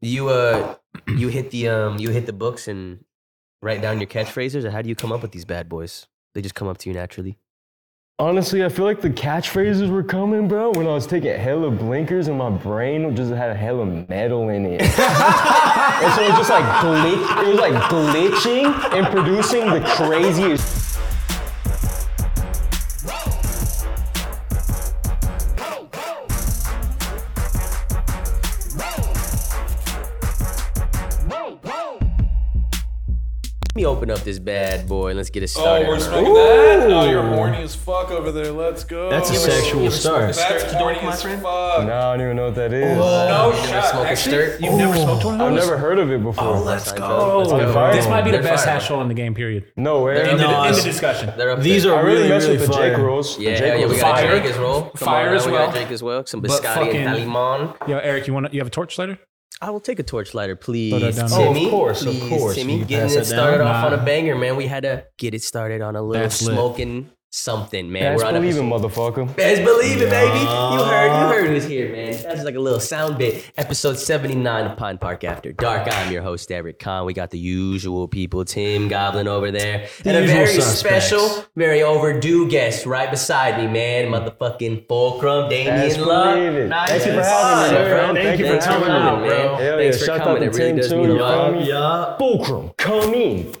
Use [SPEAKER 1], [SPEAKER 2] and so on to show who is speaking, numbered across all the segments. [SPEAKER 1] You uh, you hit the um, you hit the books and write down your catchphrases, or how do you come up with these bad boys? They just come up to you naturally.
[SPEAKER 2] Honestly, I feel like the catchphrases were coming, bro, when I was taking hella blinkers and my brain just had hella metal in it. and so it was just like glitch, it was like glitching and producing the craziest.
[SPEAKER 1] Let me open up this bad boy and let's get it
[SPEAKER 3] Oh,
[SPEAKER 1] started.
[SPEAKER 3] we're
[SPEAKER 1] on our-
[SPEAKER 3] smoking that. Oh, you're horny as fuck over there. Let's go.
[SPEAKER 4] That's a sexual start.
[SPEAKER 3] That's horny as fuck.
[SPEAKER 2] No, I don't even know what that is.
[SPEAKER 3] No
[SPEAKER 1] Never
[SPEAKER 3] Oh, shot.
[SPEAKER 1] smoke a
[SPEAKER 3] Actually,
[SPEAKER 1] stir.
[SPEAKER 5] You've never smoked one of
[SPEAKER 2] I've
[SPEAKER 5] those?
[SPEAKER 2] never heard of it before.
[SPEAKER 5] Let's go.
[SPEAKER 1] Oh, Let's go.
[SPEAKER 2] fire.
[SPEAKER 5] This might be the
[SPEAKER 1] They're
[SPEAKER 5] best
[SPEAKER 1] fire.
[SPEAKER 5] hash roll in the game, period.
[SPEAKER 2] no way.
[SPEAKER 1] They're
[SPEAKER 5] In the,
[SPEAKER 1] No,
[SPEAKER 5] Oh, in the
[SPEAKER 1] it's-
[SPEAKER 5] discussion.
[SPEAKER 1] They're up
[SPEAKER 4] These
[SPEAKER 1] there.
[SPEAKER 4] are
[SPEAKER 2] I really
[SPEAKER 4] really,
[SPEAKER 2] messed
[SPEAKER 4] really
[SPEAKER 2] with the Jake
[SPEAKER 4] fire.
[SPEAKER 2] rules.
[SPEAKER 1] Yeah,
[SPEAKER 2] the
[SPEAKER 1] yeah,
[SPEAKER 2] Jake
[SPEAKER 1] yeah, we
[SPEAKER 2] rules.
[SPEAKER 1] got a
[SPEAKER 5] Fire.
[SPEAKER 1] drink as well. Come
[SPEAKER 5] Fire
[SPEAKER 1] on,
[SPEAKER 5] as
[SPEAKER 1] now, We
[SPEAKER 5] well.
[SPEAKER 1] got a drink as well. Some
[SPEAKER 5] But
[SPEAKER 1] biscotti and
[SPEAKER 5] fucking-
[SPEAKER 1] limon.
[SPEAKER 5] Yo, Eric, you want you have a torch lighter?
[SPEAKER 1] I will take a torchlighter, please.
[SPEAKER 5] Put that down.
[SPEAKER 1] Timmy,
[SPEAKER 5] Oh,
[SPEAKER 4] of course, of
[SPEAKER 1] please,
[SPEAKER 4] course. You
[SPEAKER 1] Timmy,
[SPEAKER 4] can
[SPEAKER 1] getting
[SPEAKER 4] pass
[SPEAKER 1] it
[SPEAKER 4] that down.
[SPEAKER 1] started off on a
[SPEAKER 5] Nah.
[SPEAKER 1] banger, man. We had to get it started on a little
[SPEAKER 5] That's lit.
[SPEAKER 1] smoking something, man.
[SPEAKER 2] Best
[SPEAKER 1] We're on
[SPEAKER 2] believe it,
[SPEAKER 1] episode-
[SPEAKER 2] motherfucker.
[SPEAKER 1] Best believe it, baby. You heard, you heard who's here, man. That's like a little sound bit. Episode 79 of Pine Park After Dark. I'm your host, Eric Khan. We got the usual people, Tim Goblin over there. and a
[SPEAKER 4] usual
[SPEAKER 1] very
[SPEAKER 4] suspects.
[SPEAKER 1] special, very overdue guest right beside me, man. Motherfucking Fulcrum,
[SPEAKER 2] Best
[SPEAKER 1] Damian Love.
[SPEAKER 2] believe it.
[SPEAKER 1] Nice
[SPEAKER 2] Thank you for
[SPEAKER 1] to
[SPEAKER 2] having
[SPEAKER 1] see
[SPEAKER 2] me,
[SPEAKER 1] you,
[SPEAKER 2] bro.
[SPEAKER 1] bro.
[SPEAKER 2] Thank you for
[SPEAKER 1] Thanks
[SPEAKER 2] coming
[SPEAKER 1] out,
[SPEAKER 2] out,
[SPEAKER 1] man.
[SPEAKER 2] bro. Hell
[SPEAKER 1] Thanks
[SPEAKER 2] yeah,
[SPEAKER 1] for
[SPEAKER 2] shout out
[SPEAKER 1] coming.
[SPEAKER 2] to
[SPEAKER 1] It really
[SPEAKER 2] Tim,
[SPEAKER 1] does
[SPEAKER 2] too,
[SPEAKER 1] mean a
[SPEAKER 2] you
[SPEAKER 1] lot.
[SPEAKER 2] feel me?
[SPEAKER 4] Yeah.
[SPEAKER 2] Fulcrum, come in.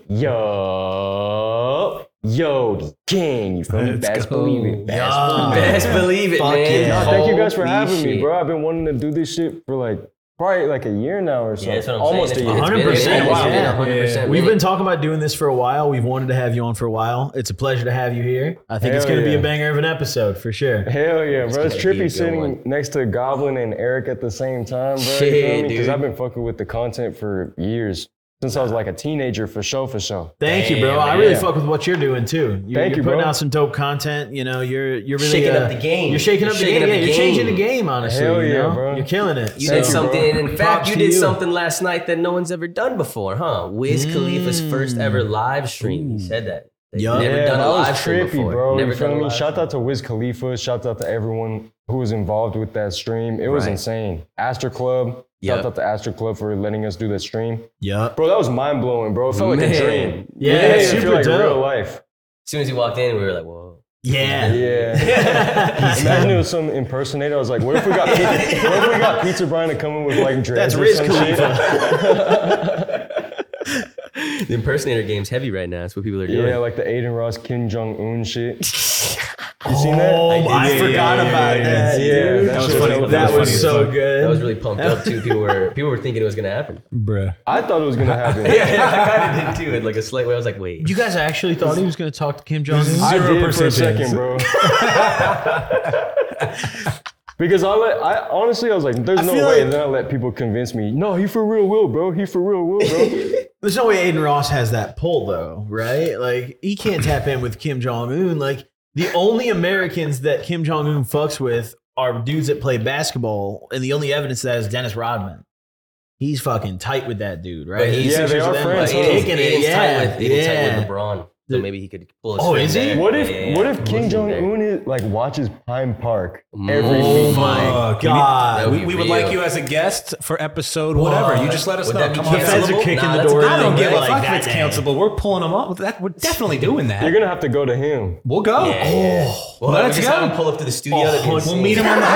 [SPEAKER 2] Yo. Yo, gang. You feel me?
[SPEAKER 5] Let's
[SPEAKER 2] Best
[SPEAKER 5] go.
[SPEAKER 2] believe it. Best
[SPEAKER 4] Yeah.
[SPEAKER 1] Best believe it,
[SPEAKER 4] Fuck
[SPEAKER 1] man.
[SPEAKER 4] yeah.
[SPEAKER 2] No, thank you guys for
[SPEAKER 1] Holy
[SPEAKER 2] having me,
[SPEAKER 1] shit.
[SPEAKER 2] bro. I've been wanting to do this shit for like probably like a year now or something.
[SPEAKER 1] Yeah, that's what I'm
[SPEAKER 2] Almost
[SPEAKER 1] saying.
[SPEAKER 2] a
[SPEAKER 1] It's
[SPEAKER 2] year.
[SPEAKER 1] been- it's been-
[SPEAKER 4] 100%,
[SPEAKER 1] it's been
[SPEAKER 4] yeah.
[SPEAKER 1] 100%.
[SPEAKER 4] We've
[SPEAKER 1] man.
[SPEAKER 4] been talking about doing this for a while. We've wanted to have you on for a while. It's a pleasure to have you here. I think it's
[SPEAKER 2] Hell
[SPEAKER 4] going to be
[SPEAKER 2] yeah.
[SPEAKER 4] a banger of an episode for sure.
[SPEAKER 2] Hell yeah, bro. It's
[SPEAKER 1] gonna be a
[SPEAKER 2] trippy
[SPEAKER 1] good
[SPEAKER 2] sitting
[SPEAKER 1] one.
[SPEAKER 2] next to Goblin and Eric at the same time, bro.
[SPEAKER 1] Shit,
[SPEAKER 2] Because
[SPEAKER 1] dude.
[SPEAKER 2] I've been fucking with the content for years. Since I was like a teenager, for sure, for sure.
[SPEAKER 4] Thank you, bro.
[SPEAKER 1] Damn,
[SPEAKER 4] I really
[SPEAKER 2] yeah.
[SPEAKER 4] fuck with what you're doing too. You,
[SPEAKER 2] Thank
[SPEAKER 4] you're
[SPEAKER 2] you,
[SPEAKER 4] putting
[SPEAKER 2] bro.
[SPEAKER 4] out some dope content. You know, you're you're really
[SPEAKER 1] Shaking
[SPEAKER 4] uh,
[SPEAKER 1] up the game.
[SPEAKER 4] You're shaking up
[SPEAKER 1] You're shaking
[SPEAKER 4] the game.
[SPEAKER 1] up
[SPEAKER 4] yeah,
[SPEAKER 1] the
[SPEAKER 4] you're changing the
[SPEAKER 1] game.
[SPEAKER 4] game. Honestly,
[SPEAKER 2] Hell
[SPEAKER 4] you
[SPEAKER 2] yeah,
[SPEAKER 4] know?
[SPEAKER 2] bro.
[SPEAKER 4] You're killing it.
[SPEAKER 1] You
[SPEAKER 4] So-
[SPEAKER 1] did
[SPEAKER 2] you,
[SPEAKER 1] something.
[SPEAKER 2] bro.
[SPEAKER 1] In fact,
[SPEAKER 4] Props
[SPEAKER 1] you
[SPEAKER 4] to
[SPEAKER 1] did
[SPEAKER 4] you.
[SPEAKER 1] something last night that no one's ever done before, huh? Wiz Khalifa's first ever live stream. He said that. They've
[SPEAKER 4] Yup.
[SPEAKER 1] never
[SPEAKER 2] Yeah,
[SPEAKER 1] done a
[SPEAKER 2] that was
[SPEAKER 1] live stream
[SPEAKER 2] trippy,
[SPEAKER 1] before.
[SPEAKER 2] bro.
[SPEAKER 1] Never
[SPEAKER 2] you feel
[SPEAKER 1] done a
[SPEAKER 2] me?
[SPEAKER 1] live
[SPEAKER 2] Shout out to Wiz Khalifa. Shout out to everyone who was involved with that stream. It was
[SPEAKER 1] Right.
[SPEAKER 2] insane. Astro Club.
[SPEAKER 1] Yep.
[SPEAKER 2] Shout out to Astro Club for letting us do that stream.
[SPEAKER 4] Yup.
[SPEAKER 2] Bro, that was mind blowing, bro. It felt like
[SPEAKER 1] Man.
[SPEAKER 2] a dream.
[SPEAKER 4] Yeah,
[SPEAKER 2] It didn't
[SPEAKER 4] it's
[SPEAKER 2] even
[SPEAKER 4] super
[SPEAKER 2] feel like
[SPEAKER 4] dope.
[SPEAKER 2] real life.
[SPEAKER 1] As soon as he walked in, we were like, "Whoa!"
[SPEAKER 4] Yeah.
[SPEAKER 2] Yeah. Imagine it was some impersonator. I was like, what if we got Pete, what if we got Pizza Brian to come in with like dreads
[SPEAKER 4] That's
[SPEAKER 2] or
[SPEAKER 4] Riz
[SPEAKER 2] some shit?
[SPEAKER 4] Khalifa.
[SPEAKER 1] The impersonator game's heavy right now. That's what people are doing.
[SPEAKER 2] Yeah, like the Aiden Ross Kim Jong Un shit. You seen that?
[SPEAKER 4] Oh, I
[SPEAKER 5] yeah,
[SPEAKER 4] forgot
[SPEAKER 5] yeah,
[SPEAKER 4] about
[SPEAKER 5] yeah,
[SPEAKER 4] that.
[SPEAKER 2] yeah, yeah.
[SPEAKER 4] dude.
[SPEAKER 2] That was
[SPEAKER 4] shit
[SPEAKER 2] funny.
[SPEAKER 4] dope.
[SPEAKER 2] That
[SPEAKER 4] That
[SPEAKER 2] was
[SPEAKER 4] was
[SPEAKER 2] funny
[SPEAKER 4] so
[SPEAKER 1] I was
[SPEAKER 4] good,
[SPEAKER 1] really pumped up too. People were people were thinking it was gonna happen.
[SPEAKER 5] Bruh.
[SPEAKER 2] I thought it was gonna happen.
[SPEAKER 1] I kind of did too. In like a slight way, I was like, "Wait."
[SPEAKER 4] You guys actually thought he was going to talk to Kim Jong Un?
[SPEAKER 2] I did for a
[SPEAKER 5] 0% chance.
[SPEAKER 2] second, bro. because I let I honestly I was like, there's no way.
[SPEAKER 4] feel like-
[SPEAKER 2] and then I let people convince me, no, he for real will, bro. He for real will, bro.
[SPEAKER 4] There's no way Aiden Ross has that pull though, right? Like he can't tap in with Kim Jong Un. Like the only Americans that Kim Jong Un fucks with are dudes that play basketball, and the only evidence of that is Dennis Rodman. He's fucking tight with that dude, right?
[SPEAKER 1] But he's-
[SPEAKER 2] Yeah,
[SPEAKER 4] Six
[SPEAKER 2] they
[SPEAKER 4] years
[SPEAKER 2] are
[SPEAKER 4] of them,
[SPEAKER 1] But
[SPEAKER 2] friends,
[SPEAKER 4] like,
[SPEAKER 2] huh?
[SPEAKER 1] Aiden's,
[SPEAKER 4] kicking it,
[SPEAKER 1] Aiden's
[SPEAKER 4] yeah,
[SPEAKER 1] tight with, Aiden's
[SPEAKER 4] yeah.
[SPEAKER 1] tight with LeBron, so maybe he could pull. A
[SPEAKER 4] Oh,
[SPEAKER 1] string
[SPEAKER 4] is he?
[SPEAKER 1] there.
[SPEAKER 2] what if
[SPEAKER 1] Yeah, yeah, yeah.
[SPEAKER 2] what if Kim
[SPEAKER 1] Pull
[SPEAKER 2] Jong
[SPEAKER 1] some
[SPEAKER 2] Un is like watches Pine Park every
[SPEAKER 1] Oh
[SPEAKER 2] week?
[SPEAKER 1] my
[SPEAKER 4] Oh
[SPEAKER 1] That
[SPEAKER 4] God!
[SPEAKER 1] would
[SPEAKER 5] We,
[SPEAKER 1] be
[SPEAKER 5] we would
[SPEAKER 1] real.
[SPEAKER 5] like you as a guest for episode whatever. You just let us
[SPEAKER 1] Would
[SPEAKER 5] know.
[SPEAKER 1] that be
[SPEAKER 5] Come on,
[SPEAKER 4] The feds are
[SPEAKER 1] cancelable?
[SPEAKER 4] kicking
[SPEAKER 1] Nah,
[SPEAKER 4] the
[SPEAKER 1] that's-
[SPEAKER 4] door
[SPEAKER 5] I don't
[SPEAKER 4] in.
[SPEAKER 5] give a
[SPEAKER 4] Like
[SPEAKER 5] fuck
[SPEAKER 4] that
[SPEAKER 5] if it's
[SPEAKER 4] day.
[SPEAKER 5] cancelable. We're pulling them up. That, we're definitely doing
[SPEAKER 2] You're
[SPEAKER 5] that.
[SPEAKER 2] gonna have to go to him.
[SPEAKER 5] We'll go. Oh,
[SPEAKER 1] Yeah, yeah. Well,
[SPEAKER 5] Let's
[SPEAKER 1] we just have
[SPEAKER 5] go. Oh,
[SPEAKER 1] him pull up to the studio. that'd be
[SPEAKER 5] We'll
[SPEAKER 1] insane.
[SPEAKER 5] meet him on the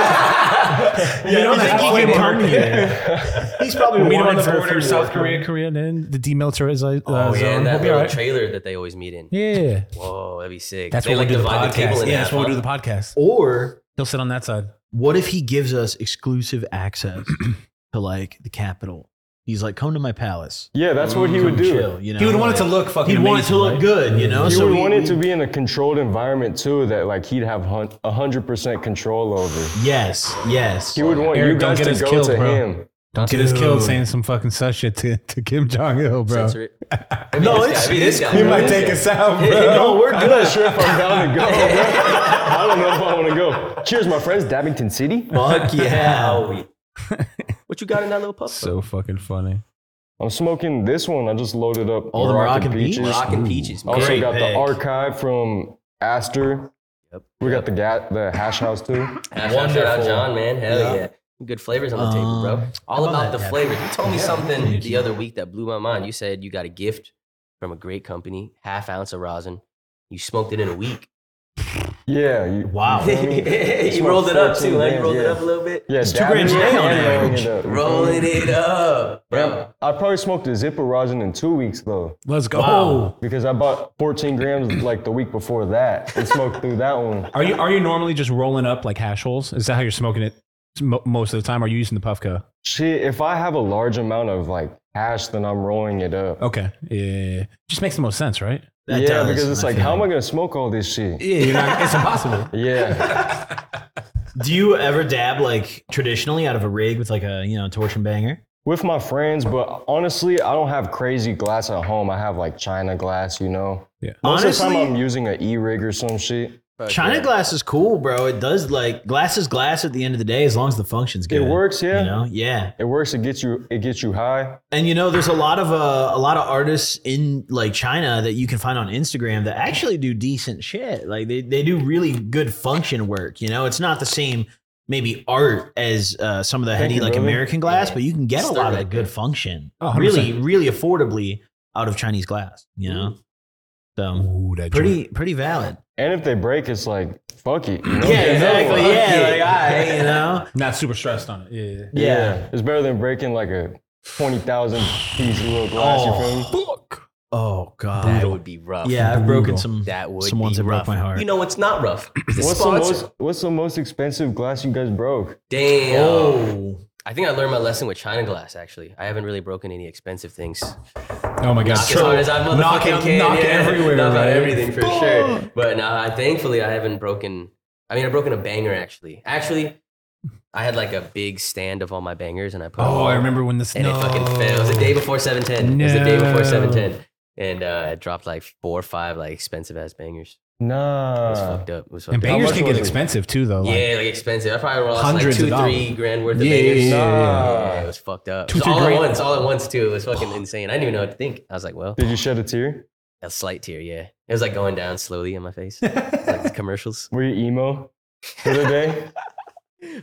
[SPEAKER 4] You don't
[SPEAKER 5] he's
[SPEAKER 4] think
[SPEAKER 5] halfway
[SPEAKER 4] he can
[SPEAKER 5] there.
[SPEAKER 4] come here? He's probably
[SPEAKER 5] meet him on
[SPEAKER 4] wanted
[SPEAKER 5] the
[SPEAKER 4] for
[SPEAKER 5] border of South
[SPEAKER 4] free
[SPEAKER 5] Korea,
[SPEAKER 4] work.
[SPEAKER 5] Korea, and then the demilitarized uh,
[SPEAKER 1] Oh yeah,
[SPEAKER 5] zone.
[SPEAKER 1] that
[SPEAKER 5] We'll be all
[SPEAKER 1] little
[SPEAKER 5] right.
[SPEAKER 1] trailer that they always meet in.
[SPEAKER 5] Yeah,
[SPEAKER 1] Whoa, that'd be sick.
[SPEAKER 5] that's
[SPEAKER 1] they
[SPEAKER 5] what
[SPEAKER 1] like
[SPEAKER 5] we'll do the
[SPEAKER 1] divide the table
[SPEAKER 5] podcast.
[SPEAKER 1] in
[SPEAKER 5] Yeah,
[SPEAKER 1] half.
[SPEAKER 5] that's what we'll do
[SPEAKER 1] huh?
[SPEAKER 5] the podcast.
[SPEAKER 4] Or
[SPEAKER 5] He'll sit on that side.
[SPEAKER 4] what if he gives us exclusive access to like the capital? He's like, come to my palace.
[SPEAKER 2] Yeah, that's what he
[SPEAKER 4] Come
[SPEAKER 2] would do.
[SPEAKER 4] chill, you know?
[SPEAKER 5] He would want it to look fucking.
[SPEAKER 4] He'd want it
[SPEAKER 5] amazing,
[SPEAKER 4] to look
[SPEAKER 5] right?
[SPEAKER 4] good, you know.
[SPEAKER 2] He
[SPEAKER 4] so
[SPEAKER 2] would
[SPEAKER 4] we-
[SPEAKER 2] want it to be in a controlled environment too, that like he'd have hundred percent control over.
[SPEAKER 4] Yes, yes.
[SPEAKER 2] He would want
[SPEAKER 5] Eric,
[SPEAKER 2] you
[SPEAKER 5] don't
[SPEAKER 2] guys
[SPEAKER 5] get
[SPEAKER 2] to
[SPEAKER 5] us
[SPEAKER 2] go
[SPEAKER 5] killed,
[SPEAKER 2] to
[SPEAKER 5] bro.
[SPEAKER 2] him.
[SPEAKER 5] Don't get us killed
[SPEAKER 4] Dude.
[SPEAKER 5] saying some fucking sus shit to, to Kim Jong Il, bro.
[SPEAKER 1] Censor it. Maybe
[SPEAKER 4] No,
[SPEAKER 1] this
[SPEAKER 4] it's-
[SPEAKER 1] guy, maybe this
[SPEAKER 4] it's
[SPEAKER 1] guy.
[SPEAKER 5] He might take us out, bro.
[SPEAKER 4] no, we're
[SPEAKER 2] I'm not
[SPEAKER 4] good.
[SPEAKER 2] sure if I'm down to go. bro. I don't know if I want to go. Cheers, my friends, Dabington City.
[SPEAKER 4] Fuck yeah.
[SPEAKER 1] Owie. what you got in that little puff?
[SPEAKER 5] so fucking funny.
[SPEAKER 2] I'm smoking this one. I just loaded up
[SPEAKER 4] Oh, the Moroccan peach?
[SPEAKER 1] Moroccan peaches.
[SPEAKER 5] Oh,
[SPEAKER 2] Also
[SPEAKER 4] Great
[SPEAKER 2] got
[SPEAKER 4] pick.
[SPEAKER 2] the archive from Aster. We got the ga- the hash house too.
[SPEAKER 1] Shout out John, man. Hell yeah. Good flavors on the table, bro.
[SPEAKER 4] Um,
[SPEAKER 1] All
[SPEAKER 4] how about
[SPEAKER 1] about
[SPEAKER 4] that,
[SPEAKER 1] the
[SPEAKER 4] Dad?
[SPEAKER 1] flavors. You told me something the other week that blew my mind. You said you got a gift from a great company, half ounce of rosin. You smoked it in a week.
[SPEAKER 2] Yeah. You,
[SPEAKER 4] Wow.
[SPEAKER 2] feel me?
[SPEAKER 1] you
[SPEAKER 2] Smoked
[SPEAKER 1] rolled it up too,
[SPEAKER 2] 14
[SPEAKER 1] huh? You rolled it
[SPEAKER 2] grams,
[SPEAKER 1] up a little bit.
[SPEAKER 2] Yeah,
[SPEAKER 4] It's two
[SPEAKER 2] dabbing
[SPEAKER 4] grams a
[SPEAKER 2] it
[SPEAKER 4] day
[SPEAKER 2] up
[SPEAKER 4] on
[SPEAKER 2] and rolling it up,
[SPEAKER 4] average.
[SPEAKER 2] you feel me?
[SPEAKER 1] Rolling it up, bro.
[SPEAKER 2] I probably smoked a zip of rosin in two weeks though,
[SPEAKER 5] Let's go.
[SPEAKER 2] because I bought 14 grams like the week before that and smoked through that one.
[SPEAKER 5] Are you are you normally just rolling up like hash holes? Is that how you're smoking it mo- most of the time? Are you using the puffco?
[SPEAKER 2] Shit, if I have a large amount of like hash, then I'm rolling it up.
[SPEAKER 5] Okay. Yeah. Just makes the most sense, right?
[SPEAKER 4] That
[SPEAKER 2] yeah,
[SPEAKER 4] does,
[SPEAKER 2] because it's
[SPEAKER 4] I
[SPEAKER 2] like,
[SPEAKER 4] feel
[SPEAKER 2] how am I gonna smoke all this shit?
[SPEAKER 5] Yeah. You're not, it's impossible.
[SPEAKER 2] Yeah,
[SPEAKER 4] Do you ever dab like traditionally out of a rig with like a you know torsion banger?
[SPEAKER 2] with my friends, but honestly, I don't have crazy glass at home. I have like China glass, you know.
[SPEAKER 5] Yeah.
[SPEAKER 2] Most of the
[SPEAKER 4] Honestly-
[SPEAKER 2] time, I'm using an e rig or some shit.
[SPEAKER 1] Fuck
[SPEAKER 4] China
[SPEAKER 1] yeah.
[SPEAKER 4] glass is cool, bro. It does like glass is glass at the end of the day as long as the function's good.
[SPEAKER 2] It works, yeah.
[SPEAKER 4] You know, yeah.
[SPEAKER 2] It works. It gets you. It gets you high.
[SPEAKER 4] And you know, there's a lot of uh, a lot of artists in like China that you can find on Instagram that actually do decent shit. Like they, they do really good function work. You know, it's not the same maybe art as uh, some of the
[SPEAKER 2] Thank
[SPEAKER 4] heady
[SPEAKER 2] you,
[SPEAKER 4] like
[SPEAKER 2] brother.
[SPEAKER 4] American glass, but you can get a
[SPEAKER 1] Still
[SPEAKER 4] lot
[SPEAKER 1] really
[SPEAKER 4] of good function,
[SPEAKER 5] Oh, 100%.
[SPEAKER 4] really really affordably out of Chinese glass. You know, so
[SPEAKER 5] Ooh, that
[SPEAKER 4] pretty pretty valid.
[SPEAKER 2] And if they break, it's like fuck it. you know?
[SPEAKER 4] Yeah, exactly.
[SPEAKER 1] fuck
[SPEAKER 4] Yeah,
[SPEAKER 1] it.
[SPEAKER 4] like I, you know.
[SPEAKER 5] Not super stressed on it. Yeah.
[SPEAKER 2] yeah. It's better than breaking like a twenty thousand piece little glass. You feel me?
[SPEAKER 5] Fuck.
[SPEAKER 4] Oh god.
[SPEAKER 1] That would be rough.
[SPEAKER 4] yeah, I've broken
[SPEAKER 5] brutal.
[SPEAKER 4] some
[SPEAKER 1] That would
[SPEAKER 4] some ones
[SPEAKER 1] be
[SPEAKER 4] that
[SPEAKER 1] rough.
[SPEAKER 4] broke my heart.
[SPEAKER 1] You know what's not rough? The
[SPEAKER 2] What's the
[SPEAKER 1] sponsor.
[SPEAKER 2] most? What's the most expensive glass you guys broke?
[SPEAKER 1] Damn.
[SPEAKER 4] oh,
[SPEAKER 1] I think I learned my lesson with China glass. Actually, I haven't really broken any expensive things.
[SPEAKER 5] Oh my god.
[SPEAKER 1] Knock as hard as I motherfucking
[SPEAKER 5] Knock it-
[SPEAKER 1] can.
[SPEAKER 5] knock
[SPEAKER 1] yeah.
[SPEAKER 5] everywhere,
[SPEAKER 1] Knock out
[SPEAKER 5] right?
[SPEAKER 1] everything for sure. But nah, I- thankfully I haven't broken. I mean, I've broken a banger actually. Actually, I had like a big stand of all my bangers, and I put. them
[SPEAKER 5] Oh,
[SPEAKER 1] all-
[SPEAKER 5] I remember when this.
[SPEAKER 1] And it fucking failed. It was the day before seven ten. It was the day before
[SPEAKER 5] No.
[SPEAKER 1] seven ten, and uh, I dropped like four or five like expensive ass bangers. It was
[SPEAKER 2] Nah.
[SPEAKER 1] fucked up. It was fucked
[SPEAKER 5] And
[SPEAKER 1] up.
[SPEAKER 5] bangers
[SPEAKER 2] much
[SPEAKER 5] can
[SPEAKER 2] was
[SPEAKER 5] get
[SPEAKER 2] it?
[SPEAKER 5] expensive too, though. like-
[SPEAKER 1] yeah, like expensive. I probably lost like
[SPEAKER 5] Hundreds
[SPEAKER 1] two,
[SPEAKER 5] of dollars.
[SPEAKER 1] three grand worth of
[SPEAKER 5] Yeah,
[SPEAKER 1] bangers.
[SPEAKER 5] yeah, yeah,
[SPEAKER 2] yeah, yeah.
[SPEAKER 1] Yeah, it was fucked up. it
[SPEAKER 5] Two,
[SPEAKER 1] was
[SPEAKER 5] three
[SPEAKER 1] all at
[SPEAKER 5] grand.
[SPEAKER 1] once, all at once too. It was fucking insane. I didn't even know what to think. I was like, well,
[SPEAKER 2] Did you shed a tear?
[SPEAKER 1] a slight tear, yeah. It was like going down slowly in my face, like the commercials.
[SPEAKER 2] Were you emo for the day?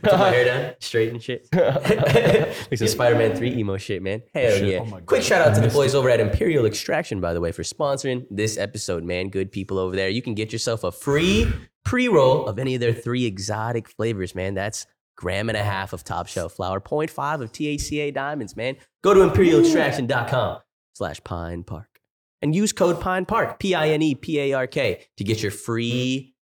[SPEAKER 1] Put my hair down, straight and shit. like some Spider-Man 3 emo shit, man. Hell
[SPEAKER 5] Shit.
[SPEAKER 1] yeah.
[SPEAKER 5] Oh my
[SPEAKER 1] Quick
[SPEAKER 5] God.
[SPEAKER 1] shout out to
[SPEAKER 5] I
[SPEAKER 1] the
[SPEAKER 5] missed
[SPEAKER 1] boys over at Imperial Extraction, by the way, for sponsoring this episode, man. Good people over there. You can get yourself a free pre-roll of any of their three exotic flavors, man. That's gram and a half of top shelf flour, 0.5 of THCA diamonds, man. Go to imperialextraction.com slash pine park and use code pine park, P-I-N-E-P-A-R-K, to get your free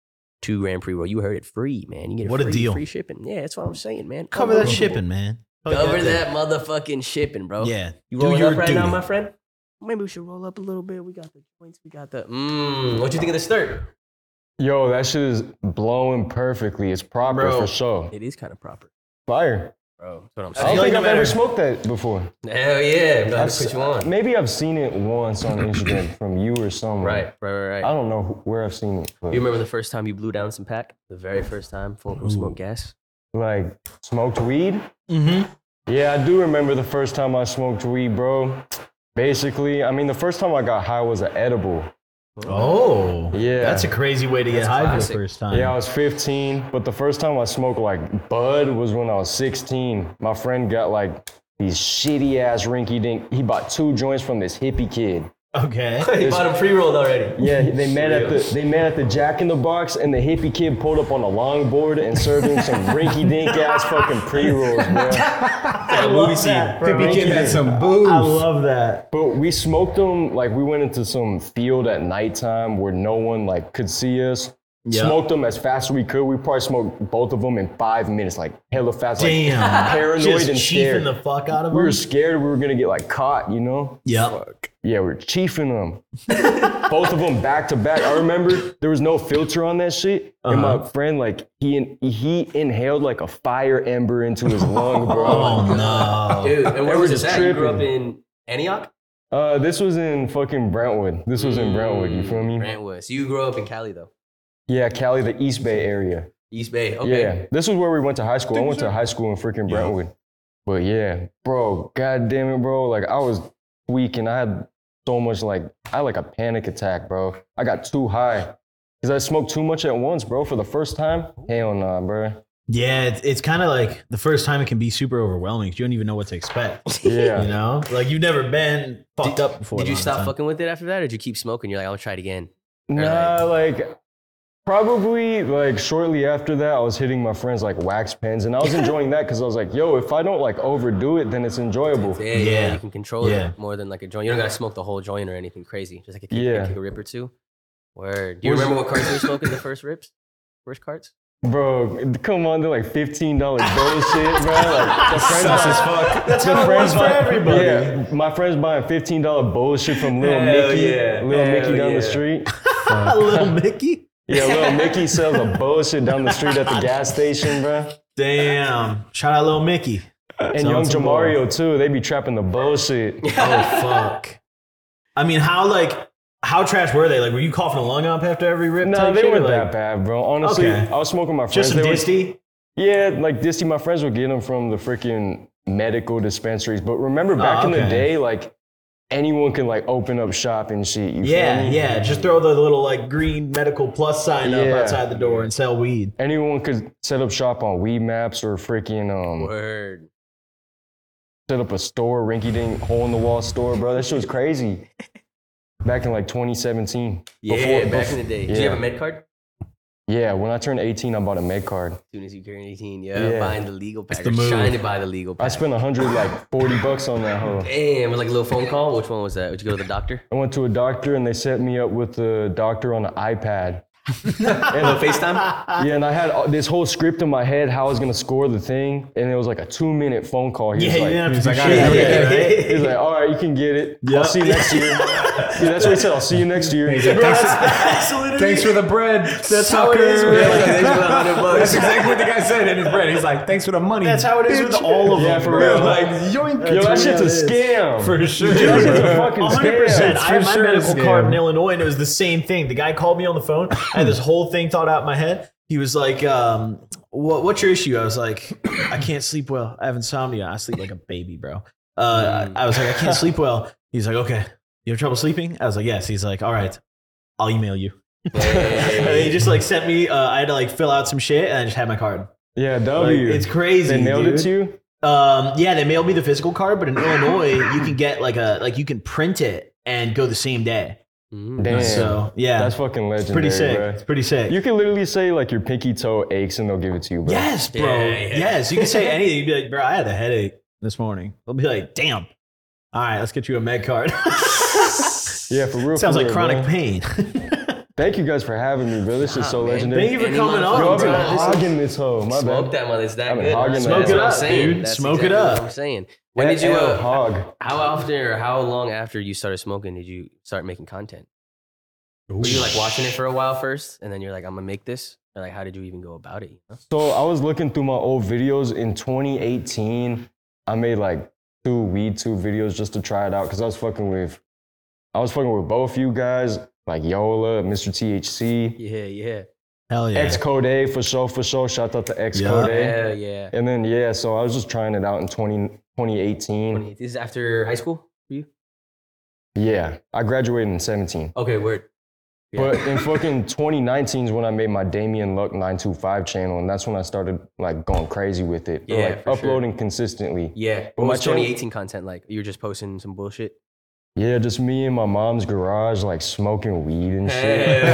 [SPEAKER 1] two gram pre-roll. You heard it free, man. You get
[SPEAKER 4] What a
[SPEAKER 1] free,
[SPEAKER 4] deal.
[SPEAKER 1] free shipping. Yeah, that's what I'm saying, man.
[SPEAKER 4] cover that
[SPEAKER 1] Unbelievable.
[SPEAKER 4] shipping, man.
[SPEAKER 1] Cover Oh, that motherfucking shipping, bro.
[SPEAKER 4] Yeah,
[SPEAKER 1] You
[SPEAKER 4] Do
[SPEAKER 1] rolling
[SPEAKER 4] your
[SPEAKER 1] up right now,
[SPEAKER 4] duty.
[SPEAKER 1] my friend? Maybe we should roll up a little bit. We got the joints. We got the. Mmm. What you think of this third?
[SPEAKER 2] Yo, that shit is blowing perfectly. It's proper
[SPEAKER 4] Bro.
[SPEAKER 2] for sure.
[SPEAKER 1] It is kind of proper,
[SPEAKER 2] Fire.
[SPEAKER 1] bro. That's what I'm saying.
[SPEAKER 2] I don't
[SPEAKER 4] feel like
[SPEAKER 2] think
[SPEAKER 4] no
[SPEAKER 2] I've ever
[SPEAKER 4] matter-
[SPEAKER 2] smoked that before.
[SPEAKER 1] Oh, Hell yeah, bro.
[SPEAKER 2] I've
[SPEAKER 1] That's what
[SPEAKER 2] s-
[SPEAKER 1] you want.
[SPEAKER 2] Maybe I've seen it once on Instagram from you or someone.
[SPEAKER 1] Right, right, right,
[SPEAKER 2] I
[SPEAKER 1] right.
[SPEAKER 2] don't know wh- where I've seen it, but
[SPEAKER 1] Oh. You remember the first time you blew down some pack? The very first time, full from smoke gas.
[SPEAKER 2] like smoked weed.
[SPEAKER 4] Mm-hmm.
[SPEAKER 2] Yeah, I do remember the first time I smoked weed, bro. Basically, I mean, the first time I got high was an edible.
[SPEAKER 4] Oh,
[SPEAKER 2] Yeah.
[SPEAKER 4] That's a crazy way to get high for
[SPEAKER 1] classic.
[SPEAKER 4] the first time.
[SPEAKER 2] Yeah, I was 15, but the first time I smoked like bud was when I was 16. My friend got like these shitty ass rinky dink. He bought two joints from this hippie kid.
[SPEAKER 4] Okay.
[SPEAKER 1] You bought a pre-rolled already.
[SPEAKER 2] Yeah, they met at the they met at the Jack in the Box, and the hippie kid pulled up on a longboard and served him some rinky dink ass fucking pre rolls, bro.
[SPEAKER 4] I love that.
[SPEAKER 5] Hippie kid had some
[SPEAKER 4] I
[SPEAKER 5] booze.
[SPEAKER 4] love that.
[SPEAKER 2] But we smoked them like we went into some field at nighttime where no one like could see us. Smoked them as fast as we could. We probably smoked both of them in five minutes, like hella fast, like
[SPEAKER 4] Damn.
[SPEAKER 2] paranoid
[SPEAKER 4] Just
[SPEAKER 2] and
[SPEAKER 4] chiefing
[SPEAKER 2] scared.
[SPEAKER 4] the fuck out of
[SPEAKER 2] we
[SPEAKER 4] them.
[SPEAKER 2] were scared we were gonna get like caught, you know?
[SPEAKER 4] Yep.
[SPEAKER 2] Yeah, we were chiefing them. Both of them back to back. I remember there was no filter on that shit, and
[SPEAKER 4] Uh-huh.
[SPEAKER 2] my friend like he in, he inhaled like a fire ember into his lung, bro.
[SPEAKER 4] Oh
[SPEAKER 1] Dude, and where
[SPEAKER 2] They
[SPEAKER 1] was
[SPEAKER 2] were
[SPEAKER 1] this
[SPEAKER 2] just
[SPEAKER 1] at? You grew up
[SPEAKER 2] tripping.
[SPEAKER 1] in Antioch?
[SPEAKER 2] Uh, this was in fucking Brentwood. This was in Brentwood. You feel me?
[SPEAKER 1] Brentwood. So you grew up in Cali, though.
[SPEAKER 2] Yeah, Cali, the East Bay area.
[SPEAKER 1] East Bay. Okay.
[SPEAKER 2] Yeah, this is where we went to high school. I went to high school in freaking Brentwood. But yeah, bro, god damn it, bro. Like I was weak and I had so much like I had like a panic attack, bro. I got too high because I smoked too much at once, bro. For the first time, hell nah, bro.
[SPEAKER 4] Yeah, it's, it's kind of like the first time it can be super overwhelming 'cause you don't even know what to expect. You
[SPEAKER 2] Yeah.
[SPEAKER 4] know, like you've never been fucked up before.
[SPEAKER 1] Did
[SPEAKER 4] a
[SPEAKER 1] you
[SPEAKER 4] lot of
[SPEAKER 1] stop
[SPEAKER 4] time.
[SPEAKER 1] fucking with it after that, or did you keep smoking? You're like, I'll try it again.
[SPEAKER 2] Nah, like probably like shortly after that, I was hitting my friends like wax pens, and I was enjoying that because I was like, yo, if I don't like overdo it, then it's enjoyable.
[SPEAKER 1] Yeah, yeah,
[SPEAKER 4] Yeah.
[SPEAKER 1] you can control
[SPEAKER 4] Yeah.
[SPEAKER 1] it more than like a joint. You don't gotta smoke the whole joint or anything crazy. Just like a kick,
[SPEAKER 2] Yeah.
[SPEAKER 1] a, kick a rip or two. Word. Do you
[SPEAKER 2] Was-
[SPEAKER 1] remember what carts you were smoking? The first rips, first carts.
[SPEAKER 2] Bro, come on, they're like fifteen dollar bullshit, bro. Like, the friends
[SPEAKER 4] Sus as
[SPEAKER 2] buy-
[SPEAKER 4] fuck. That's
[SPEAKER 2] the
[SPEAKER 4] how it was for
[SPEAKER 2] buy-
[SPEAKER 4] everybody.
[SPEAKER 2] Yeah, my friends buying fifteen dollar bullshit from Lil
[SPEAKER 4] Hell
[SPEAKER 2] Mickey,
[SPEAKER 4] yeah.
[SPEAKER 2] Lil
[SPEAKER 4] Hell
[SPEAKER 2] Mickey down
[SPEAKER 4] yeah.
[SPEAKER 2] the street.
[SPEAKER 4] Little Mickey.
[SPEAKER 2] Yeah, Lil Mickey sells a bullshit down the street at the gas station, bro.
[SPEAKER 4] Damn. Shout out, little Mickey.
[SPEAKER 2] And
[SPEAKER 4] Sounds
[SPEAKER 2] Young
[SPEAKER 4] some
[SPEAKER 2] Jamario too, they be trapping the bullshit.
[SPEAKER 4] Oh fuck. I mean, how like how trash were they? Like, were you coughing a lung up after every rip?
[SPEAKER 2] No,
[SPEAKER 4] type
[SPEAKER 2] they
[SPEAKER 4] shit, or,
[SPEAKER 2] weren't
[SPEAKER 4] like,
[SPEAKER 2] that bad, bro. Honestly,
[SPEAKER 4] Okay.
[SPEAKER 2] I was smoking my friends.
[SPEAKER 4] Just some
[SPEAKER 2] they were-
[SPEAKER 4] disty.
[SPEAKER 2] Yeah, like Disty, my friends would get them from the freaking medical dispensaries. But remember back in
[SPEAKER 4] Ah, okay.
[SPEAKER 2] the day, like anyone can like open up shop and shit. You feel
[SPEAKER 4] Yeah,
[SPEAKER 2] me?
[SPEAKER 4] yeah. Just throw the little like green medical plus sign up
[SPEAKER 2] Yeah.
[SPEAKER 4] outside the door and sell weed.
[SPEAKER 2] Anyone could set up shop on Weed Maps or freaking um
[SPEAKER 1] Word.
[SPEAKER 2] set up a store, rinky dink hole in the wall store, bro. That shit was crazy. Back in like 2017.
[SPEAKER 1] Yeah,
[SPEAKER 2] Before-
[SPEAKER 1] back
[SPEAKER 2] bef-
[SPEAKER 1] in the day. Did you
[SPEAKER 2] yeah.
[SPEAKER 1] have a med card? As
[SPEAKER 2] Yeah, when I turned 18, I bought a med card.
[SPEAKER 1] soon as you turn 18, yeah,
[SPEAKER 2] Yeah.
[SPEAKER 1] buying the legal pack.
[SPEAKER 4] the
[SPEAKER 1] or
[SPEAKER 4] move.
[SPEAKER 1] Trying to buy the legal
[SPEAKER 2] I
[SPEAKER 1] pack.
[SPEAKER 2] spent 100 like 40 bucks on that hoe.
[SPEAKER 1] Damn, with like a little phone call. Which one was that? Would you go to the doctor?
[SPEAKER 2] I went to a doctor and they set me up with the doctor on an iPad.
[SPEAKER 1] Hello, FaceTime?
[SPEAKER 2] Yeah, and I had all- this whole script in my head how I was gonna score the thing, and it was like a two-minute phone call. He
[SPEAKER 4] Yeah,
[SPEAKER 2] was
[SPEAKER 4] you
[SPEAKER 2] like,
[SPEAKER 4] didn't have to
[SPEAKER 5] like,
[SPEAKER 4] do
[SPEAKER 5] I
[SPEAKER 4] shit.
[SPEAKER 5] gotta-
[SPEAKER 4] Yeah,
[SPEAKER 2] yeah,
[SPEAKER 4] right?
[SPEAKER 2] he was like, "All right, you can get it.
[SPEAKER 4] Yeah.
[SPEAKER 2] I'll see you next year." yeah, that's what he said. I'll see you next year.
[SPEAKER 4] Bro, that's, that's literally-
[SPEAKER 5] Thanks for the bread.
[SPEAKER 4] That's how it is,
[SPEAKER 5] sucker.
[SPEAKER 4] man.
[SPEAKER 5] That's exactly what the guy said in his bread. He's like, thanks for the money.
[SPEAKER 4] that's how it is with
[SPEAKER 5] bitch."
[SPEAKER 4] all of
[SPEAKER 2] Yeah,
[SPEAKER 4] them.
[SPEAKER 2] for
[SPEAKER 4] bro.
[SPEAKER 2] real.
[SPEAKER 4] Like, yoink.
[SPEAKER 2] Yo, that
[SPEAKER 4] That's
[SPEAKER 2] shit's
[SPEAKER 4] what
[SPEAKER 2] a
[SPEAKER 4] it is.
[SPEAKER 2] scam.
[SPEAKER 5] For sure.
[SPEAKER 2] That shit's a
[SPEAKER 5] bro.
[SPEAKER 2] fucking
[SPEAKER 4] 100%.
[SPEAKER 2] scam.
[SPEAKER 4] I had
[SPEAKER 5] For
[SPEAKER 4] my
[SPEAKER 5] sure
[SPEAKER 4] medical
[SPEAKER 5] scam.
[SPEAKER 4] card in Illinois, and it was the same thing. The guy called me on the phone. I had this whole thing thought out in my head. He was like, um, what, What's your issue? I was like, I can't sleep well. I have insomnia. I sleep like a baby, bro. Uh, I I was like, I can't sleep well. He's like, Okay. You have trouble sleeping? I was like, Yes. He's like, All right. I'll email you. And he just like sent me, uh, I had to like fill out some shit, and I just had my card.
[SPEAKER 2] Yeah,
[SPEAKER 4] Like,
[SPEAKER 2] W.
[SPEAKER 4] it's crazy.
[SPEAKER 2] Oh, they nailed
[SPEAKER 4] dude.
[SPEAKER 2] it to you.
[SPEAKER 4] Um, yeah, they mailed me the physical card, but in Illinois, you can get like a like you can print it and go the same day.
[SPEAKER 1] Mm.
[SPEAKER 2] Damn,
[SPEAKER 4] So yeah,
[SPEAKER 2] that's fucking legendary,
[SPEAKER 4] pretty sick.
[SPEAKER 2] bro.
[SPEAKER 4] It's pretty sick.
[SPEAKER 2] You can literally say like your pinky toe aches and they'll give it to you, bro.
[SPEAKER 4] yes, bro.
[SPEAKER 1] Yeah, yeah.
[SPEAKER 4] Yes, you can say anything. You'd be like, bro, I had a headache this morning. They'll be like, damn. All right, let's get you a med card.
[SPEAKER 2] Yeah, for real.
[SPEAKER 4] Sounds
[SPEAKER 2] for
[SPEAKER 4] like
[SPEAKER 2] real,
[SPEAKER 4] chronic
[SPEAKER 2] bro.
[SPEAKER 4] pain.
[SPEAKER 2] Thank you guys for having me, bro. This is so
[SPEAKER 1] man.
[SPEAKER 2] legendary.
[SPEAKER 4] Thank you for
[SPEAKER 1] Any
[SPEAKER 4] coming
[SPEAKER 1] motherfucker-
[SPEAKER 2] Yo, I've
[SPEAKER 4] on,
[SPEAKER 2] been
[SPEAKER 4] bro.
[SPEAKER 2] hogging this hoe. My
[SPEAKER 1] Smoke
[SPEAKER 2] bad.
[SPEAKER 1] that one. It's that
[SPEAKER 2] I've been
[SPEAKER 1] good.
[SPEAKER 2] hogging
[SPEAKER 4] Smoke
[SPEAKER 2] that.
[SPEAKER 1] That's
[SPEAKER 4] it
[SPEAKER 1] what I'm
[SPEAKER 4] up,
[SPEAKER 1] saying.
[SPEAKER 4] dude.
[SPEAKER 1] That's
[SPEAKER 4] Smoke it
[SPEAKER 1] exactly
[SPEAKER 4] up.
[SPEAKER 1] What I'm saying. When did you?
[SPEAKER 2] FL
[SPEAKER 1] Uh,
[SPEAKER 2] hog?
[SPEAKER 1] How often or how long after you started smoking did you start making content? Were you like watching it for a while first, and then you're like, "I'm gonna make this," or like, how did you even go about it? you know?
[SPEAKER 2] So I was looking through my old videos in 2018. I made like two weed tube videos just to try it out because I was fucking with, I was fucking with both you guys like Yola, Mr. THC,
[SPEAKER 1] Yeah, yeah,
[SPEAKER 4] Hell yeah.
[SPEAKER 2] X Code A for sure, for sure. Shout out to X
[SPEAKER 4] Yeah.
[SPEAKER 2] Code A.
[SPEAKER 1] yeah, yeah.
[SPEAKER 2] And then yeah, so I was just trying it out in 20, 2018.
[SPEAKER 1] This is after high school for you.
[SPEAKER 2] Yeah, I graduated in 17.
[SPEAKER 1] Okay, word. Yeah.
[SPEAKER 2] But in fucking 2019 is when I made my Damien Luck 925 channel, and that's when I started like going crazy with it. Or,
[SPEAKER 1] Yeah, for
[SPEAKER 2] like
[SPEAKER 1] sure.
[SPEAKER 2] uploading consistently.
[SPEAKER 1] yeah.
[SPEAKER 2] But
[SPEAKER 1] What
[SPEAKER 2] my
[SPEAKER 1] was
[SPEAKER 2] channel-
[SPEAKER 1] 2018 content like? You were just posting some bullshit.
[SPEAKER 2] Yeah, just me in my mom's garage, like smoking weed and shit.
[SPEAKER 1] yeah,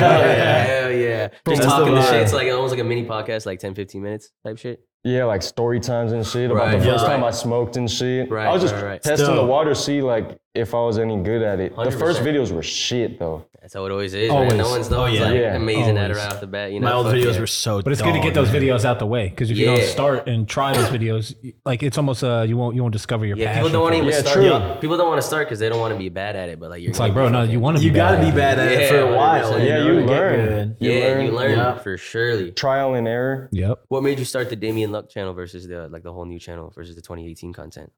[SPEAKER 1] hell yeah. Just
[SPEAKER 4] That's the
[SPEAKER 1] talking the shit.
[SPEAKER 4] vibe.
[SPEAKER 1] It's like almost like a mini podcast, like 10, 15 minutes type shit.
[SPEAKER 2] Yeah, like story times and shit about
[SPEAKER 1] Right,
[SPEAKER 2] the
[SPEAKER 1] yeah,
[SPEAKER 2] first time
[SPEAKER 1] right.
[SPEAKER 2] I smoked and shit.
[SPEAKER 1] Right,
[SPEAKER 2] I was just
[SPEAKER 1] right, right.
[SPEAKER 2] testing
[SPEAKER 4] Dope.
[SPEAKER 2] the water, see like if I was any good at it. The first
[SPEAKER 1] 100%.
[SPEAKER 2] videos were shit though.
[SPEAKER 1] That's how it always is. man. No
[SPEAKER 5] Always.
[SPEAKER 1] one's, no
[SPEAKER 4] Oh,
[SPEAKER 1] one's
[SPEAKER 4] yeah.
[SPEAKER 1] like
[SPEAKER 2] Yeah.
[SPEAKER 1] amazing at it
[SPEAKER 5] Always.
[SPEAKER 1] right off the bat. You know,
[SPEAKER 4] my old
[SPEAKER 1] Fuck
[SPEAKER 4] videos
[SPEAKER 1] yeah.
[SPEAKER 4] were so
[SPEAKER 5] But it's good to get
[SPEAKER 4] dog,
[SPEAKER 5] those
[SPEAKER 4] man.
[SPEAKER 5] videos out the way because if you
[SPEAKER 1] Yeah.
[SPEAKER 5] don't start and try those videos, like it's almost uh you won't you won't discover your
[SPEAKER 1] Yeah,
[SPEAKER 5] passion.
[SPEAKER 1] people don't want to
[SPEAKER 5] for it.
[SPEAKER 1] even
[SPEAKER 2] Yeah,
[SPEAKER 1] start.
[SPEAKER 2] true.
[SPEAKER 1] Yeah. People don't want to start because they don't want to be bad at it. But like, you're
[SPEAKER 5] It's like, bro, no, you want to.
[SPEAKER 4] You
[SPEAKER 5] be
[SPEAKER 4] gotta
[SPEAKER 5] bad
[SPEAKER 4] be bad at it
[SPEAKER 1] Yeah,
[SPEAKER 4] for a while.
[SPEAKER 1] 100%.
[SPEAKER 2] Yeah,
[SPEAKER 4] in
[SPEAKER 2] you
[SPEAKER 4] order to get
[SPEAKER 2] learn.
[SPEAKER 4] good.
[SPEAKER 2] You
[SPEAKER 1] yeah,
[SPEAKER 2] learn.
[SPEAKER 1] you learn
[SPEAKER 4] Yeah.
[SPEAKER 1] for surely.
[SPEAKER 2] Trial and error.
[SPEAKER 5] Yep.
[SPEAKER 1] What made you start the Damien Luck channel versus the like the whole new channel versus the 2018 content?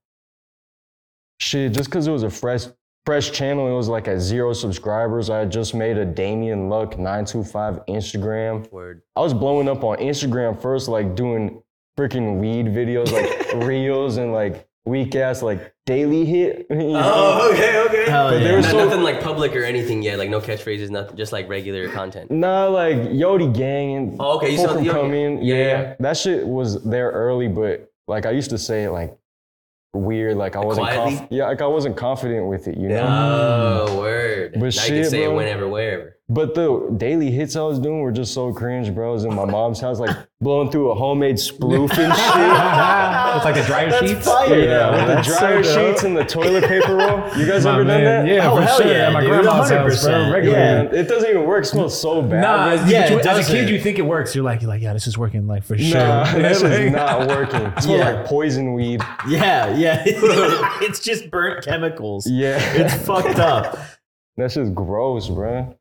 [SPEAKER 2] Shit, just because it was a fresh fresh channel, it was like at zero subscribers. I had just made a Damien Luck 925 Instagram.
[SPEAKER 1] Word.
[SPEAKER 2] I was blowing up on Instagram first, like doing freaking weed videos, like reels and like weak ass like daily hit. you know?
[SPEAKER 1] Oh, okay, okay.
[SPEAKER 4] Hell yeah.
[SPEAKER 2] there was
[SPEAKER 1] Not,
[SPEAKER 2] so-
[SPEAKER 1] nothing like public or anything yet. Like no catchphrases, nothing. Just like regular content.
[SPEAKER 2] Nah, like Yodi Gang and
[SPEAKER 1] Oh, okay, you saw
[SPEAKER 2] Fulcrum
[SPEAKER 1] the Yodi-
[SPEAKER 2] coming.
[SPEAKER 1] yeah,
[SPEAKER 2] Yeah,
[SPEAKER 1] yeah,
[SPEAKER 2] that shit was there early, but like I used to say it like weird, like I wasn't,
[SPEAKER 1] quietly?
[SPEAKER 2] conf- yeah, like I wasn't confident with it, you know.
[SPEAKER 1] Oh, word.
[SPEAKER 2] But
[SPEAKER 1] now you can
[SPEAKER 2] shit,
[SPEAKER 1] say it
[SPEAKER 2] bro.
[SPEAKER 1] whenever, wherever.
[SPEAKER 2] But the daily hits I was doing were just so cringe, bro. I was in my mom's house, like blowing through a homemade sploof and shit.
[SPEAKER 5] it's like the dryer sheets.
[SPEAKER 4] fire.
[SPEAKER 2] Yeah, with
[SPEAKER 5] that's
[SPEAKER 2] the dryer
[SPEAKER 5] so dope.
[SPEAKER 2] sheets and the toilet paper roll. You guys
[SPEAKER 5] My
[SPEAKER 2] ever done
[SPEAKER 5] man,
[SPEAKER 2] that?
[SPEAKER 5] Yeah,
[SPEAKER 4] Oh,
[SPEAKER 5] for
[SPEAKER 4] hell
[SPEAKER 5] sure.
[SPEAKER 4] yeah,
[SPEAKER 5] At my
[SPEAKER 4] dude,
[SPEAKER 5] grandma's house, bro.
[SPEAKER 4] 100%,
[SPEAKER 5] Regularly.
[SPEAKER 4] yeah.
[SPEAKER 2] Man, it doesn't even work. It smells so bad.
[SPEAKER 5] Nah,
[SPEAKER 2] Nah,
[SPEAKER 5] as-
[SPEAKER 4] yeah,
[SPEAKER 5] you-
[SPEAKER 4] it
[SPEAKER 5] as a
[SPEAKER 4] doesn't.
[SPEAKER 5] kid, you think it works. You're like, you're like, yeah, this is working, like for sure.
[SPEAKER 2] nah
[SPEAKER 5] Yeah,
[SPEAKER 2] that
[SPEAKER 5] like-
[SPEAKER 2] shit's not working. It smells
[SPEAKER 4] Yeah.
[SPEAKER 2] like poison weed.
[SPEAKER 4] Yeah, yeah. it's just burnt chemicals. It's
[SPEAKER 2] Yeah,
[SPEAKER 4] fucked up.
[SPEAKER 2] that shit's gross, bro.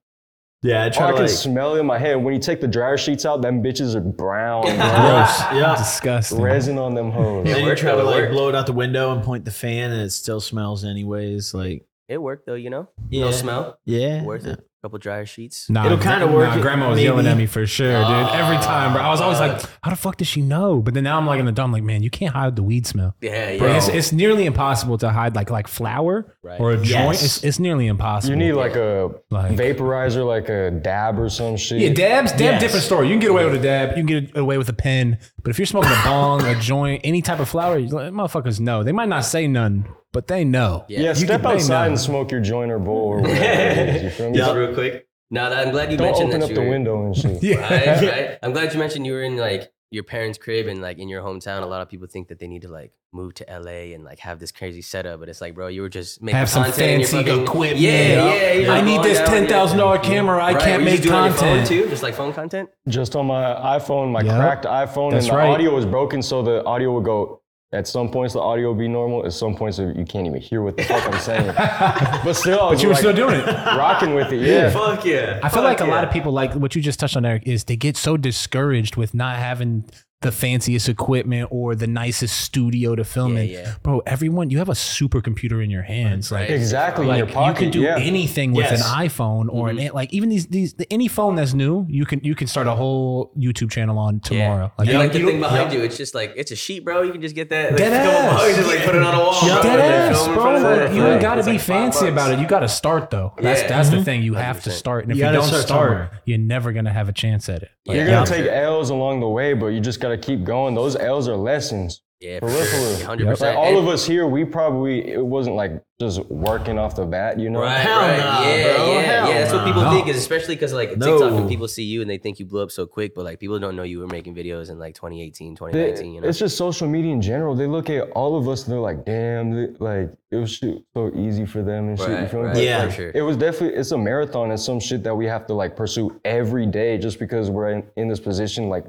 [SPEAKER 4] Yeah, I
[SPEAKER 2] Oh,
[SPEAKER 4] try
[SPEAKER 2] I
[SPEAKER 4] to
[SPEAKER 2] can
[SPEAKER 4] like,
[SPEAKER 2] smell it in my head. When you take the dryer sheets out, them bitches are brown. bro.
[SPEAKER 5] Gross.
[SPEAKER 4] yeah.
[SPEAKER 5] Disgusting.
[SPEAKER 2] Resin on them hoes.
[SPEAKER 1] It
[SPEAKER 4] Then you
[SPEAKER 1] worked,
[SPEAKER 4] try
[SPEAKER 1] though,
[SPEAKER 4] to
[SPEAKER 1] it
[SPEAKER 4] like
[SPEAKER 1] worked.
[SPEAKER 4] blow it out the window and point the fan, and it still smells anyways. Like
[SPEAKER 1] It worked though, you know.
[SPEAKER 4] yeah,
[SPEAKER 1] No smell.
[SPEAKER 4] yeah.
[SPEAKER 1] Worth it. Couple dryer sheets.
[SPEAKER 5] Nah,
[SPEAKER 4] It'll kinda
[SPEAKER 5] gra-
[SPEAKER 4] work
[SPEAKER 5] Nah,
[SPEAKER 4] it-
[SPEAKER 5] grandma was
[SPEAKER 4] maybe.
[SPEAKER 5] yelling at me for sure, dude. Every
[SPEAKER 1] Ah,
[SPEAKER 5] time, bro. I was always like,
[SPEAKER 1] fuck.
[SPEAKER 5] how the fuck does she know? But then now I'm like in the dumb, like, man, you can't hide the weed smell.
[SPEAKER 1] Yeah, yeah.
[SPEAKER 5] Bro, it's, it's nearly impossible to hide like like flour
[SPEAKER 1] Right.
[SPEAKER 5] or a joint.
[SPEAKER 4] Yes.
[SPEAKER 5] It's, it's nearly impossible.
[SPEAKER 2] You need like a
[SPEAKER 5] Like-
[SPEAKER 2] vaporizer, like a dab or some shit.
[SPEAKER 5] yeah, dabs, dab,
[SPEAKER 4] Yes.
[SPEAKER 5] different story. You can get away with a dab. You can get away with a pen. But if you're smoking a bong, a joint, any type of flower, you- motherfuckers know. They might not say none, but they know.
[SPEAKER 1] Yeah.
[SPEAKER 2] yeah, step
[SPEAKER 5] can- they
[SPEAKER 2] outside
[SPEAKER 5] know.
[SPEAKER 2] and smoke your joint or bowl or whatever. it is, you feel me?
[SPEAKER 4] Yeah.
[SPEAKER 1] real quick. Now that I'm glad you
[SPEAKER 2] Don't
[SPEAKER 1] mentioned
[SPEAKER 2] open
[SPEAKER 1] that
[SPEAKER 2] up
[SPEAKER 1] you
[SPEAKER 2] the
[SPEAKER 1] were-
[SPEAKER 2] window and shit.
[SPEAKER 5] Yeah.
[SPEAKER 1] Right, right. I'm glad you mentioned you were in like your parents' crib and like in your hometown. A lot of people think that they need to like move to LA and like have this crazy setup, but it's like, bro, you were just making
[SPEAKER 5] Have some
[SPEAKER 1] content in your
[SPEAKER 5] fancy
[SPEAKER 1] fucking-
[SPEAKER 5] equipment.
[SPEAKER 1] Yeah, yeah. you're
[SPEAKER 5] I
[SPEAKER 1] like
[SPEAKER 5] need
[SPEAKER 1] going
[SPEAKER 5] this
[SPEAKER 1] down,
[SPEAKER 5] ten thousand dollar
[SPEAKER 1] yeah.
[SPEAKER 5] camera. I
[SPEAKER 1] Right,
[SPEAKER 5] can't
[SPEAKER 1] were you
[SPEAKER 5] make
[SPEAKER 1] just doing your phone
[SPEAKER 5] content.
[SPEAKER 1] too, just like phone content.
[SPEAKER 2] Just on my iPhone, my
[SPEAKER 5] Yeah.
[SPEAKER 2] cracked iPhone,
[SPEAKER 5] That's
[SPEAKER 2] and the
[SPEAKER 5] right.
[SPEAKER 2] audio was broken, so the audio would go. At some points, the audio would be normal. At some points, you can't even hear what the fuck I'm saying. But still, I was
[SPEAKER 5] But you were
[SPEAKER 2] like,
[SPEAKER 5] still doing it.
[SPEAKER 2] rocking with it. Yeah.
[SPEAKER 1] Fuck yeah.
[SPEAKER 5] I feel like a lot of people, like what you just touched on, Eric, is they get so discouraged with not having the fanciest equipment or the nicest studio to film
[SPEAKER 1] Yeah,
[SPEAKER 5] in.
[SPEAKER 1] yeah.
[SPEAKER 5] Bro, everyone, you have a supercomputer in your hands. Like,
[SPEAKER 2] Exactly.
[SPEAKER 5] like
[SPEAKER 2] in your pocket.
[SPEAKER 5] you can do
[SPEAKER 2] yeah.
[SPEAKER 5] anything with
[SPEAKER 4] Yes.
[SPEAKER 5] an iPhone or
[SPEAKER 1] Mm-hmm.
[SPEAKER 5] an like even these these any phone that's new, you can you can start a whole YouTube channel on tomorrow.
[SPEAKER 1] Like,
[SPEAKER 5] you
[SPEAKER 1] and like
[SPEAKER 5] don't-
[SPEAKER 1] the
[SPEAKER 5] you
[SPEAKER 1] thing
[SPEAKER 5] don't-
[SPEAKER 1] behind you, it's just like it's a sheet, bro. You can just get that like,
[SPEAKER 5] Dead
[SPEAKER 1] a couple
[SPEAKER 5] ass.
[SPEAKER 1] bucks and like put it on a wall.
[SPEAKER 5] Yeah,
[SPEAKER 1] bro, and
[SPEAKER 5] dead
[SPEAKER 1] then
[SPEAKER 5] ass,
[SPEAKER 1] film in front
[SPEAKER 5] bro.
[SPEAKER 1] of that.
[SPEAKER 5] You
[SPEAKER 1] Yeah.
[SPEAKER 5] ain't got to
[SPEAKER 1] It's
[SPEAKER 5] be
[SPEAKER 1] like five
[SPEAKER 5] fancy
[SPEAKER 1] bucks.
[SPEAKER 5] about it. You got to start though. That's
[SPEAKER 1] Yeah.
[SPEAKER 5] that's the thing. You have to
[SPEAKER 1] 100%.
[SPEAKER 5] start, and if
[SPEAKER 4] You
[SPEAKER 5] you,
[SPEAKER 4] gotta
[SPEAKER 5] don't
[SPEAKER 4] start
[SPEAKER 5] start,
[SPEAKER 4] somewhere.
[SPEAKER 5] you're never gonna have a chance at it. Like,
[SPEAKER 2] You're
[SPEAKER 1] Yeah.
[SPEAKER 2] gonna take L's along the way, but you just gotta keep going. Those L's are lessons.
[SPEAKER 1] Yeah,
[SPEAKER 2] For real, for real.
[SPEAKER 1] hundred
[SPEAKER 2] Like
[SPEAKER 1] percent.
[SPEAKER 5] eh?
[SPEAKER 2] all of us here, we probably it wasn't like just working off the bat, you know.
[SPEAKER 1] Right,
[SPEAKER 4] Hell
[SPEAKER 1] right. yeah,
[SPEAKER 4] nah, bro.
[SPEAKER 1] yeah,
[SPEAKER 4] Hell
[SPEAKER 1] yeah. That's what people
[SPEAKER 5] nah.
[SPEAKER 1] think is especially because like
[SPEAKER 4] No.
[SPEAKER 1] TikTok and people see you and they think you blew up so quick, but like people don't know you were making videos in like 2018,
[SPEAKER 2] They-
[SPEAKER 1] 2019. You know,
[SPEAKER 2] It's just social media in general. They look at all of us and they're like, "Damn, they- like it was shit, so easy for them and shit." you
[SPEAKER 1] Right,
[SPEAKER 2] feel me?
[SPEAKER 1] right,
[SPEAKER 2] But,
[SPEAKER 4] Yeah.
[SPEAKER 2] like,
[SPEAKER 1] for sure.
[SPEAKER 2] it was definitely it's a marathon. It's some shit that we have to like pursue every day, just because we're in, in this position. Like,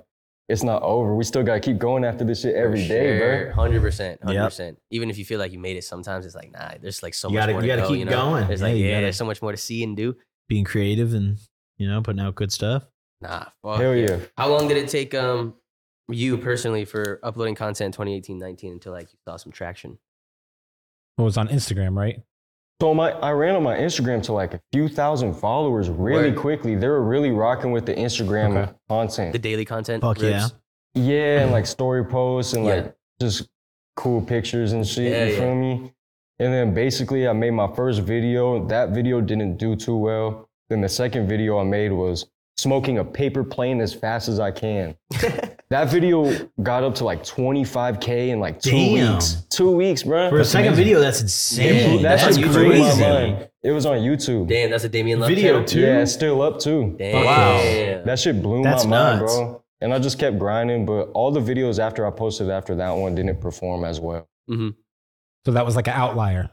[SPEAKER 2] it's not over. We still gotta keep going after this shit every day, bro.
[SPEAKER 1] Hundred percent, hundred
[SPEAKER 4] Yep.
[SPEAKER 1] percent. Even if you feel like you made it, sometimes it's like, nah, there's like so
[SPEAKER 4] You
[SPEAKER 1] much
[SPEAKER 4] gotta-
[SPEAKER 1] more
[SPEAKER 4] you
[SPEAKER 1] to
[SPEAKER 4] gotta
[SPEAKER 1] go.
[SPEAKER 4] keep
[SPEAKER 1] you know?
[SPEAKER 4] going.
[SPEAKER 1] There's
[SPEAKER 4] Yeah,
[SPEAKER 1] like,
[SPEAKER 4] you
[SPEAKER 1] yeah,
[SPEAKER 4] gotta-
[SPEAKER 1] there's so much more to see and do.
[SPEAKER 4] Being creative and you know putting out good stuff.
[SPEAKER 1] Nah, fuck
[SPEAKER 2] Hell yeah.
[SPEAKER 1] How long did it take um you personally for uploading content 2018, 19 until like you saw some traction?
[SPEAKER 5] Well, it's on Instagram, right?
[SPEAKER 2] So my I ran on my Instagram to like a few thousand followers really
[SPEAKER 1] Word.
[SPEAKER 2] quickly. They were really rocking with the Instagram
[SPEAKER 5] Okay.
[SPEAKER 2] content.
[SPEAKER 1] The daily content.
[SPEAKER 4] Fuck yeah.
[SPEAKER 2] Yeah, and like story posts and
[SPEAKER 1] Mm-hmm. Yeah.
[SPEAKER 2] like just cool pictures and shit.
[SPEAKER 1] Yeah,
[SPEAKER 2] you
[SPEAKER 1] yeah.
[SPEAKER 2] feel me? And then basically, I made my first video. That video didn't do too well. Then the second video I made was smoking a paper plane as fast as I can. that video got up to like 25k in like two
[SPEAKER 4] Damn.
[SPEAKER 2] weeks. Two weeks, bro.
[SPEAKER 4] For a second video, that's insane.
[SPEAKER 2] that
[SPEAKER 4] that's
[SPEAKER 1] That's
[SPEAKER 2] shit blew my
[SPEAKER 4] crazy.
[SPEAKER 2] mind. It was on YouTube.
[SPEAKER 1] Damn, that's a Damien Love
[SPEAKER 4] Video
[SPEAKER 1] channel?
[SPEAKER 4] too.
[SPEAKER 2] Yeah, it's still up too.
[SPEAKER 1] Damn.
[SPEAKER 4] Wow.
[SPEAKER 2] That shit blew
[SPEAKER 4] That's
[SPEAKER 2] my mind,
[SPEAKER 4] nuts.
[SPEAKER 2] bro. And I just kept grinding, but all the videos after I posted after that one didn't perform as well.
[SPEAKER 5] So that was like an outlier.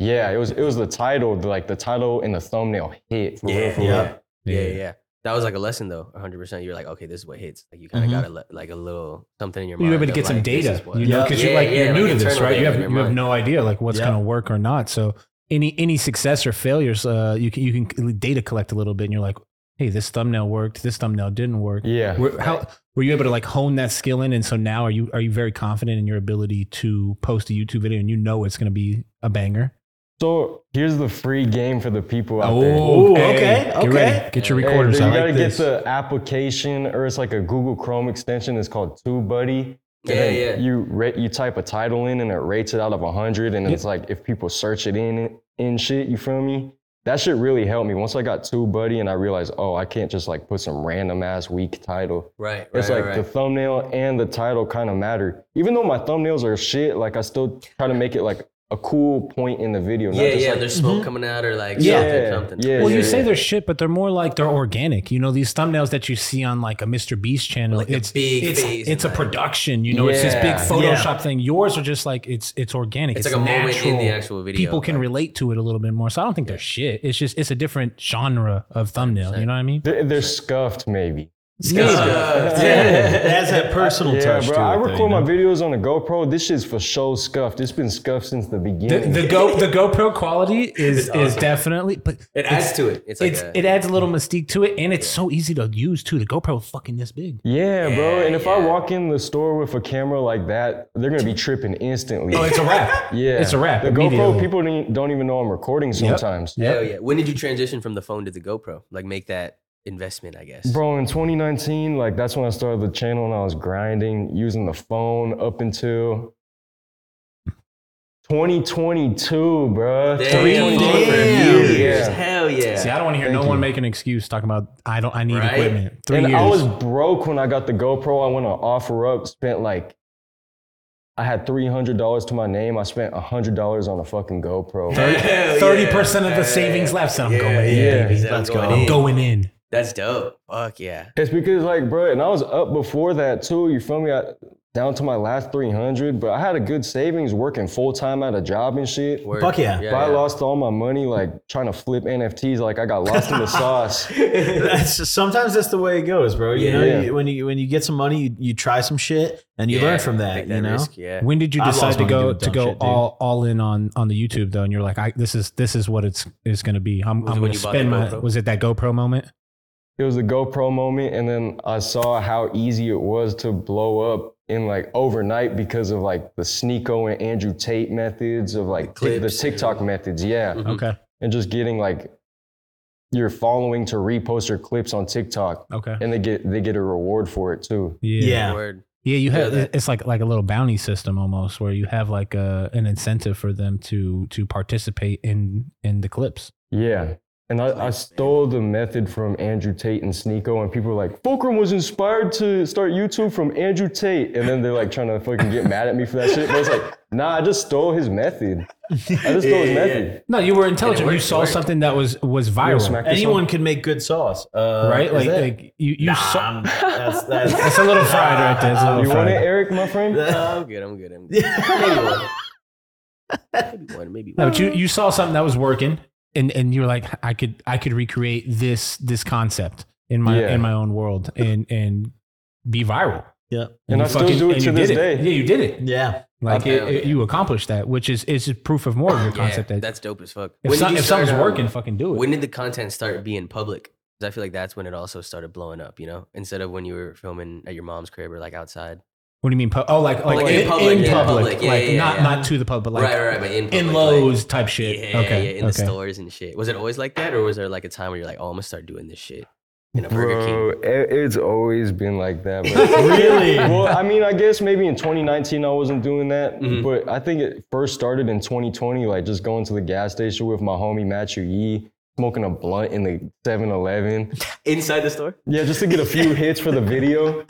[SPEAKER 2] Yeah, it was it was the title, like the title and the thumbnail hit. For real,
[SPEAKER 1] Yeah,
[SPEAKER 2] for
[SPEAKER 4] yeah.
[SPEAKER 2] real.
[SPEAKER 1] Yeah, yeah, That was like a lesson though, 100%. You're like, okay, this is what hits. Like you kind of
[SPEAKER 4] Mhm.
[SPEAKER 1] got to like a little something in your
[SPEAKER 5] You
[SPEAKER 1] mind.
[SPEAKER 5] were able to
[SPEAKER 1] of,
[SPEAKER 5] get some
[SPEAKER 1] like, this
[SPEAKER 5] data,
[SPEAKER 1] is what-
[SPEAKER 5] you know,
[SPEAKER 4] Yeah.
[SPEAKER 5] because
[SPEAKER 1] Yeah,
[SPEAKER 5] you're like
[SPEAKER 1] yeah,
[SPEAKER 5] you're new
[SPEAKER 1] like
[SPEAKER 5] to this,
[SPEAKER 1] internal
[SPEAKER 5] right? You
[SPEAKER 1] data
[SPEAKER 5] have
[SPEAKER 1] in your
[SPEAKER 5] you have
[SPEAKER 1] mind.
[SPEAKER 5] no idea like what's
[SPEAKER 4] Yep.
[SPEAKER 5] going to work or not. So any any success or failures, uh, you can you can data collect a little bit, and you're like, hey, this thumbnail worked, this thumbnail didn't work.
[SPEAKER 2] Yeah.
[SPEAKER 5] Were, how were you able to like hone that skill in? And so now are you are you very confident in your ability to post a YouTube video and you know it's going to be a banger?
[SPEAKER 2] So here's the free game for the people out there.
[SPEAKER 4] Ooh, okay,
[SPEAKER 5] Get
[SPEAKER 4] okay.
[SPEAKER 5] ready. Get your
[SPEAKER 2] Oh, Hey,
[SPEAKER 5] recorders
[SPEAKER 2] you
[SPEAKER 5] out.
[SPEAKER 2] gotta
[SPEAKER 5] Like
[SPEAKER 2] get
[SPEAKER 5] this.
[SPEAKER 2] the application, or it's like a Google Chrome extension. It's called TubeBuddy,
[SPEAKER 1] Yeah, yeah.
[SPEAKER 2] You rate, you type a title in and it rates it out of 100, and it's like if people search it in and shit, you feel me? That shit really helped me. Once I got two buddy and I realized, oh, I can't just like put some random ass weak title.
[SPEAKER 1] Right, right,
[SPEAKER 2] It's like
[SPEAKER 1] right,
[SPEAKER 2] the thumbnail and the title kind of matter. Even though my thumbnails are shit, like I still try to make it like a cool point in the video. Not
[SPEAKER 1] yeah,
[SPEAKER 2] just
[SPEAKER 1] yeah.
[SPEAKER 2] like,
[SPEAKER 1] there's smoke coming out or like
[SPEAKER 2] Mm-hmm. Yeah,
[SPEAKER 1] something, something.
[SPEAKER 2] yeah,
[SPEAKER 5] Well,
[SPEAKER 2] yeah,
[SPEAKER 5] you
[SPEAKER 2] yeah.
[SPEAKER 5] say they're shit, but they're more like they're organic. You know, these thumbnails that you see on like a Mr. Beast channel,
[SPEAKER 1] Like a
[SPEAKER 5] it's
[SPEAKER 1] big
[SPEAKER 5] it's,
[SPEAKER 1] face
[SPEAKER 5] it's a
[SPEAKER 1] and, like-
[SPEAKER 5] production. You know, it's this big
[SPEAKER 1] Yeah.
[SPEAKER 5] Photoshop thing. Yours are just like it's it's organic.
[SPEAKER 1] It's like a moment in the
[SPEAKER 5] natural.
[SPEAKER 1] actual video,
[SPEAKER 5] People can
[SPEAKER 1] like-
[SPEAKER 5] relate to it a little bit more. So I don't think they're shit. It's just it's a different genre of thumbnail. You know what I mean?
[SPEAKER 2] they're, they're scuffed maybe.
[SPEAKER 4] It has that personal touch
[SPEAKER 2] bro.
[SPEAKER 4] to it.
[SPEAKER 2] I
[SPEAKER 4] though,
[SPEAKER 2] record
[SPEAKER 4] you know?
[SPEAKER 2] my videos on the GoPro. This shit's for show scuffed. It's been scuffed since the
[SPEAKER 5] The,
[SPEAKER 2] beginning.
[SPEAKER 5] the go the GoPro quality is is definitely but
[SPEAKER 1] It adds to it. It's like
[SPEAKER 5] it's
[SPEAKER 1] a,
[SPEAKER 5] it adds a little mystique to it, and it's so easy to use too. The GoPro is fucking this big.
[SPEAKER 2] yeah, bro. And if I
[SPEAKER 1] yeah.
[SPEAKER 2] walk in the store with a camera like that, they're gonna be tripping instantly.
[SPEAKER 5] Oh, it's a wrap.
[SPEAKER 2] yeah,
[SPEAKER 5] it's a wrap
[SPEAKER 2] The GoPro
[SPEAKER 5] immediately.
[SPEAKER 2] people don't e- don't even know I'm recording sometimes.
[SPEAKER 1] Hell oh, yeah. When did you transition from the phone to the GoPro? Like make that investment, I guess.
[SPEAKER 2] Bro, in 2019, like that's when I started the channel and I was grinding using the phone up until 2022, bro.
[SPEAKER 1] Damn,
[SPEAKER 5] Three
[SPEAKER 1] damn,
[SPEAKER 5] different
[SPEAKER 1] years.
[SPEAKER 2] years.
[SPEAKER 1] Hell yeah.
[SPEAKER 5] See, I don't want to hear no
[SPEAKER 2] you.
[SPEAKER 5] one make an excuse talking about I don't I need
[SPEAKER 1] Right?
[SPEAKER 5] equipment. Three
[SPEAKER 2] and
[SPEAKER 5] years.
[SPEAKER 2] I was broke when I got the GoPro. I went on offer up, spent like I had three hundred dollars to my name. I spent hundred dollars on a fucking GoPro.
[SPEAKER 5] Thirty percent of the savings left, and I'm going in.
[SPEAKER 2] yeah.
[SPEAKER 5] baby.
[SPEAKER 1] That's
[SPEAKER 4] go.
[SPEAKER 5] I'm going in.
[SPEAKER 1] That's dope. Fuck yeah.
[SPEAKER 2] It's because like, bro, and I was up before that too. You feel me? I, down to my last three hundred, but I had a good savings working full time at a job and shit.
[SPEAKER 1] Word.
[SPEAKER 4] Fuck yeah.
[SPEAKER 2] but I lost all my money like trying to flip NFTs. Like I got lost in the sauce.
[SPEAKER 4] that's sometimes that's the way it goes, bro. You know,
[SPEAKER 2] Yeah.
[SPEAKER 4] you, when you when you get some money, you, you try some shit and you
[SPEAKER 1] Yeah,
[SPEAKER 4] learn from
[SPEAKER 1] take
[SPEAKER 4] that. You know,
[SPEAKER 1] risk, Yeah.
[SPEAKER 5] When did you
[SPEAKER 4] I've
[SPEAKER 5] decide
[SPEAKER 4] lost
[SPEAKER 5] to
[SPEAKER 4] money
[SPEAKER 5] go
[SPEAKER 4] doing
[SPEAKER 5] to
[SPEAKER 4] dumb
[SPEAKER 5] go
[SPEAKER 4] shit, dude.
[SPEAKER 5] all all in on on the YouTube though? And you're like, I this is this is what it's is going to be. I'm,
[SPEAKER 1] Was it
[SPEAKER 5] I'm
[SPEAKER 1] when
[SPEAKER 5] going
[SPEAKER 1] you
[SPEAKER 5] to
[SPEAKER 1] bought the
[SPEAKER 5] spend my.
[SPEAKER 1] GoPro?
[SPEAKER 5] Was it that GoPro moment?
[SPEAKER 2] it was the GoPro moment, and then I saw how easy it was to blow up in like overnight because of like the Sneeko and Andrew Tate methods of like the, the
[SPEAKER 1] clips.
[SPEAKER 2] TikTok methods, yeah,
[SPEAKER 1] Mhm.
[SPEAKER 5] Okay,
[SPEAKER 2] and just getting like your following to repost your clips on TikTok,
[SPEAKER 5] okay,
[SPEAKER 2] and they get they get a reward for it too.
[SPEAKER 5] yeah, yeah.
[SPEAKER 4] Yeah.
[SPEAKER 1] Word.
[SPEAKER 5] you have
[SPEAKER 1] that-
[SPEAKER 5] it's like like a little bounty system almost, where you have like a, an incentive for them to to participate in in the clips.
[SPEAKER 2] Yeah. And I, I stole the method from Andrew Tate and Sneeko, and people were like, Fulcrum was inspired to start YouTube from Andrew Tate. And then they're like trying to fucking get mad at me for that shit. But it's like, nah, I just stole his method. I just stole his method.
[SPEAKER 5] No, you were intelligent.
[SPEAKER 1] worked,
[SPEAKER 5] you
[SPEAKER 1] it
[SPEAKER 5] saw
[SPEAKER 1] worked.
[SPEAKER 5] something that was was viral,
[SPEAKER 2] smack this
[SPEAKER 4] anyone can make good sauce, uh,
[SPEAKER 5] right?
[SPEAKER 4] is
[SPEAKER 5] Like,
[SPEAKER 4] that-
[SPEAKER 5] like you you
[SPEAKER 4] Nah,
[SPEAKER 5] saw.
[SPEAKER 4] I'm- that's, that's,
[SPEAKER 5] It's a little fried right there. It's a little
[SPEAKER 2] You
[SPEAKER 5] fried.
[SPEAKER 2] want it, Eric, my friend?
[SPEAKER 1] Oh, I'm good. I'm good. I'm good. Maybe one. Maybe one. Maybe
[SPEAKER 5] No,
[SPEAKER 1] one.
[SPEAKER 5] but you, you saw something that was working, and, and you were like, I could I could recreate this this concept in my
[SPEAKER 2] Yeah.
[SPEAKER 5] in my own world and and be viral.
[SPEAKER 4] Yeah.
[SPEAKER 2] And
[SPEAKER 5] you
[SPEAKER 2] I still do it
[SPEAKER 5] and
[SPEAKER 2] to
[SPEAKER 5] you
[SPEAKER 2] this
[SPEAKER 5] did
[SPEAKER 2] day.
[SPEAKER 5] Yeah, you did it.
[SPEAKER 4] yeah.
[SPEAKER 5] Like
[SPEAKER 1] Okay,
[SPEAKER 5] it, it-
[SPEAKER 1] okay.
[SPEAKER 5] you accomplished that, which is is just proof of more of your
[SPEAKER 1] Yeah,
[SPEAKER 5] concept. that
[SPEAKER 1] that's dope as fuck.
[SPEAKER 5] if,
[SPEAKER 1] When did
[SPEAKER 5] some,
[SPEAKER 1] you
[SPEAKER 5] if
[SPEAKER 1] start,
[SPEAKER 5] something's
[SPEAKER 1] um,
[SPEAKER 5] working, fucking do it.
[SPEAKER 1] When did the content start being public? 'Cause I feel like that's when it also started blowing up. You know, instead of when you were filming at your mom's crib or like outside.
[SPEAKER 5] what do you mean? Pu- oh, like like,
[SPEAKER 1] Like in
[SPEAKER 5] in,
[SPEAKER 1] public,
[SPEAKER 5] in
[SPEAKER 1] yeah,
[SPEAKER 5] public,
[SPEAKER 1] public, yeah,
[SPEAKER 5] like
[SPEAKER 1] yeah,
[SPEAKER 5] not
[SPEAKER 1] yeah.
[SPEAKER 5] not to the public, like
[SPEAKER 1] right, right, right. But in public,
[SPEAKER 5] in
[SPEAKER 1] like-
[SPEAKER 5] Lowe's type shit.
[SPEAKER 1] Yeah,
[SPEAKER 5] okay,
[SPEAKER 1] yeah, in the
[SPEAKER 5] okay.
[SPEAKER 1] stores and shit. Was it always like that, or was there like a time where you're like, "Oh, I'm gonna start doing this shit in a Burger King"?
[SPEAKER 2] Bro, it- it's always been like that. But
[SPEAKER 4] Really?
[SPEAKER 2] well, I mean, I guess maybe in 2019 I wasn't doing that,
[SPEAKER 1] Mhm.
[SPEAKER 2] but I think it first started in 2020, like just going to the gas station with my homie Matthew Yee, smoking a blunt in the 7 Eleven.
[SPEAKER 1] Inside the store?
[SPEAKER 2] Yeah, just to get a few hits for the video.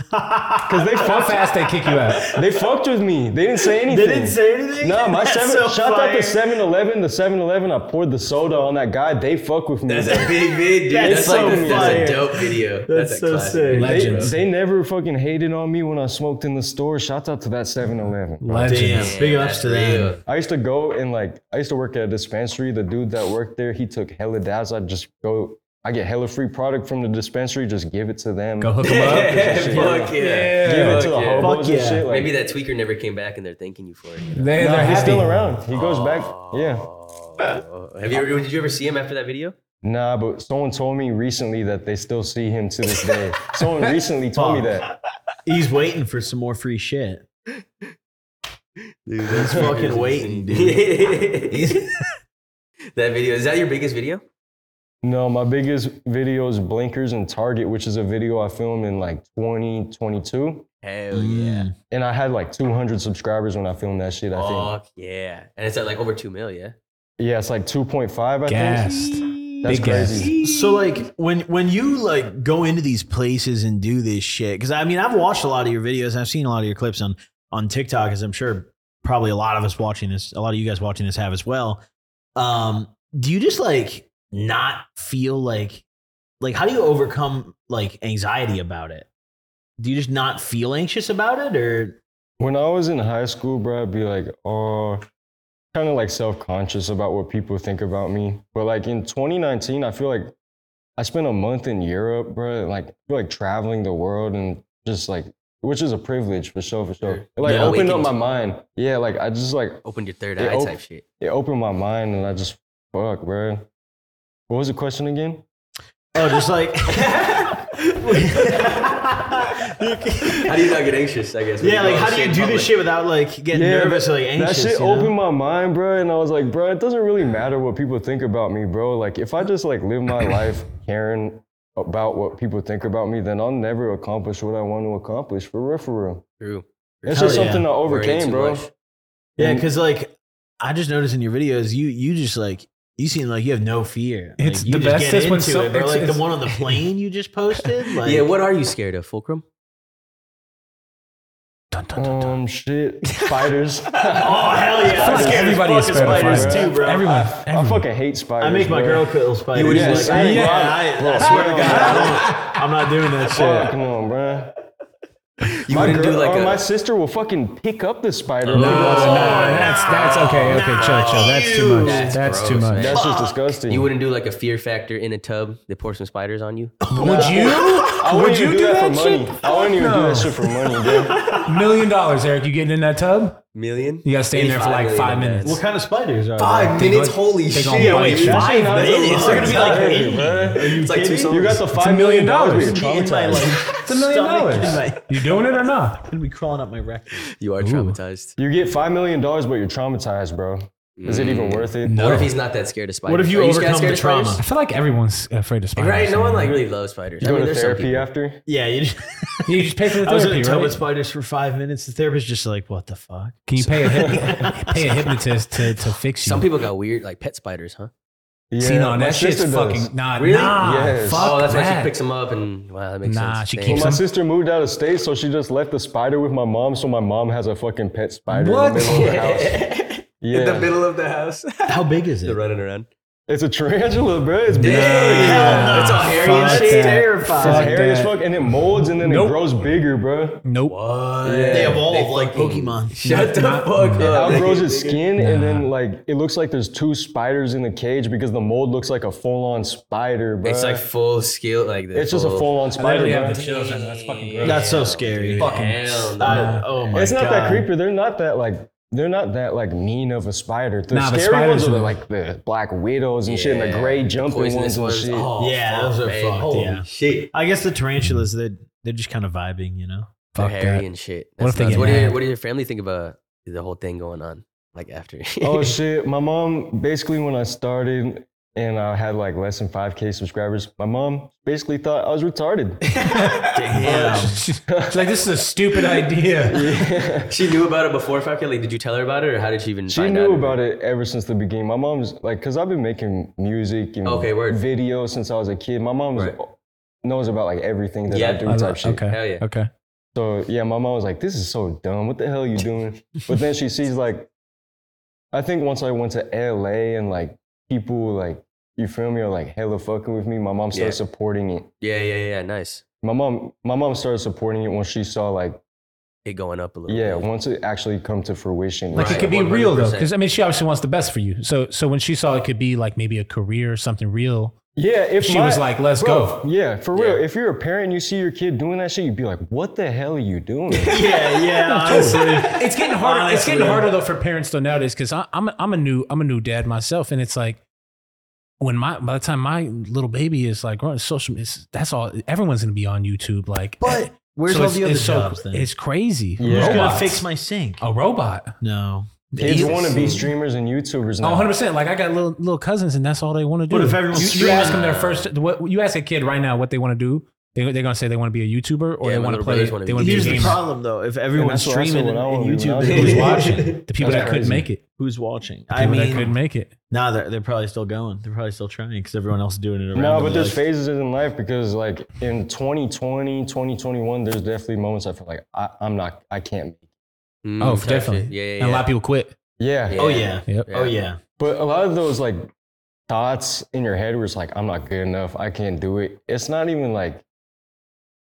[SPEAKER 2] Cause they
[SPEAKER 5] How
[SPEAKER 2] fucked,
[SPEAKER 5] fast they kick you out?
[SPEAKER 2] they fucked with me. They didn't say anything.
[SPEAKER 4] They didn't say anything.
[SPEAKER 2] No, my
[SPEAKER 4] That's
[SPEAKER 2] seven.
[SPEAKER 4] so
[SPEAKER 2] shout out
[SPEAKER 4] fire.
[SPEAKER 2] to 7-Eleven. The 7-Eleven. I poured the soda on that guy. They fuck with me. though.
[SPEAKER 1] big vid, dude.
[SPEAKER 4] That's so fire.
[SPEAKER 1] dope video.
[SPEAKER 4] That's
[SPEAKER 1] a
[SPEAKER 4] so
[SPEAKER 1] classic.
[SPEAKER 4] sick.
[SPEAKER 2] They,
[SPEAKER 5] Legends.
[SPEAKER 2] they never fucking hated on me when I smoked in the store. Shout out to that 7-Eleven.
[SPEAKER 5] Legends.
[SPEAKER 4] Damn. Big ups
[SPEAKER 1] that's
[SPEAKER 4] to them.
[SPEAKER 1] real.
[SPEAKER 2] I used to go and like I used to work at a dispensary. The dude that worked there, he took hella dabs. I'd just go. I get hella free product from the dispensary. Just give it to them.
[SPEAKER 5] Go hook 'em up.
[SPEAKER 1] Fuck yeah.
[SPEAKER 2] give it to the
[SPEAKER 1] yeah.
[SPEAKER 2] hobos
[SPEAKER 4] Fuck
[SPEAKER 2] and
[SPEAKER 4] yeah.
[SPEAKER 2] shit. Like,
[SPEAKER 1] Maybe that tweaker never came back and they're thanking you for it. you know?
[SPEAKER 5] They,
[SPEAKER 2] no,
[SPEAKER 5] they're
[SPEAKER 2] he's
[SPEAKER 5] happy.
[SPEAKER 2] still around. He goes back. Yeah.
[SPEAKER 1] Oh. Have you ever, did you ever see him after that video?
[SPEAKER 2] Nah, but someone told me recently that they still see him to this day. someone recently told me that.
[SPEAKER 4] He's waiting for some more free shit.
[SPEAKER 1] Dude,
[SPEAKER 4] He's fucking waiting, dude.
[SPEAKER 1] that video is that your biggest video?
[SPEAKER 2] No, my biggest video is Blinkers and Target, which is a video I filmed in like 2022.
[SPEAKER 1] Hell yeah.
[SPEAKER 2] And I had like 200 subscribers when I filmed that shit. I think.
[SPEAKER 1] Fuck yeah. And it's at like over 2 mil, yeah?
[SPEAKER 2] Yeah, it's like 2.5. I think.
[SPEAKER 5] Gassed.
[SPEAKER 2] That's
[SPEAKER 5] Big
[SPEAKER 2] crazy.
[SPEAKER 5] gas.
[SPEAKER 4] So like when when you like go into these places and do this shit, because I mean I've watched a lot of your videos, I've seen a lot of your clips on on TikTok, as I'm sure probably a lot of us watching this, a lot of you guys watching this have as well. Um, do you just like not feel like like how do you overcome like anxiety about it? Do you just not feel anxious about it, or
[SPEAKER 2] When I was in high school, bro, I'd be like, oh, kind of like self conscious about what people think about me. But like in 2019, I feel like I spent a month in Europe, bro. Like, I feel like traveling the world and just like, which is a privilege for sure, for sure. It like
[SPEAKER 1] Yeah,
[SPEAKER 2] opened up
[SPEAKER 1] awakened.
[SPEAKER 2] my mind. Yeah, like I just like,
[SPEAKER 1] Opened your third
[SPEAKER 2] It
[SPEAKER 1] eye
[SPEAKER 2] op-
[SPEAKER 1] type shit.
[SPEAKER 2] it opened my mind and I just, fuck, bro. What was the question again?
[SPEAKER 4] oh just like
[SPEAKER 1] How do you not get anxious, I guess? when
[SPEAKER 4] yeah
[SPEAKER 1] go
[SPEAKER 4] like
[SPEAKER 1] on
[SPEAKER 4] how do
[SPEAKER 1] shit
[SPEAKER 4] you
[SPEAKER 1] in
[SPEAKER 4] do
[SPEAKER 1] public?
[SPEAKER 4] this shit without like getting
[SPEAKER 2] Yeah,
[SPEAKER 4] nervous or like
[SPEAKER 2] That
[SPEAKER 4] anxious?
[SPEAKER 2] shit
[SPEAKER 4] you know?
[SPEAKER 2] opened my mind, bro, and I was like, bro, it doesn't really matter what people think about me, bro. Like, if I just like live my life caring about what people think about me, then I'll never accomplish what I want to accomplish for real, for real.
[SPEAKER 1] True.
[SPEAKER 2] It's
[SPEAKER 4] Hell
[SPEAKER 2] just
[SPEAKER 4] yeah.
[SPEAKER 2] something I
[SPEAKER 1] We're in
[SPEAKER 2] overcame,
[SPEAKER 1] too
[SPEAKER 2] bro.
[SPEAKER 1] much.
[SPEAKER 4] Yeah,
[SPEAKER 2] And-
[SPEAKER 4] because like I just noticed in your videos, you you just like you seem like you have no fear. Like,
[SPEAKER 5] It's
[SPEAKER 4] you
[SPEAKER 5] the
[SPEAKER 4] just
[SPEAKER 5] best is when so-
[SPEAKER 4] it, bro.
[SPEAKER 5] it's-
[SPEAKER 4] Like
[SPEAKER 5] it's-
[SPEAKER 4] the one on the plane you just posted. Like,
[SPEAKER 1] Yeah, what are you scared of, Fulcrum?
[SPEAKER 5] Dun, dun, dun, dun.
[SPEAKER 2] Um, shit, spiders.
[SPEAKER 4] Oh hell yeah!
[SPEAKER 5] I feel
[SPEAKER 4] I'm
[SPEAKER 5] like
[SPEAKER 4] scared as
[SPEAKER 5] everybody
[SPEAKER 4] fuck
[SPEAKER 5] is
[SPEAKER 4] of
[SPEAKER 5] scared of
[SPEAKER 4] spiders
[SPEAKER 5] spiders.
[SPEAKER 4] too, bro.
[SPEAKER 5] Everyone,
[SPEAKER 2] I, I
[SPEAKER 5] everyone.
[SPEAKER 2] fucking hate spiders.
[SPEAKER 4] I make my
[SPEAKER 2] bro.
[SPEAKER 4] girl kill spiders.
[SPEAKER 1] would've
[SPEAKER 4] bro.
[SPEAKER 1] just
[SPEAKER 4] Like,
[SPEAKER 2] like,
[SPEAKER 4] yeah,
[SPEAKER 2] yeah.
[SPEAKER 4] I, I swear to God, I don't, I'm not doing that
[SPEAKER 2] Fuck,
[SPEAKER 4] shit.
[SPEAKER 2] come on, bro.
[SPEAKER 1] You
[SPEAKER 2] My,
[SPEAKER 1] wouldn't
[SPEAKER 2] girl,
[SPEAKER 1] do like
[SPEAKER 2] or
[SPEAKER 1] a.
[SPEAKER 2] my sister will fucking pick up the spider.
[SPEAKER 1] No.
[SPEAKER 5] Oh,
[SPEAKER 2] That's-
[SPEAKER 5] that's that's okay. Okay, chill, chill. That's too much. That's, too
[SPEAKER 1] gross,
[SPEAKER 5] much.
[SPEAKER 1] man.
[SPEAKER 2] That's just disgusting.
[SPEAKER 1] You wouldn't do like a fear factor in a tub that pour some spiders on you?
[SPEAKER 5] Would
[SPEAKER 2] I
[SPEAKER 5] you?
[SPEAKER 2] wouldn't
[SPEAKER 5] Would
[SPEAKER 2] even
[SPEAKER 5] you do
[SPEAKER 2] that
[SPEAKER 5] that
[SPEAKER 2] for money.
[SPEAKER 5] shit?
[SPEAKER 2] I wouldn't even do
[SPEAKER 5] No.
[SPEAKER 2] that shit for money, dude.
[SPEAKER 5] Million dollars, Eric. You getting in that tub?
[SPEAKER 1] Million?
[SPEAKER 5] You gotta stay in there for
[SPEAKER 1] 85
[SPEAKER 5] like
[SPEAKER 1] million
[SPEAKER 5] five
[SPEAKER 1] in there.
[SPEAKER 5] minutes.
[SPEAKER 4] What kind of spiders are?
[SPEAKER 1] Five
[SPEAKER 5] They
[SPEAKER 1] minutes?
[SPEAKER 5] gon-
[SPEAKER 1] Holy
[SPEAKER 5] they
[SPEAKER 1] shit.
[SPEAKER 5] gon' bite
[SPEAKER 4] wait,
[SPEAKER 5] you.
[SPEAKER 4] five
[SPEAKER 2] Actually, not that
[SPEAKER 4] minutes? They're gonna be
[SPEAKER 2] long.
[SPEAKER 4] like eighty. Are you
[SPEAKER 1] It's like two
[SPEAKER 4] kidding?
[SPEAKER 1] songs.
[SPEAKER 2] You got the
[SPEAKER 5] a
[SPEAKER 2] five million
[SPEAKER 5] million
[SPEAKER 2] dollars.
[SPEAKER 5] dollars.
[SPEAKER 2] You're
[SPEAKER 4] In my,
[SPEAKER 2] traumatized.
[SPEAKER 4] like,
[SPEAKER 5] It's a million
[SPEAKER 4] stomach.
[SPEAKER 5] dollars. You doing it or not?
[SPEAKER 4] Gonna be crawling up my rectum.
[SPEAKER 1] You are traumatized.
[SPEAKER 2] You get five million dollars, but you're traumatized, bro. Is it even worth it?
[SPEAKER 1] What if he's not that scared of spiders?
[SPEAKER 4] What if you
[SPEAKER 1] Are
[SPEAKER 4] overcome
[SPEAKER 1] scared
[SPEAKER 4] the
[SPEAKER 1] of spiders?
[SPEAKER 5] I
[SPEAKER 4] trauma?
[SPEAKER 5] feel like everyone's afraid of spiders.
[SPEAKER 1] Right? No one like really loves spiders.
[SPEAKER 2] You
[SPEAKER 1] I
[SPEAKER 2] go
[SPEAKER 1] mean,
[SPEAKER 2] to
[SPEAKER 1] there's some
[SPEAKER 2] therapy
[SPEAKER 1] people.
[SPEAKER 2] after.
[SPEAKER 4] Yeah, you just,
[SPEAKER 5] Yeah, you just pay for the
[SPEAKER 4] I was in
[SPEAKER 5] therapy,
[SPEAKER 4] a tub with
[SPEAKER 5] right?
[SPEAKER 4] spiders for five minutes. The therapist just like, what the fuck?
[SPEAKER 5] Can you pay a hyp- pay a hypnotist to, to fix you?
[SPEAKER 1] Some people got weird, like pet spiders, huh?
[SPEAKER 2] Yeah,
[SPEAKER 5] See, no,
[SPEAKER 2] my
[SPEAKER 5] that shit's
[SPEAKER 2] sister does.
[SPEAKER 5] fucking nah,
[SPEAKER 1] Really?
[SPEAKER 5] nah.
[SPEAKER 2] Yes.
[SPEAKER 5] Fuck
[SPEAKER 1] Oh, that's
[SPEAKER 5] that.
[SPEAKER 1] why she picks them up, and wow, that makes
[SPEAKER 5] Nah,
[SPEAKER 1] sense.
[SPEAKER 5] she
[SPEAKER 1] Dang.
[SPEAKER 2] Well,
[SPEAKER 5] keeps
[SPEAKER 2] my
[SPEAKER 5] Some-
[SPEAKER 2] sister moved out of state, so she just left the spider with my mom. So my mom has a fucking pet spider in
[SPEAKER 5] What?
[SPEAKER 2] the middle of the house. Yeah,
[SPEAKER 1] middle of the house.
[SPEAKER 4] How big is
[SPEAKER 1] They're running around.
[SPEAKER 2] it's a tarantula, bro. It's big.
[SPEAKER 1] Damn. It's all hairy and
[SPEAKER 5] Fuck
[SPEAKER 1] shit.
[SPEAKER 5] that.
[SPEAKER 4] Terrified.
[SPEAKER 2] It's
[SPEAKER 5] Fuck
[SPEAKER 2] hairy as
[SPEAKER 5] that.
[SPEAKER 2] fuck, and it molds, and then
[SPEAKER 5] Nope.
[SPEAKER 2] it grows bigger, bro.
[SPEAKER 5] Nope.
[SPEAKER 1] What?
[SPEAKER 4] They
[SPEAKER 2] Yeah.
[SPEAKER 4] evolve
[SPEAKER 1] They
[SPEAKER 4] like
[SPEAKER 1] fucking-
[SPEAKER 4] Pokemon.
[SPEAKER 1] Shut the
[SPEAKER 5] Not-
[SPEAKER 1] fuck
[SPEAKER 5] not-
[SPEAKER 2] It
[SPEAKER 1] up.
[SPEAKER 2] outgrows its skin, and then like it looks like there's two spiders in the cage because the mold looks like a full-on spider, bro.
[SPEAKER 1] It's like full skill, like this.
[SPEAKER 2] It's just a full-on spider.
[SPEAKER 5] literally
[SPEAKER 2] bro.
[SPEAKER 5] have the chills right now. That's fucking gross.
[SPEAKER 4] That's so scary.
[SPEAKER 1] Fucking hell. no.
[SPEAKER 4] I- oh my
[SPEAKER 2] it's not
[SPEAKER 4] God.
[SPEAKER 2] that creepy. They're not that like they're not that like mean of a spider. The
[SPEAKER 5] Nah, but
[SPEAKER 2] scary
[SPEAKER 5] spiders
[SPEAKER 2] ones are the,
[SPEAKER 5] are-
[SPEAKER 2] like the black widows and shit, and the
[SPEAKER 1] Yeah.
[SPEAKER 2] gray jumping
[SPEAKER 1] Poisonous
[SPEAKER 2] ones and shit.
[SPEAKER 1] Oh,
[SPEAKER 4] Yeah,
[SPEAKER 1] fuck,
[SPEAKER 4] those are
[SPEAKER 1] man.
[SPEAKER 4] fucked,
[SPEAKER 1] Holy
[SPEAKER 4] yeah.
[SPEAKER 1] shit.
[SPEAKER 4] I guess the tarantulas, they're, they're just kind of vibing, you know?
[SPEAKER 1] They're
[SPEAKER 5] Fuck
[SPEAKER 1] hairy
[SPEAKER 5] that.
[SPEAKER 1] and shit.
[SPEAKER 5] What
[SPEAKER 1] That's
[SPEAKER 5] if they
[SPEAKER 1] nuts.
[SPEAKER 5] get
[SPEAKER 1] what, do your,
[SPEAKER 5] mad?
[SPEAKER 1] what do your family think about the whole thing going on? Like after?
[SPEAKER 2] oh shit! My mom basically when I started and I had like less than five k subscribers, my mom basically thought I was retarded. Oh,
[SPEAKER 1] Damn.
[SPEAKER 5] She's like, this is a stupid idea.
[SPEAKER 1] she knew about it before 5K? Like, did you tell her about it or how did she even
[SPEAKER 2] She
[SPEAKER 1] find out?
[SPEAKER 2] knew about it ever since the beginning. My mom's like, because I've been making music and
[SPEAKER 1] Okay, word.
[SPEAKER 2] videos since I was a kid. My mom
[SPEAKER 1] Right.
[SPEAKER 2] knows about like everything that I
[SPEAKER 1] Yeah,
[SPEAKER 2] do
[SPEAKER 5] I
[SPEAKER 2] type
[SPEAKER 5] love-
[SPEAKER 2] shit.
[SPEAKER 5] okay.
[SPEAKER 1] Hell yeah.
[SPEAKER 5] Okay.
[SPEAKER 2] So yeah, my mom was like, "This is so dumb. What the hell are you doing?" but then she sees like, I think once I went to LA and like people like you feel me are like hella fucking with me. My mom started
[SPEAKER 1] Yeah.
[SPEAKER 2] supporting it.
[SPEAKER 1] Yeah, yeah, yeah. Nice.
[SPEAKER 2] My mom, my mom started supporting it when she saw like
[SPEAKER 1] It going up a little
[SPEAKER 2] yeah,
[SPEAKER 1] bit.
[SPEAKER 2] once it actually come to fruition.
[SPEAKER 5] Like
[SPEAKER 1] Right.
[SPEAKER 5] it could be real though,
[SPEAKER 1] 100%.
[SPEAKER 5] because I mean, she obviously wants the best for you. So, so when she saw it could be like maybe a career or something real,
[SPEAKER 2] yeah, if
[SPEAKER 5] she
[SPEAKER 2] my-
[SPEAKER 5] was like, "Let's
[SPEAKER 2] Bro,
[SPEAKER 5] go."
[SPEAKER 2] Yeah, for real.
[SPEAKER 1] Yeah.
[SPEAKER 2] If you're a parent and you see your kid doing that shit, you'd be like, what the hell are you doing?
[SPEAKER 4] Yeah, yeah, honestly.
[SPEAKER 5] It's getting harder. It's getting
[SPEAKER 4] Honestly.
[SPEAKER 5] harder though for parents though nowadays, because I'm a- I'm a new I'm a new dad myself, and it's like when my by the time my little baby is like growing social, it's, that's all. Everyone's gonna be on YouTube. Like,
[SPEAKER 4] But where's
[SPEAKER 5] so
[SPEAKER 4] all
[SPEAKER 5] it's-
[SPEAKER 4] the other
[SPEAKER 5] it's so-
[SPEAKER 4] jobs then?
[SPEAKER 5] It's crazy.
[SPEAKER 2] Yeah.
[SPEAKER 4] Who's going to
[SPEAKER 5] Robots.
[SPEAKER 4] fix my sink?
[SPEAKER 5] a robot.
[SPEAKER 4] No.
[SPEAKER 2] Kids
[SPEAKER 1] Jesus.
[SPEAKER 2] want to be streamers and YouTubers
[SPEAKER 5] Oh,
[SPEAKER 2] now.
[SPEAKER 5] 100 percent. Like I got little little cousins, and that's all they want to do.
[SPEAKER 4] What if everyone's
[SPEAKER 5] you, you ask them
[SPEAKER 4] streaming?
[SPEAKER 5] their first? What you ask a kid right now what they want to do? They, they're gonna say they want to be a YouTuber or
[SPEAKER 1] Yeah,
[SPEAKER 5] they
[SPEAKER 1] my
[SPEAKER 5] want to
[SPEAKER 1] little
[SPEAKER 5] play.
[SPEAKER 1] brothers wanna
[SPEAKER 5] They
[SPEAKER 1] be
[SPEAKER 5] want to be a
[SPEAKER 4] Here's the
[SPEAKER 5] gamer.
[SPEAKER 4] problem, though. If everyone's
[SPEAKER 2] that's what I said
[SPEAKER 4] streaming
[SPEAKER 2] when
[SPEAKER 4] and
[SPEAKER 2] I was- when I
[SPEAKER 4] YouTube,
[SPEAKER 2] was
[SPEAKER 4] who's
[SPEAKER 2] younger.
[SPEAKER 4] watching?
[SPEAKER 5] The people
[SPEAKER 2] That's
[SPEAKER 5] that couldn't
[SPEAKER 2] crazy.
[SPEAKER 5] make it.
[SPEAKER 4] Who's watching?
[SPEAKER 5] The
[SPEAKER 4] I
[SPEAKER 5] people that couldn't
[SPEAKER 4] mean,
[SPEAKER 5] make it.
[SPEAKER 4] nah, they're, they're probably still going. They're probably still trying because everyone else is doing it around.
[SPEAKER 2] No,
[SPEAKER 4] them,
[SPEAKER 2] but there's
[SPEAKER 4] like-
[SPEAKER 2] phases in life because like in 2020, 2021, there's definitely moments I feel like I, I'm not, I can't. make it.
[SPEAKER 1] Mm,
[SPEAKER 5] Oh,
[SPEAKER 1] tough
[SPEAKER 5] definitely.
[SPEAKER 1] shit. Yeah, yeah,
[SPEAKER 5] And a lot of people quit.
[SPEAKER 2] Yeah.
[SPEAKER 1] Yeah.
[SPEAKER 4] Oh yeah.
[SPEAKER 5] Yep.
[SPEAKER 4] Oh yeah.
[SPEAKER 2] But a lot of those like thoughts in your head where it's like, I'm not good enough, I can't do it. It's not even like,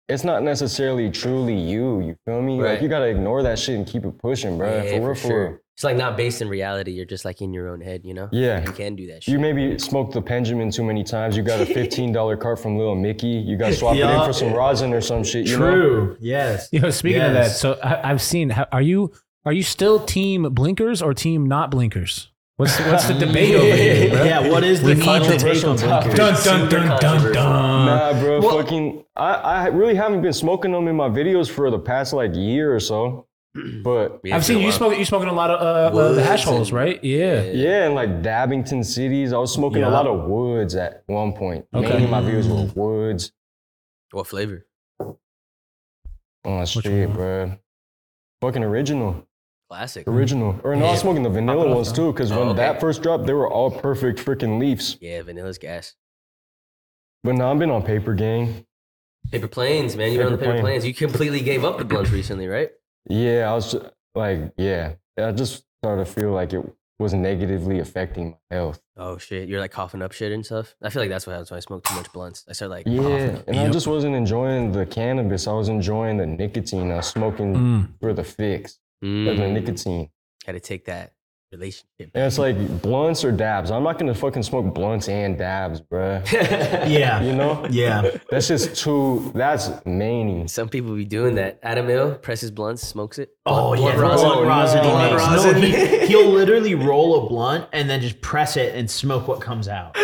[SPEAKER 2] it's not necessarily truly you. You feel me?
[SPEAKER 1] Right.
[SPEAKER 2] Like you gotta ignore that shit and keep it pushing, bro.
[SPEAKER 1] Yeah,
[SPEAKER 2] for real,
[SPEAKER 1] for
[SPEAKER 2] for
[SPEAKER 1] sure.
[SPEAKER 2] real.
[SPEAKER 1] It's like not based in reality. You're just like in your own head, you know?
[SPEAKER 2] Yeah.
[SPEAKER 1] You can do that shit.
[SPEAKER 2] You maybe smoked the Benjamin too many times. You got a $15 cart from Little Mickey. You got to swap it
[SPEAKER 4] Yeah.
[SPEAKER 2] in for some rosin or some shit. You Know?
[SPEAKER 4] True. Yes.
[SPEAKER 5] You know, speaking of that,
[SPEAKER 4] Yes.
[SPEAKER 5] so I, I've seen. how- Are you are you still team blinkers or team not blinkers? What's what's the debate over here, bro?
[SPEAKER 4] Yeah. What is
[SPEAKER 5] We
[SPEAKER 4] the
[SPEAKER 5] need
[SPEAKER 4] final
[SPEAKER 5] to
[SPEAKER 4] take on
[SPEAKER 5] Dun
[SPEAKER 4] Blinkers?
[SPEAKER 5] dun dun dun dun.
[SPEAKER 2] Nah, bro,
[SPEAKER 5] Well-
[SPEAKER 2] fucking. I, I really haven't been smoking them in my videos for the past like year or so. But
[SPEAKER 1] Yeah,
[SPEAKER 5] I've seen
[SPEAKER 1] for a
[SPEAKER 5] you
[SPEAKER 1] while.
[SPEAKER 5] smoking. You smoking a lot of uh, uh, the
[SPEAKER 1] Woods
[SPEAKER 5] hash holes,
[SPEAKER 1] and-
[SPEAKER 5] right? Yeah.
[SPEAKER 2] yeah, in like Dabbington cities, I was smoking a
[SPEAKER 4] Yeah.
[SPEAKER 2] lot of woods at one point.
[SPEAKER 5] Okay.
[SPEAKER 2] Mainly my videos were woods
[SPEAKER 1] What flavor?
[SPEAKER 2] on the street,
[SPEAKER 5] one?
[SPEAKER 2] bro. Fucking original,
[SPEAKER 1] Classic.
[SPEAKER 2] original. Or no, I was
[SPEAKER 1] Yeah.
[SPEAKER 2] smoking the vanilla
[SPEAKER 5] off,
[SPEAKER 2] ones
[SPEAKER 5] huh?
[SPEAKER 2] too, because
[SPEAKER 1] Oh,
[SPEAKER 2] when
[SPEAKER 1] okay.
[SPEAKER 2] that first dropped, they were all perfect freaking leaves.
[SPEAKER 1] Yeah, vanilla's gas.
[SPEAKER 2] But now I've been on paper gang.
[SPEAKER 1] Paper planes, man. You've been on the
[SPEAKER 2] Paper
[SPEAKER 1] paper
[SPEAKER 2] plane.
[SPEAKER 1] planes. You completely gave up the blunts recently, right?
[SPEAKER 2] Yeah, I was ju- like, yeah, I just started to feel like it was negatively affecting my health.
[SPEAKER 1] Oh shit, you're like coughing up shit and stuff. I feel like that's what happens when I smoke too much blunts. I start like
[SPEAKER 2] Yeah,
[SPEAKER 1] coughing up.
[SPEAKER 2] Uh, and I just wasn't enjoying the cannabis. I was enjoying the nicotine. I was smoking
[SPEAKER 5] Mm.
[SPEAKER 2] for the fix, for the
[SPEAKER 1] Mm,
[SPEAKER 2] nicotine.
[SPEAKER 1] Had to take that relationship.
[SPEAKER 2] And it's like blunts or dabs. I'm not gonna fucking smoke blunts and dabs, bruh.
[SPEAKER 4] Yeah.
[SPEAKER 2] You know,
[SPEAKER 4] Yeah.
[SPEAKER 2] that's just too. That's mania.
[SPEAKER 1] Some people be doing that. Adam Hill presses blunts, smokes it.
[SPEAKER 4] Oh
[SPEAKER 1] Blunt-
[SPEAKER 4] yeah,
[SPEAKER 1] blunt rosin.
[SPEAKER 2] Oh,
[SPEAKER 4] blunt rosin.
[SPEAKER 2] no.
[SPEAKER 4] he makes.
[SPEAKER 1] Blunt
[SPEAKER 4] No,
[SPEAKER 1] rosin.
[SPEAKER 4] he, he'll literally roll a blunt and then just press it and smoke what comes out.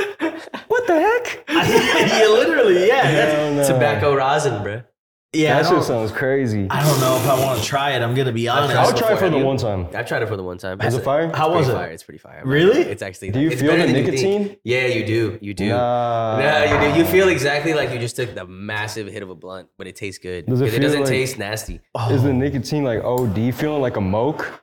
[SPEAKER 4] What the heck? yeah, literally. Yeah, that's,
[SPEAKER 2] Hell Oh, no.
[SPEAKER 1] Tobacco rosin, bro.
[SPEAKER 4] yeah. I
[SPEAKER 2] That shit
[SPEAKER 4] don't,
[SPEAKER 2] sounds crazy.
[SPEAKER 4] I don't know if I want to try it. I'm gonna be honest.
[SPEAKER 2] I'll try
[SPEAKER 1] before,
[SPEAKER 2] for the
[SPEAKER 1] dude.
[SPEAKER 2] one time.
[SPEAKER 1] I tried it for the one time.
[SPEAKER 2] Is it
[SPEAKER 1] It's-
[SPEAKER 2] fire?
[SPEAKER 4] How
[SPEAKER 1] it's
[SPEAKER 4] was
[SPEAKER 1] pretty
[SPEAKER 4] it?
[SPEAKER 1] Fire. It's pretty fire.
[SPEAKER 4] Really?
[SPEAKER 1] It's actually.
[SPEAKER 2] Do you
[SPEAKER 1] it's
[SPEAKER 2] feel
[SPEAKER 1] better
[SPEAKER 2] the
[SPEAKER 1] than you think.
[SPEAKER 2] nicotine?
[SPEAKER 1] Yeah, you do. You do.
[SPEAKER 2] Nah.
[SPEAKER 1] Nah, you do. You feel exactly like you just took the massive hit of a blunt, but it tastes good.
[SPEAKER 2] Does it
[SPEAKER 1] 'Cause
[SPEAKER 2] feel
[SPEAKER 1] doesn't
[SPEAKER 2] like-
[SPEAKER 1] taste nasty.
[SPEAKER 2] Is the nicotine like OD feeling like a moke?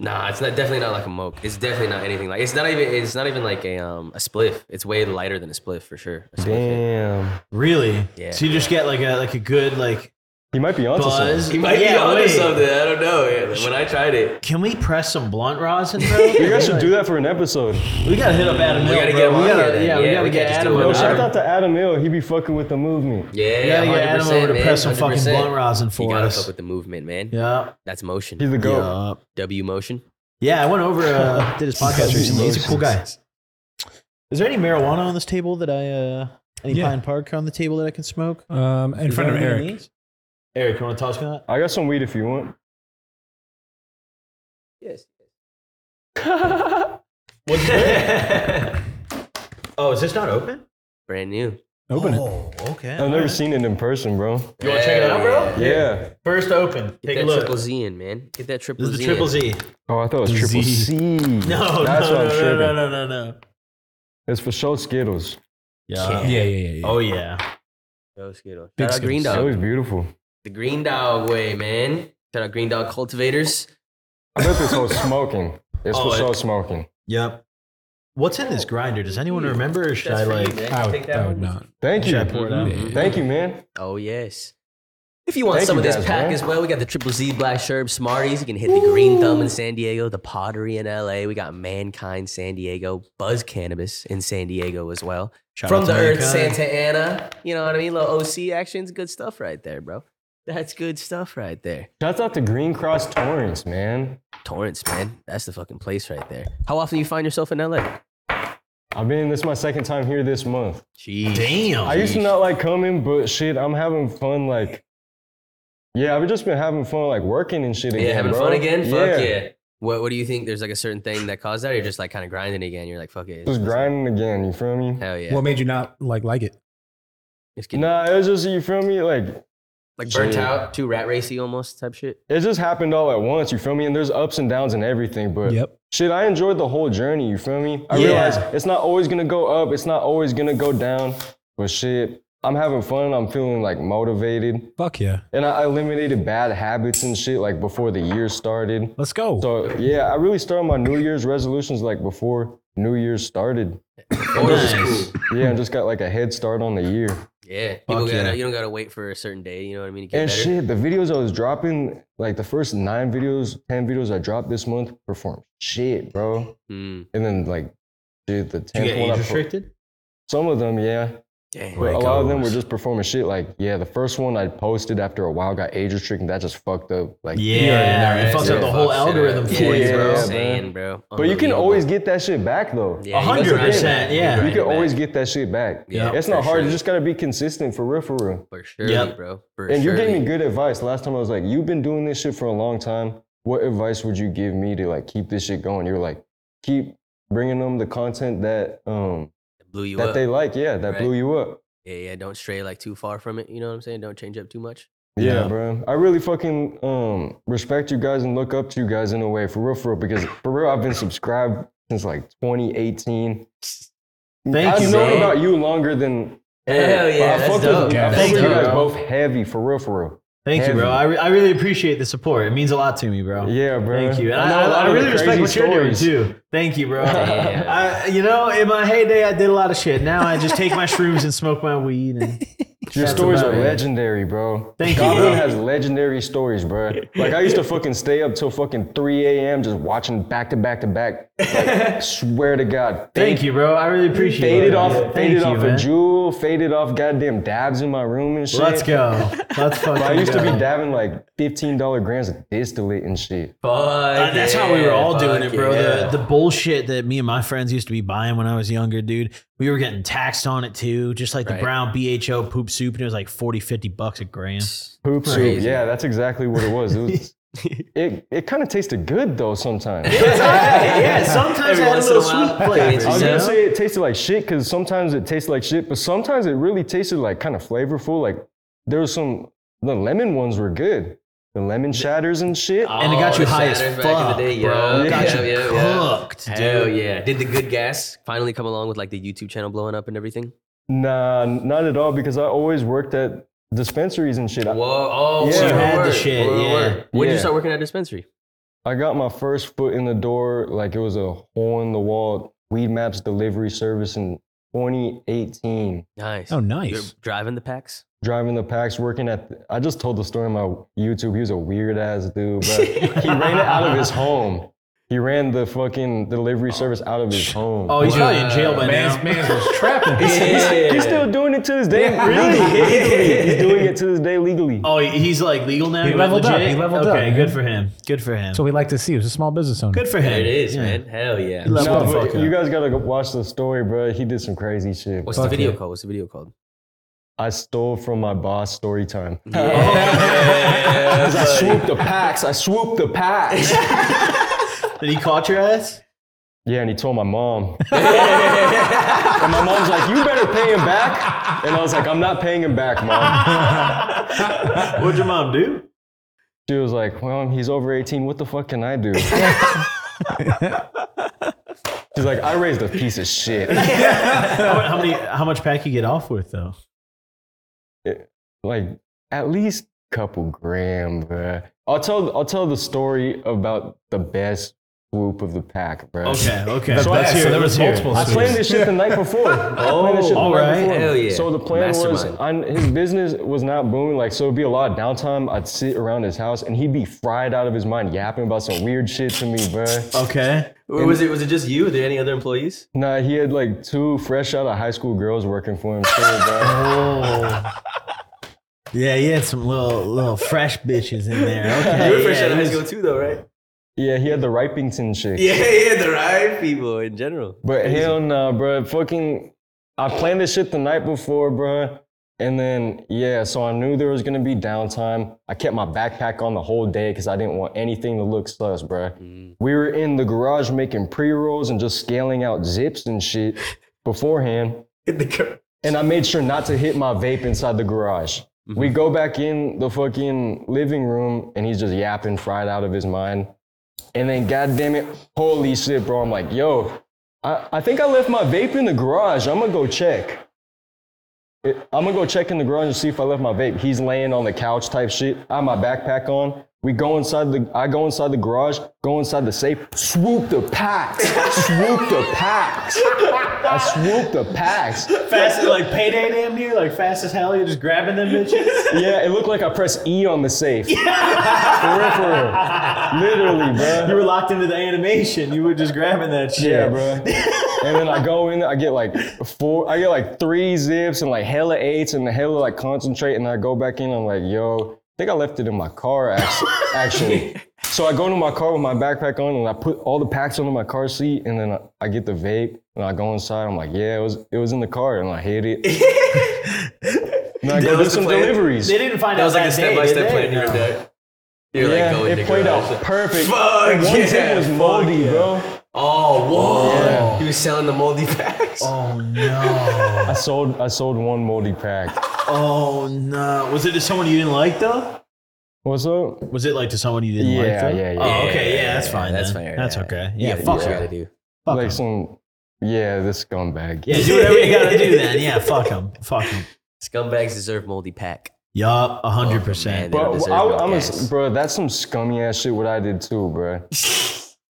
[SPEAKER 1] Nah, it's not definitely not like a moke. It's definitely not anything like. It's not even. It's not even like a um a spliff. It's way lighter than a spliff for sure. A spliff hit.
[SPEAKER 2] Damn,
[SPEAKER 4] Really?
[SPEAKER 1] Yeah.
[SPEAKER 4] So you just get like a like a good like
[SPEAKER 2] he might be onto something.
[SPEAKER 4] buzz.
[SPEAKER 1] He might be
[SPEAKER 4] Yeah,
[SPEAKER 1] onto
[SPEAKER 4] wait.
[SPEAKER 1] something. I don't know. Yeah, When I tried it,
[SPEAKER 4] Can we press some blunt rosin, bro?
[SPEAKER 2] You guys should do that for an episode.
[SPEAKER 4] We gotta hit up Adam
[SPEAKER 1] We
[SPEAKER 4] Hill.
[SPEAKER 1] gotta
[SPEAKER 4] bro.
[SPEAKER 1] get him on
[SPEAKER 4] we
[SPEAKER 1] here
[SPEAKER 4] gotta,
[SPEAKER 1] then.
[SPEAKER 4] yeah, we
[SPEAKER 1] Yeah,
[SPEAKER 4] gotta
[SPEAKER 1] we
[SPEAKER 4] get
[SPEAKER 1] can't just
[SPEAKER 4] Adam
[SPEAKER 1] do it
[SPEAKER 4] over
[SPEAKER 2] Yo,
[SPEAKER 1] on
[SPEAKER 4] there.
[SPEAKER 1] our
[SPEAKER 2] shout out to Adam Hill. He be fucking with the movement.
[SPEAKER 1] yeah,
[SPEAKER 4] We gotta get
[SPEAKER 1] 100%,
[SPEAKER 4] Adam over to
[SPEAKER 1] man,
[SPEAKER 4] press some fucking
[SPEAKER 1] 100%.
[SPEAKER 4] blunt rosin
[SPEAKER 1] You
[SPEAKER 4] for
[SPEAKER 1] gotta
[SPEAKER 4] us.
[SPEAKER 1] fuck with the movement, man.
[SPEAKER 4] Yeah.
[SPEAKER 1] That's motion.
[SPEAKER 2] He's the goat.
[SPEAKER 4] Yeah.
[SPEAKER 1] W motion.
[SPEAKER 4] Yeah, I went over, uh, did his podcast recently. He's a cool guy. Is there any marijuana on this table that I, uh, any
[SPEAKER 5] Yeah.
[SPEAKER 4] Pine Park on the table that I can smoke?
[SPEAKER 5] Um, in
[SPEAKER 4] Is
[SPEAKER 5] front of
[SPEAKER 4] there any of
[SPEAKER 5] Eric.
[SPEAKER 4] these? Eric, you want to toss me that?
[SPEAKER 2] I got some weed if you want.
[SPEAKER 1] Yes.
[SPEAKER 4] oh, is this not open?
[SPEAKER 1] Brand new.
[SPEAKER 5] Open it.
[SPEAKER 4] Oh, okay.
[SPEAKER 2] I've never seen it in person, bro.
[SPEAKER 4] You want to check it out, bro?
[SPEAKER 2] Yeah.
[SPEAKER 4] First open.
[SPEAKER 1] Get
[SPEAKER 4] Take a
[SPEAKER 1] that
[SPEAKER 4] look.
[SPEAKER 1] triple Z in, man. Get that triple
[SPEAKER 4] This is
[SPEAKER 1] Z.
[SPEAKER 4] the
[SPEAKER 1] in.
[SPEAKER 4] triple Z.
[SPEAKER 2] Oh, I thought it was triple
[SPEAKER 5] Z.
[SPEAKER 2] C.
[SPEAKER 4] No,
[SPEAKER 2] that's
[SPEAKER 4] no,
[SPEAKER 2] what I'm
[SPEAKER 4] no, no,
[SPEAKER 2] tripping.
[SPEAKER 4] no, no, no, no.
[SPEAKER 2] It's for show Skittles.
[SPEAKER 5] Yeah, yeah, yeah. yeah.
[SPEAKER 4] Oh, yeah.
[SPEAKER 1] Yo, Skittle.
[SPEAKER 5] Big
[SPEAKER 1] Shout out
[SPEAKER 5] Skittles.
[SPEAKER 1] Green
[SPEAKER 2] It's
[SPEAKER 1] Dog.
[SPEAKER 2] always beautiful.
[SPEAKER 1] The Green Dog way, man. Shout out Green Dog Cultivators.
[SPEAKER 2] I bet this whole smoking. It's
[SPEAKER 4] Oh,
[SPEAKER 2] for
[SPEAKER 4] it-
[SPEAKER 2] show smoking.
[SPEAKER 4] Yep. What's in this grinder? Does anyone remember? Or should I like?
[SPEAKER 5] I would, I would not.
[SPEAKER 2] Thank you.
[SPEAKER 4] Should I pour it out?
[SPEAKER 5] Yeah.
[SPEAKER 2] Thank you, man.
[SPEAKER 1] Oh yes. If you want
[SPEAKER 2] Thank
[SPEAKER 1] some
[SPEAKER 2] you
[SPEAKER 1] of this
[SPEAKER 2] guys,
[SPEAKER 1] pack
[SPEAKER 2] man.
[SPEAKER 1] as well, we got the Triple Z Black Sherb Smarties. You can hit the Green Thumb in San Diego, the Pottery in LA. We got Mankind San Diego, Buzz Cannabis in San Diego as well.
[SPEAKER 4] Shout
[SPEAKER 1] From
[SPEAKER 4] out
[SPEAKER 1] the
[SPEAKER 4] to
[SPEAKER 1] Earth,
[SPEAKER 4] Mankind.
[SPEAKER 1] Santa Ana. You know what I mean? Little OC actions, good stuff right there, bro. That's good stuff right there.
[SPEAKER 2] Shouts out to Green Cross Torrance, man.
[SPEAKER 1] Torrance, man. That's the fucking place right there. How often do you find yourself in LA?
[SPEAKER 2] I've been this is my second time here this month.
[SPEAKER 1] Jeez.
[SPEAKER 4] Damn.
[SPEAKER 2] I used to not like coming, but shit, I'm having fun. Like, yeah, I've just been having fun, like working and shit again.
[SPEAKER 1] Yeah, having
[SPEAKER 2] bro.
[SPEAKER 1] fun again? Fuck yeah. What, what do you think? There's like a certain thing that caused that? Or you're just like kind of grinding again? You're like, fuck it.
[SPEAKER 2] Just grinding again. You feel me?
[SPEAKER 1] Hell yeah.
[SPEAKER 5] What made you not like like it?
[SPEAKER 1] It's getting
[SPEAKER 2] Nah, it was just you feel me. Like
[SPEAKER 1] like burnt
[SPEAKER 2] Yeah.
[SPEAKER 1] out, too rat racy almost type shit.
[SPEAKER 2] it just happened all at once. You feel me? And there's ups and downs and everything, but
[SPEAKER 5] Yep.
[SPEAKER 2] shit, I enjoyed the whole journey. You feel me? I
[SPEAKER 4] Yeah.
[SPEAKER 2] realized it's not always gonna go up. It's not always gonna go down. But shit, I'm having fun. I'm feeling like motivated,
[SPEAKER 5] Fuck yeah.
[SPEAKER 2] and I eliminated bad habits and shit like before the year started.
[SPEAKER 5] Let's go.
[SPEAKER 2] So yeah, I really started my New Year's resolutions like before New Year's started.
[SPEAKER 4] Nice.
[SPEAKER 2] Yeah, and just got like a head start on the year.
[SPEAKER 1] Yeah, people
[SPEAKER 4] Fuck
[SPEAKER 1] gotta,
[SPEAKER 4] yeah.
[SPEAKER 1] you don't gotta wait for a certain day. You know what I mean? To get
[SPEAKER 2] And
[SPEAKER 1] better.
[SPEAKER 2] shit, the videos I was dropping, like the first nine videos, ten videos I dropped this month, performed shit, bro.
[SPEAKER 1] Mm,
[SPEAKER 2] And then like, dude, the
[SPEAKER 4] Did you
[SPEAKER 2] tenth
[SPEAKER 4] get
[SPEAKER 2] one, I
[SPEAKER 4] age
[SPEAKER 2] per-
[SPEAKER 4] restricted?
[SPEAKER 2] some of them, yeah.
[SPEAKER 1] damn.
[SPEAKER 4] Wait.
[SPEAKER 2] a lot of them were
[SPEAKER 4] goes.
[SPEAKER 2] just performing shit. Like, yeah, the first one I posted after a while got age restricted. That just fucked up. Like,
[SPEAKER 4] Yeah, it fucks up the whole
[SPEAKER 1] Fucks it
[SPEAKER 4] algorithm
[SPEAKER 1] up.
[SPEAKER 4] for
[SPEAKER 1] Yeah,
[SPEAKER 4] you,
[SPEAKER 1] that's what
[SPEAKER 4] bro.
[SPEAKER 1] I'm
[SPEAKER 2] Yeah,
[SPEAKER 1] saying, bro.
[SPEAKER 2] but you can
[SPEAKER 1] Unbelievable.
[SPEAKER 2] always get that shit back though.
[SPEAKER 1] Yeah, you
[SPEAKER 4] hundred
[SPEAKER 1] can grind it
[SPEAKER 4] percent,
[SPEAKER 1] back.
[SPEAKER 4] yeah.
[SPEAKER 1] grind
[SPEAKER 2] you can
[SPEAKER 1] it back.
[SPEAKER 2] always get that shit back.
[SPEAKER 1] Yeah,
[SPEAKER 2] it's not
[SPEAKER 1] for
[SPEAKER 2] hard.
[SPEAKER 1] sure.
[SPEAKER 2] You just gotta be consistent for real, for real.
[SPEAKER 1] for sure,
[SPEAKER 4] Yep.
[SPEAKER 1] bro. For
[SPEAKER 2] And you gave
[SPEAKER 1] surely.
[SPEAKER 2] me good advice last time. I was like, you've been doing this shit for a long time. What advice would you give me to like keep this shit going? You're like, keep bringing them the content that um
[SPEAKER 1] blew you
[SPEAKER 2] that
[SPEAKER 1] up.
[SPEAKER 2] they like. Yeah, that
[SPEAKER 1] Right.
[SPEAKER 2] blew you up.
[SPEAKER 1] yeah, yeah. Don't stray like too far from it. You know what I'm saying? Don't change up too much.
[SPEAKER 2] Yeah,
[SPEAKER 4] Yeah.
[SPEAKER 2] bro. I really fucking um respect you guys and look up to you guys in a way for real, for real. Because for real, I've been subscribed since like 2018.
[SPEAKER 4] Thank
[SPEAKER 2] I've
[SPEAKER 4] you,
[SPEAKER 2] known
[SPEAKER 4] bro.
[SPEAKER 2] about you longer than.
[SPEAKER 1] Hell yeah,
[SPEAKER 2] I
[SPEAKER 1] that's
[SPEAKER 2] fuck
[SPEAKER 1] dope.
[SPEAKER 2] With, I
[SPEAKER 5] Yeah,
[SPEAKER 2] fuck
[SPEAKER 5] that's
[SPEAKER 2] with you
[SPEAKER 4] dope,
[SPEAKER 2] guys
[SPEAKER 4] bro.
[SPEAKER 2] both heavy for real, for real.
[SPEAKER 4] Thank you, bro.
[SPEAKER 2] Heavy.
[SPEAKER 4] I, re- I really appreciate the support. It means a lot to me, bro.
[SPEAKER 2] Yeah, bro.
[SPEAKER 4] Thank you. And I,
[SPEAKER 2] know a
[SPEAKER 4] I,
[SPEAKER 2] lot of the
[SPEAKER 4] really respect
[SPEAKER 2] crazy
[SPEAKER 4] what you're doing
[SPEAKER 2] stories.
[SPEAKER 4] too. Thank you, bro.
[SPEAKER 1] Damn.
[SPEAKER 4] I, you know, in my heyday, I did a lot of shit. Now I just take my shrooms and smoke my weed. And
[SPEAKER 2] Your
[SPEAKER 4] That's
[SPEAKER 2] stories
[SPEAKER 4] about
[SPEAKER 2] are
[SPEAKER 4] it.
[SPEAKER 2] legendary, bro.
[SPEAKER 4] Thank you,
[SPEAKER 2] Goblin
[SPEAKER 4] bro.
[SPEAKER 2] has legendary stories, bro. Like I used to fucking stay up till fucking 3 a.m. just watching back to back to back. Like, swear to God.
[SPEAKER 4] thank you, bro. I really appreciate it.
[SPEAKER 2] Faded off,
[SPEAKER 4] Thank
[SPEAKER 2] faded
[SPEAKER 4] you,
[SPEAKER 2] off
[SPEAKER 4] man.
[SPEAKER 2] a jewel, faded off goddamn dabs in my room and shit.
[SPEAKER 4] Let's go. Let's fucking
[SPEAKER 2] I used
[SPEAKER 4] go.
[SPEAKER 2] to be dabbing like $15 grams of distillate and shit.
[SPEAKER 4] Uh, that's how we were all doing it, bro.
[SPEAKER 1] Yeah.
[SPEAKER 4] The, the bullshit that me and my friends used to be buying when I was younger, dude. We were getting taxed on it too, just like
[SPEAKER 1] Right.
[SPEAKER 4] the brown BHO poop soup, and it was like 40, 50 bucks a gram.
[SPEAKER 2] Poop soup.
[SPEAKER 1] Crazy.
[SPEAKER 2] Yeah, that's exactly what it was. It was it, it kind of tasted good though sometimes.
[SPEAKER 4] yeah, sometimes
[SPEAKER 1] Every
[SPEAKER 4] I had a
[SPEAKER 1] once in
[SPEAKER 4] little
[SPEAKER 1] a while,
[SPEAKER 4] sweet flavor.
[SPEAKER 2] I was
[SPEAKER 1] You
[SPEAKER 2] gonna
[SPEAKER 1] know?
[SPEAKER 2] say it tasted like shit because sometimes it tasted like shit, but sometimes it really tasted like kind of flavorful. Like there was some the lemon ones were good, the Ah. lemon shatters and shit.
[SPEAKER 4] and it got
[SPEAKER 1] Oh,
[SPEAKER 4] you
[SPEAKER 1] the
[SPEAKER 4] high as
[SPEAKER 1] Saturns
[SPEAKER 4] fuck,
[SPEAKER 1] back in the day,
[SPEAKER 4] bro.
[SPEAKER 1] yeah.
[SPEAKER 4] It got
[SPEAKER 1] Yeah,
[SPEAKER 4] you
[SPEAKER 1] yeah, yeah.
[SPEAKER 4] cooked,
[SPEAKER 1] Hell
[SPEAKER 4] dude.
[SPEAKER 1] yeah! Did the good gas finally come along with like the YouTube channel blowing up and everything?
[SPEAKER 2] Nah, not at all because I always worked at dispensaries and shit. I,
[SPEAKER 1] Whoa! Oh,
[SPEAKER 2] Yeah. You had
[SPEAKER 4] the shit, yeah.
[SPEAKER 1] When did
[SPEAKER 2] Yeah.
[SPEAKER 1] you start working at a dispensary?
[SPEAKER 2] I got my first foot in the door like it was a hole in the wall weed maps delivery service in 2018.
[SPEAKER 1] Nice.
[SPEAKER 5] Oh,
[SPEAKER 1] You're
[SPEAKER 5] nice.
[SPEAKER 1] driving the packs.
[SPEAKER 2] driving the packs, working at. I just told the story on my YouTube. He was a weird ass dude, but he ran it out of his home. He ran the fucking delivery service out of his home.
[SPEAKER 4] Oh, he's probably in jail by now.
[SPEAKER 5] man's was trapping.
[SPEAKER 2] He's still doing it to this day. Really? he's doing it to this day legally.
[SPEAKER 4] Oh, he- he's like legal now.
[SPEAKER 5] He
[SPEAKER 4] went
[SPEAKER 5] leveled up,
[SPEAKER 4] legit?
[SPEAKER 5] he leveled up,
[SPEAKER 4] okay,
[SPEAKER 5] man.
[SPEAKER 4] good for him. Good for him.
[SPEAKER 5] So we like to see. It was a small business owner.
[SPEAKER 4] good for him.
[SPEAKER 1] There it is,
[SPEAKER 4] Yeah.
[SPEAKER 1] man. Hell yeah.
[SPEAKER 4] He leveled
[SPEAKER 2] No,
[SPEAKER 4] the
[SPEAKER 2] but
[SPEAKER 4] fuck up.
[SPEAKER 2] you guys gotta go watch the story, bro. He did some crazy shit.
[SPEAKER 1] What's
[SPEAKER 2] bro.
[SPEAKER 1] the video
[SPEAKER 5] yeah.
[SPEAKER 1] called? What's the video called?
[SPEAKER 2] I stole from my boss story time.
[SPEAKER 1] Yeah,
[SPEAKER 2] 'Cause I swooped the packs. I swooped the packs.
[SPEAKER 4] Did he caught your ass?
[SPEAKER 2] Yeah, and he told my mom. and my mom's like, "You better pay him back." And I was like, "I'm not paying him back, mom."
[SPEAKER 4] What'd your mom do?
[SPEAKER 2] She was like, "Well, he's over 18. What the fuck can I do?" She's like, "I raised a piece of shit."
[SPEAKER 4] How, how many? How much pack you get off with though?
[SPEAKER 2] like at least couple gram, bruh. I'll tell I'll tell the story about the best swoop of the pack, bruh.
[SPEAKER 4] Okay, okay.
[SPEAKER 5] The best. So there was multiple
[SPEAKER 2] I planned this shit the night before. I planned this shit the
[SPEAKER 4] all
[SPEAKER 2] night
[SPEAKER 4] right.
[SPEAKER 2] before.
[SPEAKER 1] Hell yeah.
[SPEAKER 2] So the plan
[SPEAKER 1] Mastermind.
[SPEAKER 2] was, on, his business was not booming. Like, so it'd be a lot of downtime. I'd sit around his house, and he'd be fried out of his mind, yapping about some weird shit to me, bruh.
[SPEAKER 4] Okay.
[SPEAKER 1] Or was it was it just you? Were there any other employees?
[SPEAKER 2] Nah, he had like two fresh out of high school girls working for him, too, bruh.
[SPEAKER 4] Oh. Yeah, he had some little little fresh bitches in there. Okay.
[SPEAKER 1] you were fresh
[SPEAKER 4] yeah,
[SPEAKER 1] out of
[SPEAKER 4] he
[SPEAKER 1] high
[SPEAKER 4] was-
[SPEAKER 1] school too, though, right?
[SPEAKER 2] Yeah, he had the Ripington chick.
[SPEAKER 1] Yeah, yeah, the right people in general.
[SPEAKER 2] But hell nah, bruh. Fucking, I planned this shit the night before, bruh. And then yeah, so I knew there was gonna be downtime. I kept my backpack on the whole day because I didn't want anything to look sus, bruh. We were in the garage making pre rolls and just scaling out zips and shit beforehand.
[SPEAKER 1] The cur-
[SPEAKER 2] And I made sure not to hit my vape inside the garage. We go back in the fucking living room and he's just yapping, fried out of his mind. And then, goddamn it, holy shit, bro. I'm like, yo, I, I think I left my vape in the garage. I'm gonna go check. It- I'm gonna go check in the garage and see if I left my vape. He's laying on the couch type shit. I have my backpack on. We go inside the I go inside the garage, go inside the safe, swoop the packs, swoop the packs. I swoop the packs.
[SPEAKER 4] Fast like payday damn near, like fast as hell, you're just grabbing them bitches.
[SPEAKER 2] Yeah, it looked like I pressed E on the safe. For real, for real. Literally, bro.
[SPEAKER 4] you were locked into the animation. You were just grabbing that shit.
[SPEAKER 2] Yeah, bro. and then I go in, I get like four, I get like three zips and like hella eights and the hella like concentrate. And I go back in, I'm like, yo, I think I left it in my car act- actually. so I go to my car with my backpack on and I put all the packs under my car seat. And then I, I get the vape and I go inside. I'm like, yeah, it was, it was in the car and I hid it. and I
[SPEAKER 4] That
[SPEAKER 2] go
[SPEAKER 4] was
[SPEAKER 2] get
[SPEAKER 4] the
[SPEAKER 2] some
[SPEAKER 4] plan.
[SPEAKER 2] deliveries.
[SPEAKER 4] They didn't find
[SPEAKER 1] That
[SPEAKER 4] out
[SPEAKER 1] was like a
[SPEAKER 4] day,
[SPEAKER 1] step by
[SPEAKER 4] did
[SPEAKER 1] step
[SPEAKER 4] they?
[SPEAKER 1] plan you were
[SPEAKER 4] No.
[SPEAKER 1] there. You're like
[SPEAKER 2] yeah,
[SPEAKER 1] going to
[SPEAKER 2] it played
[SPEAKER 1] garage.
[SPEAKER 2] out perfect.
[SPEAKER 4] Fuck
[SPEAKER 2] And one
[SPEAKER 4] yeah,
[SPEAKER 2] zip was
[SPEAKER 4] fuck
[SPEAKER 2] moldy,
[SPEAKER 4] yeah.
[SPEAKER 2] bro.
[SPEAKER 1] Oh, whoa! He was selling the moldy packs.
[SPEAKER 4] Oh no.
[SPEAKER 2] I sold, I sold one moldy pack.
[SPEAKER 4] Oh no. Was it to someone you didn't like though?
[SPEAKER 2] What's up?
[SPEAKER 4] Was it like to someone you didn't like
[SPEAKER 2] Yeah,
[SPEAKER 4] though?
[SPEAKER 2] yeah, yeah.
[SPEAKER 4] Oh, okay, yeah, that's fine.
[SPEAKER 1] That's
[SPEAKER 4] then.
[SPEAKER 1] fair.
[SPEAKER 4] That's
[SPEAKER 1] Yeah.
[SPEAKER 4] okay.
[SPEAKER 1] You
[SPEAKER 4] Yeah,
[SPEAKER 1] gotta do
[SPEAKER 4] fuck
[SPEAKER 1] what you gotta
[SPEAKER 4] them.
[SPEAKER 1] do.
[SPEAKER 4] Fuck
[SPEAKER 2] like
[SPEAKER 4] 'em.
[SPEAKER 2] some, yeah, this scumbag.
[SPEAKER 4] Yeah, do whatever you gotta do then. Yeah, fuck them. Fuck them.
[SPEAKER 1] Scumbags deserve moldy pack.
[SPEAKER 4] Yup, a hundred
[SPEAKER 1] Oh, man.
[SPEAKER 4] percent.
[SPEAKER 1] They don't
[SPEAKER 2] Bro,
[SPEAKER 1] deserve
[SPEAKER 2] I,
[SPEAKER 1] no
[SPEAKER 2] I'm a,
[SPEAKER 1] gas.
[SPEAKER 2] bro, that's some scummy ass shit. What I did too, bro.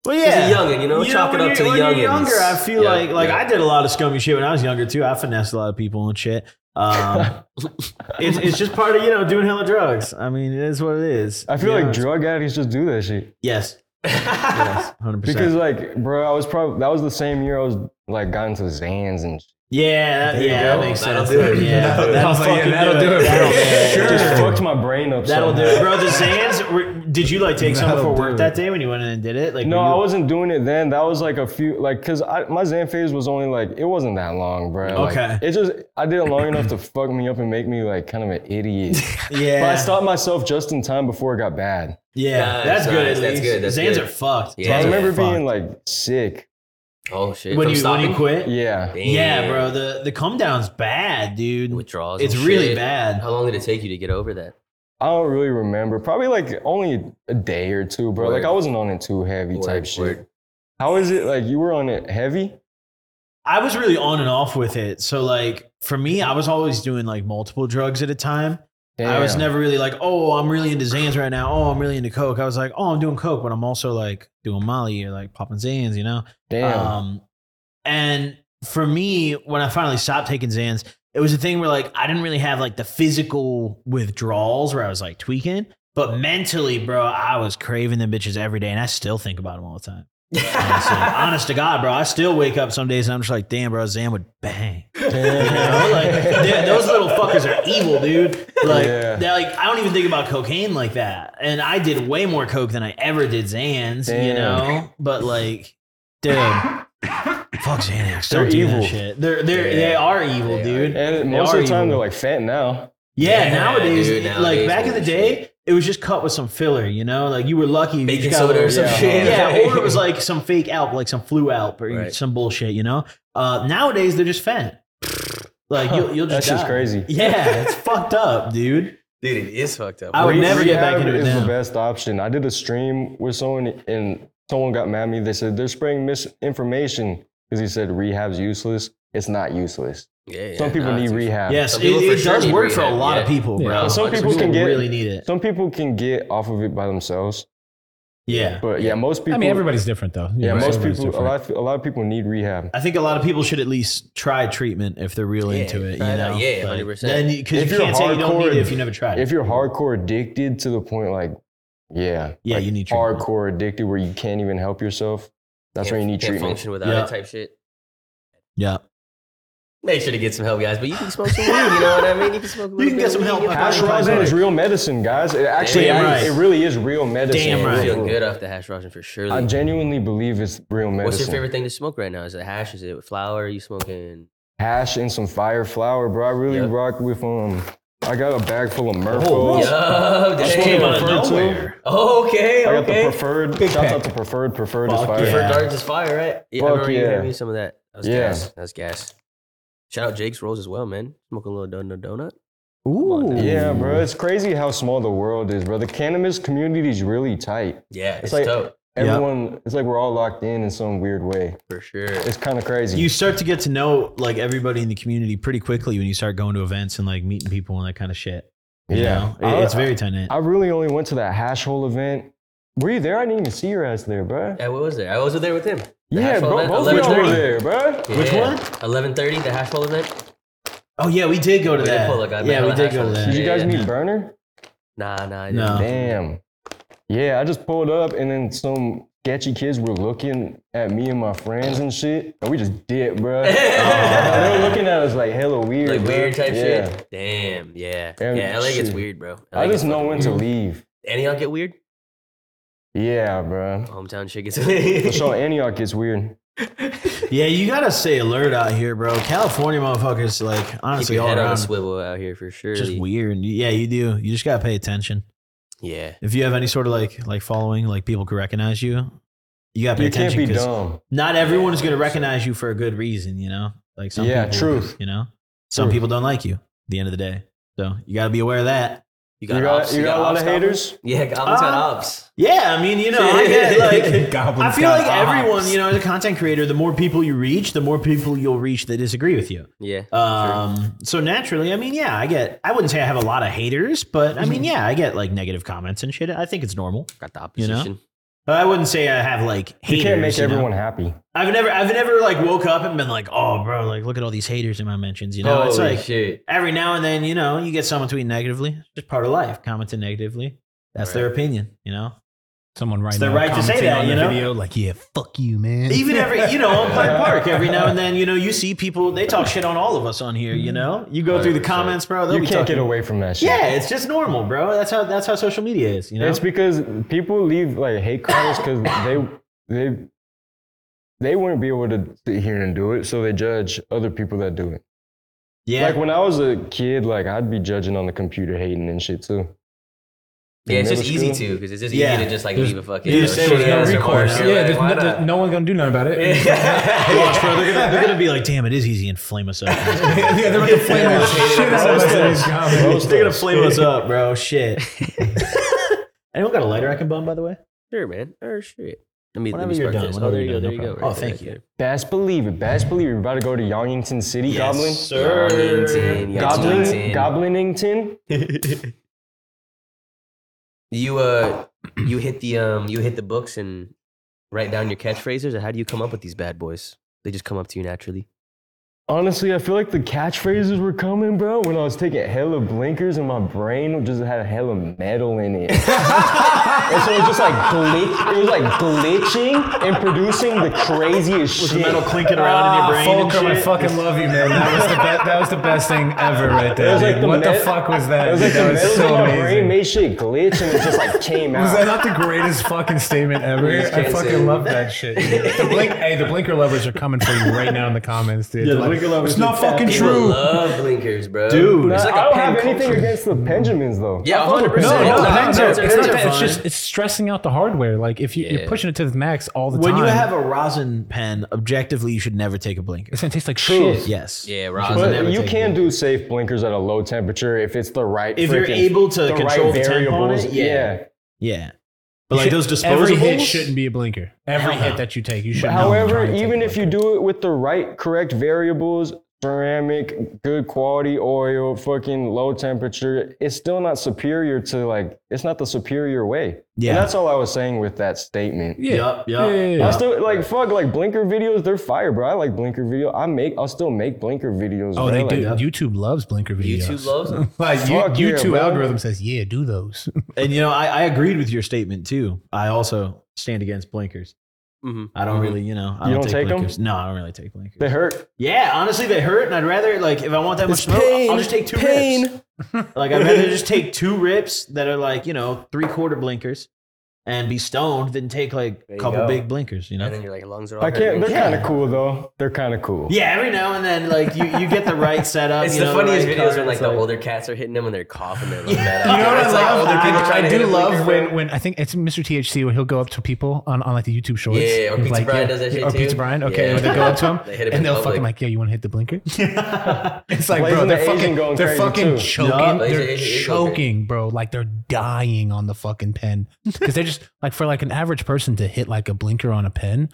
[SPEAKER 4] Well,
[SPEAKER 1] a youngin', you know, chalk it
[SPEAKER 4] when
[SPEAKER 1] up to
[SPEAKER 4] you're-
[SPEAKER 1] the
[SPEAKER 4] when you're
[SPEAKER 1] youngins.
[SPEAKER 4] younger, I feel
[SPEAKER 1] Yeah,
[SPEAKER 4] like like
[SPEAKER 1] yeah.
[SPEAKER 4] I did a lot of scummy shit when I was younger too. I finessed a lot of people and shit. Um, it's, it's just part of you know doing hella drugs. I mean, it is what it is.
[SPEAKER 2] I feel
[SPEAKER 4] You know,
[SPEAKER 2] like drug addicts just do that shit
[SPEAKER 4] yes, yes, hundred
[SPEAKER 2] because,
[SPEAKER 4] percent.
[SPEAKER 2] like, bro, I was probably that was the same year I was like got into Zans and shit.
[SPEAKER 4] Yeah, that, yeah, that
[SPEAKER 1] go.
[SPEAKER 4] makes
[SPEAKER 1] That'll
[SPEAKER 4] sense.
[SPEAKER 1] do it.
[SPEAKER 4] Yeah,
[SPEAKER 1] That'll do it.
[SPEAKER 4] that'll
[SPEAKER 5] I was like, yeah,
[SPEAKER 4] fucking
[SPEAKER 5] that'll do it,
[SPEAKER 4] That'll,
[SPEAKER 5] bro.
[SPEAKER 4] do it.
[SPEAKER 2] just fucked my brain up.
[SPEAKER 4] That'll do
[SPEAKER 2] somehow.
[SPEAKER 4] it, bro. The Zans. were- Did you like take some
[SPEAKER 5] That'll
[SPEAKER 4] before
[SPEAKER 5] do
[SPEAKER 4] work
[SPEAKER 5] it.
[SPEAKER 4] that day when you went in and did it? Like
[SPEAKER 2] No,
[SPEAKER 4] were you-
[SPEAKER 2] I wasn't doing it then. That was like a few, like, cause I, my Xan phase was only like it wasn't that long, bro. Like,
[SPEAKER 4] Okay.
[SPEAKER 2] it just I did it long enough to fuck me up and make me like kind of an idiot.
[SPEAKER 4] Yeah,
[SPEAKER 2] But I stopped myself just in time before it got bad.
[SPEAKER 4] yeah,
[SPEAKER 1] Nice,
[SPEAKER 4] that's good.
[SPEAKER 1] nice,
[SPEAKER 4] At
[SPEAKER 1] that's
[SPEAKER 4] least
[SPEAKER 1] good, that's
[SPEAKER 4] Zans
[SPEAKER 1] good.
[SPEAKER 4] are fucked.
[SPEAKER 1] Yeah.
[SPEAKER 4] Zans
[SPEAKER 2] I
[SPEAKER 4] are
[SPEAKER 2] remember
[SPEAKER 4] fucked.
[SPEAKER 2] being like sick.
[SPEAKER 1] Oh shit!
[SPEAKER 4] when
[SPEAKER 1] From
[SPEAKER 4] you when
[SPEAKER 1] stopping?
[SPEAKER 4] you quit.
[SPEAKER 2] Yeah.
[SPEAKER 1] Damn.
[SPEAKER 4] Yeah, bro. The the come down's bad, dude.
[SPEAKER 1] Withdrawals.
[SPEAKER 4] It's
[SPEAKER 1] and
[SPEAKER 4] really
[SPEAKER 1] shit.
[SPEAKER 4] bad.
[SPEAKER 1] How long did it take you to get over that?
[SPEAKER 2] I don't really remember. Probably like only a day or two, bro. Like
[SPEAKER 1] Word.
[SPEAKER 2] I wasn't on it too heavy type
[SPEAKER 1] Word,
[SPEAKER 2] shit.
[SPEAKER 1] word.
[SPEAKER 2] How is it like you were on it heavy?
[SPEAKER 4] I was really on and off with it. So like for me, I was always doing like multiple drugs at a time. I was
[SPEAKER 2] Damn.
[SPEAKER 4] never really like, oh, I'm really into Zans right now. Oh, I'm really into Coke. I was like, oh, I'm doing Coke, but I'm also like doing Molly or like popping Zans, you know?
[SPEAKER 2] Damn.
[SPEAKER 4] Um, and for me, when I finally stopped taking Zans, it was a thing where like I didn't really have like the physical withdrawals where I was like tweaking, but mentally, bro, I was craving them bitches every day, and I still think about them all the time. Honestly. Honest to God, bro, I still wake up some days and I'm just like, damn, bro, Zan would bang. You know, like th- those little fuckers are evil, dude. Like,
[SPEAKER 2] Yeah.
[SPEAKER 4] they're like I don't even think about cocaine like that. And I did way more coke than I ever did Zans, you
[SPEAKER 2] Damn.
[SPEAKER 4] know. But like, dude, fuck Xanax. Don't
[SPEAKER 2] They're
[SPEAKER 4] do
[SPEAKER 2] evil.
[SPEAKER 4] that shit. They're they're they are evil,
[SPEAKER 1] They
[SPEAKER 4] dude.
[SPEAKER 2] and
[SPEAKER 4] They
[SPEAKER 2] most of
[SPEAKER 4] are
[SPEAKER 2] the time
[SPEAKER 4] evil.
[SPEAKER 2] they're like fat now.
[SPEAKER 4] Yeah,
[SPEAKER 1] Yeah,
[SPEAKER 4] nowadays,
[SPEAKER 1] dude,
[SPEAKER 4] it-
[SPEAKER 1] nowadays,
[SPEAKER 4] like back in the
[SPEAKER 1] holy
[SPEAKER 4] day, it was just cut with some filler, you know? Like you were lucky. if you
[SPEAKER 1] Baking
[SPEAKER 4] just got
[SPEAKER 1] soda
[SPEAKER 4] a-
[SPEAKER 1] or some
[SPEAKER 2] yeah.
[SPEAKER 1] shit.
[SPEAKER 4] Yeah, or it was like some fake alp, like some flu alp or
[SPEAKER 1] Right.
[SPEAKER 4] some bullshit, you know? Uh, nowadays, they're just fat. Like you'll, you'll
[SPEAKER 2] That
[SPEAKER 4] just
[SPEAKER 2] shit's
[SPEAKER 4] die.
[SPEAKER 2] crazy.
[SPEAKER 4] Yeah, it's fucked up, dude.
[SPEAKER 1] dude, it is fucked up.
[SPEAKER 4] I would
[SPEAKER 2] Re-
[SPEAKER 4] never get back
[SPEAKER 2] rehab
[SPEAKER 4] into it
[SPEAKER 2] is
[SPEAKER 4] now.
[SPEAKER 2] the best option. I did a stream with someone and someone got mad at me. They said they're spreading misinformation because he said rehab's useless. It's not useless.
[SPEAKER 1] yeah, yeah,
[SPEAKER 2] Some people
[SPEAKER 1] nah,
[SPEAKER 2] need
[SPEAKER 1] it's-
[SPEAKER 2] rehab.
[SPEAKER 4] Yes,
[SPEAKER 1] Some
[SPEAKER 4] it,
[SPEAKER 1] people for
[SPEAKER 4] it
[SPEAKER 1] sure
[SPEAKER 4] does
[SPEAKER 1] need
[SPEAKER 4] work for a
[SPEAKER 1] rehab,
[SPEAKER 4] lot of
[SPEAKER 1] yeah.
[SPEAKER 4] people, bro.
[SPEAKER 1] Yeah.
[SPEAKER 2] Some people
[SPEAKER 4] People
[SPEAKER 2] can get
[SPEAKER 4] really need it.
[SPEAKER 2] some people can get off of it by themselves.
[SPEAKER 4] Yeah.
[SPEAKER 2] But yeah, most people
[SPEAKER 5] I mean, everybody's different though. You
[SPEAKER 2] Yeah,
[SPEAKER 5] know,
[SPEAKER 2] most
[SPEAKER 5] everybody's
[SPEAKER 2] people a
[SPEAKER 5] different.
[SPEAKER 2] lot a lot of people need rehab.
[SPEAKER 4] I think a lot of people should at least try treatment if they're real
[SPEAKER 1] Yeah,
[SPEAKER 4] into it. You
[SPEAKER 1] try it
[SPEAKER 4] know,
[SPEAKER 1] out. Yeah,
[SPEAKER 4] Like,
[SPEAKER 1] 100%.
[SPEAKER 4] Then because
[SPEAKER 2] If
[SPEAKER 4] you
[SPEAKER 2] you're
[SPEAKER 4] can't say you don't
[SPEAKER 2] hardcore-
[SPEAKER 4] need it if you never tried.
[SPEAKER 2] If
[SPEAKER 4] it.
[SPEAKER 2] you're hardcore addicted to the point like yeah,
[SPEAKER 4] Yeah,
[SPEAKER 2] like
[SPEAKER 4] you need treatment.
[SPEAKER 2] hardcore addicted where you can't even help yourself. That's
[SPEAKER 1] can't-
[SPEAKER 2] when you need
[SPEAKER 1] can't
[SPEAKER 2] treatment.
[SPEAKER 1] Function without
[SPEAKER 4] Yeah.
[SPEAKER 1] it, type shit.
[SPEAKER 4] Yeah.
[SPEAKER 1] Make sure to get some help, guys. But you can smoke some weed. You know what I mean? You can smoke. A little
[SPEAKER 4] You can
[SPEAKER 1] bit
[SPEAKER 4] get
[SPEAKER 1] of
[SPEAKER 4] some
[SPEAKER 1] weed,
[SPEAKER 4] help.
[SPEAKER 1] you're
[SPEAKER 2] Hash
[SPEAKER 1] fine.
[SPEAKER 2] rosin is real medicine, guys. It actually is-
[SPEAKER 4] Damn right.
[SPEAKER 2] it really is real medicine.
[SPEAKER 4] Damn
[SPEAKER 1] I
[SPEAKER 4] right.
[SPEAKER 1] feel good off the hash rosin for sure.
[SPEAKER 2] I genuinely believe it's real medicine.
[SPEAKER 1] What's your favorite thing to smoke right now? Is it hash? Is it with flour? Are you smoking?
[SPEAKER 2] Hash and some fire flour, bro. I really
[SPEAKER 1] Yep.
[SPEAKER 2] rock with um I got a bag full of Merfol's.
[SPEAKER 4] Oh,
[SPEAKER 1] Yo,
[SPEAKER 2] I
[SPEAKER 1] damn.
[SPEAKER 2] smoke
[SPEAKER 4] Came out of
[SPEAKER 2] preferred too.
[SPEAKER 4] nowhere.
[SPEAKER 1] Okay,
[SPEAKER 2] I got
[SPEAKER 1] okay.
[SPEAKER 2] the preferred.
[SPEAKER 4] Big
[SPEAKER 2] Shout
[SPEAKER 4] pack.
[SPEAKER 2] out to preferred. Preferred is
[SPEAKER 4] Fuck
[SPEAKER 2] fire.
[SPEAKER 4] yeah.
[SPEAKER 1] Preferred Gardens is fire, right? Yeah, I
[SPEAKER 2] Fuck
[SPEAKER 1] remember you
[SPEAKER 2] yeah.
[SPEAKER 1] handed me some of that. That was
[SPEAKER 2] Yeah.
[SPEAKER 1] gas. That was gas. Shout out Jake's Rolls as well, man. Smoking a little donut donut.
[SPEAKER 5] Ooh.
[SPEAKER 2] Yeah, bro. It's crazy how small the world is, bro. The cannabis community is really tight.
[SPEAKER 1] Yeah, it's,
[SPEAKER 2] like-
[SPEAKER 1] dope.
[SPEAKER 4] Yep.
[SPEAKER 2] Everyone, it's like we're all locked in in some weird way.
[SPEAKER 1] for sure.
[SPEAKER 2] It's kind of crazy.
[SPEAKER 4] You start to get to know like everybody in the community pretty quickly when you start going to events and like meeting people and that kind of shit. You
[SPEAKER 2] Yeah.
[SPEAKER 4] know? It- it's
[SPEAKER 2] I-
[SPEAKER 4] very tight knit.
[SPEAKER 2] I really only went to that hash hole event. Were you there? I didn't even see your ass there, bruh.
[SPEAKER 1] Yeah, what was there? I was there with him. The
[SPEAKER 2] Yeah,
[SPEAKER 1] hash roll
[SPEAKER 2] bro,
[SPEAKER 1] event,
[SPEAKER 2] both of y'all were
[SPEAKER 1] 11:30.
[SPEAKER 2] there, bruh.
[SPEAKER 4] Which
[SPEAKER 1] Yeah.
[SPEAKER 4] one?
[SPEAKER 1] 11:30, the hash roll event.
[SPEAKER 4] Oh yeah, we did go to
[SPEAKER 1] We did
[SPEAKER 4] that.
[SPEAKER 1] pull a guy back
[SPEAKER 4] yeah,
[SPEAKER 1] on
[SPEAKER 4] we
[SPEAKER 1] the
[SPEAKER 4] did
[SPEAKER 1] hash
[SPEAKER 4] go to
[SPEAKER 1] house.
[SPEAKER 4] that.
[SPEAKER 2] Did you guys
[SPEAKER 1] Yeah. Uh-huh.
[SPEAKER 2] meet Burner?
[SPEAKER 1] Nah, nah, I didn't.
[SPEAKER 4] No.
[SPEAKER 2] Damn. Yeah, I just pulled up and then some sketchy kids were looking at me and my friends and shit. And we just did, bruh. they were looking at us like hella weird.
[SPEAKER 1] like
[SPEAKER 2] bruh.
[SPEAKER 1] weird type
[SPEAKER 2] yeah.
[SPEAKER 1] shit. Damn, yeah,
[SPEAKER 2] Yeah,
[SPEAKER 1] yeah. LA gets
[SPEAKER 2] shit.
[SPEAKER 1] weird, bro. LA
[SPEAKER 2] I
[SPEAKER 1] gets
[SPEAKER 2] just know
[SPEAKER 1] fucking
[SPEAKER 2] when to
[SPEAKER 1] weird.
[SPEAKER 2] leave.
[SPEAKER 1] Antioch get weird.
[SPEAKER 2] Yeah, bruh.
[SPEAKER 1] Hometown shit gets
[SPEAKER 2] For
[SPEAKER 1] weird.
[SPEAKER 2] sure, Antioch gets weird.
[SPEAKER 4] Yeah, you gotta stay alert out here, bro. California motherfuckers, like
[SPEAKER 1] Keep
[SPEAKER 4] honestly,
[SPEAKER 1] your
[SPEAKER 4] all
[SPEAKER 1] head on a
[SPEAKER 4] around,
[SPEAKER 1] swivel out here for sure.
[SPEAKER 4] just weird. Yeah, you do. You just gotta pay attention.
[SPEAKER 1] Yeah,
[SPEAKER 4] If you have any sort of like like following, like people can recognize you, you gotta pay
[SPEAKER 2] You can't
[SPEAKER 4] attention
[SPEAKER 2] be
[SPEAKER 4] 'cause
[SPEAKER 2] dumb.
[SPEAKER 4] not everyone is gonna recognize you for a good reason. You know, like some
[SPEAKER 2] Yeah,
[SPEAKER 4] people,
[SPEAKER 2] truth.
[SPEAKER 4] You know, some
[SPEAKER 2] Truth.
[SPEAKER 4] people don't like you. At the end of the day, so you gotta be aware of that.
[SPEAKER 1] you
[SPEAKER 2] You
[SPEAKER 1] got,
[SPEAKER 2] got,
[SPEAKER 1] ops,
[SPEAKER 2] you got a lot
[SPEAKER 1] ops,
[SPEAKER 2] of
[SPEAKER 1] Goblin?
[SPEAKER 2] haters?
[SPEAKER 1] Yeah, Goblin's got
[SPEAKER 4] Ah.
[SPEAKER 1] ops.
[SPEAKER 4] Yeah, I mean, you know, I get like. I
[SPEAKER 5] Goblins
[SPEAKER 4] feel
[SPEAKER 5] got
[SPEAKER 4] like
[SPEAKER 5] ops.
[SPEAKER 4] everyone, you know, as a content creator, the more people you reach, the more people you'll reach that disagree with you.
[SPEAKER 1] Yeah,
[SPEAKER 4] Um, so naturally, I mean, yeah, I get, I wouldn't say I have a lot of haters, but I
[SPEAKER 2] Mm-hmm.
[SPEAKER 4] mean, yeah, I get like negative comments and shit. I think it's normal.
[SPEAKER 1] got the
[SPEAKER 4] you know?
[SPEAKER 1] opposition.
[SPEAKER 4] But I wouldn't say I have like haters.
[SPEAKER 2] You can't make
[SPEAKER 4] you know?
[SPEAKER 2] everyone happy.
[SPEAKER 4] I've never, I've never like woke up and been like, oh, bro, like look at all these haters in my mentions. You know, it's
[SPEAKER 1] Holy
[SPEAKER 4] like
[SPEAKER 1] shit.
[SPEAKER 4] every now and then, you know, you get someone tweeting negatively. It's just part of life, commenting negatively. That's their opinion, you know.
[SPEAKER 5] Someone right
[SPEAKER 4] It's their
[SPEAKER 5] now
[SPEAKER 4] right to say
[SPEAKER 5] commenting
[SPEAKER 4] that,
[SPEAKER 5] on
[SPEAKER 4] you
[SPEAKER 5] the
[SPEAKER 4] know?
[SPEAKER 5] video, like, yeah, fuck you, man.
[SPEAKER 4] Even every, you know, on Pine Park, every now and then, you know, you see people they talk shit on all of us on here. You know, you go through the
[SPEAKER 1] 100%.
[SPEAKER 4] comments, bro. They'll
[SPEAKER 2] You
[SPEAKER 4] be
[SPEAKER 2] can't
[SPEAKER 4] talking-
[SPEAKER 2] get away from that shit.
[SPEAKER 4] Yeah, it's just normal, bro. That's how that's how social media is. You know,
[SPEAKER 2] It's because people leave like hate comments because they they they wouldn't be able to sit here and do it, so they judge other people that do it.
[SPEAKER 4] yeah,
[SPEAKER 2] Like when I was a kid, like I'd be judging on the computer, hating and shit too.
[SPEAKER 1] Yeah, it's
[SPEAKER 2] middle
[SPEAKER 1] just easy
[SPEAKER 2] school?
[SPEAKER 1] to because it's just
[SPEAKER 4] Yeah.
[SPEAKER 1] easy to just like
[SPEAKER 5] There's-
[SPEAKER 1] leave a fucking.
[SPEAKER 4] you
[SPEAKER 1] uh,
[SPEAKER 4] just say
[SPEAKER 1] shitty
[SPEAKER 4] there's no
[SPEAKER 1] ass remark.
[SPEAKER 4] recourse.
[SPEAKER 5] yeah,
[SPEAKER 1] You're like,
[SPEAKER 5] there's
[SPEAKER 1] why
[SPEAKER 5] no,
[SPEAKER 1] not?
[SPEAKER 5] there's- no one's gonna do nothing about it.
[SPEAKER 4] Watch, bro. They're gonna, they're gonna be like, damn, it is easy and flame us up.
[SPEAKER 5] yeah, they're about to flame the shit out of us in these comments.
[SPEAKER 4] they're gonna flame us up, bro. Shit. Anyone got a lighter I can bum, by the way?
[SPEAKER 1] Sure, man. Oh shit. Let me, let
[SPEAKER 4] Whenever
[SPEAKER 1] me
[SPEAKER 4] you're
[SPEAKER 1] spark
[SPEAKER 4] done.
[SPEAKER 1] this. Oh,
[SPEAKER 4] whenever
[SPEAKER 1] there you
[SPEAKER 4] you're
[SPEAKER 1] go. There
[SPEAKER 4] done,
[SPEAKER 1] you
[SPEAKER 4] no
[SPEAKER 1] go.
[SPEAKER 4] problem.
[SPEAKER 1] Right
[SPEAKER 4] Oh,
[SPEAKER 1] there,
[SPEAKER 4] thank
[SPEAKER 1] right
[SPEAKER 4] you.
[SPEAKER 1] there.
[SPEAKER 2] Best believe it, best believe it. We're about to go to Yongington City, Goblin.
[SPEAKER 4] sir.
[SPEAKER 1] Yawning, yeah,
[SPEAKER 2] Goblin,
[SPEAKER 1] Yawning.
[SPEAKER 2] Goblinington.
[SPEAKER 1] You uh, you hit the um, you hit the books and write down your catchphrases. Or how do you come up with these bad boys? They just come up to you naturally.
[SPEAKER 2] Honestly, I feel like the catchphrases were coming, bro. When I was taking hella blinkers and my brain just had hella metal in it. and so it was just like glitch, it was like glitching and producing the craziest shit.
[SPEAKER 4] clinking around in your
[SPEAKER 5] Fulcrum, I fucking love you, man. That was the best. That was the best thing ever, right there.
[SPEAKER 2] It was like
[SPEAKER 5] dude.
[SPEAKER 2] the
[SPEAKER 5] what the
[SPEAKER 2] met-
[SPEAKER 5] fuck was that?
[SPEAKER 2] It was
[SPEAKER 5] dude?
[SPEAKER 2] like the
[SPEAKER 5] that was
[SPEAKER 2] metal in
[SPEAKER 5] so
[SPEAKER 2] my brain
[SPEAKER 5] amazing.
[SPEAKER 2] made shit glitch and it just like came out.
[SPEAKER 5] Was that not the greatest fucking statement ever?
[SPEAKER 1] just
[SPEAKER 5] I
[SPEAKER 1] can't say
[SPEAKER 5] fucking
[SPEAKER 1] it.
[SPEAKER 5] love that shit. dude. The blink, hey, the blinker lovers are coming for you right now in the comments, dude.
[SPEAKER 4] Yeah, the
[SPEAKER 5] They're
[SPEAKER 4] blinker lovers
[SPEAKER 5] It's not
[SPEAKER 4] are tapping
[SPEAKER 5] fucking
[SPEAKER 1] People
[SPEAKER 5] true.
[SPEAKER 1] love blinkers, bro.
[SPEAKER 4] Dude,
[SPEAKER 1] it's like
[SPEAKER 2] I
[SPEAKER 1] a
[SPEAKER 2] don't
[SPEAKER 1] pen
[SPEAKER 2] have anything
[SPEAKER 1] culture.
[SPEAKER 2] against the Benjamins though.
[SPEAKER 1] Yeah,
[SPEAKER 2] I fuck
[SPEAKER 1] 100%.
[SPEAKER 2] with
[SPEAKER 1] No,
[SPEAKER 5] No, no,
[SPEAKER 1] no,
[SPEAKER 5] pens are-
[SPEAKER 1] pens are-
[SPEAKER 5] it's not
[SPEAKER 1] pens are
[SPEAKER 5] that. It's
[SPEAKER 1] fine.
[SPEAKER 5] just it's stressing out the hardware. Like if you,
[SPEAKER 1] Yeah.
[SPEAKER 5] you're pushing it to the max all the
[SPEAKER 4] When
[SPEAKER 5] time,
[SPEAKER 4] you have a rosin pen, objectively, you should never take a blinker.
[SPEAKER 5] it's gonna taste like
[SPEAKER 2] Truth.
[SPEAKER 5] shit.
[SPEAKER 4] Yes.
[SPEAKER 1] Yeah, rosin.
[SPEAKER 2] But
[SPEAKER 4] never
[SPEAKER 2] you
[SPEAKER 4] take
[SPEAKER 2] can do safe blinkers at a low temperature if it's the right.
[SPEAKER 4] If you're
[SPEAKER 2] freaking-
[SPEAKER 4] able to
[SPEAKER 2] the
[SPEAKER 4] control the temp on it, yeah.
[SPEAKER 2] yeah.
[SPEAKER 4] Yeah. But like those disposables.
[SPEAKER 5] Every hit shouldn't be a blinker. Every
[SPEAKER 4] Hell no.
[SPEAKER 5] hit that you take, you should. not be
[SPEAKER 2] However,
[SPEAKER 5] trying to take
[SPEAKER 2] even
[SPEAKER 5] a
[SPEAKER 2] if you
[SPEAKER 5] blinker.
[SPEAKER 2] do it with the right, correct variables, ceramic, good quality oil, fucking low temperature, it's still not superior to like, it's not the superior way.
[SPEAKER 4] Yeah.
[SPEAKER 2] And that's all I was saying with that statement.
[SPEAKER 5] yeah,
[SPEAKER 4] Yup, yup.
[SPEAKER 5] yeah, yeah,
[SPEAKER 2] I
[SPEAKER 5] yeah.
[SPEAKER 2] still like fuck like blinker videos. They're fire, bro. I like blinker video. I make. I'll still make blinker videos.
[SPEAKER 5] Oh,
[SPEAKER 2] bro.
[SPEAKER 5] they
[SPEAKER 2] Like,
[SPEAKER 5] do. YouTube loves blinker videos.
[SPEAKER 1] YouTube loves them.
[SPEAKER 5] Like you,
[SPEAKER 2] Fuck yeah,
[SPEAKER 5] YouTube
[SPEAKER 2] bro.
[SPEAKER 5] algorithm says, yeah, do those.
[SPEAKER 4] And you know, I, I agreed with your statement too. I also stand against blinkers.
[SPEAKER 1] Mhm.
[SPEAKER 4] I don't really, you know,
[SPEAKER 2] Mm-hmm.
[SPEAKER 4] I
[SPEAKER 2] You
[SPEAKER 4] don't,
[SPEAKER 2] don't
[SPEAKER 4] take,
[SPEAKER 2] take 'em?
[SPEAKER 4] blinkers. No, I don't really take blinkers.
[SPEAKER 2] They hurt.
[SPEAKER 4] yeah, honestly, they hurt, and I'd rather like if I want that much smoke, I'll just take two rips. Like I'd rather just take two rips that are like you know three quarter blinkers, and be stoned than take like
[SPEAKER 1] There
[SPEAKER 4] a
[SPEAKER 1] you
[SPEAKER 4] couple
[SPEAKER 1] go.
[SPEAKER 4] big blinkers. You
[SPEAKER 1] And
[SPEAKER 4] know.
[SPEAKER 1] then you're like, lungs are all
[SPEAKER 2] I can't.
[SPEAKER 1] hurting.
[SPEAKER 2] They're kind of cool though. They're kind of cool.
[SPEAKER 4] Yeah, every now and then, like you, you get the right setup.
[SPEAKER 1] It's
[SPEAKER 4] you
[SPEAKER 1] the
[SPEAKER 4] know,
[SPEAKER 1] funniest
[SPEAKER 4] right
[SPEAKER 1] videos when
[SPEAKER 4] cards,
[SPEAKER 1] like the older cats are hitting them and they're coughing. They're like that.
[SPEAKER 5] You know what I
[SPEAKER 1] It's like
[SPEAKER 5] love?
[SPEAKER 1] older people
[SPEAKER 5] I,
[SPEAKER 1] trying to
[SPEAKER 5] I do
[SPEAKER 1] hit a blinker, bro.
[SPEAKER 5] love when, when I think it's Mr. THC when he'll go up to people on, on like the YouTube shorts.
[SPEAKER 1] Yeah, yeah, yeah. Or
[SPEAKER 5] He's
[SPEAKER 1] Pizza
[SPEAKER 5] like,
[SPEAKER 1] Brian
[SPEAKER 5] yeah,
[SPEAKER 1] does that shit
[SPEAKER 5] Or
[SPEAKER 1] too.
[SPEAKER 5] Pizza Brian, okay.
[SPEAKER 1] Yeah.
[SPEAKER 5] When they go up to him
[SPEAKER 1] They hit him in
[SPEAKER 5] and they'll
[SPEAKER 1] public.
[SPEAKER 5] fucking like, yeah, you want to hit the blinker? it's
[SPEAKER 2] Blazing
[SPEAKER 5] like, bro,
[SPEAKER 2] the
[SPEAKER 5] they're
[SPEAKER 2] Asian
[SPEAKER 5] fucking,
[SPEAKER 2] going
[SPEAKER 5] they're
[SPEAKER 2] crazy,
[SPEAKER 5] fucking
[SPEAKER 2] too.
[SPEAKER 5] choking.
[SPEAKER 1] Blazing
[SPEAKER 5] They're
[SPEAKER 1] Asian is going
[SPEAKER 5] choking, bro. Like they're dying on the fucking pen because they're just just like for like an average person to hit like a blinker on a pen,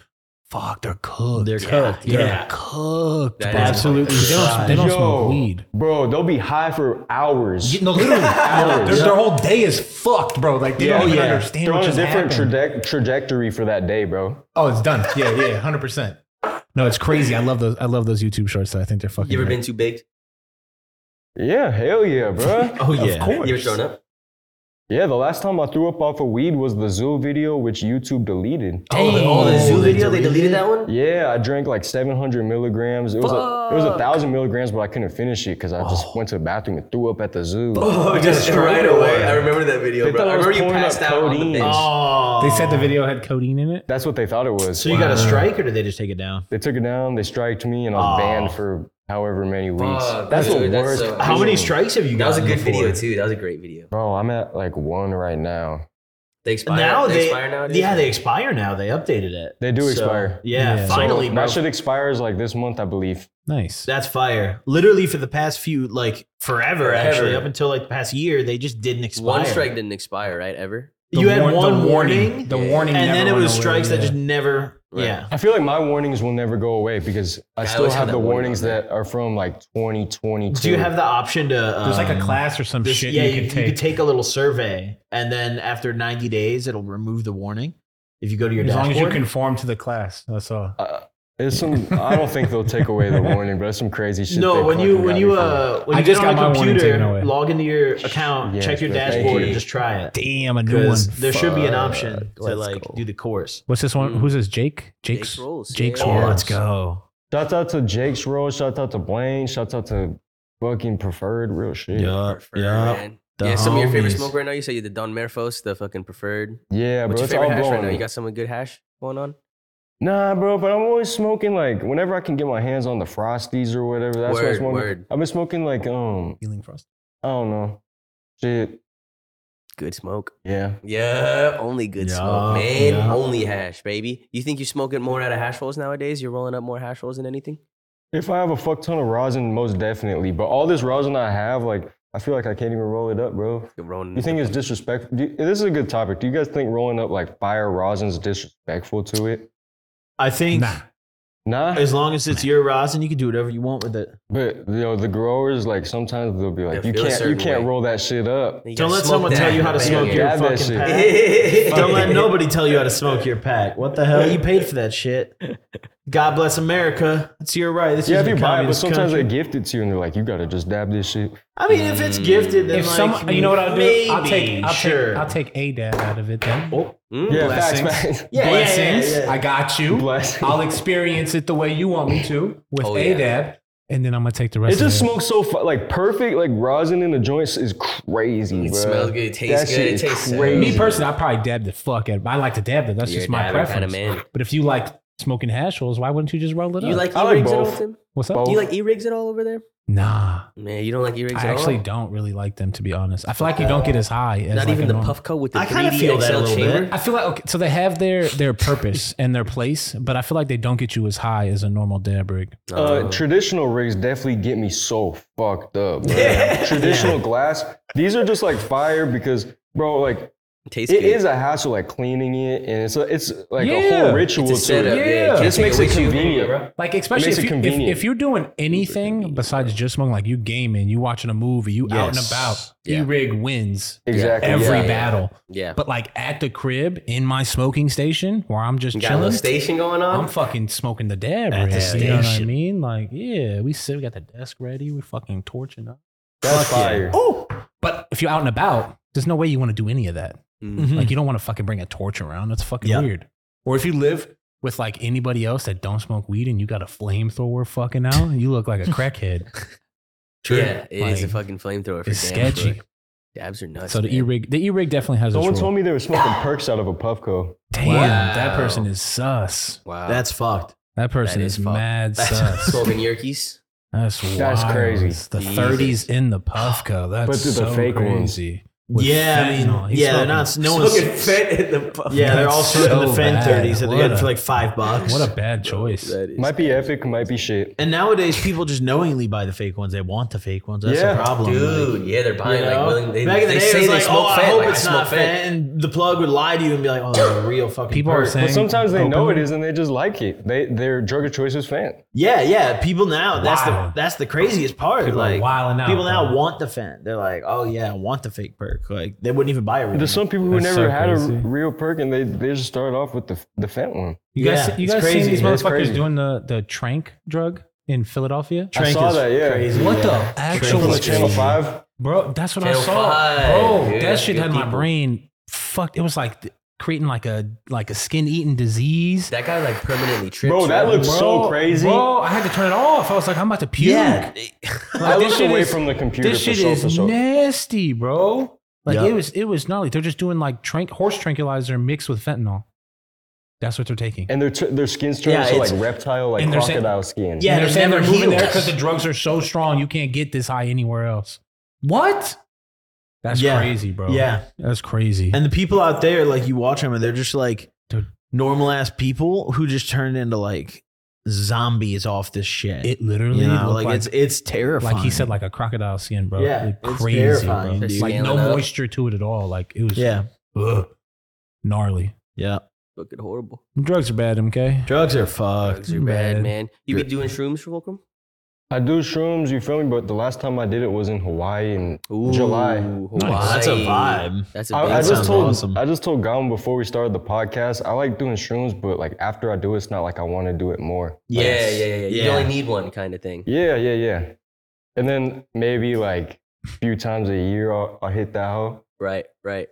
[SPEAKER 5] fuck, they're cooked.
[SPEAKER 4] They're cooked.
[SPEAKER 5] They're
[SPEAKER 4] Yeah.
[SPEAKER 5] cooked.
[SPEAKER 1] That
[SPEAKER 5] bro.
[SPEAKER 1] is
[SPEAKER 4] Absolutely.
[SPEAKER 5] They don't, they don't
[SPEAKER 2] Yo.
[SPEAKER 5] smoke weed.
[SPEAKER 2] Bro, they'll be high for hours.
[SPEAKER 5] Yeah, No, literally, their,
[SPEAKER 2] Hours.
[SPEAKER 5] their whole day is fucked, bro. Like they don't even understand
[SPEAKER 2] They're
[SPEAKER 5] what
[SPEAKER 2] on a
[SPEAKER 5] just
[SPEAKER 2] different
[SPEAKER 5] happened.
[SPEAKER 2] traje- trajectory for that day, bro.
[SPEAKER 5] oh, it's done. Yeah, yeah, hundred percent. No, it's crazy. I love those. I love those YouTube shorts. Though. I think they're fucking.
[SPEAKER 1] You ever
[SPEAKER 5] great.
[SPEAKER 1] been too big?
[SPEAKER 2] Yeah, hell yeah, bro.
[SPEAKER 4] Oh yeah.
[SPEAKER 5] Of course.
[SPEAKER 1] You ever thrown up?
[SPEAKER 2] yeah, the last time I threw up off of weed was the zoo video, which YouTube deleted.
[SPEAKER 5] Oh,
[SPEAKER 1] Dang, all the zoo
[SPEAKER 4] they
[SPEAKER 1] video, they deleted
[SPEAKER 4] deleted
[SPEAKER 1] that one?
[SPEAKER 2] Yeah, I drank like 700 milligrams. It was a, it was a thousand milligrams, but I couldn't finish it because I
[SPEAKER 4] Oh.
[SPEAKER 2] just went to the bathroom and threw up at the zoo.
[SPEAKER 1] Oh, just right away. I remember that video,
[SPEAKER 2] They
[SPEAKER 1] bro.
[SPEAKER 2] thought
[SPEAKER 1] I
[SPEAKER 2] I was
[SPEAKER 1] remember you
[SPEAKER 2] pouring up
[SPEAKER 1] passed out on the
[SPEAKER 2] codeine.
[SPEAKER 1] bench.
[SPEAKER 4] Oh.
[SPEAKER 5] They said the video had codeine in it.
[SPEAKER 2] That's what they thought it was.
[SPEAKER 4] So you got a strike, or did they just take it down?
[SPEAKER 2] They took it down. They striked me, and I was
[SPEAKER 4] Aw.
[SPEAKER 2] banned for however many weeks.
[SPEAKER 1] Fuck,
[SPEAKER 2] that's the
[SPEAKER 1] dude, that's
[SPEAKER 2] worst.
[SPEAKER 1] so-
[SPEAKER 4] How many
[SPEAKER 2] prison.
[SPEAKER 4] strikes have you
[SPEAKER 1] That
[SPEAKER 4] got?
[SPEAKER 1] was a good video too. That was a great video.
[SPEAKER 2] Bro, I'm at like one right now.
[SPEAKER 1] They expire.
[SPEAKER 4] Now
[SPEAKER 1] they,
[SPEAKER 4] they,
[SPEAKER 1] expire nowadays.
[SPEAKER 4] yeah, they expire now. They updated it.
[SPEAKER 2] They do
[SPEAKER 4] So,
[SPEAKER 2] expire.
[SPEAKER 4] Yeah,
[SPEAKER 5] Yeah.
[SPEAKER 4] finally,
[SPEAKER 2] so
[SPEAKER 4] bro.
[SPEAKER 2] that shit expires like this month, I believe.
[SPEAKER 5] Nice.
[SPEAKER 4] That's fire. Literally for the past few, like forever,
[SPEAKER 1] Forever.
[SPEAKER 4] actually, up until like the past year, they just didn't expire.
[SPEAKER 1] one strike didn't expire, right? Ever.
[SPEAKER 5] The
[SPEAKER 4] You had
[SPEAKER 5] warn- the
[SPEAKER 4] one warning,
[SPEAKER 5] The
[SPEAKER 1] Yeah.
[SPEAKER 5] warning,
[SPEAKER 4] and
[SPEAKER 5] never
[SPEAKER 4] then it
[SPEAKER 5] went
[SPEAKER 4] was
[SPEAKER 5] away,
[SPEAKER 4] strikes
[SPEAKER 5] yeah.
[SPEAKER 4] that just never.
[SPEAKER 1] Right.
[SPEAKER 4] Yeah.
[SPEAKER 2] I feel like my warnings will never go away because I
[SPEAKER 1] I
[SPEAKER 2] still
[SPEAKER 1] always have
[SPEAKER 2] have
[SPEAKER 1] that
[SPEAKER 2] the
[SPEAKER 1] warning
[SPEAKER 2] warnings
[SPEAKER 1] on there.
[SPEAKER 2] that are from like 2022.
[SPEAKER 4] Do you have the option to? Um,
[SPEAKER 5] There's like a class or some
[SPEAKER 4] this-
[SPEAKER 5] shit.
[SPEAKER 4] yeah,
[SPEAKER 5] you, could take.
[SPEAKER 4] take a little survey, and then after 90 days, it'll remove the warning. If you go to your
[SPEAKER 5] as long
[SPEAKER 4] dashboard,
[SPEAKER 5] as you conform to the class. That's all.
[SPEAKER 2] Uh, it's some. I don't think they'll take away the warning, but it's some crazy shit.
[SPEAKER 4] No,
[SPEAKER 2] they
[SPEAKER 4] when
[SPEAKER 2] fucking
[SPEAKER 4] you
[SPEAKER 2] got
[SPEAKER 4] when
[SPEAKER 2] me
[SPEAKER 4] you
[SPEAKER 2] for.
[SPEAKER 4] uh when
[SPEAKER 5] I
[SPEAKER 4] you
[SPEAKER 5] just
[SPEAKER 4] get on
[SPEAKER 5] got
[SPEAKER 4] a
[SPEAKER 5] my warning taken
[SPEAKER 4] computer,
[SPEAKER 5] away.
[SPEAKER 4] log into your account,
[SPEAKER 2] Yes,
[SPEAKER 4] check your
[SPEAKER 2] but thank
[SPEAKER 4] dashboard,
[SPEAKER 1] you.
[SPEAKER 4] and just try it.
[SPEAKER 5] Damn, a new one.
[SPEAKER 4] Because there should be an option
[SPEAKER 1] Fuck,
[SPEAKER 4] to
[SPEAKER 1] let's
[SPEAKER 4] like
[SPEAKER 1] go.
[SPEAKER 4] do the course.
[SPEAKER 5] What's this one?
[SPEAKER 1] Mm.
[SPEAKER 5] Who's this? Jake.
[SPEAKER 1] Jake's
[SPEAKER 5] Jake's.
[SPEAKER 1] rules.
[SPEAKER 5] Jake's
[SPEAKER 1] yeah.
[SPEAKER 5] rules.
[SPEAKER 4] Oh, let's go.
[SPEAKER 2] Shouts out to Jake's Roll. Shouts out to Blaine. Shouts out to fucking preferred real shit. Yeah,
[SPEAKER 4] Yup,
[SPEAKER 1] Preferred, man.
[SPEAKER 4] The
[SPEAKER 1] yeah, some of your favorite
[SPEAKER 4] homies.
[SPEAKER 1] smoke right now. You say you're the Don Merfos, the fucking preferred.
[SPEAKER 2] bro.
[SPEAKER 1] What's your
[SPEAKER 2] It's all
[SPEAKER 1] favorite hash
[SPEAKER 2] blowing.
[SPEAKER 1] right now?
[SPEAKER 2] me.
[SPEAKER 1] You got some good hash going on?
[SPEAKER 2] Nah, bro, but I'm always smoking like whenever I can get my hands on the frosties or whatever. That's what I'm
[SPEAKER 1] Word,
[SPEAKER 2] smoking.
[SPEAKER 1] word.
[SPEAKER 2] I've been smoking like um,
[SPEAKER 5] Healing frost.
[SPEAKER 2] I don't know, shit.
[SPEAKER 1] Good smoke.
[SPEAKER 2] Yeah,
[SPEAKER 1] Yeah, only good
[SPEAKER 4] Yeah,
[SPEAKER 1] smoke, man.
[SPEAKER 4] yeah.
[SPEAKER 1] Only hash, baby. You think you're smoking more out of hash rolls nowadays? You're rolling up more hash rolls than anything?
[SPEAKER 2] if I have a fuck ton of rosin, most definitely. But all this rosin I have, like, I feel like I can't even roll it up, bro.
[SPEAKER 1] You're rolling.
[SPEAKER 2] You think it's disrespectful? Do you, this is a good topic. Do you guys think rolling up like fire rosin's disrespectful to it?
[SPEAKER 4] I think
[SPEAKER 5] Nah.
[SPEAKER 2] Nah,
[SPEAKER 4] as long as it's your rosin, you can do whatever you want with it.
[SPEAKER 2] but you know the growers like sometimes they'll be like,
[SPEAKER 1] They
[SPEAKER 2] you
[SPEAKER 1] feel a
[SPEAKER 2] can't, you
[SPEAKER 1] certain
[SPEAKER 2] can't
[SPEAKER 1] way.
[SPEAKER 2] roll that shit up.
[SPEAKER 1] You
[SPEAKER 4] Don't
[SPEAKER 1] gotta
[SPEAKER 4] let
[SPEAKER 1] smoke
[SPEAKER 4] someone
[SPEAKER 1] that,
[SPEAKER 4] tell you how to
[SPEAKER 1] man.
[SPEAKER 4] smoke
[SPEAKER 2] Yeah,
[SPEAKER 4] your
[SPEAKER 2] grab that
[SPEAKER 4] fucking
[SPEAKER 2] shit.
[SPEAKER 4] pack. Don't let nobody tell you how to smoke your pack. What the hell? You paid for that shit. God bless America. It's your right. This
[SPEAKER 2] Yeah,
[SPEAKER 4] is
[SPEAKER 2] if you
[SPEAKER 4] a
[SPEAKER 2] buy it, but
[SPEAKER 4] communist
[SPEAKER 2] sometimes
[SPEAKER 4] country.
[SPEAKER 2] they gift it to you and they're like, you gotta just dab this shit.
[SPEAKER 4] I mean, if it's gifted, then
[SPEAKER 5] If
[SPEAKER 4] like,
[SPEAKER 5] some, you know what I'll do? I'll take.
[SPEAKER 4] maybe,
[SPEAKER 5] I'll
[SPEAKER 4] sure.
[SPEAKER 5] take. I'll take a dab out of it then.
[SPEAKER 1] Mm,
[SPEAKER 2] Yeah, facts,
[SPEAKER 5] Blessings.
[SPEAKER 2] man.
[SPEAKER 4] Yeah, yeah, yeah,
[SPEAKER 5] Oh, blessings.
[SPEAKER 4] yeah.
[SPEAKER 5] I got you.
[SPEAKER 2] Blessings.
[SPEAKER 5] I'll experience it the way you want me to with
[SPEAKER 1] Oh,
[SPEAKER 5] a
[SPEAKER 1] yeah.
[SPEAKER 5] dab, and then I'm gonna take the
[SPEAKER 2] It
[SPEAKER 5] rest.
[SPEAKER 2] just
[SPEAKER 5] of
[SPEAKER 2] smokes so fu- like perfect. Like rosin in the joints is crazy.
[SPEAKER 1] It
[SPEAKER 2] bruh.
[SPEAKER 1] smells good, it tastes
[SPEAKER 2] That shit
[SPEAKER 1] good, it
[SPEAKER 2] is
[SPEAKER 1] tastes so-
[SPEAKER 5] it.
[SPEAKER 2] crazy.
[SPEAKER 5] Me personally, I probably dab the fuck out. of it. I like to dab it. That's
[SPEAKER 1] You're
[SPEAKER 5] just
[SPEAKER 1] a
[SPEAKER 5] my
[SPEAKER 1] dabber kinda
[SPEAKER 5] preference.
[SPEAKER 1] man.
[SPEAKER 5] But if you like smoking hash rolls, why wouldn't you just roll it
[SPEAKER 1] You
[SPEAKER 5] up?
[SPEAKER 1] like
[SPEAKER 2] I
[SPEAKER 1] e
[SPEAKER 2] like
[SPEAKER 1] rigs at all,
[SPEAKER 2] both.
[SPEAKER 1] Tim?
[SPEAKER 5] What's up?
[SPEAKER 2] Both.
[SPEAKER 1] You like e rigs at all over there?
[SPEAKER 5] Nah,
[SPEAKER 1] Man, you don't like e rigs at
[SPEAKER 5] I actually
[SPEAKER 1] all.
[SPEAKER 5] don't really like them to be honest. I feel like you don't get as high as
[SPEAKER 1] Not
[SPEAKER 5] like
[SPEAKER 1] even
[SPEAKER 5] a
[SPEAKER 1] the
[SPEAKER 5] normal-
[SPEAKER 1] puff coat with the
[SPEAKER 4] I
[SPEAKER 1] 3D
[SPEAKER 4] kinda feel that a
[SPEAKER 1] XL
[SPEAKER 4] little bit.
[SPEAKER 1] chamber.
[SPEAKER 5] I feel like okay, so they have their their purpose and their place, but I feel like they don't get you as high as a normal dab rig.
[SPEAKER 1] Oh.
[SPEAKER 2] Uh, traditional rigs definitely get me so fucked up. bruh. Traditional glass. These are just like fire because, bro, like
[SPEAKER 1] tastes
[SPEAKER 2] it
[SPEAKER 1] good.
[SPEAKER 2] is a hassle, like cleaning it, and it's a, it's like a
[SPEAKER 5] Yeah.
[SPEAKER 2] whole ritual
[SPEAKER 1] It's a
[SPEAKER 2] to
[SPEAKER 1] setup.
[SPEAKER 2] it.
[SPEAKER 1] Yeah,
[SPEAKER 5] Yeah.
[SPEAKER 1] you can't
[SPEAKER 2] This
[SPEAKER 1] take
[SPEAKER 2] makes it
[SPEAKER 1] with you.
[SPEAKER 2] convenient, bro.
[SPEAKER 5] Like especially
[SPEAKER 2] makes
[SPEAKER 5] if,
[SPEAKER 2] it
[SPEAKER 5] you, if,
[SPEAKER 2] convenient.
[SPEAKER 5] if you're doing anything besides just smoking, like you gaming, you watching a movie, you out and
[SPEAKER 4] Yes.
[SPEAKER 5] about,
[SPEAKER 1] Yeah.
[SPEAKER 5] E rig wins
[SPEAKER 2] Exactly.
[SPEAKER 5] every
[SPEAKER 1] Yeah.
[SPEAKER 5] battle.
[SPEAKER 1] Yeah.
[SPEAKER 5] But like at the crib in my smoking station where I'm just
[SPEAKER 1] You got a little
[SPEAKER 5] chilling,
[SPEAKER 1] station going
[SPEAKER 5] I'm
[SPEAKER 1] on.
[SPEAKER 5] fucking smoking the dab
[SPEAKER 4] At
[SPEAKER 5] rig.
[SPEAKER 4] the
[SPEAKER 5] You know what I
[SPEAKER 4] station.
[SPEAKER 5] mean? Like yeah, we sit, we got the desk ready, we fucking torching up.
[SPEAKER 2] That's
[SPEAKER 4] Fuck yeah.
[SPEAKER 2] fire.
[SPEAKER 5] Oh, but if you're out and about, there's no way you want to do any of that.
[SPEAKER 1] Mm.
[SPEAKER 5] Like you don't want to fucking bring a torch around. That's fucking
[SPEAKER 4] Yeah.
[SPEAKER 5] weird. Mm-hmm. Or if you live with like anybody else that don't smoke weed and you got a flamethrower fucking out, you look like a crackhead.
[SPEAKER 1] Yeah, it is a
[SPEAKER 5] Like,
[SPEAKER 1] fucking flamethrower for
[SPEAKER 5] It's
[SPEAKER 1] damn
[SPEAKER 5] sketchy.
[SPEAKER 1] sure. Dabs are nuts.
[SPEAKER 5] So the
[SPEAKER 1] man.
[SPEAKER 5] E rig, the E rig definitely has
[SPEAKER 2] Someone
[SPEAKER 5] this rule.
[SPEAKER 2] told me they were smoking perks out of a Puffco.
[SPEAKER 5] Damn,
[SPEAKER 1] Wow.
[SPEAKER 5] that person is sus.
[SPEAKER 1] Wow.
[SPEAKER 4] That's fucked.
[SPEAKER 5] That person
[SPEAKER 1] That
[SPEAKER 5] is,
[SPEAKER 1] is fucked.
[SPEAKER 5] mad
[SPEAKER 1] That's
[SPEAKER 5] sus.
[SPEAKER 1] smoking Yerkes.
[SPEAKER 5] That's wild.
[SPEAKER 2] That's crazy.
[SPEAKER 5] It's The
[SPEAKER 1] Jesus.
[SPEAKER 5] thirties in the puffco. That's
[SPEAKER 2] But they're the
[SPEAKER 5] so
[SPEAKER 2] fake ones.
[SPEAKER 5] crazy. with
[SPEAKER 4] yeah, I
[SPEAKER 5] fentanyl.
[SPEAKER 4] mean,
[SPEAKER 5] He's
[SPEAKER 4] yeah, they're
[SPEAKER 5] smoking-
[SPEAKER 4] not. No one's.
[SPEAKER 1] Smoking fent in the pub.
[SPEAKER 4] Yeah, they're all
[SPEAKER 5] That's
[SPEAKER 4] smoking
[SPEAKER 5] so
[SPEAKER 4] the Fen
[SPEAKER 5] bad.
[SPEAKER 4] thirties that they
[SPEAKER 5] What
[SPEAKER 4] got
[SPEAKER 5] a-
[SPEAKER 4] for like five bucks.
[SPEAKER 5] What a bad choice.
[SPEAKER 1] That is-
[SPEAKER 2] Might be epic, might be shit.
[SPEAKER 4] and nowadays, people just knowingly buy the fake ones. They want the fake ones. That's
[SPEAKER 2] Yeah.
[SPEAKER 4] the problem, like,
[SPEAKER 1] Dude, yeah, they're buying
[SPEAKER 4] you
[SPEAKER 1] like
[SPEAKER 4] know?
[SPEAKER 1] willing. They,
[SPEAKER 4] Back in the
[SPEAKER 1] they
[SPEAKER 4] day, it
[SPEAKER 1] say
[SPEAKER 4] was
[SPEAKER 1] they
[SPEAKER 4] like,
[SPEAKER 1] smoke
[SPEAKER 4] oh,
[SPEAKER 1] fent.
[SPEAKER 4] I hope
[SPEAKER 1] like,
[SPEAKER 4] it's
[SPEAKER 1] I smoke
[SPEAKER 4] not
[SPEAKER 1] fent.
[SPEAKER 4] fent. And the plug would lie to you and be like, "Oh, the real fucking."
[SPEAKER 5] People are
[SPEAKER 4] perk.
[SPEAKER 5] saying
[SPEAKER 2] But sometimes they know it
[SPEAKER 5] open-
[SPEAKER 2] isn't, they just like it. They their drug of choice is fan.
[SPEAKER 4] Yeah, yeah. People now. That's the
[SPEAKER 5] Wild.
[SPEAKER 4] that's the craziest part.
[SPEAKER 5] People are
[SPEAKER 4] like
[SPEAKER 5] wilding out,
[SPEAKER 4] People now
[SPEAKER 5] bro.
[SPEAKER 4] want the Fen. They're like, "Oh yeah, I want the fake perk." Like they wouldn't even buy a real.
[SPEAKER 2] There's
[SPEAKER 4] one.
[SPEAKER 2] some people who
[SPEAKER 5] That's
[SPEAKER 2] never
[SPEAKER 5] so
[SPEAKER 2] had
[SPEAKER 5] crazy.
[SPEAKER 2] a real perk and they, they just started off with the the fent one.
[SPEAKER 5] You guys,
[SPEAKER 4] Yeah,
[SPEAKER 5] you
[SPEAKER 4] it's
[SPEAKER 5] guys
[SPEAKER 4] crazy.
[SPEAKER 5] seen these
[SPEAKER 2] It's
[SPEAKER 5] motherfuckers
[SPEAKER 2] crazy.
[SPEAKER 5] doing the the trank drug in Philadelphia?
[SPEAKER 2] I
[SPEAKER 4] Trank
[SPEAKER 2] saw
[SPEAKER 4] is
[SPEAKER 2] that, yeah.
[SPEAKER 4] crazy,
[SPEAKER 5] What
[SPEAKER 4] yeah.
[SPEAKER 5] the
[SPEAKER 4] Trank
[SPEAKER 5] actual-
[SPEAKER 4] is
[SPEAKER 2] From the
[SPEAKER 5] It's
[SPEAKER 2] Channel
[SPEAKER 4] crazy.
[SPEAKER 2] Five.
[SPEAKER 5] Bro, that's what I
[SPEAKER 1] Channel
[SPEAKER 5] saw.
[SPEAKER 1] five.
[SPEAKER 5] Bro,
[SPEAKER 1] Yeah,
[SPEAKER 5] that shit
[SPEAKER 1] good
[SPEAKER 5] had my
[SPEAKER 1] people.
[SPEAKER 5] brain fucked. It was like th- creating like a like a skin eating disease.
[SPEAKER 1] That guy like permanently trips.
[SPEAKER 2] Bro, that
[SPEAKER 1] right?
[SPEAKER 2] looks so crazy.
[SPEAKER 5] Bro, I had to turn it off. I was like, I'm about to puke.
[SPEAKER 4] Yeah.
[SPEAKER 5] Like,
[SPEAKER 2] I
[SPEAKER 5] this
[SPEAKER 2] looked
[SPEAKER 5] shit
[SPEAKER 2] away
[SPEAKER 5] is-
[SPEAKER 2] from the computer
[SPEAKER 5] This
[SPEAKER 2] for
[SPEAKER 5] shit
[SPEAKER 2] so for
[SPEAKER 5] is
[SPEAKER 2] so.
[SPEAKER 5] nasty, bro. Like
[SPEAKER 4] Yeah.
[SPEAKER 5] it was, it was gnarly. They're just doing like trank, horse tranquilizer mixed with fentanyl. That's what they're taking.
[SPEAKER 2] and their tr- their skin's turning
[SPEAKER 4] Yeah,
[SPEAKER 2] to
[SPEAKER 4] it's-
[SPEAKER 2] like reptile, like
[SPEAKER 5] and they're saying-
[SPEAKER 2] crocodile skin.
[SPEAKER 4] Yeah,
[SPEAKER 5] and they're
[SPEAKER 4] they're
[SPEAKER 5] saying they're
[SPEAKER 4] never
[SPEAKER 5] moving
[SPEAKER 4] healed.
[SPEAKER 5] there because the drugs are so strong, you can't get this high anywhere else. What? That's
[SPEAKER 4] Yeah.
[SPEAKER 5] crazy, bro.
[SPEAKER 4] Yeah.
[SPEAKER 5] that's crazy.
[SPEAKER 4] And the people out there, like you watch them, and they're just like
[SPEAKER 5] Dude.
[SPEAKER 4] normal ass people who just turn into like zombies off this shit.
[SPEAKER 5] it literally
[SPEAKER 4] you know,
[SPEAKER 5] looked
[SPEAKER 4] like,
[SPEAKER 5] like,
[SPEAKER 4] it's it's terrifying.
[SPEAKER 5] like he said, like a crocodile skin, bro.
[SPEAKER 4] Yeah,
[SPEAKER 5] Like,
[SPEAKER 4] it's
[SPEAKER 5] crazy,
[SPEAKER 4] terrifying,
[SPEAKER 5] bro.
[SPEAKER 4] dude.
[SPEAKER 5] Like no
[SPEAKER 1] Scaling up.
[SPEAKER 5] moisture to it at all. Like it was,
[SPEAKER 4] yeah,
[SPEAKER 5] ugh, gnarly.
[SPEAKER 4] yeah.
[SPEAKER 1] Fucking horrible.
[SPEAKER 5] Drugs are bad, MK.
[SPEAKER 4] Drugs are fucked.
[SPEAKER 1] Drugs are bad,
[SPEAKER 5] Man.
[SPEAKER 1] man. You be doing shrooms, Fulcrum?
[SPEAKER 2] I do shrooms, you feel me? But the last time I did it was in Hawaii, and July.
[SPEAKER 1] Hawaii.
[SPEAKER 4] That's a vibe.
[SPEAKER 1] That's a big
[SPEAKER 2] I, I
[SPEAKER 1] vibe.
[SPEAKER 2] just
[SPEAKER 4] sounds
[SPEAKER 2] told
[SPEAKER 4] awesome.
[SPEAKER 2] I just told Gowan before we started the podcast. I like doing shrooms, but like after I do it, it's not like I want to do it more.
[SPEAKER 1] Yeah, yeah, yeah, yeah. You
[SPEAKER 4] Yeah.
[SPEAKER 1] only need one kind of thing.
[SPEAKER 2] Yeah, yeah, yeah. And then maybe like a few times a year, I'll, I'll hit that hoe.
[SPEAKER 1] Right, right.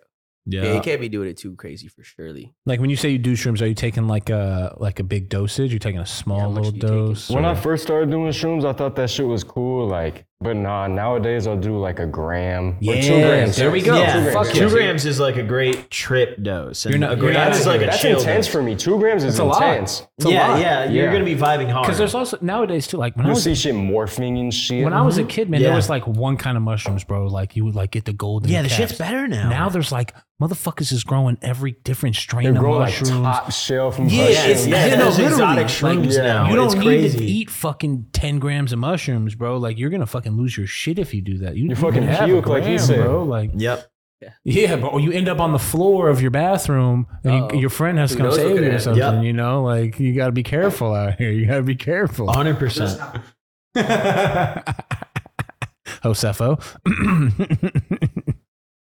[SPEAKER 1] Yeah. you can't be doing it too crazy for surely.
[SPEAKER 5] Like when you say you do shrooms, are you taking like a like a big dosage? You're taking a small
[SPEAKER 1] How much
[SPEAKER 5] little
[SPEAKER 1] are you taking?
[SPEAKER 5] dose.
[SPEAKER 2] When
[SPEAKER 5] or-
[SPEAKER 2] I first started doing shrooms, I thought that shit was cool. Like, but nah, nowadays I'll do like a gram or two
[SPEAKER 5] Yeah,
[SPEAKER 2] grams.
[SPEAKER 5] there we go.
[SPEAKER 2] Two
[SPEAKER 4] Yeah,
[SPEAKER 2] grams,
[SPEAKER 4] fuck
[SPEAKER 2] yeah.
[SPEAKER 4] two grams is like a great trip dose. And
[SPEAKER 5] You're not-
[SPEAKER 4] a gram
[SPEAKER 5] you're not-
[SPEAKER 4] is like a
[SPEAKER 2] That's
[SPEAKER 4] chill
[SPEAKER 2] intense
[SPEAKER 4] dose.
[SPEAKER 2] for me. Two grams is
[SPEAKER 5] a lot.
[SPEAKER 2] intense.
[SPEAKER 5] It's a
[SPEAKER 4] yeah,
[SPEAKER 5] lot.
[SPEAKER 4] yeah, you're
[SPEAKER 2] Yeah.
[SPEAKER 4] gonna be vibing hard.
[SPEAKER 5] Because there's also nowadays too, like when I
[SPEAKER 2] You
[SPEAKER 5] was
[SPEAKER 2] see shit morphing and shit.
[SPEAKER 5] when I was a kid, man,
[SPEAKER 4] Mm-hmm. Yeah.
[SPEAKER 5] there was like one kind of mushrooms, bro. Like you would like get the golden.
[SPEAKER 4] yeah, the
[SPEAKER 5] caps.
[SPEAKER 4] shit's better now.
[SPEAKER 5] Now there's like motherfuckers is growing every different strain
[SPEAKER 2] They're
[SPEAKER 5] of
[SPEAKER 2] growing like
[SPEAKER 5] mushrooms.
[SPEAKER 2] top shelf
[SPEAKER 5] yeah,
[SPEAKER 2] mushrooms.
[SPEAKER 5] it's,
[SPEAKER 4] Yeah,
[SPEAKER 5] you know,
[SPEAKER 4] there's
[SPEAKER 5] literally,
[SPEAKER 4] exotic
[SPEAKER 5] like,
[SPEAKER 4] shrooms now.
[SPEAKER 5] You don't
[SPEAKER 4] It's
[SPEAKER 5] need to
[SPEAKER 4] crazy.
[SPEAKER 5] eat fucking ten grams of mushrooms, bro. Like you're gonna fucking lose your shit if you do that. You,
[SPEAKER 2] You're
[SPEAKER 5] you
[SPEAKER 2] fucking
[SPEAKER 5] can have a
[SPEAKER 2] puke, like he
[SPEAKER 5] gram,
[SPEAKER 2] said.
[SPEAKER 5] bro. Like
[SPEAKER 4] Yep.
[SPEAKER 5] yeah, but or you end up on the floor of your bathroom and
[SPEAKER 1] Uh-oh.
[SPEAKER 5] you, your friend has to
[SPEAKER 1] Who
[SPEAKER 5] come
[SPEAKER 1] knows what
[SPEAKER 5] save
[SPEAKER 1] could
[SPEAKER 5] you or
[SPEAKER 1] happen?
[SPEAKER 5] something.
[SPEAKER 4] Yep.
[SPEAKER 5] You know, like you got to be careful out here. You got to be careful.
[SPEAKER 4] 100%.
[SPEAKER 5] Josefo.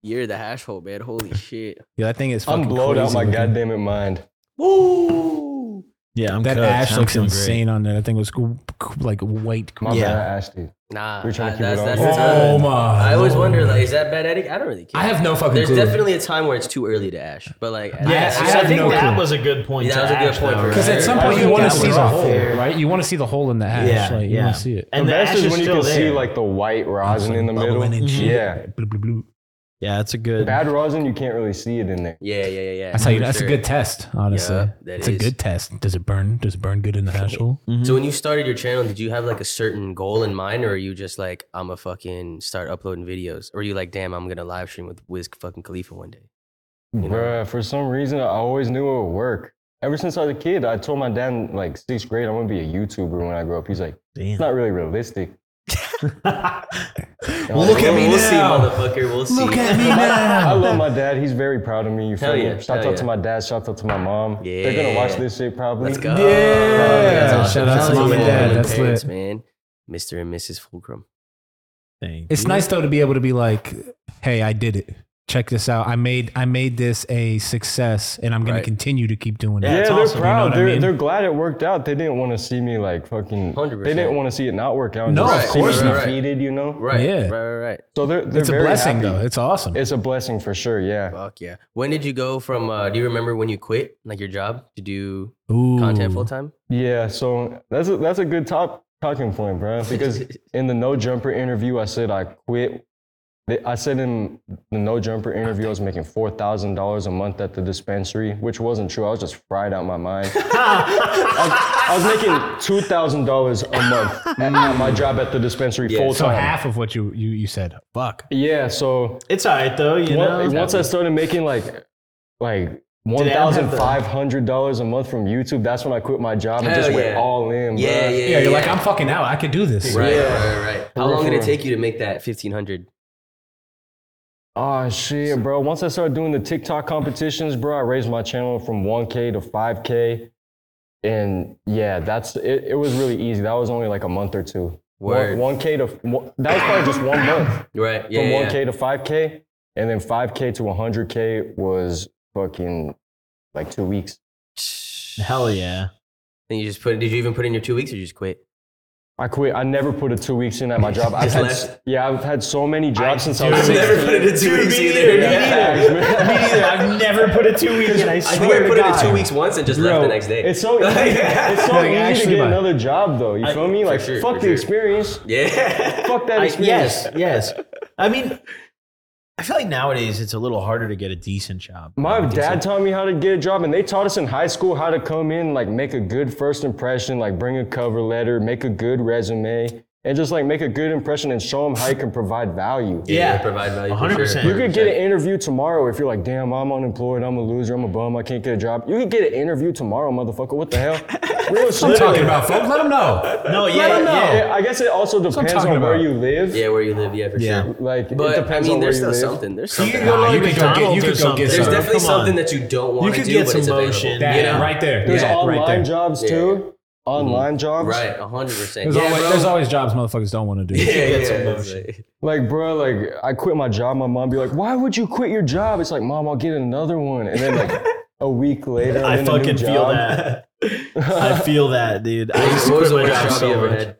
[SPEAKER 1] You're the hash hole, man. Holy shit.
[SPEAKER 5] Yeah, that thing is fucking
[SPEAKER 2] I'm blowed out
[SPEAKER 5] crazy
[SPEAKER 2] my
[SPEAKER 5] looking.
[SPEAKER 2] goddamn it mind.
[SPEAKER 1] Woo!
[SPEAKER 4] Yeah, I'm
[SPEAKER 5] That
[SPEAKER 4] cooked.
[SPEAKER 5] ash
[SPEAKER 4] I'm
[SPEAKER 5] looks
[SPEAKER 4] feeling great.
[SPEAKER 5] insane on there. That thing was cool, like white.
[SPEAKER 2] My
[SPEAKER 4] Yeah.
[SPEAKER 2] bad, I asked you.
[SPEAKER 1] Nah,
[SPEAKER 2] We're trying to
[SPEAKER 1] I-
[SPEAKER 2] keep it
[SPEAKER 1] that's,
[SPEAKER 2] on.
[SPEAKER 1] that's the
[SPEAKER 2] Oh
[SPEAKER 1] time.
[SPEAKER 5] my!
[SPEAKER 1] uh, I always wonder, like, is that bad etiquette? I don't really care.
[SPEAKER 5] I have no fucking
[SPEAKER 1] There's
[SPEAKER 5] clue.
[SPEAKER 1] definitely a time where it's too early to ash, but like, at-
[SPEAKER 4] Yeah,
[SPEAKER 1] at-
[SPEAKER 4] see,
[SPEAKER 5] I
[SPEAKER 4] I,
[SPEAKER 5] have
[SPEAKER 4] think
[SPEAKER 5] no
[SPEAKER 4] that
[SPEAKER 5] clue.
[SPEAKER 4] was a good point.
[SPEAKER 1] Yeah, that
[SPEAKER 4] to
[SPEAKER 1] was a good
[SPEAKER 4] ask,
[SPEAKER 1] point
[SPEAKER 4] though,
[SPEAKER 1] for-
[SPEAKER 4] right?
[SPEAKER 5] because at some
[SPEAKER 2] I
[SPEAKER 5] point you
[SPEAKER 2] think
[SPEAKER 5] want to
[SPEAKER 2] that
[SPEAKER 5] see
[SPEAKER 2] was
[SPEAKER 5] the
[SPEAKER 2] off
[SPEAKER 5] hole,
[SPEAKER 4] there.
[SPEAKER 5] right? You want to see the hole in the ash.
[SPEAKER 4] Yeah,
[SPEAKER 5] like you
[SPEAKER 4] yeah.
[SPEAKER 5] want to see it.
[SPEAKER 2] And
[SPEAKER 4] and
[SPEAKER 2] the
[SPEAKER 4] the
[SPEAKER 2] best
[SPEAKER 4] ash
[SPEAKER 2] is
[SPEAKER 4] is
[SPEAKER 2] when you
[SPEAKER 4] still
[SPEAKER 2] can see
[SPEAKER 4] there.
[SPEAKER 2] like the white
[SPEAKER 5] It's
[SPEAKER 2] rosin
[SPEAKER 5] like
[SPEAKER 2] in the middle.
[SPEAKER 5] bubbling and shit.
[SPEAKER 2] Yeah.
[SPEAKER 5] Blue, blue, blue.
[SPEAKER 4] yeah, that's a good.
[SPEAKER 2] Bad rosin, you can't really see it in there.
[SPEAKER 1] yeah, yeah, yeah, yeah.
[SPEAKER 5] That's how you.
[SPEAKER 1] for
[SPEAKER 5] That's
[SPEAKER 1] sure.
[SPEAKER 5] a good test, honestly.
[SPEAKER 1] Yeah, that
[SPEAKER 5] It's a
[SPEAKER 1] is.
[SPEAKER 5] good test. Does it burn? Does it burn good in the ash hole?
[SPEAKER 4] Mm-hmm.
[SPEAKER 1] So when you started your channel, did you have like a certain goal in mind, or are you just like, I'm a fucking start uploading videos, or are you like, damn, I'm gonna live stream with Wiz fucking Khalifa one day? You know?
[SPEAKER 2] Bruh, for some reason, I always knew it would work. Ever since I was a kid, I told my dad, in, like, sixth grade, I'm gonna be a YouTuber when I grow up. He's like,
[SPEAKER 4] Damn.
[SPEAKER 2] it's not really realistic. And I was
[SPEAKER 4] Look
[SPEAKER 2] like,
[SPEAKER 4] at me
[SPEAKER 1] we'll
[SPEAKER 4] now.
[SPEAKER 1] see, motherfucker. We'll see.
[SPEAKER 5] Look at me
[SPEAKER 2] I
[SPEAKER 5] now.
[SPEAKER 2] love my dad. He's very proud of me. You
[SPEAKER 1] Hell
[SPEAKER 2] feel
[SPEAKER 1] yeah,
[SPEAKER 2] me? Shout
[SPEAKER 1] hell
[SPEAKER 2] out to
[SPEAKER 1] yeah.
[SPEAKER 2] my dad. Shout out to my mom. They're gonna watch
[SPEAKER 1] Yeah.
[SPEAKER 2] this shit probably.
[SPEAKER 1] Let's go.
[SPEAKER 5] Yeah.
[SPEAKER 1] That's
[SPEAKER 5] Shout out
[SPEAKER 1] Sounds
[SPEAKER 5] to
[SPEAKER 1] like
[SPEAKER 5] mom and
[SPEAKER 1] you
[SPEAKER 5] dad.
[SPEAKER 1] all
[SPEAKER 5] That's
[SPEAKER 1] parents,
[SPEAKER 5] lit.
[SPEAKER 1] man. Mr. and Mrs. Fulcrum.
[SPEAKER 4] Thank
[SPEAKER 5] It's
[SPEAKER 4] you.
[SPEAKER 5] nice though to be able to be like, "Hey, I did it. Check this out. I made. I made this a success, and I'm going
[SPEAKER 1] Right.
[SPEAKER 5] to continue to keep doing
[SPEAKER 4] Yeah,
[SPEAKER 5] it."
[SPEAKER 2] Yeah,
[SPEAKER 4] it's
[SPEAKER 2] they're
[SPEAKER 4] awesome, you know
[SPEAKER 2] proud.
[SPEAKER 5] what I
[SPEAKER 2] they're,
[SPEAKER 5] mean?
[SPEAKER 2] they're glad it worked out. They didn't want to see me like fucking.
[SPEAKER 1] 100%.
[SPEAKER 2] They didn't want to see it not work out.
[SPEAKER 5] No,
[SPEAKER 2] just
[SPEAKER 5] of
[SPEAKER 2] see me
[SPEAKER 5] course
[SPEAKER 1] not.
[SPEAKER 2] defeated, you know.
[SPEAKER 1] Right.
[SPEAKER 5] Yeah.
[SPEAKER 1] Right. Right. Right.
[SPEAKER 2] So they're, they're
[SPEAKER 5] It's a
[SPEAKER 2] very
[SPEAKER 5] blessing
[SPEAKER 2] happy.
[SPEAKER 5] though. It's awesome.
[SPEAKER 2] It's a blessing for sure. Yeah.
[SPEAKER 1] Fuck yeah. When did you go from? Uh, do you remember when you quit, like your job, to do
[SPEAKER 5] Ooh.
[SPEAKER 1] content full time?
[SPEAKER 2] Yeah. So that's a, that's a good top talking point, bro. Because in the no jumper interview, I said I quit They, I said in the No Jumper interview, I was making four thousand dollars a month at the dispensary, which wasn't true. I was just fried out my mind. I, I was making two thousand dollars a month at, at my job at the dispensary full
[SPEAKER 5] So
[SPEAKER 2] time.
[SPEAKER 5] half of what you you you said. Fuck.
[SPEAKER 2] yeah, so
[SPEAKER 4] It's all right though, you
[SPEAKER 2] Well,
[SPEAKER 4] know.
[SPEAKER 2] once I started making like like one
[SPEAKER 4] Did Adam have
[SPEAKER 2] thousand
[SPEAKER 4] the-
[SPEAKER 2] five hundred dollars a month from YouTube, that's when I quit my job and
[SPEAKER 1] Hell
[SPEAKER 2] just went
[SPEAKER 1] yeah.
[SPEAKER 2] all in.
[SPEAKER 1] Yeah,
[SPEAKER 2] bruh.
[SPEAKER 1] yeah,
[SPEAKER 5] Yeah, you're like,
[SPEAKER 1] yeah.
[SPEAKER 5] I'm fucking out. I could do this.
[SPEAKER 1] Right, right, right. How
[SPEAKER 2] real,
[SPEAKER 1] long
[SPEAKER 2] for
[SPEAKER 1] did it
[SPEAKER 2] real.
[SPEAKER 1] take you to make that fifteen hundred?
[SPEAKER 2] Oh shit, bro! Once I started doing the TikTok competitions, bro, I raised my channel from one k to five k, and yeah, that's it. It was really easy. That was only like a month or two.
[SPEAKER 1] Word.
[SPEAKER 2] One k to one, that was probably just one month
[SPEAKER 1] Right, yeah,
[SPEAKER 2] from
[SPEAKER 1] yeah,
[SPEAKER 2] one
[SPEAKER 1] yeah.
[SPEAKER 2] k to five k, and then five k to one hundred k was fucking like two weeks.
[SPEAKER 4] Hell yeah.
[SPEAKER 1] Then you just put. Did you even put in your two weeks, or you just quit?
[SPEAKER 2] I quit. I never put a two weeks in at my job. I've
[SPEAKER 1] Just
[SPEAKER 2] had,
[SPEAKER 1] left?
[SPEAKER 2] s- yeah, I've had so many jobs since I was
[SPEAKER 4] I've
[SPEAKER 2] six.
[SPEAKER 4] never put it in two weeks either.
[SPEAKER 2] Yeah, facts, man.
[SPEAKER 4] Me neither. I've never put a two week in. I
[SPEAKER 1] I think I
[SPEAKER 4] swear
[SPEAKER 1] put
[SPEAKER 4] to
[SPEAKER 1] it in
[SPEAKER 4] God.
[SPEAKER 1] two weeks once and just left
[SPEAKER 2] Bro,
[SPEAKER 1] the next day.
[SPEAKER 2] It's so easy, it's so
[SPEAKER 5] Like,
[SPEAKER 2] easy
[SPEAKER 5] actually,
[SPEAKER 2] to get
[SPEAKER 5] like-
[SPEAKER 2] another job though. You feel me?
[SPEAKER 1] for
[SPEAKER 2] Like
[SPEAKER 1] sure,
[SPEAKER 2] fuck
[SPEAKER 1] for
[SPEAKER 2] the
[SPEAKER 1] sure.
[SPEAKER 2] experience.
[SPEAKER 1] yeah.
[SPEAKER 2] Fuck that
[SPEAKER 4] I-
[SPEAKER 2] experience.
[SPEAKER 4] yes, yes. I mean, I feel like nowadays it's a little harder to get a decent job.
[SPEAKER 2] My
[SPEAKER 4] Like, it's
[SPEAKER 2] dad taught me how to get a job, and they taught us in high school how to come in, like make a good first impression, like bring a cover letter, make a good resume, and just like make a good impression and show them how you can provide value.
[SPEAKER 4] Yeah.
[SPEAKER 1] provide value.
[SPEAKER 4] 100%.
[SPEAKER 2] You could get an interview tomorrow if you're like, damn, I'm unemployed, I'm a loser, I'm a bum, I can't get a job. You could get an interview tomorrow, motherfucker. What the hell? Real shit.
[SPEAKER 5] I'm talking about folks. Let them know.
[SPEAKER 4] like- no, yeah,
[SPEAKER 5] Let 'em know.
[SPEAKER 4] yeah.
[SPEAKER 2] Yeah, I guess it also depends on
[SPEAKER 5] talking
[SPEAKER 2] where
[SPEAKER 5] about.
[SPEAKER 2] you live.
[SPEAKER 1] Yeah, where you live. Yeah, for
[SPEAKER 4] Yeah.
[SPEAKER 1] sure.
[SPEAKER 2] Like it
[SPEAKER 1] But I
[SPEAKER 2] depends
[SPEAKER 1] mean,
[SPEAKER 2] on where
[SPEAKER 1] there's
[SPEAKER 2] you
[SPEAKER 1] still
[SPEAKER 2] live.
[SPEAKER 1] something. There's
[SPEAKER 4] You could
[SPEAKER 1] something.
[SPEAKER 4] go to
[SPEAKER 5] Nah,
[SPEAKER 4] like
[SPEAKER 5] you could go get-
[SPEAKER 4] McDonald's
[SPEAKER 5] you
[SPEAKER 4] or
[SPEAKER 5] could go
[SPEAKER 4] something.
[SPEAKER 5] get
[SPEAKER 1] There's
[SPEAKER 5] Come
[SPEAKER 1] definitely
[SPEAKER 4] Come
[SPEAKER 1] something
[SPEAKER 4] on.
[SPEAKER 1] that you don't want to
[SPEAKER 4] could
[SPEAKER 1] do,
[SPEAKER 4] get
[SPEAKER 1] but
[SPEAKER 4] some
[SPEAKER 1] it's available.
[SPEAKER 4] motion.
[SPEAKER 5] That,
[SPEAKER 1] You know?
[SPEAKER 5] Right there.
[SPEAKER 2] There's
[SPEAKER 5] yeah,
[SPEAKER 2] online
[SPEAKER 5] right there.
[SPEAKER 2] jobs
[SPEAKER 1] Yeah. Mm-hmm.
[SPEAKER 2] too. Online jobs.
[SPEAKER 1] Right, 100%.
[SPEAKER 5] There's,
[SPEAKER 1] yeah,
[SPEAKER 5] always,
[SPEAKER 1] bro.
[SPEAKER 5] there's always jobs motherfuckers don't want to do.
[SPEAKER 1] yeah, yeah,
[SPEAKER 4] get some
[SPEAKER 1] it's
[SPEAKER 4] motion.
[SPEAKER 1] like-
[SPEAKER 2] Like, bro, like I quit my job. My mom be like, "Why would you quit your job?" It's like, "Mom, I'll get another one." And then like a week later, I'm
[SPEAKER 4] I
[SPEAKER 2] in a new
[SPEAKER 4] fucking feel
[SPEAKER 2] job.
[SPEAKER 4] that. I feel that, dude. I used to
[SPEAKER 1] What was
[SPEAKER 4] quit
[SPEAKER 1] the
[SPEAKER 4] my
[SPEAKER 1] worst
[SPEAKER 4] job
[SPEAKER 1] job you
[SPEAKER 4] so
[SPEAKER 1] ever
[SPEAKER 4] much.
[SPEAKER 1] had?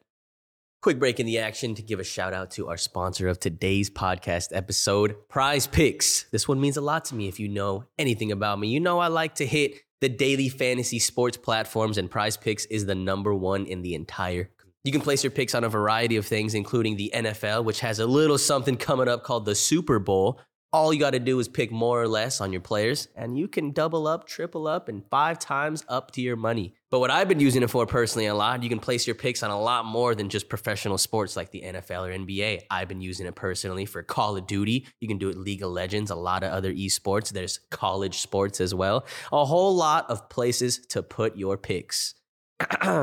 [SPEAKER 1] Quick break in the action to give a shout out to our sponsor of today's podcast episode, Prize Picks. This one means a lot to me if you know anything about me. You know, I like to hit the daily fantasy sports platforms, and Prize Picks is the number one in the entire. You can place your picks on a variety of things, including the NFL, which has a little something coming up called the Super Bowl. All you got to do is pick more or less on your players, and you can double up, triple up, and five times up to your money. But what I've been using it for personally a lot, you can place your picks on a lot more than just professional sports like the NFL or NBA. I've been using it personally for Call of Duty. You can do it League of Legends, a lot of other esports. There's college sports as well. A whole lot of places to put your picks.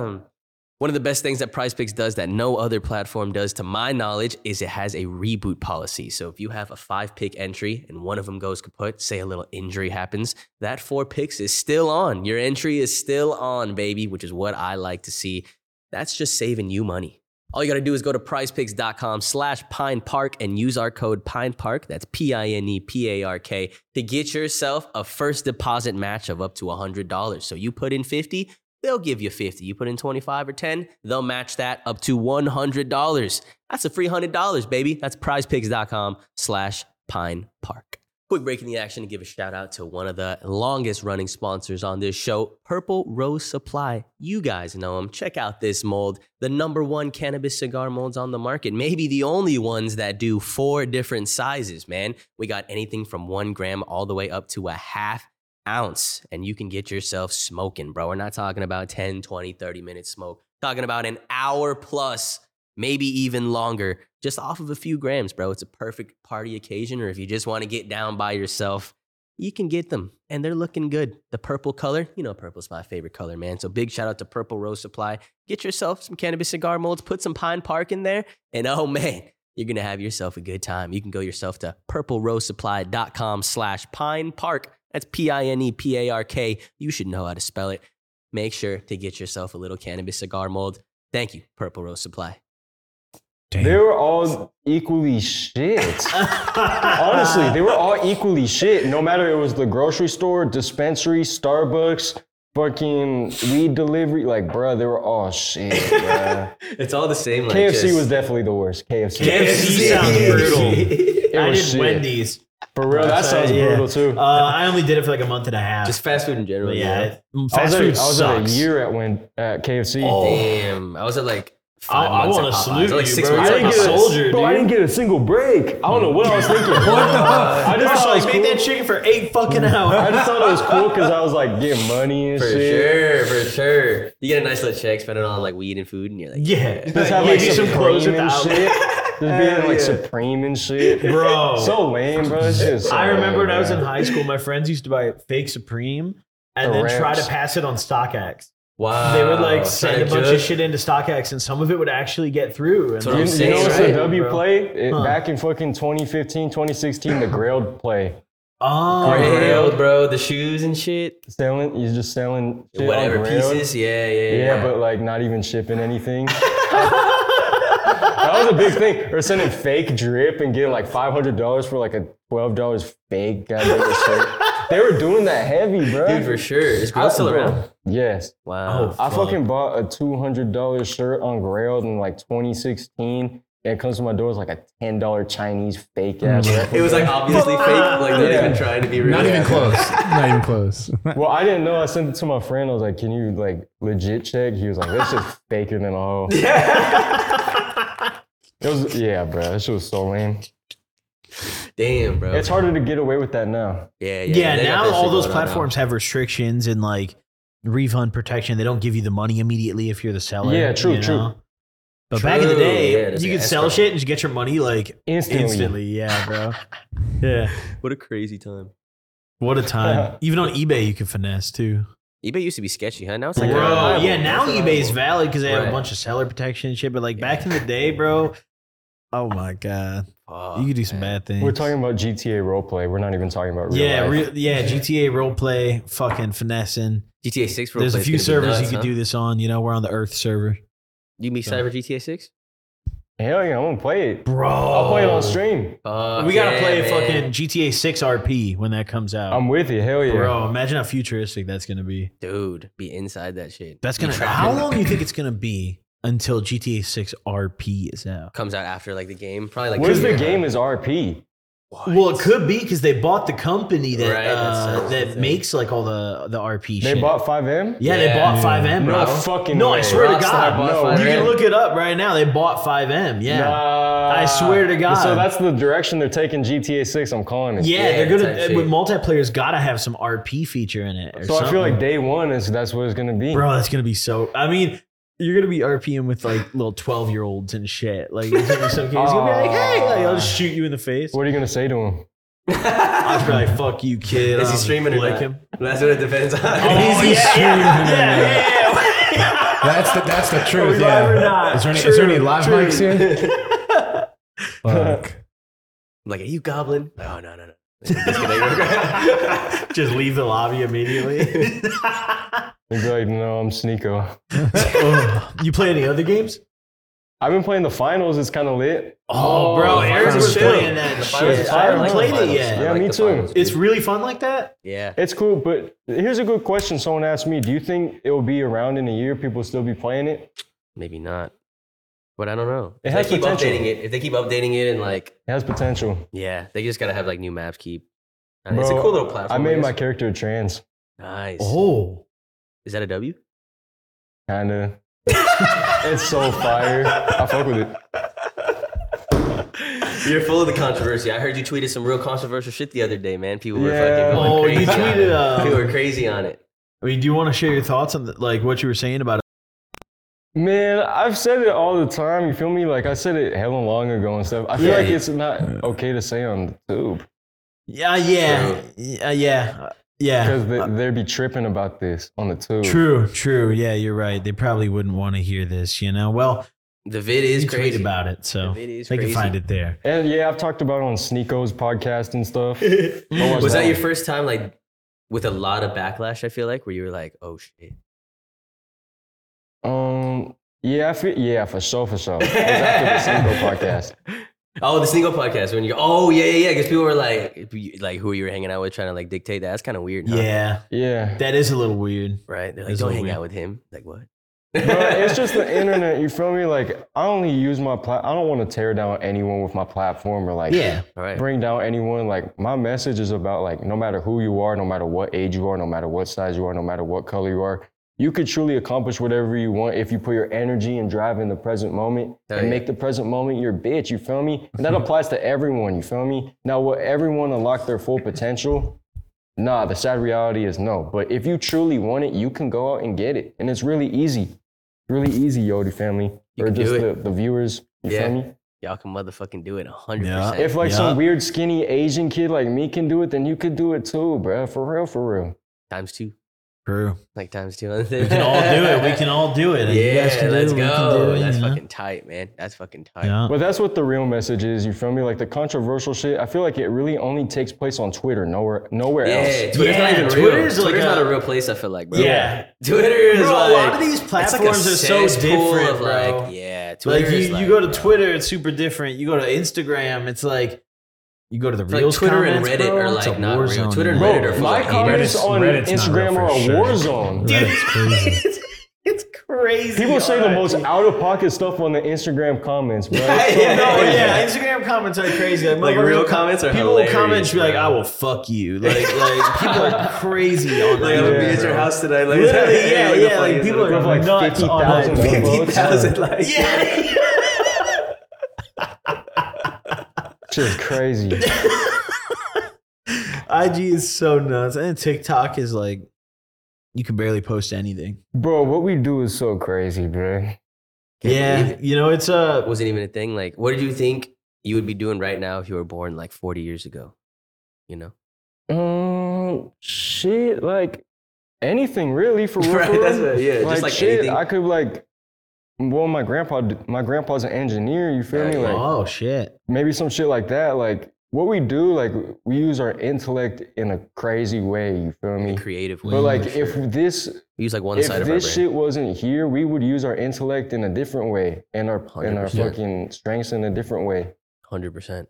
[SPEAKER 1] One of the best things that Prize Picks does that no other platform does, to my knowledge, is it has a reboot policy. So if you have a five pick entry and one of them goes kaput, say a little injury happens, that four picks is still on. Your entry is still on, baby, which is what I like to see. That's just saving you money. All you got to do is go to prizepicks.com slash pine park and use our code pine park, that's P I N E P A R K, to get yourself a first deposit match of up to $100. So you put in 50 they'll give you 50 you put in 25 or 10 they'll match that up to $100 that's a free $100 baby that's prizepicks.com slash pine park quick break in the action to give a shout out to one of the longest running sponsors on this show purple rose supply you guys know them check out this mold the number one cannabis cigar molds on the market maybe the only ones that do four different sizes man we got anything from one gram all the way up to a half ounce and you can get yourself smoking, bro. We're not talking about 10, 20, 30 minutes smoke. Talking about an hour plus, maybe even longer, just off of a few grams, bro. It's a perfect party occasion, or if you just want to get down by yourself, you can get them and they're looking good. The purple color, you know, purple's my favorite color, man. So big shout out to Purple Rose Supply. Get yourself some cannabis cigar molds, put some Pine Park in there, and oh man, you're gonna have yourself a good time. You can go yourself to purplerosesupply.com slash pine park. That's E P-I-N-E-P-A-R-K. You should know how to spell it. Make sure to get yourself a little cannabis cigar mold. Thank you, Purple Rose Supply.
[SPEAKER 5] Damn.
[SPEAKER 2] They were all equally shit. Honestly, they were all equally shit. No matter it was the grocery store, dispensary, Starbucks, fucking weed delivery. Like, bro, they were all shit. bruh.
[SPEAKER 1] It's all the same. Like
[SPEAKER 2] KFC was definitely the worst. KFC.
[SPEAKER 4] KFC sounds brutal. I
[SPEAKER 2] was
[SPEAKER 4] did
[SPEAKER 2] shit.
[SPEAKER 4] Wendy's.
[SPEAKER 2] For real, that
[SPEAKER 4] That's, uh,
[SPEAKER 2] sounds
[SPEAKER 4] yeah.
[SPEAKER 2] brutal too.
[SPEAKER 4] Uh, I only did it for like a month and a half.
[SPEAKER 1] just fast food in general.
[SPEAKER 4] but
[SPEAKER 1] Yeah.
[SPEAKER 4] yeah, it-
[SPEAKER 2] I was,
[SPEAKER 4] fast Oh,
[SPEAKER 2] at,
[SPEAKER 4] food
[SPEAKER 2] I was at a
[SPEAKER 4] sucks.
[SPEAKER 2] year at when at KFC.
[SPEAKER 1] Damn. I was at like five
[SPEAKER 4] I
[SPEAKER 1] months
[SPEAKER 4] wanna
[SPEAKER 1] at Popeyes.
[SPEAKER 4] salute
[SPEAKER 1] Like
[SPEAKER 4] you,
[SPEAKER 1] six
[SPEAKER 4] bro.
[SPEAKER 1] months
[SPEAKER 4] I
[SPEAKER 1] at
[SPEAKER 4] didn't
[SPEAKER 1] Popeyes.
[SPEAKER 4] get a soldier,
[SPEAKER 2] bro, I
[SPEAKER 4] dude.
[SPEAKER 2] didn't get a single break. I don't know what I was thinking. what the I just
[SPEAKER 4] Marshall,
[SPEAKER 2] thought it was
[SPEAKER 4] you made
[SPEAKER 2] cool.
[SPEAKER 4] that chicken for eight fucking hours.
[SPEAKER 2] I just thought it was cool because I was like getting money and
[SPEAKER 1] For
[SPEAKER 2] shit.
[SPEAKER 1] sure, for sure. You get a nice little check, spend it on like weed and food, and you're like,
[SPEAKER 4] yeah,
[SPEAKER 2] Just have
[SPEAKER 4] Yeah,
[SPEAKER 2] like
[SPEAKER 4] you
[SPEAKER 2] Supreme
[SPEAKER 4] at
[SPEAKER 2] and
[SPEAKER 4] the
[SPEAKER 2] shit.
[SPEAKER 4] outlet.
[SPEAKER 2] Just being like
[SPEAKER 4] yeah.
[SPEAKER 2] Supreme and shit.
[SPEAKER 4] bro.
[SPEAKER 2] So lame, bro. It's just so
[SPEAKER 4] I remember
[SPEAKER 2] lame,
[SPEAKER 4] when I was
[SPEAKER 2] bro.
[SPEAKER 4] in high school, my friends used to buy fake Supreme and
[SPEAKER 2] The
[SPEAKER 4] then try to
[SPEAKER 2] wraps.
[SPEAKER 4] pass it on StockX.
[SPEAKER 1] wow.
[SPEAKER 4] They would
[SPEAKER 1] trying
[SPEAKER 4] like send
[SPEAKER 1] to
[SPEAKER 4] a bunch of
[SPEAKER 1] judge?
[SPEAKER 4] shit into StockX, and some of it would actually get through. And
[SPEAKER 1] That's what
[SPEAKER 4] I'm
[SPEAKER 1] I'm
[SPEAKER 2] You, you
[SPEAKER 1] saying,
[SPEAKER 2] know what's
[SPEAKER 1] right?
[SPEAKER 2] a W
[SPEAKER 4] bro.
[SPEAKER 2] play? It-
[SPEAKER 4] Huh.
[SPEAKER 2] Back in fucking 2015, 2016, the grilled play.
[SPEAKER 4] Oh,
[SPEAKER 1] Grailed, bro. The shoes and shit.
[SPEAKER 2] Selling, you're just selling shit on
[SPEAKER 1] Whatever
[SPEAKER 2] Grailed.
[SPEAKER 1] pieces. Yeah, yeah, yeah.
[SPEAKER 2] Yeah, but like not even shipping anything. that was a big thing. Or sending fake drip and getting like five hundred dollars for like a twelve dollars fake goddamn shirt. they were doing that heavy, bro.
[SPEAKER 1] Dude, for sure. Is Grail still
[SPEAKER 2] bro.
[SPEAKER 1] around?
[SPEAKER 2] Yes.
[SPEAKER 1] Wow.
[SPEAKER 4] Oh.
[SPEAKER 2] I fucking bought a two hundred dollar shirt on Grailed in like 2016. And it comes to my door it's like a ten dollar Chinese fake ass.
[SPEAKER 1] Mm. It
[SPEAKER 4] Oh,
[SPEAKER 2] replica.
[SPEAKER 1] was like obviously fake. Like not
[SPEAKER 2] Yeah.
[SPEAKER 1] even trying to be real.
[SPEAKER 5] Not even close. Not even close.
[SPEAKER 2] well, I didn't know. I sent it to my friend. I was like, "Can you like legit check?" He was like, "That's just faker than all." Yeah. It was yeah, bro. That shit was so lame.
[SPEAKER 1] Damn, bro.
[SPEAKER 2] It's harder to get away with that now.
[SPEAKER 1] Yeah, yeah.
[SPEAKER 4] Yeah,
[SPEAKER 1] they got
[SPEAKER 4] now
[SPEAKER 1] that
[SPEAKER 4] all
[SPEAKER 1] shit going
[SPEAKER 4] those
[SPEAKER 1] on now.
[SPEAKER 4] platforms have restrictions and like refund protection. They don't give you the money immediately if you're the seller.
[SPEAKER 2] Yeah, true,
[SPEAKER 4] you
[SPEAKER 2] true.
[SPEAKER 4] But back in the
[SPEAKER 1] True, yeah,
[SPEAKER 4] day,
[SPEAKER 1] there's
[SPEAKER 4] you
[SPEAKER 1] an
[SPEAKER 4] could sell
[SPEAKER 1] escrow.
[SPEAKER 4] shit and just get your money like
[SPEAKER 2] Instantly.
[SPEAKER 4] instantly. Yeah, bro. yeah.
[SPEAKER 1] What a crazy time.
[SPEAKER 4] What a time. Even on eBay, you could finesse too.
[SPEAKER 1] eBay used to be sketchy, huh? Now it's like,
[SPEAKER 2] Bro,
[SPEAKER 1] reliable.
[SPEAKER 4] yeah, now
[SPEAKER 1] It's
[SPEAKER 4] eBay's
[SPEAKER 1] reliable.
[SPEAKER 4] valid because they have
[SPEAKER 1] Right.
[SPEAKER 4] a bunch of seller protection and shit. But like back in the day, bro, oh my god,
[SPEAKER 1] Fuck,
[SPEAKER 4] you could do some
[SPEAKER 1] man.
[SPEAKER 4] bad things.
[SPEAKER 2] We're talking about GTA roleplay. We're not even talking about real
[SPEAKER 4] yeah,
[SPEAKER 2] life.
[SPEAKER 4] real, yeah, GTA roleplay, fucking finessing.
[SPEAKER 1] GTA 6 for
[SPEAKER 4] There's a
[SPEAKER 1] roleplay's
[SPEAKER 4] few
[SPEAKER 1] gonna be
[SPEAKER 4] servers
[SPEAKER 1] nuts,
[SPEAKER 4] you could
[SPEAKER 1] huh?
[SPEAKER 4] do this on. You know, we're on the Earth server,
[SPEAKER 1] You mean Cyber GTA 6?
[SPEAKER 2] Hell yeah, I'm gonna play it.
[SPEAKER 4] bro.
[SPEAKER 2] I'll play it on stream.
[SPEAKER 1] Fuck
[SPEAKER 4] We gotta
[SPEAKER 1] yeah,
[SPEAKER 4] play
[SPEAKER 1] man.
[SPEAKER 4] fucking GTA 6 RP when that comes out,
[SPEAKER 2] I'm with you. Hell yeah.
[SPEAKER 4] bro. Imagine how futuristic that's gonna be.
[SPEAKER 1] Dude, be inside that shit.
[SPEAKER 4] That's
[SPEAKER 1] Be
[SPEAKER 4] gonna.
[SPEAKER 1] trapped
[SPEAKER 4] How
[SPEAKER 1] in-
[SPEAKER 4] long do you think it's gonna be until GTA 6 RP is out?
[SPEAKER 1] Comes out after like the game, probably like.
[SPEAKER 2] what is
[SPEAKER 1] two
[SPEAKER 2] the
[SPEAKER 1] years.
[SPEAKER 2] game is RP?
[SPEAKER 4] Well, it could be because they bought the company that
[SPEAKER 1] Right, that's-
[SPEAKER 4] uh,
[SPEAKER 1] that's the
[SPEAKER 4] that
[SPEAKER 1] thing.
[SPEAKER 4] makes like all the the RP
[SPEAKER 2] They
[SPEAKER 4] shit.
[SPEAKER 2] bought 5M?
[SPEAKER 1] Yeah.
[SPEAKER 4] yeah, they bought Five M, bro.
[SPEAKER 2] No fucking
[SPEAKER 4] no,
[SPEAKER 2] way.
[SPEAKER 4] I swear
[SPEAKER 1] Rockstar
[SPEAKER 4] to God,
[SPEAKER 1] bought
[SPEAKER 4] no.
[SPEAKER 1] 5M.
[SPEAKER 4] You can look it up right now. They bought Five M. Yeah,
[SPEAKER 2] Nah.
[SPEAKER 4] I swear to God.
[SPEAKER 2] So that's the direction they're taking GTA 6. I'm calling it.
[SPEAKER 4] yeah,
[SPEAKER 1] Yeah,
[SPEAKER 4] they're gonna.
[SPEAKER 1] type
[SPEAKER 4] uh, With
[SPEAKER 1] shit.
[SPEAKER 4] multiplayer's gotta have some RP feature in it. Or
[SPEAKER 2] So I feel like
[SPEAKER 4] something.
[SPEAKER 2] day one is that's what it's gonna be.
[SPEAKER 4] bro, that's gonna be so. I mean. You're gonna be RPing with like little twelve year olds and shit. Like it's gonna be some kids gonna be like, "Hey, like, I'll just shoot you in the face."
[SPEAKER 2] What are you gonna say to him?
[SPEAKER 4] I'll be like, "Fuck you, kid."
[SPEAKER 1] Is he
[SPEAKER 4] I'll
[SPEAKER 1] streaming or
[SPEAKER 4] lick
[SPEAKER 1] not? Oh,
[SPEAKER 4] him.
[SPEAKER 1] That's what it depends on.
[SPEAKER 5] Is he streaming or not? That's the that's the truth.
[SPEAKER 4] live
[SPEAKER 5] yeah.
[SPEAKER 4] or not?
[SPEAKER 5] Is there any, is there any
[SPEAKER 4] True,
[SPEAKER 5] live
[SPEAKER 4] true.
[SPEAKER 5] mics here? Fuck.
[SPEAKER 1] like, are you goblin? Oh no, no, no. Disconnect.
[SPEAKER 4] Just leave the lobby immediately.
[SPEAKER 2] He'd be like, no, I'm Sneeko.
[SPEAKER 4] Oh, you play any other games?
[SPEAKER 2] I've been playing the finals. It's kind of lit.
[SPEAKER 1] Oh,
[SPEAKER 4] Oh, bro,
[SPEAKER 1] the
[SPEAKER 4] Eric
[SPEAKER 1] finals
[SPEAKER 4] was
[SPEAKER 1] too.
[SPEAKER 4] playing that
[SPEAKER 1] The finals
[SPEAKER 4] shit.
[SPEAKER 1] is
[SPEAKER 4] I
[SPEAKER 1] fire.
[SPEAKER 4] haven't
[SPEAKER 1] like the
[SPEAKER 4] played it
[SPEAKER 1] finals.
[SPEAKER 4] yet.
[SPEAKER 1] I
[SPEAKER 2] Yeah,
[SPEAKER 1] like
[SPEAKER 2] me
[SPEAKER 1] the
[SPEAKER 2] too.
[SPEAKER 1] finals,
[SPEAKER 4] It's
[SPEAKER 1] dude.
[SPEAKER 4] really fun like that.
[SPEAKER 1] yeah.
[SPEAKER 2] It's cool, but here's a good question. Someone asked me, do you think it'll be around in a year? People still be playing it?
[SPEAKER 1] Maybe not. But I don't know.
[SPEAKER 2] It
[SPEAKER 1] If
[SPEAKER 2] has
[SPEAKER 1] they keep
[SPEAKER 2] potential.
[SPEAKER 1] updating it, if they keep updating it and like,
[SPEAKER 2] It has potential.
[SPEAKER 1] yeah, they just gotta have like new maps. Keep. I mean,
[SPEAKER 2] Bro,
[SPEAKER 1] it's a cool little platform.
[SPEAKER 2] I made my
[SPEAKER 1] guess.
[SPEAKER 2] character trans.
[SPEAKER 1] nice.
[SPEAKER 4] Oh,
[SPEAKER 1] Is that a W?
[SPEAKER 2] Kinda. it's so fire. I fuck with it.
[SPEAKER 1] You're full of the controversy. I heard you tweeted some real controversial shit the other day, man. People were
[SPEAKER 2] Yeah.
[SPEAKER 1] fucking going
[SPEAKER 4] Oh,
[SPEAKER 1] crazy.
[SPEAKER 4] you
[SPEAKER 1] on
[SPEAKER 4] tweeted,
[SPEAKER 1] it.
[SPEAKER 4] uh,
[SPEAKER 1] People were crazy on it.
[SPEAKER 4] I mean, do you want to share your thoughts on the, like what you were saying about it?
[SPEAKER 2] Man, I've said it all the time. You feel me? Like I said it hella long ago and stuff. I feel
[SPEAKER 1] Yeah.
[SPEAKER 2] like it's not okay to say on the tube
[SPEAKER 4] Yeah, yeah,
[SPEAKER 1] True.
[SPEAKER 4] yeah, yeah, uh, yeah.
[SPEAKER 2] because they, they be tripping about this on the tube.
[SPEAKER 4] True, true. Yeah, you're right. They probably wouldn't want to hear this, you know. Well,
[SPEAKER 1] The vid is
[SPEAKER 4] you
[SPEAKER 1] crazy.
[SPEAKER 4] tweet about it, so
[SPEAKER 1] If it is
[SPEAKER 4] they
[SPEAKER 1] crazy.
[SPEAKER 4] can find it there.
[SPEAKER 2] And yeah, I've talked about it on Sneako's podcast and stuff. What
[SPEAKER 1] Was that
[SPEAKER 2] that?
[SPEAKER 1] your first time like with a lot of backlash? I feel like where you were like, oh shit.
[SPEAKER 2] Um. Yeah, I feel, yeah, for sure, for sure. It was after the Sneako podcast.
[SPEAKER 1] Oh, the single podcast when you oh yeah yeah yeah because people were like like who you were hanging out with trying to like dictate that that's kind of weird huh?
[SPEAKER 4] Yeah,
[SPEAKER 2] Yeah,
[SPEAKER 4] that is a little weird.
[SPEAKER 1] right they're like
[SPEAKER 4] That's
[SPEAKER 1] don't
[SPEAKER 4] what
[SPEAKER 1] hang
[SPEAKER 4] we-
[SPEAKER 1] out with him like what
[SPEAKER 2] but it's just the internet. You feel me? Like I only use my plat. I don't want to tear down anyone with my platform or like
[SPEAKER 4] Yeah,
[SPEAKER 1] all right
[SPEAKER 2] bring down anyone. Like my message is about like no matter who you are, no matter what age you are, no matter what size you are, no matter what color you are, you could truly accomplish whatever you want if you put your energy and drive in the present moment
[SPEAKER 1] Hell
[SPEAKER 2] and
[SPEAKER 1] yeah.
[SPEAKER 2] make the present moment your bitch. You feel me? And that applies to everyone. You feel me? Now, will everyone unlock their full potential? Nah, the sad reality is no. But if you truly want it, you can go out and get it. And it's really easy. Really easy, Yodi family.
[SPEAKER 1] You
[SPEAKER 2] or
[SPEAKER 1] can
[SPEAKER 2] just
[SPEAKER 1] do
[SPEAKER 2] the,
[SPEAKER 1] it.
[SPEAKER 2] the viewers. You
[SPEAKER 1] Yeah.
[SPEAKER 2] feel me?
[SPEAKER 1] Y'all can motherfucking do it 100%.
[SPEAKER 4] Yeah.
[SPEAKER 2] If like some
[SPEAKER 4] Yeah.
[SPEAKER 2] weird skinny Asian kid like me can do it, then you could do it too, bruh. For real, for real.
[SPEAKER 1] Times two.
[SPEAKER 4] True.
[SPEAKER 1] Like times two.
[SPEAKER 4] We can all do it. We can all do it. And you
[SPEAKER 1] Yeah,
[SPEAKER 4] guys can do
[SPEAKER 1] let's
[SPEAKER 4] it. We can
[SPEAKER 1] go.
[SPEAKER 4] do it,
[SPEAKER 1] That's
[SPEAKER 4] you know?
[SPEAKER 1] fucking tight, man. That's fucking tight.
[SPEAKER 4] Yeah.
[SPEAKER 2] But that's what the real message is. You feel me? Like the controversial shit. I feel like it really only takes place on Twitter, nowhere, nowhere
[SPEAKER 1] Yeah,
[SPEAKER 2] else.
[SPEAKER 1] Twitter's not
[SPEAKER 4] Yeah,
[SPEAKER 1] even real.
[SPEAKER 4] Twitter's
[SPEAKER 1] Twitter's
[SPEAKER 4] like a-
[SPEAKER 1] not a real place. I feel like, bro.
[SPEAKER 4] Yeah.
[SPEAKER 1] Twitter is
[SPEAKER 4] Bro, a
[SPEAKER 1] like
[SPEAKER 4] lot of these
[SPEAKER 1] it's like a
[SPEAKER 4] platforms are so
[SPEAKER 1] cesspool
[SPEAKER 4] different,
[SPEAKER 1] of, like,
[SPEAKER 4] bro.
[SPEAKER 1] Yeah, Twitter
[SPEAKER 4] Like you,
[SPEAKER 1] is
[SPEAKER 4] you
[SPEAKER 1] like,
[SPEAKER 4] go to Twitter, it's super different. You go to Instagram, it's like you go to the
[SPEAKER 1] like
[SPEAKER 4] reels.
[SPEAKER 1] Twitter and
[SPEAKER 4] comments,
[SPEAKER 1] Reddit
[SPEAKER 4] bro,
[SPEAKER 1] are,
[SPEAKER 4] it's a
[SPEAKER 1] like, not
[SPEAKER 4] war
[SPEAKER 1] real.
[SPEAKER 4] zone,
[SPEAKER 1] Twitter and
[SPEAKER 4] bro.
[SPEAKER 1] Reddit are
[SPEAKER 2] Bro,
[SPEAKER 1] full
[SPEAKER 2] my
[SPEAKER 1] of hate.
[SPEAKER 2] comments
[SPEAKER 5] Reddit's-
[SPEAKER 2] on
[SPEAKER 5] Reddit's not real
[SPEAKER 2] Instagram
[SPEAKER 5] for
[SPEAKER 2] are a
[SPEAKER 5] sure.
[SPEAKER 2] war zone.
[SPEAKER 5] That's crazy.
[SPEAKER 1] it's, it's crazy.
[SPEAKER 2] People say the
[SPEAKER 1] alright.
[SPEAKER 2] most out of pocket stuff on the Instagram comments, bro.
[SPEAKER 1] Yeah,
[SPEAKER 2] It's so
[SPEAKER 4] Yeah, no,
[SPEAKER 2] crazy.
[SPEAKER 4] yeah. Instagram comments are crazy. Like,
[SPEAKER 1] Like,
[SPEAKER 4] motherfuckers-
[SPEAKER 1] real comments are
[SPEAKER 4] people will comment
[SPEAKER 1] hilarious,
[SPEAKER 4] and be like,
[SPEAKER 1] bro.
[SPEAKER 4] "I will fuck you." Like, like people are crazy on
[SPEAKER 1] Like, I'm gonna
[SPEAKER 4] that.
[SPEAKER 1] be
[SPEAKER 2] Yeah,
[SPEAKER 1] at your
[SPEAKER 2] bro.
[SPEAKER 1] house tonight. Like,
[SPEAKER 4] Literally, yeah,
[SPEAKER 1] what the
[SPEAKER 4] yeah.
[SPEAKER 1] fuck
[SPEAKER 4] Like
[SPEAKER 1] is
[SPEAKER 4] people
[SPEAKER 1] it?
[SPEAKER 4] are
[SPEAKER 2] With, like,
[SPEAKER 4] nuts
[SPEAKER 2] 50,000
[SPEAKER 4] on that.
[SPEAKER 2] people.
[SPEAKER 1] fifty thousand likes.
[SPEAKER 4] Yeah,
[SPEAKER 2] Shit's crazy.
[SPEAKER 4] IG is so nuts, and then TikTok is like, you can barely post anything.
[SPEAKER 2] Bro, what we do is so crazy, bro.
[SPEAKER 1] Can't
[SPEAKER 4] yeah,
[SPEAKER 1] believe
[SPEAKER 4] you know it's uh,
[SPEAKER 1] it wasn't even a thing. Like, what did you think you would be doing right now if you were born like 40 years ago? You know,
[SPEAKER 2] Um, shit, like anything really for real.
[SPEAKER 1] Right,
[SPEAKER 2] for real.
[SPEAKER 1] that's what- yeah, just like
[SPEAKER 2] shit,
[SPEAKER 1] anything.
[SPEAKER 2] I could like. Well, my grandpa, d- my grandpa's an engineer. You feel
[SPEAKER 1] Yeah,
[SPEAKER 2] me?
[SPEAKER 1] yeah.
[SPEAKER 2] Like
[SPEAKER 4] oh shit.
[SPEAKER 2] maybe some shit like that. Like what we do, like we use our intellect in a crazy way. You feel
[SPEAKER 1] in
[SPEAKER 2] me?
[SPEAKER 1] a creative way.
[SPEAKER 2] But like if this
[SPEAKER 1] we use like one
[SPEAKER 2] if
[SPEAKER 1] side of our brain.
[SPEAKER 2] this shit wasn't here, we would use our intellect in a different way and our and our
[SPEAKER 1] 100%.
[SPEAKER 2] fucking strengths in a different way.
[SPEAKER 1] Hundred percent.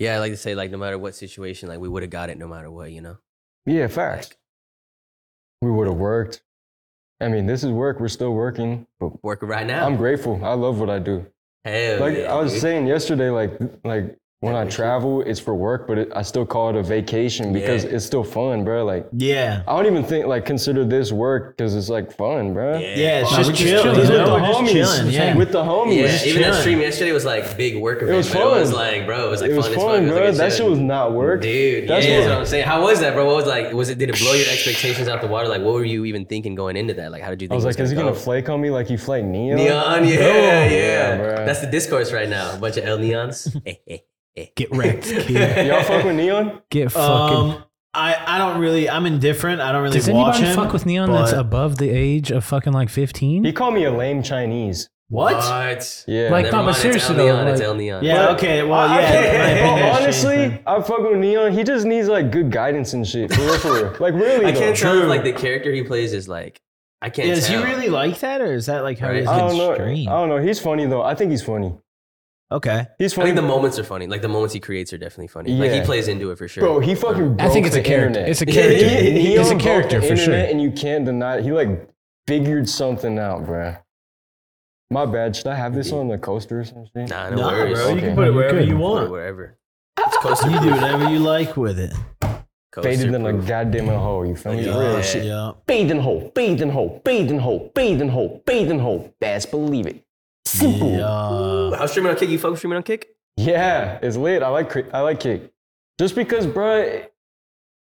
[SPEAKER 1] Yeah, I like to say like no matter what situation, like we would have got it no matter what, you know.
[SPEAKER 2] Yeah, facts. We would have worked. I mean, this is work. We're still working, but
[SPEAKER 1] Work right now.
[SPEAKER 2] I'm grateful. I love what I do.
[SPEAKER 1] Hell
[SPEAKER 2] Like
[SPEAKER 1] yeah,
[SPEAKER 2] I was
[SPEAKER 1] dude.
[SPEAKER 2] saying yesterday, like like when I travel, it's for work, but it, I still call it a vacation because
[SPEAKER 1] Yeah.
[SPEAKER 2] it's still fun, bro. Like
[SPEAKER 4] Yeah.
[SPEAKER 2] I don't even think like consider this work because it's like fun,
[SPEAKER 1] Yeah.
[SPEAKER 2] bro.
[SPEAKER 4] Yeah, it's
[SPEAKER 5] Nah,
[SPEAKER 4] just
[SPEAKER 5] we're just
[SPEAKER 4] chill.
[SPEAKER 5] chilling,
[SPEAKER 4] you
[SPEAKER 2] With
[SPEAKER 5] Yeah,
[SPEAKER 4] know?
[SPEAKER 2] the
[SPEAKER 4] We're just
[SPEAKER 2] homies,
[SPEAKER 4] chilling, yeah.
[SPEAKER 2] with the
[SPEAKER 1] Yeah,
[SPEAKER 2] homies.
[SPEAKER 1] even that
[SPEAKER 4] chilling.
[SPEAKER 1] stream yesterday was like big work event.
[SPEAKER 2] was
[SPEAKER 1] but It was
[SPEAKER 2] fun.
[SPEAKER 1] like, bro, it was like
[SPEAKER 2] It was
[SPEAKER 1] fun,
[SPEAKER 2] fun,
[SPEAKER 1] as fuck. It was, like
[SPEAKER 2] bro.
[SPEAKER 1] I said.
[SPEAKER 2] That shit was not work.
[SPEAKER 1] Dude,
[SPEAKER 2] That's
[SPEAKER 1] yeah,
[SPEAKER 2] what-
[SPEAKER 1] that's what I'm saying. How was that, bro? What was like? Was it? Did it blow your expectations out the water? Like, what were you even thinking going into that? Like, how did you
[SPEAKER 2] I
[SPEAKER 1] think?
[SPEAKER 2] was
[SPEAKER 1] it
[SPEAKER 2] like, is he
[SPEAKER 1] gonna
[SPEAKER 2] gonna
[SPEAKER 1] go?
[SPEAKER 2] flake on me like he flaked Neon?
[SPEAKER 1] Neon, yeah,
[SPEAKER 2] Yeah,
[SPEAKER 1] yeah,
[SPEAKER 2] bro.
[SPEAKER 1] That's the discourse right now. A bunch of El Neons.
[SPEAKER 5] Get wrecked, kid.
[SPEAKER 2] Y'all fuck with Neon?
[SPEAKER 5] Get fucking.
[SPEAKER 4] Um, I, I don't really. I'm indifferent. I don't really
[SPEAKER 5] Does
[SPEAKER 4] watch
[SPEAKER 5] anybody
[SPEAKER 4] him.
[SPEAKER 5] fuck with Neon that's
[SPEAKER 4] but-
[SPEAKER 5] above the age of fucking like
[SPEAKER 2] He
[SPEAKER 5] 15?
[SPEAKER 2] called me a lame Chinese.
[SPEAKER 4] what?
[SPEAKER 2] Yeah.
[SPEAKER 1] Never
[SPEAKER 5] Like, no, but
[SPEAKER 1] mind, it's El
[SPEAKER 5] seriously though,
[SPEAKER 1] Neon, it's
[SPEAKER 5] like-
[SPEAKER 1] El Neon.
[SPEAKER 4] yeah. okay. Well,
[SPEAKER 2] I- I
[SPEAKER 4] oh, yeah.
[SPEAKER 2] can't-
[SPEAKER 4] my
[SPEAKER 2] bro,
[SPEAKER 4] opinion has changed,
[SPEAKER 2] honestly, I fuck with Neon. He just needs like good guidance and shit. For real, for real. Like really,
[SPEAKER 1] I
[SPEAKER 2] though.
[SPEAKER 1] can't tell if
[SPEAKER 4] True.
[SPEAKER 1] like the character he plays is like I
[SPEAKER 4] but-
[SPEAKER 1] can't
[SPEAKER 4] Yeah, Is he
[SPEAKER 1] tell.
[SPEAKER 4] really like that, or is that like how
[SPEAKER 1] Right.
[SPEAKER 4] he's
[SPEAKER 2] I don't know. Oh,
[SPEAKER 4] constrained?
[SPEAKER 2] I don't know. He's funny though. I think he's funny.
[SPEAKER 4] Okay.
[SPEAKER 2] He's
[SPEAKER 1] I
[SPEAKER 2] funny.
[SPEAKER 1] think the moments are funny. Like the moments he creates are definitely funny. Like he
[SPEAKER 2] Yeah.
[SPEAKER 1] plays into it for sure.
[SPEAKER 2] bro, he fucking. Broke
[SPEAKER 5] I think it's
[SPEAKER 2] the
[SPEAKER 5] a character.
[SPEAKER 2] Internet.
[SPEAKER 5] It's a character.
[SPEAKER 2] Neon
[SPEAKER 5] it's a
[SPEAKER 2] broke
[SPEAKER 5] character
[SPEAKER 2] the
[SPEAKER 5] for sure.
[SPEAKER 2] internet, And you can't deny. He like figured something out, bro. My bad. Should I have this on the coaster or something?
[SPEAKER 1] nah, no
[SPEAKER 4] No,
[SPEAKER 1] worries.
[SPEAKER 4] bro. You
[SPEAKER 2] Okay.
[SPEAKER 4] can put it
[SPEAKER 5] You
[SPEAKER 4] wherever
[SPEAKER 5] could.
[SPEAKER 4] you
[SPEAKER 1] Put it
[SPEAKER 4] want.
[SPEAKER 1] wherever. It's coaster
[SPEAKER 4] You do
[SPEAKER 1] proof.
[SPEAKER 4] whatever you like with it.
[SPEAKER 1] Coaster
[SPEAKER 2] Faded in a
[SPEAKER 1] proof.
[SPEAKER 2] goddamn hole. You feel me?
[SPEAKER 4] Yeah.
[SPEAKER 2] Real shit.
[SPEAKER 4] Oh, yeah.
[SPEAKER 2] Bathing hole, bathing hole, bathing hole, bathing hole, bathing hole. Best believe it. Simple. Yeah,
[SPEAKER 4] Yeah.
[SPEAKER 1] How streaming on Kick? You fuck with streaming on Kick?
[SPEAKER 2] it's lit. I like cri- I like kick. Just because, bruh,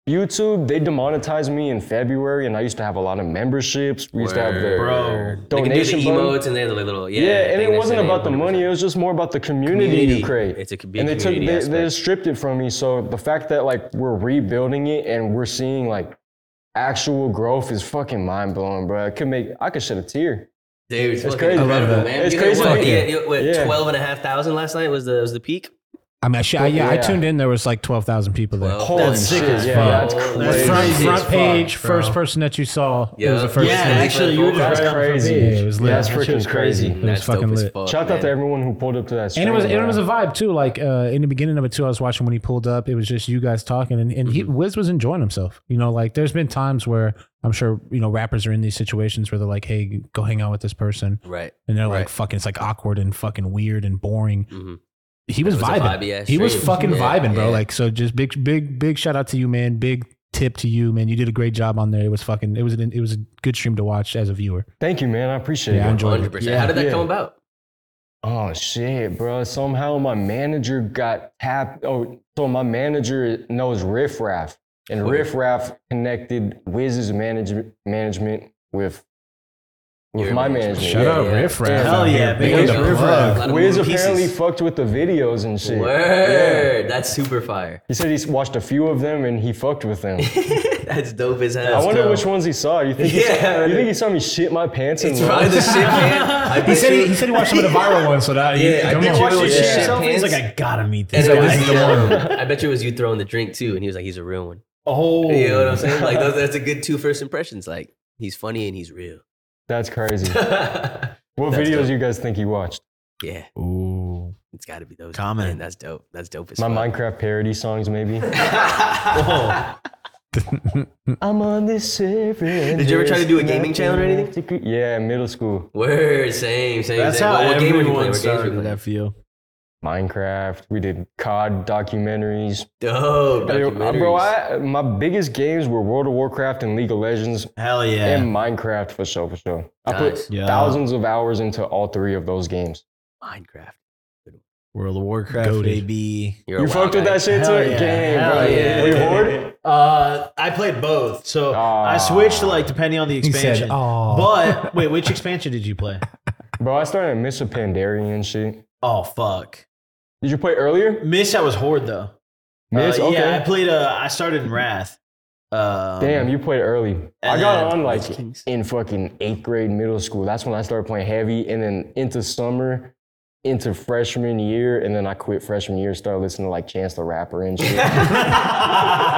[SPEAKER 2] YouTube they demonetized me in February, and I used to have a lot of memberships. We used to have the
[SPEAKER 1] Word. They can do the
[SPEAKER 2] donation button.
[SPEAKER 1] emotes and they have the little yeah.
[SPEAKER 2] Yeah, and
[SPEAKER 1] thing
[SPEAKER 2] it
[SPEAKER 1] that's
[SPEAKER 2] wasn't
[SPEAKER 1] in there,
[SPEAKER 2] about the money. It
[SPEAKER 1] 100%.
[SPEAKER 2] was just more about the community,
[SPEAKER 1] Community.
[SPEAKER 2] you create.
[SPEAKER 1] It's a co- big
[SPEAKER 2] and they took
[SPEAKER 1] community
[SPEAKER 2] they,
[SPEAKER 1] aspect.
[SPEAKER 2] they stripped it from me. So the fact that like we're rebuilding it and we're seeing like actual growth is fucking mind blowing, bro. It could make I could shed a tear.
[SPEAKER 1] Dude, it's, fucking
[SPEAKER 2] crazy. I love
[SPEAKER 1] incredible,
[SPEAKER 5] that.
[SPEAKER 1] man.
[SPEAKER 2] It's
[SPEAKER 1] You heard
[SPEAKER 2] crazy
[SPEAKER 1] What,
[SPEAKER 2] to
[SPEAKER 1] yeah,
[SPEAKER 2] me.
[SPEAKER 1] yeah, what,
[SPEAKER 2] Yeah.
[SPEAKER 1] 12 and a half thousand last night was the was the peak.
[SPEAKER 5] I mean, I, sh- I, yeah, I
[SPEAKER 2] Yeah.
[SPEAKER 5] tuned in. There was like 12,000 people there.
[SPEAKER 1] Well,
[SPEAKER 2] Holy
[SPEAKER 4] That's sick
[SPEAKER 2] shit!
[SPEAKER 4] as
[SPEAKER 2] yeah,
[SPEAKER 4] fuck.
[SPEAKER 2] that's
[SPEAKER 1] That's crazy.
[SPEAKER 2] crazy.
[SPEAKER 5] That's front,
[SPEAKER 1] as
[SPEAKER 5] front
[SPEAKER 1] fuck,
[SPEAKER 5] page,
[SPEAKER 4] bro.
[SPEAKER 5] first person that you saw.
[SPEAKER 1] Yeah.
[SPEAKER 5] It was the first.
[SPEAKER 4] Yeah,
[SPEAKER 1] Yeah,
[SPEAKER 4] actually,
[SPEAKER 1] but
[SPEAKER 4] you were just
[SPEAKER 1] that's
[SPEAKER 4] right on the front
[SPEAKER 2] crazy.
[SPEAKER 4] page.
[SPEAKER 5] Yeah, it was lit.
[SPEAKER 2] That's
[SPEAKER 4] That shit
[SPEAKER 2] freaking
[SPEAKER 4] was
[SPEAKER 2] crazy.
[SPEAKER 1] And That's
[SPEAKER 5] fucking
[SPEAKER 1] dope as
[SPEAKER 5] lit.
[SPEAKER 1] fuck,
[SPEAKER 2] Shout out to
[SPEAKER 1] man.
[SPEAKER 2] everyone who pulled up to that. Stream,
[SPEAKER 5] and it was and it was a
[SPEAKER 2] bro.
[SPEAKER 5] vibe too. Like uh, in the beginning of it too, I was watching when he pulled up. It was just you guys talking, and, and he,
[SPEAKER 1] Mm-hmm.
[SPEAKER 5] Wiz was enjoying himself. You know, like there's been times where I'm sure you know rappers are in these situations where they're like, "Hey, go hang out with this person,"
[SPEAKER 1] Right.
[SPEAKER 5] and they're
[SPEAKER 1] Right.
[SPEAKER 5] like, "Fucking, it's like awkward and fucking weird and boring."
[SPEAKER 1] hmm
[SPEAKER 5] He was,
[SPEAKER 1] It was a
[SPEAKER 5] vibing.
[SPEAKER 1] vibey ass
[SPEAKER 5] he was
[SPEAKER 1] stream.
[SPEAKER 5] fucking
[SPEAKER 1] Yeah,
[SPEAKER 5] vibing, bro.
[SPEAKER 1] yeah.
[SPEAKER 5] Like so, just big, big, big shout out to you, man. Big tip to you, man. You did a great job on there. It was fucking. It was an, it was a good stream to watch as a viewer.
[SPEAKER 2] Thank you, man. I appreciate
[SPEAKER 5] Yeah, I
[SPEAKER 2] it.
[SPEAKER 5] enjoyed it.
[SPEAKER 1] 100%. How did that
[SPEAKER 2] yeah.
[SPEAKER 1] come about?
[SPEAKER 2] Oh shit, bro. Somehow my manager got tapped. Oh, so my manager knows Riff Raff. And
[SPEAKER 1] Oh.
[SPEAKER 2] Riff Raff connected Wiz's manage- management with with
[SPEAKER 1] Your
[SPEAKER 2] my
[SPEAKER 1] management.
[SPEAKER 2] management.
[SPEAKER 5] Shut
[SPEAKER 1] Yeah,
[SPEAKER 5] up,
[SPEAKER 1] yeah.
[SPEAKER 5] Riff Raff.
[SPEAKER 2] Hell
[SPEAKER 5] out
[SPEAKER 4] yeah,
[SPEAKER 5] here.
[SPEAKER 4] big
[SPEAKER 5] Big
[SPEAKER 4] up
[SPEAKER 5] up.
[SPEAKER 4] Riff
[SPEAKER 1] Raff.
[SPEAKER 5] Fuck.
[SPEAKER 1] lot of
[SPEAKER 2] Wiz
[SPEAKER 1] moving
[SPEAKER 2] apparently
[SPEAKER 1] pieces.
[SPEAKER 2] fucked with the videos and shit.
[SPEAKER 1] Word. That's super fire.
[SPEAKER 2] He said he's watched a few of them and he fucked with them.
[SPEAKER 1] That's dope as hell.
[SPEAKER 2] I wonder which ones he saw. You think,
[SPEAKER 1] Yeah,
[SPEAKER 2] he,
[SPEAKER 1] man.
[SPEAKER 2] you think he saw me shit my pants and
[SPEAKER 1] It's probably the shit, man. I
[SPEAKER 5] He
[SPEAKER 1] bet
[SPEAKER 5] said he,
[SPEAKER 1] you-
[SPEAKER 5] he said he watched some of the viral ones, so that
[SPEAKER 1] Yeah, I
[SPEAKER 5] come
[SPEAKER 1] think
[SPEAKER 5] on.
[SPEAKER 1] he
[SPEAKER 4] Watch
[SPEAKER 1] Yeah.
[SPEAKER 4] this shit
[SPEAKER 1] Yeah.
[SPEAKER 4] yourself. He's like,
[SPEAKER 1] Pants.
[SPEAKER 4] I gotta meet this
[SPEAKER 1] And I, was
[SPEAKER 4] guy.
[SPEAKER 1] the one. I bet you it was you throwing the drink too, and he was like, "He's a real one."
[SPEAKER 4] Oh,
[SPEAKER 1] You know what I'm saying? Like those, that's a good two first impressions. Like he's funny and he's real.
[SPEAKER 2] That's crazy.
[SPEAKER 1] yeah,
[SPEAKER 2] What
[SPEAKER 1] That's
[SPEAKER 2] videos
[SPEAKER 1] dope.
[SPEAKER 2] you guys think he watched?
[SPEAKER 4] Ooh.
[SPEAKER 1] it's got to be those.
[SPEAKER 4] Comment.
[SPEAKER 1] Man, that's dope. That's dope as
[SPEAKER 2] My
[SPEAKER 1] fuck.
[SPEAKER 2] Minecraft parody songs, maybe.
[SPEAKER 1] Whoa.
[SPEAKER 2] I'm on this server.
[SPEAKER 1] Did you ever try to do a gaming channel or anything?
[SPEAKER 2] Yeah, middle school.
[SPEAKER 1] Word, same, same.
[SPEAKER 4] That's
[SPEAKER 1] same.
[SPEAKER 4] how
[SPEAKER 1] What- what game were you playing?
[SPEAKER 4] everyone
[SPEAKER 1] What games were you
[SPEAKER 4] started
[SPEAKER 1] playing?
[SPEAKER 4] that feel.
[SPEAKER 2] Minecraft. We did COD documentaries.
[SPEAKER 1] Dope, documentaries.
[SPEAKER 2] Bro, I, my biggest games were World of Warcraft and League of Legends
[SPEAKER 4] Hell yeah.
[SPEAKER 2] and Minecraft for sure, for sure. I
[SPEAKER 1] Nice.
[SPEAKER 2] put
[SPEAKER 4] Yeah.
[SPEAKER 2] thousands of hours into all three of those games.
[SPEAKER 1] Minecraft.
[SPEAKER 4] World of Warcraft,
[SPEAKER 5] Goated.
[SPEAKER 4] AB.
[SPEAKER 1] You're a
[SPEAKER 2] You
[SPEAKER 1] wild
[SPEAKER 2] fucked with
[SPEAKER 1] guy.
[SPEAKER 2] that shit
[SPEAKER 4] Hell
[SPEAKER 2] too?
[SPEAKER 4] yeah.
[SPEAKER 2] Game,
[SPEAKER 4] Hell
[SPEAKER 2] bro.
[SPEAKER 4] yeah.
[SPEAKER 2] Were you bored?
[SPEAKER 4] Uh, I played both, so I switched to like depending on the
[SPEAKER 5] He
[SPEAKER 4] expansion.
[SPEAKER 5] said, "Oh,
[SPEAKER 4] But wait, which expansion did you play?
[SPEAKER 2] Bro, I started Miss a Pandaria and shit.
[SPEAKER 4] Oh fuck,
[SPEAKER 2] Did you play
[SPEAKER 1] Uh,
[SPEAKER 2] earlier?
[SPEAKER 4] Miss. I was Horde though.
[SPEAKER 2] Miss?
[SPEAKER 4] Uh,
[SPEAKER 2] okay.
[SPEAKER 4] Yeah, I played. Uh, I started in Wrath. Um,
[SPEAKER 2] Damn, you played early. I
[SPEAKER 4] then
[SPEAKER 2] got on like
[SPEAKER 1] Lich Kings.
[SPEAKER 2] in fucking eighth grade middle school. That's when I started playing heavy, and then into summer, into freshman year, and then I quit freshman year. Started listening to like Chance the Rapper and shit. Started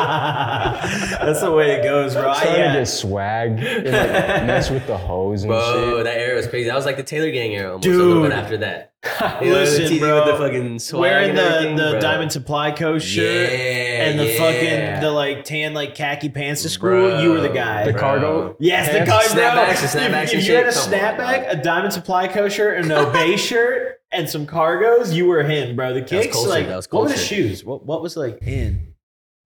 [SPEAKER 4] That's the way it goes, bro. I- yeah.
[SPEAKER 2] to get swag and like mess with the hoes and
[SPEAKER 1] Bro,
[SPEAKER 2] shit.
[SPEAKER 1] that era was crazy. That was like the Taylor Gang era almost a little
[SPEAKER 4] Dude.
[SPEAKER 1] bit after that. You know, the
[SPEAKER 4] Listen,
[SPEAKER 1] TV
[SPEAKER 4] bro.
[SPEAKER 1] With the fucking swag
[SPEAKER 4] wearing
[SPEAKER 1] and
[SPEAKER 4] the,
[SPEAKER 1] everything,
[SPEAKER 4] the
[SPEAKER 1] bro.
[SPEAKER 4] Diamond Supply Co shirt and the fucking the like tan like khaki pants to school.
[SPEAKER 1] Bro.
[SPEAKER 4] you were the guy.
[SPEAKER 2] The
[SPEAKER 1] Bro.
[SPEAKER 2] cargo.
[SPEAKER 4] Yes, the
[SPEAKER 2] pants.
[SPEAKER 4] guy,
[SPEAKER 1] Snapbacks
[SPEAKER 4] bro.
[SPEAKER 1] and snapbacks
[SPEAKER 4] If,
[SPEAKER 1] and
[SPEAKER 4] if you
[SPEAKER 1] shit,
[SPEAKER 4] had a
[SPEAKER 1] come on,
[SPEAKER 4] snapback, a Diamond Supply Co shirt, and an Obey shirt, and some cargos, you were him, bro. The
[SPEAKER 1] was
[SPEAKER 4] kicks,
[SPEAKER 1] culture,
[SPEAKER 4] like
[SPEAKER 1] that was
[SPEAKER 4] what were the
[SPEAKER 1] culture.
[SPEAKER 4] shoes? What what was like in?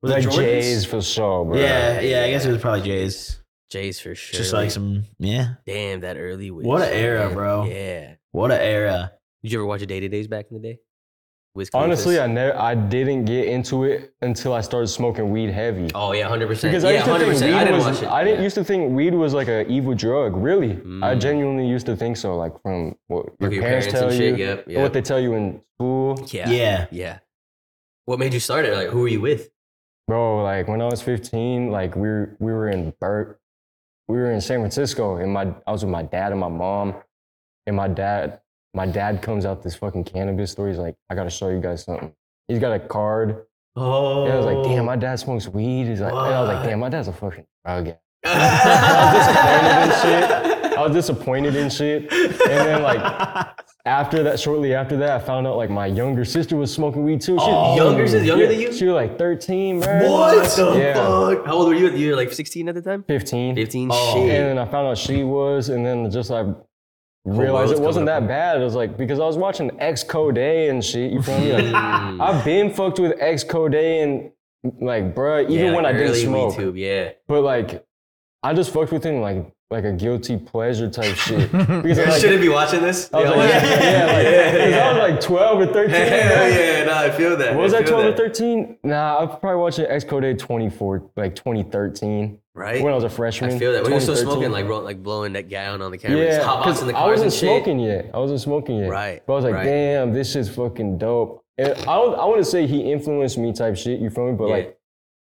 [SPEAKER 4] Was
[SPEAKER 2] Like
[SPEAKER 4] it Jordans?
[SPEAKER 2] J's for sure, bro.
[SPEAKER 4] Yeah, yeah. I guess it was probably J's.
[SPEAKER 1] J's for sure.
[SPEAKER 4] Just like some, yeah.
[SPEAKER 1] damn that early. Wiz
[SPEAKER 4] What a
[SPEAKER 1] shit,
[SPEAKER 4] era,
[SPEAKER 1] man.
[SPEAKER 4] bro.
[SPEAKER 1] Yeah.
[SPEAKER 4] What a era.
[SPEAKER 1] Did you ever watch a Day to Days back in the day? Wiz
[SPEAKER 2] Honestly, I
[SPEAKER 1] Khalifa's?
[SPEAKER 2] never, I didn't get into it until I started smoking weed heavy.
[SPEAKER 1] oh yeah, hundred percent.
[SPEAKER 2] Because
[SPEAKER 1] yeah,
[SPEAKER 2] I used to
[SPEAKER 1] 100%.
[SPEAKER 2] think weed
[SPEAKER 1] I didn't
[SPEAKER 2] was,
[SPEAKER 1] watch it.
[SPEAKER 2] I didn't
[SPEAKER 1] yeah.
[SPEAKER 2] used to think weed was like an evil drug. Really, I
[SPEAKER 1] Mm.
[SPEAKER 2] genuinely used to think so. Like from what your,
[SPEAKER 1] Look at
[SPEAKER 2] parents, tell
[SPEAKER 1] and
[SPEAKER 2] you,
[SPEAKER 1] shit. Yep,
[SPEAKER 2] or what
[SPEAKER 1] yep.
[SPEAKER 2] they tell you in school,
[SPEAKER 1] yeah,
[SPEAKER 4] Yeah.
[SPEAKER 1] yeah, What made you start it? Like, who were you with?
[SPEAKER 2] bro. Like when I was 15, like we were, we were in Burt, we were in San Francisco, and my I was with my dad and my mom, and my dad, my dad comes out this fucking cannabis store. He's like, I gotta show you guys something. He's got a card.
[SPEAKER 4] Oh.
[SPEAKER 2] And I was like, damn, my dad smokes weed. He's like, and I was like,
[SPEAKER 4] What?
[SPEAKER 2] damn, my dad's a fucking drug addict. I was disappointed in shit. I was disappointed in shit. And then like after that, shortly after that, I found out like my younger sister was smoking weed too. She,
[SPEAKER 4] Oh,
[SPEAKER 1] Younger is younger
[SPEAKER 2] yeah,
[SPEAKER 1] than you?
[SPEAKER 2] She was like 13, bro.
[SPEAKER 4] What the
[SPEAKER 2] Yeah.
[SPEAKER 4] fuck?
[SPEAKER 1] How old were you? You were like sixteen at the time.
[SPEAKER 2] 15.
[SPEAKER 1] Fifteen.
[SPEAKER 4] Oh.
[SPEAKER 2] And
[SPEAKER 1] Shit.
[SPEAKER 2] then I found out she was, and then just I realized
[SPEAKER 1] world's
[SPEAKER 2] it wasn't
[SPEAKER 1] coming up.
[SPEAKER 2] that bad. It was like because I was watching X Coday and shit. You feel me? Like,
[SPEAKER 1] Mm.
[SPEAKER 2] I've been fucked with X Coday and like, bruh, even
[SPEAKER 1] Yeah,
[SPEAKER 2] when I
[SPEAKER 1] like
[SPEAKER 2] didn't
[SPEAKER 1] early
[SPEAKER 2] smoke.
[SPEAKER 1] YouTube, yeah.
[SPEAKER 2] But like, I just fucked with him like like a guilty pleasure type shit. Because I
[SPEAKER 1] I
[SPEAKER 2] was like,
[SPEAKER 1] shouldn't be watching this.
[SPEAKER 2] I was like, yeah, yeah, like, because I was like 12 or 13.
[SPEAKER 1] Hell yeah, no, I feel that.
[SPEAKER 2] What was
[SPEAKER 1] I
[SPEAKER 2] that
[SPEAKER 1] feel
[SPEAKER 2] 12 or 13? Nah, I was probably watching Xcode 24, like 2013,
[SPEAKER 1] Right?
[SPEAKER 2] when I was a freshman.
[SPEAKER 1] I feel that. We were still
[SPEAKER 2] 2013.
[SPEAKER 1] smoking, like, roll, like blowing that guy on on the camera.
[SPEAKER 2] yeah,
[SPEAKER 1] Yeah, hot
[SPEAKER 2] 'cause
[SPEAKER 1] boxing the
[SPEAKER 2] I
[SPEAKER 1] cars
[SPEAKER 2] wasn't
[SPEAKER 1] and shit.
[SPEAKER 2] smoking yet. I wasn't smoking yet.
[SPEAKER 1] Right,
[SPEAKER 2] But I was like,
[SPEAKER 1] right.
[SPEAKER 2] damn, this shit's fucking dope. And I, would- I wouldn't say he influenced me type shit, you feel me? But
[SPEAKER 1] Yeah.
[SPEAKER 2] like,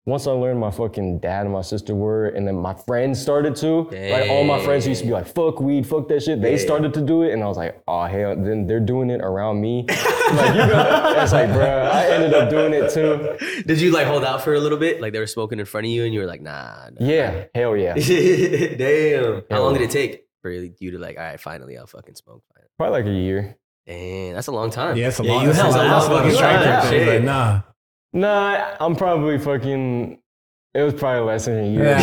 [SPEAKER 2] once I learned my fucking dad and my sister were, and then my friends started to, like all my friends used to be like, fuck weed, fuck that shit. They started to do it, and I was like, oh hell, then they're doing it around me. like, you know, it's like, bro, I ended up doing it too.
[SPEAKER 1] Did you like hold out for a little bit? Like they were smoking in front of you, and you were like, nah. nah.
[SPEAKER 2] Yeah, hell yeah.
[SPEAKER 1] Damn. How long
[SPEAKER 2] Yeah.
[SPEAKER 1] did it take for you to like? All right, finally, I'll fucking smoke.
[SPEAKER 2] Probably like a year.
[SPEAKER 1] Damn, that's a long time.
[SPEAKER 5] yeah, it's a
[SPEAKER 4] Yeah,
[SPEAKER 5] lot.
[SPEAKER 4] you
[SPEAKER 5] that's a
[SPEAKER 4] held
[SPEAKER 5] lot
[SPEAKER 4] out
[SPEAKER 5] of fucking
[SPEAKER 4] for
[SPEAKER 5] strength
[SPEAKER 4] that
[SPEAKER 5] right there.
[SPEAKER 1] shit.
[SPEAKER 5] Like, nah.
[SPEAKER 2] Nah, I'm probably fucking. It was probably less than a year.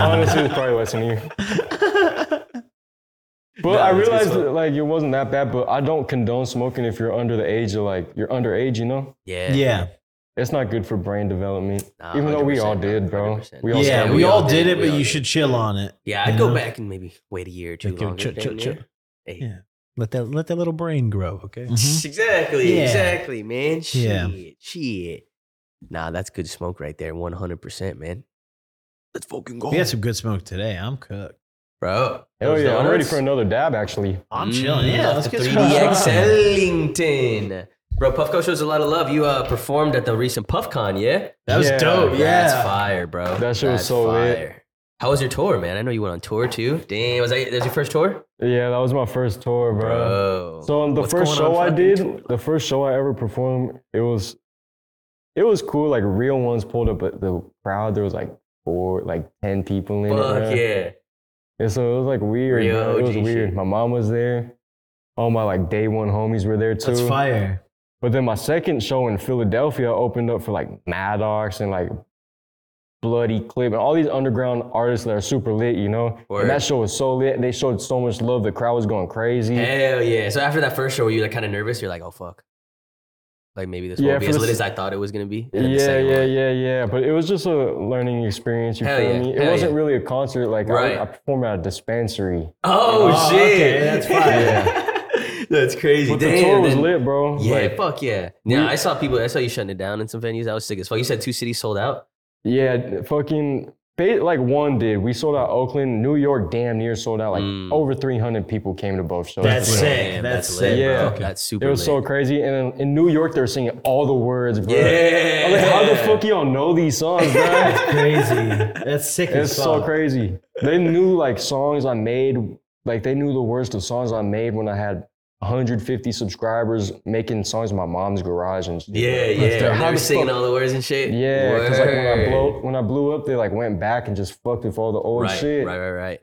[SPEAKER 2] Honestly, it was probably less than a year. But
[SPEAKER 1] that's
[SPEAKER 2] I
[SPEAKER 1] good
[SPEAKER 2] realized
[SPEAKER 1] stuff.
[SPEAKER 2] that, like it wasn't that bad. But I don't condone smoking if you're under the age of like you're underage. You know,
[SPEAKER 1] Yeah.
[SPEAKER 4] Yeah.
[SPEAKER 2] It's not good for brain development.
[SPEAKER 1] Nah,
[SPEAKER 2] Even though we all
[SPEAKER 1] 100%,
[SPEAKER 2] did, bro.
[SPEAKER 1] 100%.
[SPEAKER 2] We all
[SPEAKER 4] Yeah,
[SPEAKER 2] said
[SPEAKER 4] we,
[SPEAKER 1] we
[SPEAKER 4] all
[SPEAKER 1] all
[SPEAKER 4] did
[SPEAKER 1] did,
[SPEAKER 4] it,
[SPEAKER 1] we
[SPEAKER 4] but
[SPEAKER 1] all
[SPEAKER 4] you
[SPEAKER 1] did.
[SPEAKER 4] should chill on it.
[SPEAKER 1] Yeah,
[SPEAKER 4] you
[SPEAKER 1] I'd go
[SPEAKER 4] know?
[SPEAKER 1] back and maybe wait a year or two
[SPEAKER 5] Like, yo,
[SPEAKER 1] longer.
[SPEAKER 5] chill, chill,
[SPEAKER 1] damn
[SPEAKER 5] chill.
[SPEAKER 1] near. Hey.
[SPEAKER 4] Yeah.
[SPEAKER 5] Let that let that little brain grow. Okay.
[SPEAKER 4] Mhm.
[SPEAKER 1] Exactly,
[SPEAKER 4] Yeah.
[SPEAKER 1] exactly, man. Shit,
[SPEAKER 4] Yeah.
[SPEAKER 1] shit. Nah, that's good smoke right there. 100%, man. Let's fucking go.
[SPEAKER 4] We had some good smoke today. I'm cooked.
[SPEAKER 1] bro.
[SPEAKER 2] Hell
[SPEAKER 1] Those
[SPEAKER 2] yeah, I'm ready
[SPEAKER 1] donuts?
[SPEAKER 2] for another dab actually.
[SPEAKER 4] I'm chilling. Yeah, let's
[SPEAKER 1] the
[SPEAKER 4] get some-
[SPEAKER 1] 3DX Ellington. Bro, Puffco shows a lot of love. You uh, performed at the recent PuffCon, yeah?
[SPEAKER 4] That was
[SPEAKER 2] Oh, Yeah,
[SPEAKER 4] dope.
[SPEAKER 1] That's
[SPEAKER 4] Yeah.
[SPEAKER 1] fire, bro.
[SPEAKER 2] That shit was
[SPEAKER 1] That's
[SPEAKER 2] so lit.
[SPEAKER 1] How was your tour, man? I know you went on tour too. Damn, was that, that was your first tour?
[SPEAKER 2] Yeah, that was my first tour, bro.
[SPEAKER 1] Bro.
[SPEAKER 2] So um, the
[SPEAKER 1] What's
[SPEAKER 2] first
[SPEAKER 1] going on
[SPEAKER 2] show I
[SPEAKER 1] fucking
[SPEAKER 2] did,
[SPEAKER 1] tour?
[SPEAKER 2] the first show I ever performed, it was it was cool. Like real ones pulled up at the crowd. There was like four, like ten people in it.
[SPEAKER 1] Fuck
[SPEAKER 2] bro.
[SPEAKER 1] yeah.
[SPEAKER 2] And so it was like weird.
[SPEAKER 1] Real
[SPEAKER 2] bro. It was
[SPEAKER 1] OG
[SPEAKER 2] weird.
[SPEAKER 1] shit.
[SPEAKER 2] My mom was there. All my like day one homies were there too.
[SPEAKER 4] That's fire.
[SPEAKER 2] But then my second show in Philadelphia opened up for like Maddox and like Bloody Clip and all these underground artists that are super lit, you know?
[SPEAKER 1] Word.
[SPEAKER 2] And that show was so lit. They showed so much love. The crowd was going crazy.
[SPEAKER 1] Hell yeah. So after that first show, were you like kind of nervous? You're like, oh fuck. Like maybe this
[SPEAKER 2] Yeah,
[SPEAKER 1] won't be
[SPEAKER 2] for
[SPEAKER 1] as
[SPEAKER 2] the
[SPEAKER 1] lit
[SPEAKER 2] s-
[SPEAKER 1] as I thought it was gonna be. And then the
[SPEAKER 2] yeah,
[SPEAKER 1] second
[SPEAKER 2] yeah,
[SPEAKER 1] one-
[SPEAKER 2] yeah, yeah. But it was just a learning experience, you
[SPEAKER 1] Hell
[SPEAKER 2] feel
[SPEAKER 1] yeah,
[SPEAKER 2] me? It
[SPEAKER 1] hell
[SPEAKER 2] wasn't
[SPEAKER 1] yeah.
[SPEAKER 2] really a concert. Like,
[SPEAKER 1] Right.
[SPEAKER 2] I, I performed at a dispensary.
[SPEAKER 1] Oh,
[SPEAKER 4] Oh,
[SPEAKER 1] shit.
[SPEAKER 4] okay, that's
[SPEAKER 1] fine. that's crazy.
[SPEAKER 2] But
[SPEAKER 1] Damn,
[SPEAKER 2] the tour was
[SPEAKER 1] then-
[SPEAKER 2] lit, bro.
[SPEAKER 1] Yeah,
[SPEAKER 2] Like,
[SPEAKER 1] fuck yeah. Yeah, I saw people. I saw you shutting it down in some venues. I was sick as fuck. You said two cities sold out.
[SPEAKER 2] Yeah, fucking ba- like one did. We sold out Oakland, New York, damn near sold out. Like
[SPEAKER 1] Mm.
[SPEAKER 2] over 300 people came to both shows.
[SPEAKER 4] That's
[SPEAKER 2] it.
[SPEAKER 4] sick. that's sick,
[SPEAKER 2] bro.
[SPEAKER 1] bro. That's super.
[SPEAKER 2] It was
[SPEAKER 1] lit.
[SPEAKER 2] so crazy. And in- in New York, they were singing all the words, bro.
[SPEAKER 1] Yeah.
[SPEAKER 2] I'm like, how the fuck you don't know these songs, bro?
[SPEAKER 4] Crazy. That's sick
[SPEAKER 2] Oh, it's
[SPEAKER 4] as fuck.
[SPEAKER 2] so crazy. They knew like songs I made, like they knew the words to songs I made when I had 150 subscribers making songs in my mom's garage and shit.
[SPEAKER 1] Yeah, yeah.
[SPEAKER 2] dope.
[SPEAKER 1] They
[SPEAKER 2] How
[SPEAKER 1] were
[SPEAKER 2] the
[SPEAKER 1] singing
[SPEAKER 2] fuck-
[SPEAKER 1] all the words and shit.
[SPEAKER 2] Yeah, because like when I
[SPEAKER 1] Word.
[SPEAKER 2] blow when I blew up, they like went back and just fucked with all the old
[SPEAKER 1] right,
[SPEAKER 2] shit.
[SPEAKER 1] right, right, right.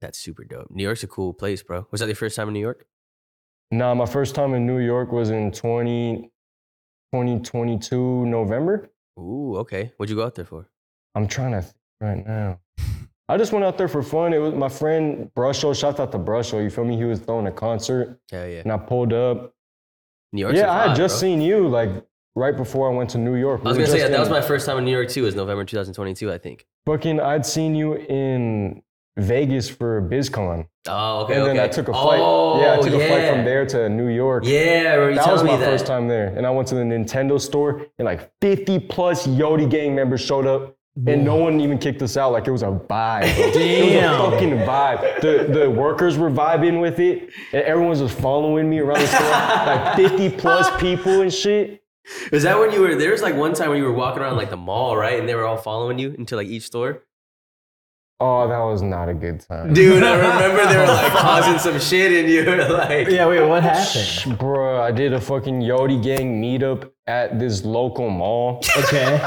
[SPEAKER 1] That's super dope. New York's a cool place, bro. Was that your first time in New York?
[SPEAKER 2] Nah, my first time in New York was in 20, 2022 November.
[SPEAKER 1] Ooh, okay. What'd you go out there for?
[SPEAKER 2] I'm trying to think right now. I just went out there for fun. It was my friend Brusho. Shout out to Brusho. You feel me? He was throwing a concert,
[SPEAKER 1] Hell yeah.
[SPEAKER 2] and I pulled up.
[SPEAKER 1] New York.
[SPEAKER 2] Mm, yeah, I had just seen you like right before I went to New
[SPEAKER 1] I
[SPEAKER 2] York. We
[SPEAKER 1] was
[SPEAKER 2] were
[SPEAKER 1] gonna say
[SPEAKER 2] just
[SPEAKER 1] that, that was
[SPEAKER 2] in-
[SPEAKER 1] my first time in New York too. It was November 2022, I think.
[SPEAKER 2] fucking. I'd seen you in Vegas for BizCon,
[SPEAKER 1] Oh, okay.
[SPEAKER 2] and then
[SPEAKER 1] okay.
[SPEAKER 2] I took a flight.
[SPEAKER 1] Oh,
[SPEAKER 2] yeah, I took
[SPEAKER 1] yeah.
[SPEAKER 2] a flight from there to New York.
[SPEAKER 1] Yeah, I remember you
[SPEAKER 2] that was
[SPEAKER 1] telling
[SPEAKER 2] my
[SPEAKER 1] me that.
[SPEAKER 2] first time there. And I went to the Nintendo store and like 50 plus Yodi gang members showed up. And no one even kicked us out. Like it was a vibe. bro. It was
[SPEAKER 4] Damn.
[SPEAKER 2] a fucking vibe. The the workers were vibing with it. And everyone was just following me around the store. like 50 plus people and shit.
[SPEAKER 1] Is that when you were there was like one time when you were walking around like the mall, right? And they were all following you into like each store.
[SPEAKER 2] Oh, that was not a good time.
[SPEAKER 1] Dude, I remember they were like causing some shit and you were like
[SPEAKER 4] Yeah, wait, what happened?
[SPEAKER 2] Shh, Bruh, I did a fucking Yodi gang meetup at this local mall.
[SPEAKER 4] Okay.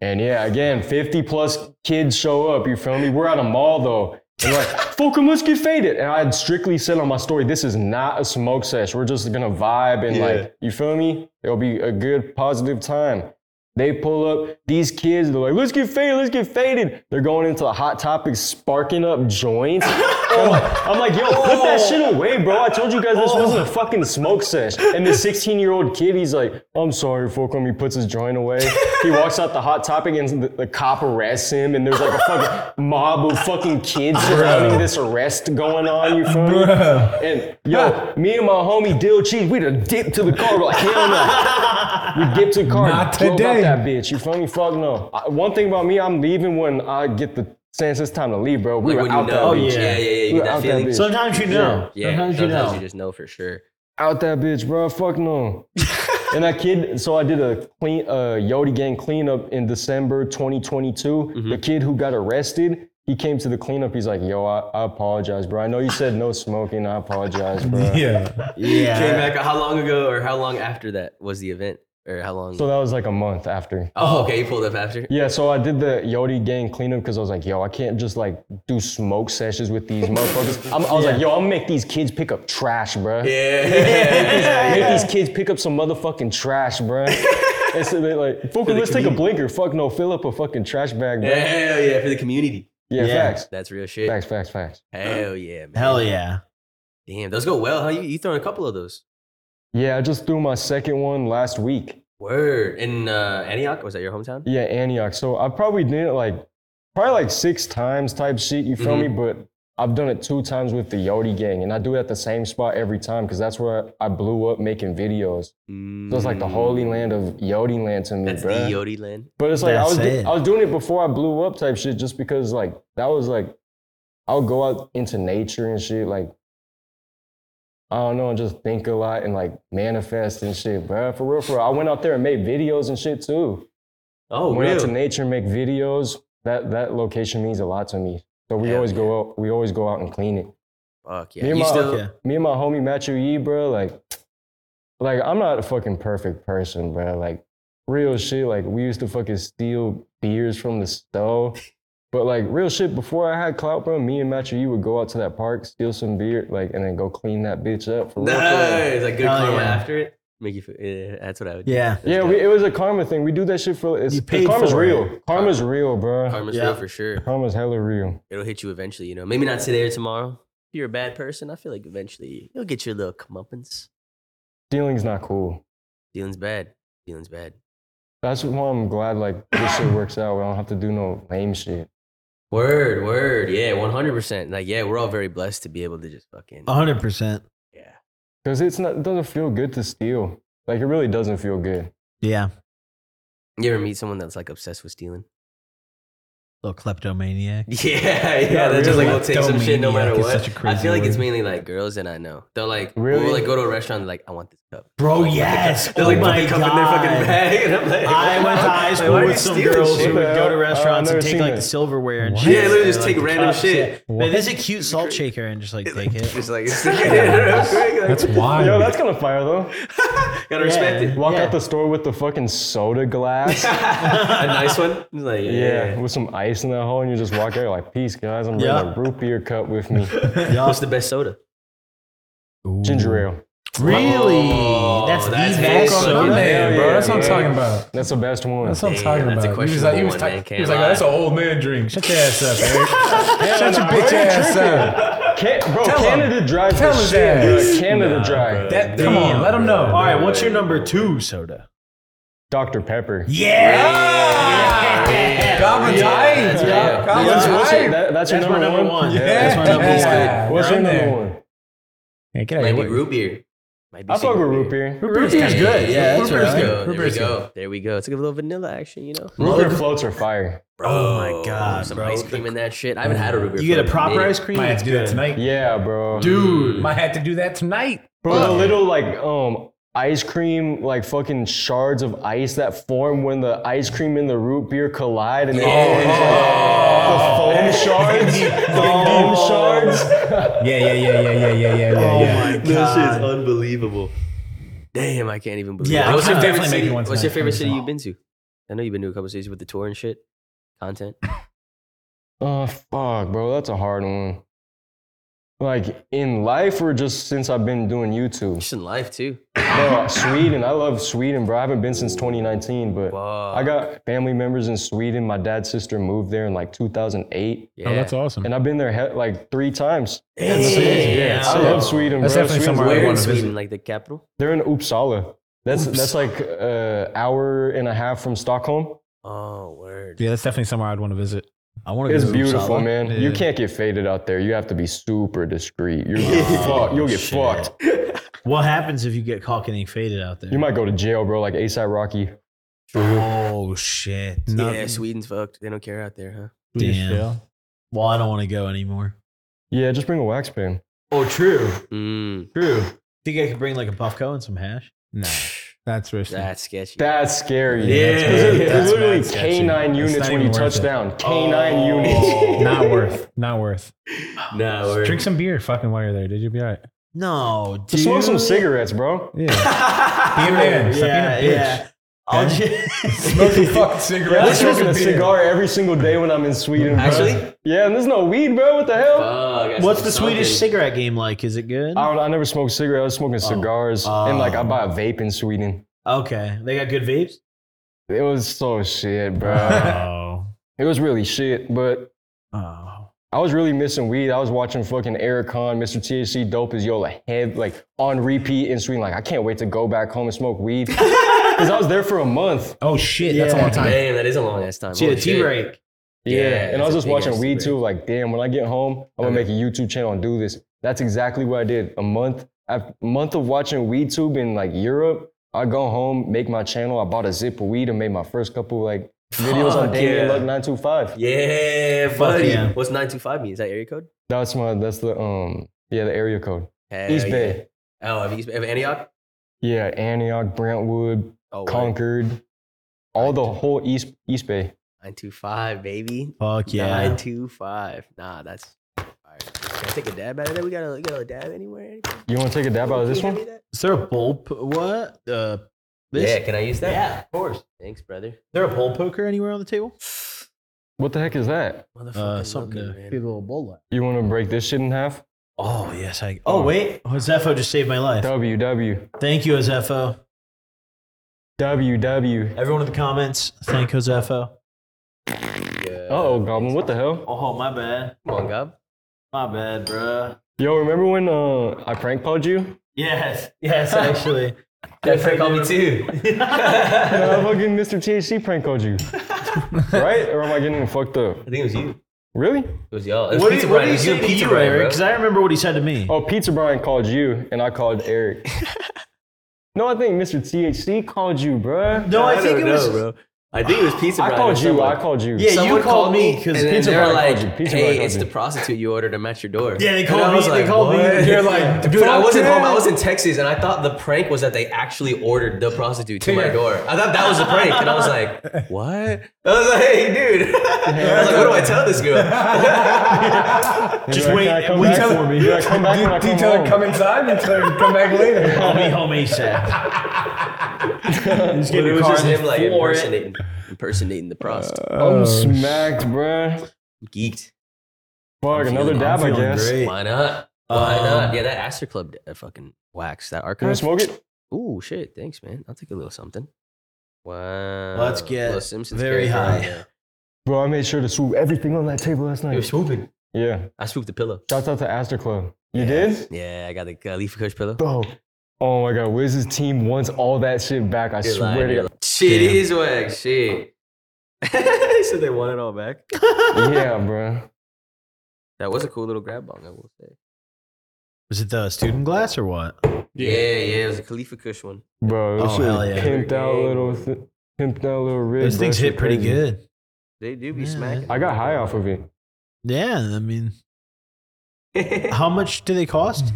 [SPEAKER 2] And yeah, again, 50 plus kids show up. You feel me? We're at a mall though. And like, Fulcrum, let's get faded. And I had strictly said on my story, this is not a smoke sesh. We're just gonna vibe and
[SPEAKER 4] Yeah.
[SPEAKER 2] like, you feel me? It'll be a good positive time. They pull up, these kids, they're like, let's get faded, let's get faded. They're going into the hot topics, sparking up joints. I'm,
[SPEAKER 1] Oh.
[SPEAKER 2] like, I'm like, yo, put that shit away, bro. I told you guys this wasn't a fucking smoke sesh. And the 16 year old kid, he's like, I'm sorry, Fulcrum. He puts his joint away. He walks out the hot topic, and the, the cop arrests him. And there's like a fucking mob of fucking kids surrounding this arrest going on. You feel me? And yo, me and my homie Dill Cheese, we done dipped to the car. We're like, hell no. We dipped to the car.
[SPEAKER 5] Not
[SPEAKER 2] drove out
[SPEAKER 5] today.
[SPEAKER 2] that bitch. You feel me? Fuck no. I- one thing about me, I'm leaving when I get the sense it's time to leave, bro.
[SPEAKER 1] Like,
[SPEAKER 2] We were
[SPEAKER 1] when you
[SPEAKER 2] out that
[SPEAKER 1] know. Oh,
[SPEAKER 2] bitch.
[SPEAKER 1] yeah, yeah, yeah. You
[SPEAKER 2] We
[SPEAKER 1] get
[SPEAKER 2] were
[SPEAKER 1] that
[SPEAKER 2] out that
[SPEAKER 1] feeling.
[SPEAKER 2] bitch.
[SPEAKER 4] Sometimes you know.
[SPEAKER 1] yeah,
[SPEAKER 4] sometimes, you know.
[SPEAKER 1] just know for sure.
[SPEAKER 2] Out that bitch, bro. Fuck no. and that kid, so I did a clean, uh, Yodi gang cleanup in December 2022. The
[SPEAKER 1] Mm-hmm.
[SPEAKER 2] kid who got arrested, he came to the cleanup. He's like, yo, I, I apologize, bro. I know you said no smoking. I apologize, bro.
[SPEAKER 5] Yeah.
[SPEAKER 4] yeah.
[SPEAKER 1] Came back how long ago or how long after that was the event? Or how long
[SPEAKER 2] So that was like a month after.
[SPEAKER 1] Oh okay, you pulled up after.
[SPEAKER 2] Yeah, so I did the Yodi gang cleanup because I was like, yo, I can't just like do smoke sessions with these motherfuckers. I'm, I was like, yo, I'm gonna make these kids pick up trash, bro.
[SPEAKER 1] Yeah.
[SPEAKER 2] Make these kids pick up some motherfucking trash, bruh. and so they like, fucking, let's take a blinker. Fuck no, fill up a fucking trash bag, bruh.
[SPEAKER 1] Hell yeah, for the community.
[SPEAKER 2] Yeah,
[SPEAKER 4] Yeah.
[SPEAKER 2] facts.
[SPEAKER 1] That's real shit.
[SPEAKER 2] Facts, facts, facts.
[SPEAKER 1] Hell yeah, man.
[SPEAKER 4] Hell yeah.
[SPEAKER 1] Damn, those go well. How you you throwing a couple of those?
[SPEAKER 2] Yeah, I just threw my second one last week.
[SPEAKER 1] Word. In uh, Antioch? Was that your hometown?
[SPEAKER 2] Yeah, Antioch. So I probably did it like probably like six times type shit. You feel
[SPEAKER 1] Mm-hmm.
[SPEAKER 2] me? But I've done it two times with the Yodi gang, and I do it at the same spot every time because that's where I blew up making videos. So it's like the holy land of Yodi land to me,
[SPEAKER 1] Mm. That's
[SPEAKER 2] bruh.
[SPEAKER 1] the Yodi land.
[SPEAKER 2] But it's like I
[SPEAKER 4] That's
[SPEAKER 2] was do-
[SPEAKER 4] it.
[SPEAKER 2] I was doing it before I blew up type shit just because like that was like I would go out into nature and shit like I don't know and just think a lot and like manifest and shit, bruh. For real, for real. I went out there and made videos and shit too.
[SPEAKER 1] Oh,
[SPEAKER 2] went out to
[SPEAKER 1] really?
[SPEAKER 2] nature and make videos. That that location means a lot to me. So we
[SPEAKER 1] Hell
[SPEAKER 2] always
[SPEAKER 1] yeah.
[SPEAKER 2] go out. We always go out and clean it.
[SPEAKER 1] Fuck
[SPEAKER 2] me
[SPEAKER 1] yeah.
[SPEAKER 2] and
[SPEAKER 1] You
[SPEAKER 2] my
[SPEAKER 1] still,
[SPEAKER 4] yeah.
[SPEAKER 2] me and my homie Matthew Yee, bro, like, like I'm not a fucking perfect person, bro. Like, real shit. Like, we used to fucking steal beers from the stove. But like real shit, before I had clout, bro, me and Matthew Yee would go out to that park, steal some beer, like, and then go clean that bitch up for real. for real.
[SPEAKER 1] Nice. Like good
[SPEAKER 4] Hell
[SPEAKER 1] karma
[SPEAKER 4] yeah.
[SPEAKER 1] after it. Make you feel, yeah, that's what I would do.
[SPEAKER 4] Yeah.
[SPEAKER 1] That's
[SPEAKER 2] Yeah,
[SPEAKER 1] dope.
[SPEAKER 2] we, it was a karma thing. We do that shit for it's,
[SPEAKER 4] You
[SPEAKER 2] it's
[SPEAKER 4] paid
[SPEAKER 2] karma's
[SPEAKER 4] for it.
[SPEAKER 2] real. Karma's real, bro.
[SPEAKER 1] Karma's
[SPEAKER 4] Yeah.
[SPEAKER 1] real for sure.
[SPEAKER 2] Karma's hella real.
[SPEAKER 1] It'll hit you eventually, you know. Maybe not today or tomorrow. If you're a bad person, I feel like eventually you'll get your little comeuppance.
[SPEAKER 2] Stealing's not cool.
[SPEAKER 1] Dealing's bad. Dealing's bad.
[SPEAKER 2] That's why I'm glad like this shit works out. We don't have to do no lame shit.
[SPEAKER 1] Word, word. Yeah, 100%. Like, yeah, we're all very blessed to be able to just fucking.
[SPEAKER 4] hundred percent.
[SPEAKER 1] Yeah.
[SPEAKER 2] Cause it's not it doesn't feel good to steal. Like it really doesn't feel good.
[SPEAKER 4] Yeah.
[SPEAKER 1] You ever meet someone that's like obsessed with stealing?
[SPEAKER 4] Little kleptomaniac.
[SPEAKER 1] Yeah, yeah.
[SPEAKER 2] Not
[SPEAKER 1] They're just like,
[SPEAKER 2] really.
[SPEAKER 1] we'll take some shit no
[SPEAKER 4] Kleptomaniac
[SPEAKER 1] matter
[SPEAKER 4] is
[SPEAKER 1] what.
[SPEAKER 4] such a
[SPEAKER 1] I
[SPEAKER 4] crazy
[SPEAKER 1] feel like it's
[SPEAKER 4] word.
[SPEAKER 1] mainly like girls that I know. They'll like,
[SPEAKER 2] Really?
[SPEAKER 1] we'll like go to a restaurant, they're like, I want this cup.
[SPEAKER 4] Bro,
[SPEAKER 1] I want the cup.
[SPEAKER 4] yes.
[SPEAKER 1] They'll
[SPEAKER 4] Oh
[SPEAKER 1] like put
[SPEAKER 4] my
[SPEAKER 1] the cup in their fucking
[SPEAKER 4] God.
[SPEAKER 1] bag. And I'm like,
[SPEAKER 4] I went to high
[SPEAKER 1] Like,
[SPEAKER 4] school
[SPEAKER 1] why are you
[SPEAKER 4] with some
[SPEAKER 1] stealing
[SPEAKER 4] girls
[SPEAKER 1] shit?
[SPEAKER 4] who would go to restaurants
[SPEAKER 2] I've never
[SPEAKER 4] and take
[SPEAKER 2] seen
[SPEAKER 4] like
[SPEAKER 2] that.
[SPEAKER 4] the silverware and
[SPEAKER 2] Yeah,
[SPEAKER 4] shit.
[SPEAKER 1] literally
[SPEAKER 4] and,
[SPEAKER 1] just
[SPEAKER 4] like,
[SPEAKER 1] take
[SPEAKER 4] the
[SPEAKER 1] random
[SPEAKER 4] cups,
[SPEAKER 1] shit.
[SPEAKER 4] yeah. Man, this is a cute salt shaker and just like take it.
[SPEAKER 1] Just like, stick it in real quick. Like,
[SPEAKER 5] That's wild.
[SPEAKER 2] Yo, that's gonna fire though.
[SPEAKER 1] gotta respect
[SPEAKER 4] Yeah.
[SPEAKER 1] it.
[SPEAKER 2] Walk
[SPEAKER 4] Yeah.
[SPEAKER 2] out the store with the fucking soda glass.
[SPEAKER 1] a nice one. It's Like, yeah.
[SPEAKER 2] yeah, with some ice in that hole, and you just walk out you're like, peace, guys. I'm bringing
[SPEAKER 4] Yeah.
[SPEAKER 2] a root beer cup with me.
[SPEAKER 1] What's the best soda?
[SPEAKER 2] Ginger ale.
[SPEAKER 4] Really?
[SPEAKER 1] Oh,
[SPEAKER 4] that's the
[SPEAKER 1] that's
[SPEAKER 4] best
[SPEAKER 1] awesome,
[SPEAKER 4] soda.
[SPEAKER 2] man.
[SPEAKER 6] Man, bro, that's what I'm
[SPEAKER 2] Yeah.
[SPEAKER 6] talking about.
[SPEAKER 2] That's the best one.
[SPEAKER 5] That's what I'm
[SPEAKER 1] Damn,
[SPEAKER 5] talking
[SPEAKER 1] that's a
[SPEAKER 5] about. He was like, he was,
[SPEAKER 1] questionable
[SPEAKER 5] ta-
[SPEAKER 1] one, man. Can't
[SPEAKER 5] he was like,
[SPEAKER 1] lie.
[SPEAKER 6] That's an old man drink. Shut your ass up, Eric. Shut your bitch
[SPEAKER 2] Eric
[SPEAKER 6] ass up.
[SPEAKER 2] Can- bro,
[SPEAKER 6] Tell 'em.
[SPEAKER 2] Canada Dry.
[SPEAKER 6] Tell
[SPEAKER 2] Tell
[SPEAKER 6] his
[SPEAKER 2] shit,
[SPEAKER 6] ass.
[SPEAKER 2] bro. Canada Dry.
[SPEAKER 6] That- come on, let him know.
[SPEAKER 4] All right, what's your number two soda?
[SPEAKER 2] Dr. Pepper.
[SPEAKER 6] Yeah. Goblin
[SPEAKER 1] Yeah, that's
[SPEAKER 6] tight.
[SPEAKER 1] right.
[SPEAKER 6] Goblin
[SPEAKER 2] That's, what's your,
[SPEAKER 6] tight.
[SPEAKER 2] that- that's your
[SPEAKER 4] That's my
[SPEAKER 2] number,
[SPEAKER 4] number one.
[SPEAKER 2] Yeah.
[SPEAKER 4] That's my number
[SPEAKER 6] Yeah.
[SPEAKER 2] What's your
[SPEAKER 6] You're in
[SPEAKER 2] number
[SPEAKER 6] there.
[SPEAKER 2] one?
[SPEAKER 5] Yeah, get out
[SPEAKER 1] Might
[SPEAKER 5] of
[SPEAKER 1] be
[SPEAKER 5] here.
[SPEAKER 1] root beer. Might be
[SPEAKER 2] I fuck
[SPEAKER 1] single
[SPEAKER 2] with root beer.
[SPEAKER 4] Root beer's good. Yeah, that's
[SPEAKER 1] There we
[SPEAKER 4] right.
[SPEAKER 1] go.
[SPEAKER 6] Root
[SPEAKER 1] There we
[SPEAKER 6] beer's
[SPEAKER 1] go. There we go. It's like a little vanilla action, you know.
[SPEAKER 2] Root beer floats are fire.
[SPEAKER 1] Oh my god, some
[SPEAKER 4] bro.
[SPEAKER 1] ice cream in that shit. I haven't had a root beer.
[SPEAKER 4] You get a
[SPEAKER 1] float
[SPEAKER 4] proper
[SPEAKER 1] in
[SPEAKER 4] ice cream.
[SPEAKER 5] Might have
[SPEAKER 4] It's
[SPEAKER 5] to do that
[SPEAKER 4] good.
[SPEAKER 5] tonight.
[SPEAKER 2] Yeah, bro.
[SPEAKER 4] Dude.
[SPEAKER 5] Might have to do that tonight.
[SPEAKER 2] Bro, the little like um ice cream like fucking shards of ice that form when the ice cream and the root beer collide and it
[SPEAKER 4] Oh.
[SPEAKER 2] the foam shards, Oh. foam
[SPEAKER 4] Oh.
[SPEAKER 2] shards.
[SPEAKER 5] Yeah, yeah, yeah, yeah, yeah, yeah, yeah, yeah. yeah.
[SPEAKER 4] my
[SPEAKER 1] This shit's unbelievable. Damn, I can't even believe.
[SPEAKER 4] Yeah,
[SPEAKER 1] it.
[SPEAKER 4] I
[SPEAKER 1] What's your
[SPEAKER 5] kinda
[SPEAKER 1] favorite
[SPEAKER 5] definitely make
[SPEAKER 1] city?
[SPEAKER 5] you want
[SPEAKER 1] What's your
[SPEAKER 5] tonight,
[SPEAKER 1] favorite city you've been to? I know you've been to a couple cities with the tour and shit. Content.
[SPEAKER 2] Oh fuck, bro, that's a hard one. Like in life or just since I've been doing YouTube,
[SPEAKER 1] Just in life too.
[SPEAKER 2] bro. uh, Sweden, I love Sweden, bro. I haven't been since 2019, but
[SPEAKER 1] Whoa.
[SPEAKER 2] I got family members in Sweden. My dad's sister moved there in like 2008.
[SPEAKER 1] Yeah.
[SPEAKER 5] Oh, that's awesome.
[SPEAKER 2] And I've been there he- like three times.
[SPEAKER 1] Damn.
[SPEAKER 2] Yeah, I love Sweden,
[SPEAKER 5] That's
[SPEAKER 2] bro.
[SPEAKER 5] definitely
[SPEAKER 2] Sweden's lit.
[SPEAKER 5] somewhere I
[SPEAKER 1] Where in
[SPEAKER 5] wanna visit.
[SPEAKER 1] Sweden, like the capital?
[SPEAKER 2] They're in Uppsala. That's that's like an hour and a half from Stockholm.
[SPEAKER 1] Oh, word.
[SPEAKER 5] Yeah, that's definitely somewhere I'd want to visit.
[SPEAKER 4] I want to
[SPEAKER 2] It's beautiful, man. You can't get faded out there. You have to be super discreet. You're fucked. You'll get
[SPEAKER 4] shit.
[SPEAKER 2] fucked.
[SPEAKER 4] What happens if you get caught getting faded out there?
[SPEAKER 2] You might go to jail, bro. Like ASAP Rocky.
[SPEAKER 4] Oh shit!
[SPEAKER 1] Yeah, Sweden's fucked. They don't care out there, huh?
[SPEAKER 4] Damn. Well, I don't want to go anymore.
[SPEAKER 2] Yeah, just bring a wax pen.
[SPEAKER 4] Oh, true,
[SPEAKER 1] Mm,
[SPEAKER 4] true. Think I could bring like a puffco and some hash?
[SPEAKER 5] No, that's risky.
[SPEAKER 1] that's sketchy.
[SPEAKER 2] That's scary.
[SPEAKER 1] Yeah.
[SPEAKER 2] That's scary.
[SPEAKER 4] That's
[SPEAKER 2] It's literally
[SPEAKER 4] mad sketchy.
[SPEAKER 2] canine
[SPEAKER 5] It's
[SPEAKER 2] units
[SPEAKER 5] not
[SPEAKER 2] when
[SPEAKER 5] even
[SPEAKER 2] you
[SPEAKER 5] worth
[SPEAKER 2] touch
[SPEAKER 5] it.
[SPEAKER 2] down. Canine units.
[SPEAKER 5] not worth. Not worth.
[SPEAKER 1] no, word.
[SPEAKER 5] Drink some beer, fucking while you're there, dude. You'll be all right.
[SPEAKER 4] No, dude.
[SPEAKER 2] Just smoke some cigarettes, bro.
[SPEAKER 5] Yeah.
[SPEAKER 4] Be
[SPEAKER 5] a man. Stop being a bitch.
[SPEAKER 4] I'll
[SPEAKER 6] Smoke some
[SPEAKER 4] just.
[SPEAKER 6] fucking
[SPEAKER 2] I'm
[SPEAKER 6] cigarettes.
[SPEAKER 2] smoking a cigar every single day when I'm in Sweden. Bro.
[SPEAKER 1] Actually?
[SPEAKER 2] Yeah, and there's no weed, bro. What the hell?
[SPEAKER 1] Fuck,
[SPEAKER 4] What's the
[SPEAKER 1] something.
[SPEAKER 4] Swedish cigarette game like? Is it good?
[SPEAKER 2] I, don't, I never smoked cigarettes. I was
[SPEAKER 5] Oh.
[SPEAKER 2] smoking cigars. And like, I buy a vape in Sweden.
[SPEAKER 4] Okay, they got good vapes.
[SPEAKER 2] It was so shit, bro.
[SPEAKER 4] Oh,
[SPEAKER 2] it was really shit, but
[SPEAKER 4] oh,
[SPEAKER 2] I was really missing weed. I was watching fucking Eric Khan, Mr. THC, Dope as Yola, head, like on repeat in Sweden. Like, I can't wait to go back home and smoke weed. Because I was there for a month.
[SPEAKER 5] Oh shit, that's a
[SPEAKER 4] Yeah.
[SPEAKER 5] long time.
[SPEAKER 1] Damn, that is a long ass time.
[SPEAKER 4] See
[SPEAKER 1] Holy
[SPEAKER 4] the tea
[SPEAKER 1] shit.
[SPEAKER 4] break.
[SPEAKER 2] Yeah.
[SPEAKER 1] Yeah,
[SPEAKER 2] and I was
[SPEAKER 1] that's
[SPEAKER 2] just
[SPEAKER 1] a big Uh-huh.
[SPEAKER 2] watching
[SPEAKER 1] ass
[SPEAKER 2] weed
[SPEAKER 1] break.
[SPEAKER 2] too. Like, damn, when I get home, I'm gonna make a YouTube channel and do this. That's exactly what I did. A month, a month of watching weed tube in like Europe. I go home, make my channel. I bought a zip of weed and made my first couple like videos on
[SPEAKER 1] Fuck
[SPEAKER 2] Damien
[SPEAKER 1] yeah.
[SPEAKER 2] Luck 925.
[SPEAKER 1] Yeah, buddy.
[SPEAKER 4] yeah.
[SPEAKER 1] What's 925 mean? Is that area code?
[SPEAKER 2] That's my that's the um yeah, the area code.
[SPEAKER 1] Hell
[SPEAKER 2] East
[SPEAKER 1] yeah.
[SPEAKER 2] Bay.
[SPEAKER 1] Oh, of East Bay. Of Antioch?
[SPEAKER 2] Yeah, Antioch, Brentwood,
[SPEAKER 1] Oh, wow.
[SPEAKER 2] Concord, all the whole East East Bay.
[SPEAKER 1] 925, baby.
[SPEAKER 4] Fuck
[SPEAKER 1] Nine two five. Nah, that's. all right. Can I take a dab out of that? We gotta, we gotta dab anywhere. Anything?
[SPEAKER 2] You wanna take a dab out of this
[SPEAKER 1] Can you
[SPEAKER 2] one?
[SPEAKER 1] give me that?
[SPEAKER 4] Is there a bowl? Po- what? Uh, this?
[SPEAKER 1] Yeah, can I use that?
[SPEAKER 4] Yeah, of course. Is
[SPEAKER 1] Thanks, brother.
[SPEAKER 4] there a bowl poker anywhere on the table?
[SPEAKER 2] What the heck is that?
[SPEAKER 1] Motherfucker,
[SPEAKER 4] Uh, something to
[SPEAKER 1] man.
[SPEAKER 4] give a little bowl at.
[SPEAKER 2] You wanna break this shit in half?
[SPEAKER 4] Oh yes, I. Oh wait, Josefo just saved my life.
[SPEAKER 2] W W
[SPEAKER 4] Thank you, Josefo.
[SPEAKER 2] W W.
[SPEAKER 4] Everyone in the comments, thank Josefo.
[SPEAKER 1] Yeah.
[SPEAKER 2] Oh, Goblin, what the hell?
[SPEAKER 4] Oh my bad,
[SPEAKER 1] Come on, Gob.
[SPEAKER 4] my bad, bruh.
[SPEAKER 2] Yo, remember when uh, I prank called you?
[SPEAKER 4] Yes, yes, actually.
[SPEAKER 1] That frick on me too.
[SPEAKER 2] No, I fucking Mr. THC prank called you. right? Or am I getting fucked up?
[SPEAKER 1] I think it was you. It
[SPEAKER 2] Really?
[SPEAKER 1] was y'all. It was
[SPEAKER 4] what did
[SPEAKER 1] Pizza
[SPEAKER 4] he, what
[SPEAKER 1] Brian. It was you
[SPEAKER 4] did he say
[SPEAKER 1] and
[SPEAKER 4] to
[SPEAKER 1] Pizza
[SPEAKER 4] you,
[SPEAKER 1] Brian,
[SPEAKER 4] Eric?
[SPEAKER 1] bro.
[SPEAKER 4] Because I remember what he said to me.
[SPEAKER 2] Oh, Pizza Brian called you, and I called Eric. no, I think Mr. THC called you, bruh.
[SPEAKER 4] no, I, think it
[SPEAKER 1] don't
[SPEAKER 4] was.
[SPEAKER 1] know, bro. I think it was Pizza
[SPEAKER 2] I
[SPEAKER 1] Brian.
[SPEAKER 2] called
[SPEAKER 1] or
[SPEAKER 2] you. I
[SPEAKER 1] someone.
[SPEAKER 2] called you.
[SPEAKER 4] Yeah,
[SPEAKER 1] Someone
[SPEAKER 4] you called me because
[SPEAKER 1] and then
[SPEAKER 4] Pizza
[SPEAKER 1] they were
[SPEAKER 4] Brian.
[SPEAKER 1] like,
[SPEAKER 2] called you. Pizza Brian
[SPEAKER 1] "Hey,
[SPEAKER 2] called
[SPEAKER 1] it's
[SPEAKER 2] you."
[SPEAKER 1] the prostitute you ordered them at your door."
[SPEAKER 4] Yeah, they
[SPEAKER 1] And
[SPEAKER 4] called
[SPEAKER 1] I
[SPEAKER 4] me-
[SPEAKER 1] was
[SPEAKER 4] they
[SPEAKER 1] like,
[SPEAKER 4] called me.
[SPEAKER 1] "What?"
[SPEAKER 4] They're like,
[SPEAKER 1] dude, I
[SPEAKER 4] "Fuck
[SPEAKER 1] wasn't home. I
[SPEAKER 4] that."
[SPEAKER 1] was in Texas, and I thought the prank was that they actually ordered the prostitute to my door. I thought that was a prank, and I was like, "What?" I was like, "Hey, dude." I was like, "What do I tell this girl?"
[SPEAKER 2] He's
[SPEAKER 4] just
[SPEAKER 2] like,
[SPEAKER 4] wait,
[SPEAKER 2] "Can I come
[SPEAKER 4] wait
[SPEAKER 2] back
[SPEAKER 4] till-
[SPEAKER 2] for me. He's like, come back when I come
[SPEAKER 6] Detail
[SPEAKER 2] home."
[SPEAKER 6] come inside and tell him to come back later.
[SPEAKER 4] Call me home ASAP. Just get
[SPEAKER 1] it
[SPEAKER 4] in the
[SPEAKER 1] was
[SPEAKER 4] car
[SPEAKER 1] just
[SPEAKER 4] and
[SPEAKER 1] him like
[SPEAKER 4] floor it.
[SPEAKER 1] impersonating, impersonating the prostitute.
[SPEAKER 2] I'm smacked, bruh.
[SPEAKER 1] Geeked.
[SPEAKER 2] Fuck, another
[SPEAKER 1] feeling-
[SPEAKER 2] dab,
[SPEAKER 4] I'm
[SPEAKER 2] I
[SPEAKER 4] feeling
[SPEAKER 2] guess.
[SPEAKER 4] great.
[SPEAKER 1] Why not? Why not?
[SPEAKER 4] Um,
[SPEAKER 1] Yeah, that Aster Club uh, fucking wax. That
[SPEAKER 2] Can I
[SPEAKER 1] archive.
[SPEAKER 2] smoke it?
[SPEAKER 1] Ooh, shit. Thanks, man. I'll take a little something. Wow.
[SPEAKER 4] Let's get
[SPEAKER 1] Little Simpsons
[SPEAKER 4] very
[SPEAKER 1] character
[SPEAKER 4] high.
[SPEAKER 1] in there.
[SPEAKER 2] Bro, I made sure to swoop everything on that table last
[SPEAKER 1] It was
[SPEAKER 2] night.
[SPEAKER 1] swooping.
[SPEAKER 2] Yeah.
[SPEAKER 1] I swooped the pillow.
[SPEAKER 2] Shouts out to Aster Club. You did?
[SPEAKER 1] Yeah, I got the Khalifa Kush pillow.
[SPEAKER 2] Bro. Oh my god, Wiz's team wants all that shit back. I
[SPEAKER 1] You're lying,
[SPEAKER 2] swear to
[SPEAKER 1] you're
[SPEAKER 2] God.
[SPEAKER 1] lying. Shit is whack. Shit. they said they want it all back.
[SPEAKER 2] yeah, bruh.
[SPEAKER 1] That was a cool little grab bong, I will say.
[SPEAKER 4] Was it the student glass or what?
[SPEAKER 1] Yeah, yeah, it was a Khalifa Kush one.
[SPEAKER 2] Bro, this
[SPEAKER 4] Oh,
[SPEAKER 2] shit
[SPEAKER 4] hell yeah.
[SPEAKER 2] pimped out little, th- pimped out little rig.
[SPEAKER 4] Those
[SPEAKER 2] bro.
[SPEAKER 4] things
[SPEAKER 2] Shit
[SPEAKER 4] hit pretty
[SPEAKER 2] crazy.
[SPEAKER 4] good.
[SPEAKER 1] They do be
[SPEAKER 4] Yeah.
[SPEAKER 1] smacking.
[SPEAKER 2] I got high off of it.
[SPEAKER 4] Yeah, I mean, how much do they cost?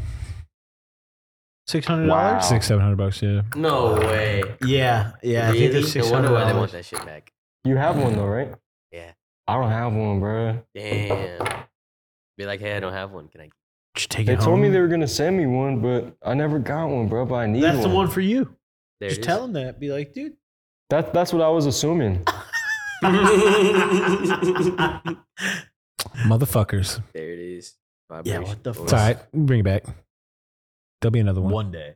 [SPEAKER 4] Six hundred dollars.
[SPEAKER 5] Six, seven hundred bucks, yeah.
[SPEAKER 1] no way.
[SPEAKER 4] Yeah, yeah. I think
[SPEAKER 1] Really?
[SPEAKER 4] they're six
[SPEAKER 1] No wonder
[SPEAKER 4] hundred
[SPEAKER 1] why they want
[SPEAKER 4] dollars.
[SPEAKER 1] that shit back.
[SPEAKER 2] You have one though, right?
[SPEAKER 1] Yeah.
[SPEAKER 2] I don't have one, bruh.
[SPEAKER 1] Damn. Be like, hey, I don't have one. Can I?
[SPEAKER 4] Just take
[SPEAKER 2] They
[SPEAKER 4] it
[SPEAKER 2] told me
[SPEAKER 4] home.
[SPEAKER 2] they were gonna send me one, but I never got one, bro. But I need
[SPEAKER 4] That's
[SPEAKER 2] one.
[SPEAKER 4] the one for you.
[SPEAKER 1] There
[SPEAKER 4] Just
[SPEAKER 1] it is.
[SPEAKER 4] tell them that. Be like, dude.
[SPEAKER 2] That, that's what I was assuming.
[SPEAKER 5] Motherfuckers.
[SPEAKER 1] There it is.
[SPEAKER 4] what the fuck?
[SPEAKER 5] It's all right. Bring it back. There'll be another one.
[SPEAKER 4] One day.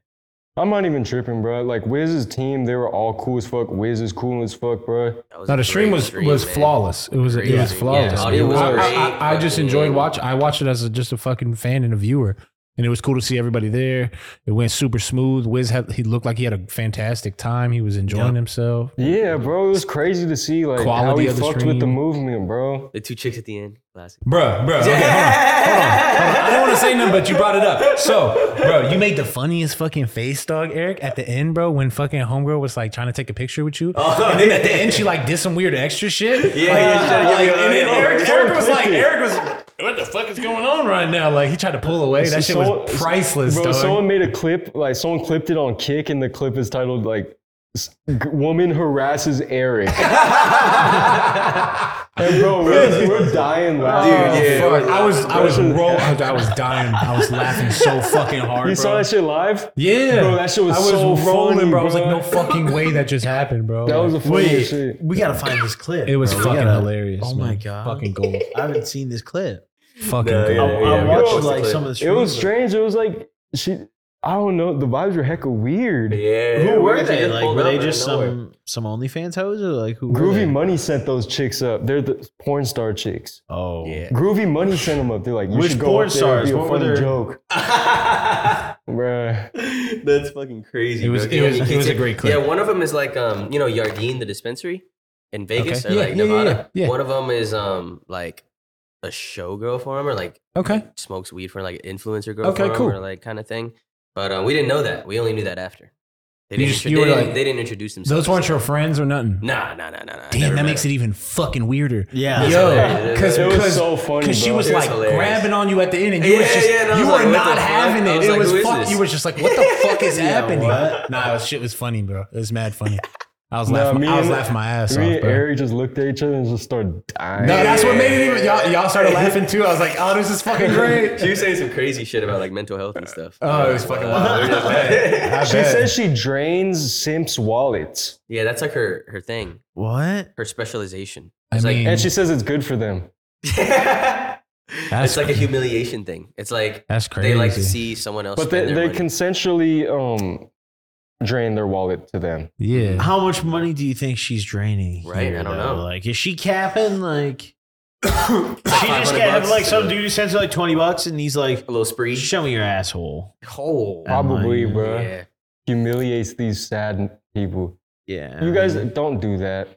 [SPEAKER 2] I'm not even tripping, bro. Like Wiz's team, they were all cool as fuck. Wiz is cool as fuck, bro.
[SPEAKER 5] No, the stream was was flawless. It was it was
[SPEAKER 1] Yeah.
[SPEAKER 5] flawless.
[SPEAKER 1] Yeah,
[SPEAKER 2] audio
[SPEAKER 5] It was-
[SPEAKER 2] was
[SPEAKER 5] I, I-
[SPEAKER 1] great,
[SPEAKER 5] I- I just
[SPEAKER 1] fucking-
[SPEAKER 5] enjoyed watch. I watched it as a, just a fucking fan and a viewer, and it was cool to see everybody there. It went super smooth. Wiz had he looked like he had a fantastic time. He was enjoying
[SPEAKER 4] Yep.
[SPEAKER 5] himself.
[SPEAKER 2] Yeah, bro. It was crazy to see like how
[SPEAKER 5] Quality
[SPEAKER 2] he
[SPEAKER 5] of the
[SPEAKER 2] fucked with the
[SPEAKER 5] stream.
[SPEAKER 2] movement, bro.
[SPEAKER 1] The two chicks at the end, classic.
[SPEAKER 5] Bruh, bruh. Okay, hold on. Hold on, hold on. I don't want to say nothing, but you brought it up. So, bro, you made the funniest fucking face, dog, Eric, at the end, bro, when fucking homegirl was like trying to take a picture with you. and then at the end, she like did some weird extra shit.
[SPEAKER 1] Yeah, yeah, she tried to give you-
[SPEAKER 5] and then
[SPEAKER 1] yeah,
[SPEAKER 5] Eric,
[SPEAKER 2] yeah.
[SPEAKER 5] Eric was like, Eric was, what the fuck is going on right now? Like, he tried to pull away. That shit
[SPEAKER 2] Someone-
[SPEAKER 5] was priceless,
[SPEAKER 2] Bro,
[SPEAKER 5] dog.
[SPEAKER 2] someone made a clip, like someone clipped it on Kick, and the clip is titled like s- g- "Woman Harasses Eric." and bro, we're, we're dying laughing.
[SPEAKER 1] Dude, yeah.
[SPEAKER 5] Fuck, I was, I was
[SPEAKER 2] Bro,
[SPEAKER 5] roll, I was- I was dying. I was laughing so fucking hard,
[SPEAKER 2] You
[SPEAKER 5] bro.
[SPEAKER 2] saw that shit live?
[SPEAKER 5] Yeah,
[SPEAKER 2] Bro, that shit was
[SPEAKER 5] I was
[SPEAKER 2] so
[SPEAKER 5] rolling,
[SPEAKER 2] funny,
[SPEAKER 5] bro. I was like,
[SPEAKER 2] bro.
[SPEAKER 5] no fucking way that just happened, bro.
[SPEAKER 2] That was the
[SPEAKER 4] Wait,
[SPEAKER 2] funniest shit.
[SPEAKER 4] we gotta find this clip.
[SPEAKER 5] it was
[SPEAKER 4] bro. We
[SPEAKER 5] fucking
[SPEAKER 4] gotta-
[SPEAKER 5] hilarious.
[SPEAKER 4] Oh my
[SPEAKER 5] man.
[SPEAKER 4] god,
[SPEAKER 5] fucking gold,
[SPEAKER 4] I haven't seen this clip.
[SPEAKER 5] fucking
[SPEAKER 1] No,
[SPEAKER 5] gold.
[SPEAKER 1] yeah.
[SPEAKER 4] I- I
[SPEAKER 1] we gotta watch
[SPEAKER 4] watched
[SPEAKER 1] the
[SPEAKER 4] like
[SPEAKER 1] clip.
[SPEAKER 4] some of the
[SPEAKER 2] It was
[SPEAKER 4] streams,
[SPEAKER 2] strange. It was like she. I don't know. The vibes were hecka weird.
[SPEAKER 1] Yeah.
[SPEAKER 4] but- Who were
[SPEAKER 1] She
[SPEAKER 4] they?
[SPEAKER 1] just
[SPEAKER 4] Like,
[SPEAKER 1] pulled
[SPEAKER 4] were
[SPEAKER 1] up
[SPEAKER 4] they
[SPEAKER 1] out of
[SPEAKER 4] just
[SPEAKER 1] nowhere.
[SPEAKER 4] some some OnlyFans hoes or like who? were they?
[SPEAKER 2] Groovy Money sent those chicks up. They're the porn star chicks.
[SPEAKER 4] Oh, yeah.
[SPEAKER 2] Groovy Money sent them up. They're like, you
[SPEAKER 4] Which
[SPEAKER 2] should go
[SPEAKER 4] porn
[SPEAKER 2] up there and
[SPEAKER 4] stars?
[SPEAKER 2] be a
[SPEAKER 4] What were
[SPEAKER 2] funny
[SPEAKER 4] their-
[SPEAKER 2] joke. Bruh.
[SPEAKER 4] That's fucking crazy.
[SPEAKER 5] It was-
[SPEAKER 4] bro.
[SPEAKER 5] it was- it was a great clip.
[SPEAKER 1] Yeah, one of them is like um, you know, Yardine, the dispensary in Vegas,
[SPEAKER 5] Okay.
[SPEAKER 1] or
[SPEAKER 5] Yeah,
[SPEAKER 1] like
[SPEAKER 5] yeah, yeah,
[SPEAKER 1] Nevada.
[SPEAKER 5] yeah, yeah.
[SPEAKER 1] One of them is um, like a showgirl for him, or like
[SPEAKER 5] Okay.
[SPEAKER 1] smokes weed for like an influencer girl
[SPEAKER 5] Okay,
[SPEAKER 1] for him,
[SPEAKER 5] cool.
[SPEAKER 1] or like kind of thing. But uh, we didn't know that. We only knew that after. They
[SPEAKER 5] You
[SPEAKER 1] didn't.
[SPEAKER 5] just-
[SPEAKER 1] intro-
[SPEAKER 5] you
[SPEAKER 1] they,
[SPEAKER 5] were
[SPEAKER 1] didn't
[SPEAKER 5] like-
[SPEAKER 1] they didn't introduce themselves.
[SPEAKER 5] Those weren't your friends or nothing.
[SPEAKER 1] Nah, nah, nah, nah, nah.
[SPEAKER 5] Damn, that makes it even fucking weirder.
[SPEAKER 4] Yeah.
[SPEAKER 5] Yo,
[SPEAKER 1] That's hilarious.
[SPEAKER 5] because
[SPEAKER 2] It was so funny.
[SPEAKER 5] Because she
[SPEAKER 2] bro.
[SPEAKER 5] was
[SPEAKER 1] It was
[SPEAKER 5] like
[SPEAKER 1] hilarious.
[SPEAKER 5] grabbing on you at the end, and you
[SPEAKER 1] Yeah,
[SPEAKER 5] was just
[SPEAKER 1] yeah, and I
[SPEAKER 5] you
[SPEAKER 1] was
[SPEAKER 5] were
[SPEAKER 1] like, what the
[SPEAKER 5] not
[SPEAKER 1] fuck?
[SPEAKER 5] having
[SPEAKER 1] I
[SPEAKER 5] it.
[SPEAKER 1] was
[SPEAKER 5] It
[SPEAKER 1] like,
[SPEAKER 5] was
[SPEAKER 1] who is
[SPEAKER 5] fuck.
[SPEAKER 1] this?
[SPEAKER 5] You were just like, what the fuck is happening?
[SPEAKER 4] what?
[SPEAKER 5] Nah, this shit was funny, bro. It was mad funny. I was
[SPEAKER 2] Nah,
[SPEAKER 5] laughing.
[SPEAKER 2] me
[SPEAKER 5] I was
[SPEAKER 2] and-
[SPEAKER 5] laughing my ass
[SPEAKER 2] Me
[SPEAKER 5] off,
[SPEAKER 2] and
[SPEAKER 5] bro.
[SPEAKER 2] Eric just looked at each other and just started dying.
[SPEAKER 5] no, that's what made it even. Y'all, y'all started laughing too. I was like, oh, this is fucking great.
[SPEAKER 1] She was saying some crazy shit about like mental health and stuff. Uh,
[SPEAKER 5] Oh, it was fucking wild. I
[SPEAKER 2] she
[SPEAKER 5] bet.
[SPEAKER 2] says she drains simps' wallets,
[SPEAKER 1] yeah, that's like her her thing,
[SPEAKER 4] What?
[SPEAKER 1] her specialization.
[SPEAKER 5] I
[SPEAKER 1] It's
[SPEAKER 5] mean,
[SPEAKER 2] and she says it's good for them.
[SPEAKER 1] like
[SPEAKER 5] that's,
[SPEAKER 1] it's like a humiliation thing. It's like
[SPEAKER 5] that's crazy.
[SPEAKER 1] they like to see someone else.
[SPEAKER 2] But they,
[SPEAKER 1] spend their
[SPEAKER 2] they
[SPEAKER 1] money.
[SPEAKER 2] consensually um, drain their wallet to them.
[SPEAKER 5] yeah.
[SPEAKER 4] How much money do you think she's draining?
[SPEAKER 1] Right, I don't
[SPEAKER 4] though?
[SPEAKER 1] know.
[SPEAKER 4] Like, is she capping? Like, she just
[SPEAKER 1] 500
[SPEAKER 4] capped
[SPEAKER 1] bucks
[SPEAKER 4] like some
[SPEAKER 1] to-
[SPEAKER 4] dude who sends her like twenty bucks, and he's like,
[SPEAKER 1] a little spree.
[SPEAKER 4] "Show me your asshole."
[SPEAKER 1] Hole.
[SPEAKER 4] Oh
[SPEAKER 2] Probably,
[SPEAKER 4] yeah.
[SPEAKER 2] bro.
[SPEAKER 1] Yeah.
[SPEAKER 2] Humiliates these sad people.
[SPEAKER 4] Yeah,
[SPEAKER 2] You guys don't do that.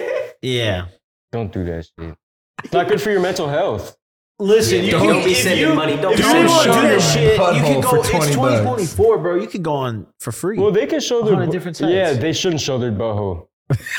[SPEAKER 4] Yeah.
[SPEAKER 2] Don't do that shit. It's not good for your mental health.
[SPEAKER 4] Listen, you
[SPEAKER 1] don't
[SPEAKER 4] can,
[SPEAKER 1] be
[SPEAKER 4] if
[SPEAKER 1] sending
[SPEAKER 4] you,
[SPEAKER 1] money. Don't
[SPEAKER 4] if
[SPEAKER 1] be
[SPEAKER 4] you
[SPEAKER 1] sending
[SPEAKER 4] want to do
[SPEAKER 1] money.
[SPEAKER 4] that shit, you can
[SPEAKER 5] Butthole for
[SPEAKER 4] go. It's
[SPEAKER 5] 20 bucks.
[SPEAKER 4] 2024, bro. You could go on for free.
[SPEAKER 2] Well, they can show
[SPEAKER 4] A
[SPEAKER 2] their
[SPEAKER 4] hundred
[SPEAKER 2] bo-
[SPEAKER 4] different sides.
[SPEAKER 2] yeah. They shouldn't show their boho.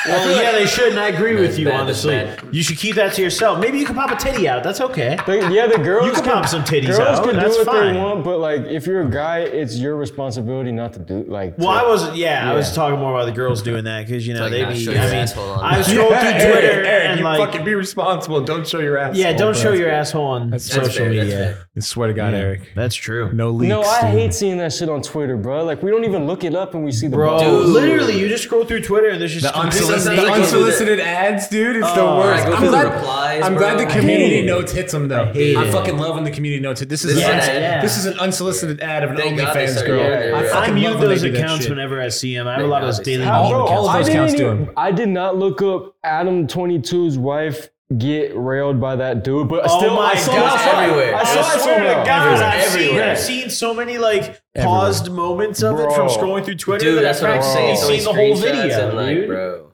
[SPEAKER 4] Well, yeah, they should, and I agree
[SPEAKER 1] That's
[SPEAKER 4] with you.
[SPEAKER 1] bad, that's
[SPEAKER 4] honestly,
[SPEAKER 1] bad.
[SPEAKER 4] you should keep that to yourself. Maybe you can pop a titty out. That's okay.
[SPEAKER 2] They, yeah, the girls
[SPEAKER 4] You can pop some titties
[SPEAKER 2] girls
[SPEAKER 4] out.
[SPEAKER 2] can
[SPEAKER 4] That's
[SPEAKER 2] do what
[SPEAKER 4] fine.
[SPEAKER 2] they want, but like if you're a guy, it's your responsibility not to do like.
[SPEAKER 4] Well, I
[SPEAKER 2] to-
[SPEAKER 4] wasn't. Yeah, I was talking more about the girls doing that because you know
[SPEAKER 1] Like,
[SPEAKER 4] they
[SPEAKER 1] nah,
[SPEAKER 4] be.
[SPEAKER 1] show
[SPEAKER 4] I
[SPEAKER 1] your
[SPEAKER 4] mean,
[SPEAKER 1] asshole on
[SPEAKER 4] I
[SPEAKER 1] that.
[SPEAKER 4] scroll
[SPEAKER 5] Yeah,
[SPEAKER 4] through Twitter
[SPEAKER 5] Eric, Eric,
[SPEAKER 4] and
[SPEAKER 5] you
[SPEAKER 4] like,
[SPEAKER 5] fucking Oh, be responsible. Don't show your ass.
[SPEAKER 4] yeah, don't show your asshole on.
[SPEAKER 5] That's
[SPEAKER 1] That's
[SPEAKER 5] social
[SPEAKER 1] fair, that's
[SPEAKER 5] media.
[SPEAKER 1] fair.
[SPEAKER 5] I swear to God, Eric.
[SPEAKER 4] That's true,
[SPEAKER 5] No leaks.
[SPEAKER 2] No, I
[SPEAKER 5] dude.
[SPEAKER 2] hate seeing that shit on Twitter, bro. Like we don't even look it up and we see the
[SPEAKER 4] bro.
[SPEAKER 2] boho.
[SPEAKER 4] Literally, you just scroll through Twitter and there's just
[SPEAKER 5] The
[SPEAKER 1] unsolicited-
[SPEAKER 5] unsolicited,
[SPEAKER 1] the unsolicited
[SPEAKER 5] ads, dude. It's
[SPEAKER 4] the
[SPEAKER 5] the worst.
[SPEAKER 4] worst.
[SPEAKER 1] Go through the replies,
[SPEAKER 5] I'm
[SPEAKER 1] bro.
[SPEAKER 5] glad the
[SPEAKER 1] I hate
[SPEAKER 5] community
[SPEAKER 4] it.
[SPEAKER 5] notes hits them though. I,
[SPEAKER 4] hate it.
[SPEAKER 5] fucking love when the community notes hit. This is
[SPEAKER 1] This
[SPEAKER 5] an,
[SPEAKER 1] is-
[SPEAKER 5] uns-
[SPEAKER 4] yeah.
[SPEAKER 5] this is an unsolicited ad of an
[SPEAKER 1] Thank God they
[SPEAKER 5] OnlyFans
[SPEAKER 1] started-
[SPEAKER 5] girl.
[SPEAKER 1] yeah, yeah,
[SPEAKER 5] I
[SPEAKER 1] yeah.
[SPEAKER 5] fucking
[SPEAKER 4] I mute
[SPEAKER 5] love when they
[SPEAKER 4] those
[SPEAKER 5] do that
[SPEAKER 4] accounts
[SPEAKER 5] shit.
[SPEAKER 4] whenever I see them. I have a lot of
[SPEAKER 1] God,
[SPEAKER 4] those
[SPEAKER 1] they
[SPEAKER 4] daily.
[SPEAKER 1] suck.
[SPEAKER 5] All-
[SPEAKER 4] meme
[SPEAKER 5] all of
[SPEAKER 4] accounts.
[SPEAKER 2] I
[SPEAKER 5] those
[SPEAKER 2] didn't
[SPEAKER 5] counts do
[SPEAKER 2] even,
[SPEAKER 5] it.
[SPEAKER 2] I did not look up Adam 22's wife get railed by that dude, but
[SPEAKER 4] Oh
[SPEAKER 2] still,
[SPEAKER 4] my
[SPEAKER 2] I saw
[SPEAKER 4] God.
[SPEAKER 2] I saw it.
[SPEAKER 1] Everywhere.
[SPEAKER 2] I saw
[SPEAKER 4] I
[SPEAKER 2] it
[SPEAKER 4] swear
[SPEAKER 2] somehow.
[SPEAKER 4] to God,
[SPEAKER 1] Everywhere.
[SPEAKER 4] I've seen,
[SPEAKER 1] Everywhere.
[SPEAKER 4] I've seen so many like paused moments of it
[SPEAKER 2] Bro.
[SPEAKER 4] from scrolling through Twitter.
[SPEAKER 1] Dude,
[SPEAKER 4] that
[SPEAKER 1] that's what I'm
[SPEAKER 4] I've
[SPEAKER 1] saying. So
[SPEAKER 4] seen the whole video,
[SPEAKER 1] and, like,
[SPEAKER 4] dude.
[SPEAKER 1] bro.
[SPEAKER 2] You're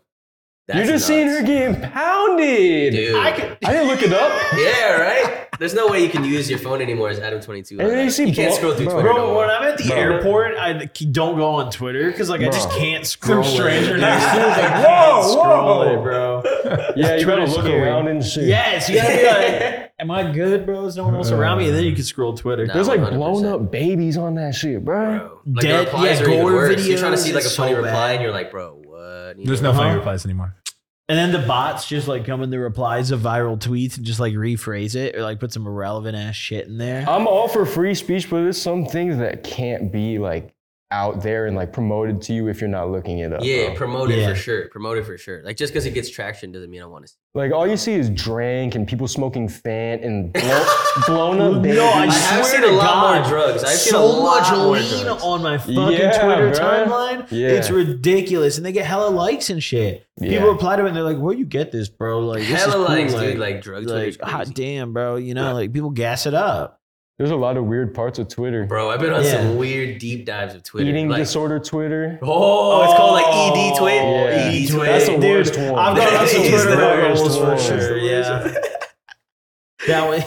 [SPEAKER 1] that's
[SPEAKER 2] just seeing
[SPEAKER 1] nuts.
[SPEAKER 2] her getting pounded.
[SPEAKER 1] Dude.
[SPEAKER 4] I could,
[SPEAKER 2] I didn't look it up.
[SPEAKER 1] yeah, right. There's no way you can use your phone anymore as Adam 22.
[SPEAKER 2] And then you see
[SPEAKER 1] you can't
[SPEAKER 2] blo-
[SPEAKER 1] scroll through
[SPEAKER 2] bro,
[SPEAKER 1] Twitter. no
[SPEAKER 4] Bro,
[SPEAKER 1] more.
[SPEAKER 4] when I'm at the airport, I k- don't go on Twitter because like I just
[SPEAKER 2] Bro.
[SPEAKER 4] can't scroll. Some
[SPEAKER 5] stranger
[SPEAKER 4] next to like,
[SPEAKER 5] whoa,
[SPEAKER 4] whoa,
[SPEAKER 5] whoa.
[SPEAKER 4] bro.
[SPEAKER 2] Yeah, you gotta
[SPEAKER 4] Twitter's
[SPEAKER 2] look
[SPEAKER 4] scary.
[SPEAKER 2] around and shit.
[SPEAKER 4] Yes, you gotta be like, am I good, bro? Is no one else around me? And then you can scroll Twitter.
[SPEAKER 1] Nah.
[SPEAKER 2] There's like blown
[SPEAKER 1] 100%.
[SPEAKER 2] up babies on that shit, bro.
[SPEAKER 1] Bro. Like,
[SPEAKER 4] Dead-
[SPEAKER 1] the replies
[SPEAKER 4] yeah,
[SPEAKER 1] are even
[SPEAKER 4] gore
[SPEAKER 1] worse. You're trying to
[SPEAKER 4] videos
[SPEAKER 1] see like a
[SPEAKER 4] is
[SPEAKER 1] funny
[SPEAKER 4] so
[SPEAKER 1] reply,
[SPEAKER 4] bad.
[SPEAKER 1] and you're like, bro, what? You
[SPEAKER 5] There's
[SPEAKER 1] know?
[SPEAKER 5] no funny
[SPEAKER 4] Uh-huh.
[SPEAKER 5] replies anymore.
[SPEAKER 4] And then the bots just like come in the replies of viral tweets and just like rephrase it or like put some irrelevant ass shit in there.
[SPEAKER 2] I'm all for free speech, but there's some things that can't be like out there and like promoted to you if you're not looking it up.
[SPEAKER 1] Yeah,
[SPEAKER 2] bro.
[SPEAKER 1] promote it
[SPEAKER 4] Yeah.
[SPEAKER 1] for sure. Promote it for sure. Like just because it gets traction doesn't mean I want to. See.
[SPEAKER 2] Like all you see is drank and people smoking fat and blow, blown up babies.
[SPEAKER 4] No, I
[SPEAKER 1] I have seen
[SPEAKER 4] swear to
[SPEAKER 1] a lot more
[SPEAKER 4] God,
[SPEAKER 1] drugs. I've seen a
[SPEAKER 4] so
[SPEAKER 1] lot
[SPEAKER 4] much
[SPEAKER 1] more
[SPEAKER 4] lean
[SPEAKER 1] drugs.
[SPEAKER 4] on my fucking
[SPEAKER 2] Yeah,
[SPEAKER 4] Twitter
[SPEAKER 2] bruh.
[SPEAKER 4] timeline.
[SPEAKER 2] Yeah.
[SPEAKER 4] It's ridiculous, and they get hella likes and shit.
[SPEAKER 2] Yeah.
[SPEAKER 4] People reply to it and they're like, "Where you get this, bro? Like, this is
[SPEAKER 1] Hella
[SPEAKER 4] cool.
[SPEAKER 1] likes,
[SPEAKER 4] like,
[SPEAKER 1] dude. Like drug Twitter's
[SPEAKER 4] like, hot
[SPEAKER 1] crazy.
[SPEAKER 4] damn, bro. You know, like people gas it up.
[SPEAKER 2] There's a lot of weird parts of Twitter.
[SPEAKER 1] Bro, I've been on
[SPEAKER 4] Yeah.
[SPEAKER 1] some weird deep dives of Twitter.
[SPEAKER 2] Eating
[SPEAKER 1] like,
[SPEAKER 2] disorder Twitter.
[SPEAKER 1] Oh, it's called like ED Twit.
[SPEAKER 2] Yeah.
[SPEAKER 1] ED Twit.
[SPEAKER 2] That's the
[SPEAKER 4] Dude,
[SPEAKER 2] worst one.
[SPEAKER 4] I've got
[SPEAKER 1] That
[SPEAKER 4] on some
[SPEAKER 1] is
[SPEAKER 4] Twitter
[SPEAKER 1] the
[SPEAKER 4] rabbit
[SPEAKER 2] worst
[SPEAKER 4] holes for
[SPEAKER 2] one.
[SPEAKER 4] sure. Yeah, that way.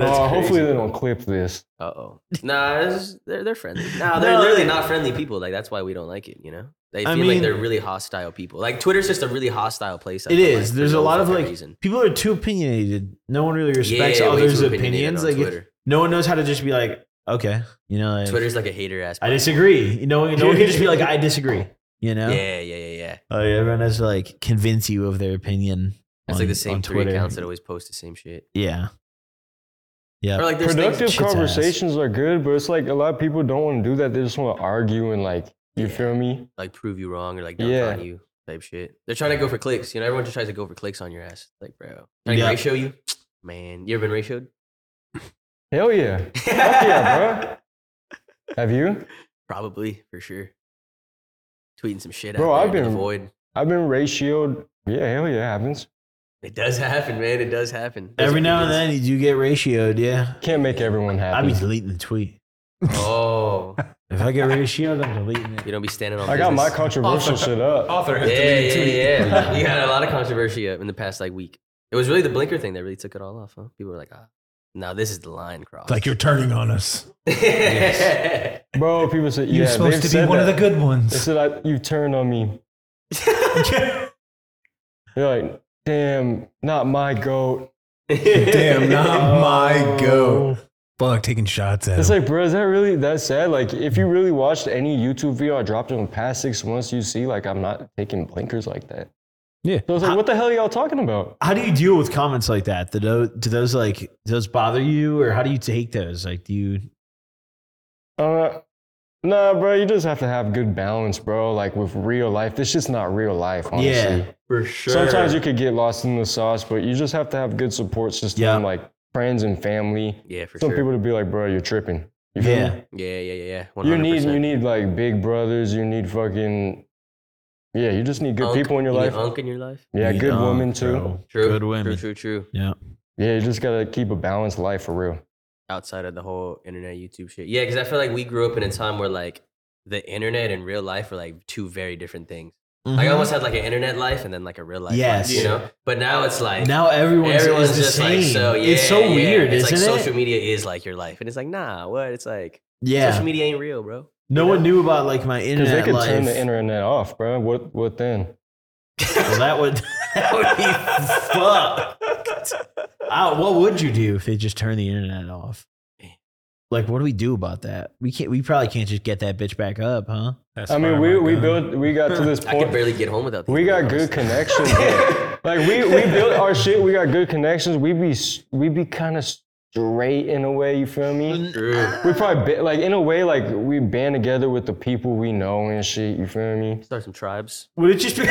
[SPEAKER 2] Uh,
[SPEAKER 4] crazy.
[SPEAKER 2] hopefully they don't clip this.
[SPEAKER 1] Uh oh. Nah, it's- they're they're friendly. Nah, they're
[SPEAKER 4] No,
[SPEAKER 1] literally
[SPEAKER 4] they-
[SPEAKER 1] not friendly people. Like that's why we don't like it. You know, they feel
[SPEAKER 4] I
[SPEAKER 1] like
[SPEAKER 4] mean-
[SPEAKER 1] they're really hostile people. Like Twitter's just a really hostile place. I
[SPEAKER 4] It
[SPEAKER 1] feel
[SPEAKER 4] is.
[SPEAKER 1] like, for
[SPEAKER 4] There's a
[SPEAKER 1] no
[SPEAKER 4] lot of
[SPEAKER 1] fucking
[SPEAKER 4] like
[SPEAKER 1] reason.
[SPEAKER 4] people are too opinionated. No one really respects
[SPEAKER 1] Yeah, way
[SPEAKER 4] others'
[SPEAKER 1] too opinionated
[SPEAKER 4] opinions.
[SPEAKER 1] on
[SPEAKER 4] Like if-
[SPEAKER 1] Twitter.
[SPEAKER 4] no one knows how to just be like, okay, you know, like,
[SPEAKER 1] Twitter's like a hater ass.
[SPEAKER 4] I disagree. You know, no one can just be like, I disagree. You know,
[SPEAKER 1] Yeah, yeah, yeah, yeah.
[SPEAKER 4] Like, Oh, everyone has to like convince you of their opinion.
[SPEAKER 1] It's
[SPEAKER 4] on,
[SPEAKER 1] like the same
[SPEAKER 4] on
[SPEAKER 1] three
[SPEAKER 4] Twitter.
[SPEAKER 1] accounts that always post the same shit.
[SPEAKER 4] yeah,
[SPEAKER 1] Or
[SPEAKER 4] yeah.
[SPEAKER 1] like there's things-
[SPEAKER 2] Productive
[SPEAKER 4] shit's ass.
[SPEAKER 2] conversations are good, but it's like a lot of people don't want to do that. They just want to argue and like, you
[SPEAKER 1] Yeah.
[SPEAKER 2] feel me?
[SPEAKER 1] like prove you wrong or like dunk
[SPEAKER 2] Yeah.
[SPEAKER 1] on you type shit. They're trying to go for clicks. You know, everyone just tries to go for clicks on your ass. Like, bro, trying
[SPEAKER 4] Yeah.
[SPEAKER 1] to ratio you. Man, you ever been ratioed?
[SPEAKER 2] Hell yeah. Fuck yeah, bro. Have you?
[SPEAKER 1] Probably for sure. Tweeting some shit
[SPEAKER 2] Bro,
[SPEAKER 1] out there
[SPEAKER 2] I've
[SPEAKER 1] into the
[SPEAKER 2] been-
[SPEAKER 1] void.
[SPEAKER 2] I've been ratioed. Yeah, hell yeah, happens.
[SPEAKER 1] It does happen, man. It does happen.
[SPEAKER 4] Every now and then you do get ratioed. Yeah,
[SPEAKER 2] Can't make everyone
[SPEAKER 4] I'd
[SPEAKER 2] happy.
[SPEAKER 4] be deleting the tweet.
[SPEAKER 1] Oh Oh,
[SPEAKER 6] If I get rid of Shield, I'm deleting it.
[SPEAKER 1] you don't be standing on.
[SPEAKER 2] I got my
[SPEAKER 1] business.
[SPEAKER 2] controversial shit up.
[SPEAKER 6] Author.
[SPEAKER 1] Yeah, yeah, yeah. yeah. you had a lot of controversy uh, in the past like week. It was really the blinker thing that really took it all off. Huh? People were like, ah, now this is the line cross.
[SPEAKER 5] It's like you're turning on us.
[SPEAKER 2] Bro, people said, yeah,
[SPEAKER 5] You're supposed
[SPEAKER 2] they've
[SPEAKER 5] to be
[SPEAKER 2] said
[SPEAKER 5] one of
[SPEAKER 2] that.
[SPEAKER 5] the good
[SPEAKER 2] They
[SPEAKER 5] ones.
[SPEAKER 2] said, I, you turned on me. They're like, damn, not my goat. Oh.
[SPEAKER 6] Damn, not my go.
[SPEAKER 5] Fuck, taking shots at
[SPEAKER 2] It's
[SPEAKER 5] him.
[SPEAKER 2] like, bro, is that really that sad? Like, if you really watched any YouTube video I dropped in the past six months, you see, like, I'm not taking blinkers like that.
[SPEAKER 5] Yeah.
[SPEAKER 2] So I was like, what the hell are y'all talking about?
[SPEAKER 4] How do you deal with comments like that? Do those, do those like do those bother you, or how do you take those? Like, do you?
[SPEAKER 2] Uh, nah, bro, you just have to have good balance, bro. Like, with real life, this shit's not real life, honestly.
[SPEAKER 4] Yeah, for sure.
[SPEAKER 2] Sometimes you could get lost in the sauce, but you just have to have good support system,
[SPEAKER 4] Yeah.
[SPEAKER 2] like friends and family.
[SPEAKER 1] yeah, for
[SPEAKER 2] Some
[SPEAKER 1] sure.
[SPEAKER 2] people to be like, bro, you're tripping. You feel me?
[SPEAKER 4] yeah,
[SPEAKER 1] yeah, yeah, yeah, yeah.
[SPEAKER 2] You need you
[SPEAKER 1] 100%.
[SPEAKER 2] need like big brothers. You need fucking yeah. You just need good
[SPEAKER 1] Unk-
[SPEAKER 2] people in your
[SPEAKER 1] you need
[SPEAKER 2] life.
[SPEAKER 1] Unk in your life.
[SPEAKER 2] Yeah,
[SPEAKER 4] You
[SPEAKER 2] good
[SPEAKER 4] don't,
[SPEAKER 2] woman too.
[SPEAKER 4] bro.
[SPEAKER 1] True.
[SPEAKER 4] Good women.
[SPEAKER 1] True, true, true.
[SPEAKER 4] Yeah,
[SPEAKER 2] Yeah, you just gotta keep a balanced life for real.
[SPEAKER 1] Outside of the whole internet, YouTube shit. Yeah, because I feel like we grew up in a time where like the internet and real life were like two very different things.
[SPEAKER 4] Mm-hmm.
[SPEAKER 1] Like I almost had like an internet life and then like a real life.
[SPEAKER 4] Yes.
[SPEAKER 1] Life, you know. But now it's like
[SPEAKER 4] now everyone's,
[SPEAKER 1] everyone's
[SPEAKER 4] is the
[SPEAKER 1] just
[SPEAKER 4] same.
[SPEAKER 1] like so. Yeah,
[SPEAKER 4] it's so
[SPEAKER 1] yeah.
[SPEAKER 4] weird,
[SPEAKER 1] It's
[SPEAKER 4] isn't
[SPEAKER 1] like
[SPEAKER 4] it?
[SPEAKER 1] social media is like your life, and it's like nah, what? It's like
[SPEAKER 4] yeah,
[SPEAKER 1] social media ain't real, bro.
[SPEAKER 4] no one knew about like my
[SPEAKER 2] Because they
[SPEAKER 4] internet
[SPEAKER 2] could
[SPEAKER 4] life.
[SPEAKER 2] turn the internet off, bro. What what then?
[SPEAKER 4] Well, that would that would be fucked. Ow, what would you do if they just turned the internet off? Like, what do we do about that? We can't. We probably can't just get that bitch back up, huh?
[SPEAKER 6] That's
[SPEAKER 2] I mean,
[SPEAKER 6] fire,
[SPEAKER 2] we
[SPEAKER 6] my
[SPEAKER 2] we
[SPEAKER 6] God.
[SPEAKER 2] built we got to this
[SPEAKER 1] I could
[SPEAKER 2] point.
[SPEAKER 1] barely get home without. these
[SPEAKER 2] We got
[SPEAKER 1] videos.
[SPEAKER 2] good connections. bro. like we we built our shit. We got good connections. We be s- we be kind of straight in a way. You feel me?
[SPEAKER 1] True.
[SPEAKER 2] We probably ba- like in a way like we band together with the people we know and shit. You feel me?
[SPEAKER 1] Start some tribes.
[SPEAKER 4] Would it just be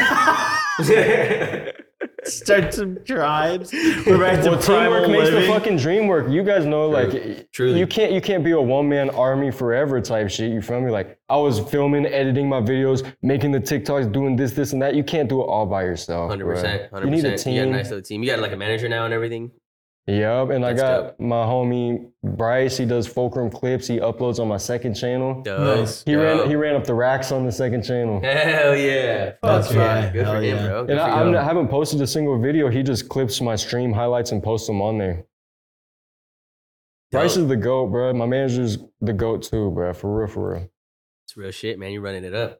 [SPEAKER 4] start some tribes? We're back to
[SPEAKER 2] Well, teamwork
[SPEAKER 4] primal
[SPEAKER 2] makes the
[SPEAKER 4] living.
[SPEAKER 2] fucking dream work. You guys know, like,
[SPEAKER 1] Truly.
[SPEAKER 2] you can't you can't be a one man army forever type shit. You feel me? Like, I was filming, editing my videos, making the TikToks, doing this, this, and that. You can't do it all by yourself.
[SPEAKER 1] Hundred
[SPEAKER 2] bruh.
[SPEAKER 1] percent. Hundred
[SPEAKER 2] You need a
[SPEAKER 1] percent. You got a
[SPEAKER 2] team.
[SPEAKER 1] nice little team. You got like a manager now and everything.
[SPEAKER 2] Yup. And I
[SPEAKER 1] That's
[SPEAKER 2] got
[SPEAKER 1] dope.
[SPEAKER 2] my homie Bryce. He does fulcrum clips. He uploads on my second channel.
[SPEAKER 1] Dope.
[SPEAKER 6] Nice.
[SPEAKER 2] He
[SPEAKER 1] dope.
[SPEAKER 2] ran he ran up the racks on the second channel.
[SPEAKER 1] Hell yeah. Fuck
[SPEAKER 4] That's
[SPEAKER 1] yeah.
[SPEAKER 4] right.
[SPEAKER 1] Good for
[SPEAKER 4] Hell
[SPEAKER 1] him,
[SPEAKER 4] yeah.
[SPEAKER 1] bro. Good
[SPEAKER 2] And
[SPEAKER 1] for
[SPEAKER 2] I, I'm
[SPEAKER 1] him.
[SPEAKER 2] not, I haven't posted a single video. He just clips my stream highlights and posts them on there. Bryce
[SPEAKER 1] Dope.
[SPEAKER 2] is the goat, bro. My manager's the goat too, bro. For real, for real.
[SPEAKER 1] It's real shit, man. You're running it up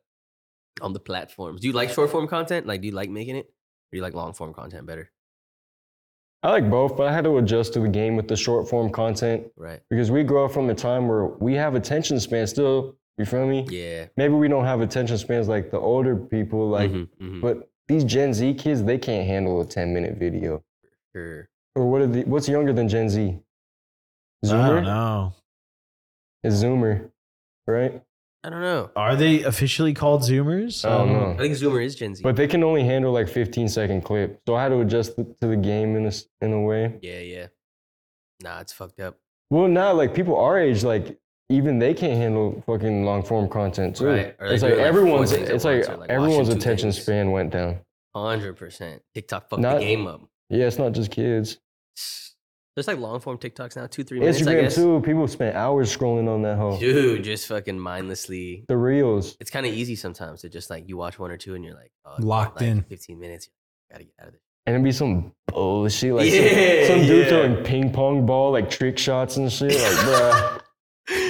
[SPEAKER 1] on the platforms. Do you like short form content? Like, do you like making it? Or do you like long form content better?
[SPEAKER 2] I like both, but I had to adjust to the game with the short form content
[SPEAKER 1] Right.
[SPEAKER 2] because we grow up from the time where we have attention span still. You feel me?
[SPEAKER 1] Yeah.
[SPEAKER 2] Maybe we don't have attention spans like the older people, like,
[SPEAKER 1] Mhm, mhm.
[SPEAKER 2] but these Gen Z kids, they can't handle a 10 minute video.
[SPEAKER 1] Sure.
[SPEAKER 2] Or what are the, what's younger than Gen Z?
[SPEAKER 4] I don't
[SPEAKER 2] Zoomer?
[SPEAKER 4] know.
[SPEAKER 2] It's Zoomer, right?
[SPEAKER 1] I don't know.
[SPEAKER 4] Are they officially called Zoomers?
[SPEAKER 2] I don't know.
[SPEAKER 1] I think Zoomer is Gen Z.
[SPEAKER 2] But they can only handle like 15 second clip. So I had to adjust th- to the game in a, s- in a way.
[SPEAKER 1] yeah, yeah. Nah, it's fucked up.
[SPEAKER 2] Well, now like people our age, like even they can't handle fucking long form content too.
[SPEAKER 1] Right. Or they
[SPEAKER 2] It's
[SPEAKER 1] do
[SPEAKER 2] like
[SPEAKER 1] it, like, four
[SPEAKER 2] everyone's
[SPEAKER 1] things at
[SPEAKER 2] it's
[SPEAKER 1] once
[SPEAKER 2] like,
[SPEAKER 1] or, like,
[SPEAKER 2] everyone's
[SPEAKER 1] watching two
[SPEAKER 2] attention
[SPEAKER 1] things.
[SPEAKER 2] span went down.
[SPEAKER 1] 100%. Tiktok fucked the
[SPEAKER 2] Not-
[SPEAKER 1] game up.
[SPEAKER 2] Yeah, it's not just kids.
[SPEAKER 1] There's like long form TikToks now, two, three minutes, I
[SPEAKER 2] Instagram
[SPEAKER 1] guess.
[SPEAKER 2] too. People spend hours scrolling on that whole
[SPEAKER 1] Dude, just fucking mindlessly.
[SPEAKER 2] the reels.
[SPEAKER 1] It's kind of easy sometimes to just like you watch one or two and you're like, oh,
[SPEAKER 5] Locked
[SPEAKER 1] like,
[SPEAKER 5] in.
[SPEAKER 1] 15 minutes. Gotta get out of this.
[SPEAKER 2] And it'd be some bullshit like
[SPEAKER 1] Yeah,
[SPEAKER 2] some, some dude
[SPEAKER 1] yeah.
[SPEAKER 2] throwing ping pong ball like trick shots and shit. Like, bruh.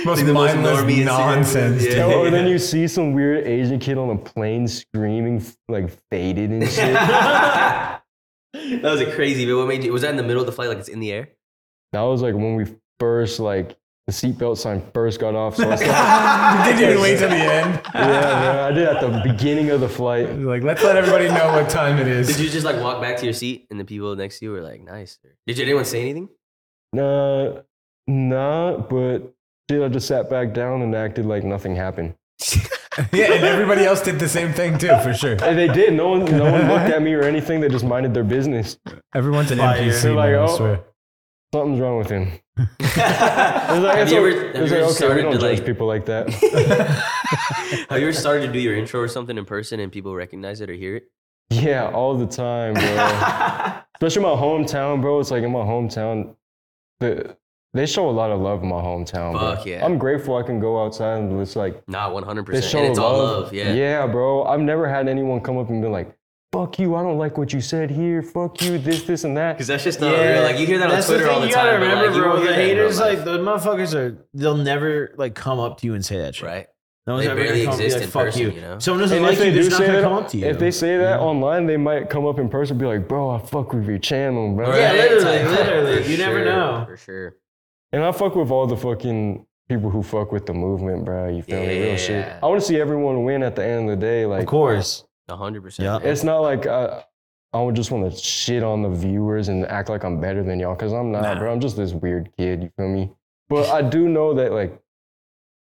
[SPEAKER 5] Most
[SPEAKER 1] Like the most
[SPEAKER 5] mindless
[SPEAKER 1] normie shit.
[SPEAKER 5] nonsense, dude.
[SPEAKER 1] Yeah.
[SPEAKER 2] Or then you see some weird Asian kid on a plane screaming f- like faded and shit.
[SPEAKER 1] that was a crazy. But what made you? Was that in the middle of the flight? Like it's in the air?
[SPEAKER 2] That was like when we first like the seatbelt sign first got off. So I was like,
[SPEAKER 6] Didn't even wait till the end.
[SPEAKER 2] yeah, man, I did at the beginning of the flight.
[SPEAKER 6] Like, let's let everybody know what time it
[SPEAKER 1] Did
[SPEAKER 6] is.
[SPEAKER 1] you just like walk back to your seat and the people next to you were like, "Nice." Or- Did you, anyone say anything?
[SPEAKER 2] Nah, nah, but shit, I just sat back down and acted like nothing happened.
[SPEAKER 6] yeah, and everybody else did the same thing too, for sure.
[SPEAKER 2] And they did. No one, no one looked at me or anything. They just minded their business.
[SPEAKER 6] Everyone's an
[SPEAKER 4] Fire.
[SPEAKER 6] NPC,
[SPEAKER 2] They're like,
[SPEAKER 6] man,
[SPEAKER 2] oh.
[SPEAKER 6] I swear.
[SPEAKER 2] Something's wrong with him.
[SPEAKER 1] have,
[SPEAKER 2] It's like, it's
[SPEAKER 1] you
[SPEAKER 2] o-
[SPEAKER 1] ever, have you
[SPEAKER 2] it's like,
[SPEAKER 1] ever
[SPEAKER 2] okay, we
[SPEAKER 1] started
[SPEAKER 2] don't
[SPEAKER 1] to
[SPEAKER 2] judge
[SPEAKER 1] like?
[SPEAKER 2] people like that.
[SPEAKER 1] Have you ever started to do your intro or something in person and people recognize it or hear it?
[SPEAKER 2] Yeah, all the time, bro. Especially my hometown, bro. It's like in my hometown, the They show a lot of love in my hometown. bro.
[SPEAKER 1] Fuck yeah.
[SPEAKER 2] I'm grateful I can go outside and it's like
[SPEAKER 1] Not 100%.
[SPEAKER 2] they show
[SPEAKER 1] And it's all love. Yeah.
[SPEAKER 2] bro. I've never had anyone come up and be like, "Fuck you, I don't like what you said here. Fuck you, this, this, and that."
[SPEAKER 1] Because that's just not real. Like, you hear that on Twitter all the
[SPEAKER 4] you gotta
[SPEAKER 1] time. but,
[SPEAKER 4] remember,
[SPEAKER 1] like, you
[SPEAKER 4] bro.
[SPEAKER 1] won't
[SPEAKER 4] The
[SPEAKER 1] hear that in real
[SPEAKER 4] haters,
[SPEAKER 1] life,
[SPEAKER 4] like the motherfuckers are. They'll never like come up to you and say that shit.
[SPEAKER 1] right?
[SPEAKER 4] No one's
[SPEAKER 1] They
[SPEAKER 4] ever gonna
[SPEAKER 1] barely
[SPEAKER 4] come up and be
[SPEAKER 1] exist
[SPEAKER 4] like,
[SPEAKER 1] in
[SPEAKER 4] "Fuck
[SPEAKER 1] person,
[SPEAKER 4] you."
[SPEAKER 1] you know?
[SPEAKER 4] Someone doesn't
[SPEAKER 2] And
[SPEAKER 4] like
[SPEAKER 2] if they
[SPEAKER 4] you.
[SPEAKER 2] do
[SPEAKER 4] They're just
[SPEAKER 2] say
[SPEAKER 4] not gonna
[SPEAKER 2] that,
[SPEAKER 4] come up to you.
[SPEAKER 2] if they say that online, they might come up in person, and be like, "Bro, I fuck with your channel, bro."
[SPEAKER 1] Right,
[SPEAKER 4] Yeah, literally,
[SPEAKER 1] type-
[SPEAKER 4] literally.
[SPEAKER 1] for
[SPEAKER 4] You never
[SPEAKER 1] sure,
[SPEAKER 4] know.
[SPEAKER 1] For sure.
[SPEAKER 2] And I fuck with all the fucking people who fuck with the movement, bro. You feel me? Real shit.
[SPEAKER 1] Yeah.
[SPEAKER 2] I want to see everyone win at the end of the day. Like,
[SPEAKER 4] Of course.
[SPEAKER 1] 100%.
[SPEAKER 4] Yeah.
[SPEAKER 1] man.
[SPEAKER 2] it's not like I, I would just want to shit on the viewers and act like I'm better than y'all, cause I'm not, bro. I'm just this weird kid. You feel me? But I do know that like,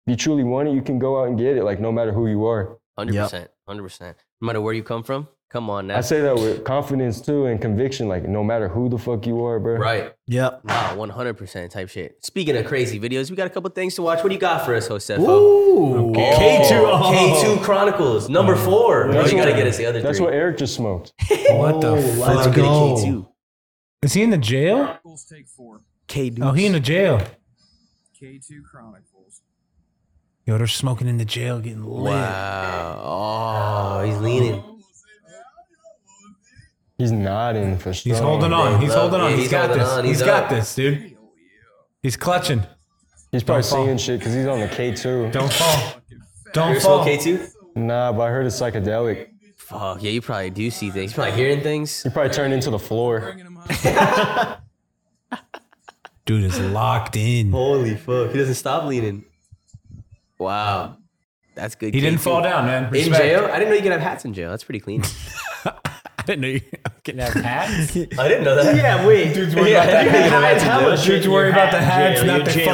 [SPEAKER 2] if you truly want it, you can go out and get it. Like, no matter who you are.
[SPEAKER 1] Hundred percent, hundred percent. No matter where you come from, come on now.
[SPEAKER 2] I say that with confidence too and conviction. Like, no matter who the fuck you are, bro.
[SPEAKER 1] right.
[SPEAKER 4] Yep.
[SPEAKER 1] Wow, one hundred percent type shit. Speaking of crazy videos, we got a couple things to watch. What do you got for us, Josefo?
[SPEAKER 4] Ooh. K two.
[SPEAKER 5] Oh.
[SPEAKER 1] K two Chronicles number four. Bro,
[SPEAKER 2] That's
[SPEAKER 1] you gotta
[SPEAKER 2] what-
[SPEAKER 1] get us the other
[SPEAKER 2] That's
[SPEAKER 1] three.
[SPEAKER 2] what Eric just smoked.
[SPEAKER 5] What the fuck?
[SPEAKER 1] Let's get a K two.
[SPEAKER 5] Is he in the jail?
[SPEAKER 1] K dude.
[SPEAKER 5] Oh, he in the jail.
[SPEAKER 7] K2 Chronicles.
[SPEAKER 5] Yo, they're smoking in the jail, getting lit.
[SPEAKER 1] Wow. Oh, he's leaning.
[SPEAKER 2] He's nodding for sure.
[SPEAKER 5] He's holding on. He's
[SPEAKER 1] Look,
[SPEAKER 5] holding on.
[SPEAKER 1] yeah,
[SPEAKER 5] he's
[SPEAKER 1] he's
[SPEAKER 5] got
[SPEAKER 1] holding
[SPEAKER 5] this.
[SPEAKER 1] on.
[SPEAKER 5] he's
[SPEAKER 1] He's
[SPEAKER 5] got
[SPEAKER 1] up.
[SPEAKER 5] this, dude. He's clutching.
[SPEAKER 2] He's probably
[SPEAKER 5] Don't fall.
[SPEAKER 2] seeing shit because he's on the K2.
[SPEAKER 5] Don't fall. Don't
[SPEAKER 1] You're so
[SPEAKER 5] fall.
[SPEAKER 1] K two.
[SPEAKER 2] Nah, but I heard it's psychedelic.
[SPEAKER 1] Fuck yeah, you probably do see things. You're probably hearing things.
[SPEAKER 2] He probably turned into the floor.
[SPEAKER 5] Dude is locked in.
[SPEAKER 1] Holy fuck, he doesn't stop leaning. Wow, that's good.
[SPEAKER 5] He didn't
[SPEAKER 1] K2.
[SPEAKER 5] fall down, man.
[SPEAKER 1] In
[SPEAKER 5] Respect.
[SPEAKER 1] jail? I didn't know you could have hats in jail. That's pretty clean.
[SPEAKER 5] I didn't know you can have hats.
[SPEAKER 1] I didn't know that.
[SPEAKER 4] Yeah. Wait. Dude's
[SPEAKER 1] worried about that. You're gonna have to do it.
[SPEAKER 5] Dude's worried about the hats, not the fucking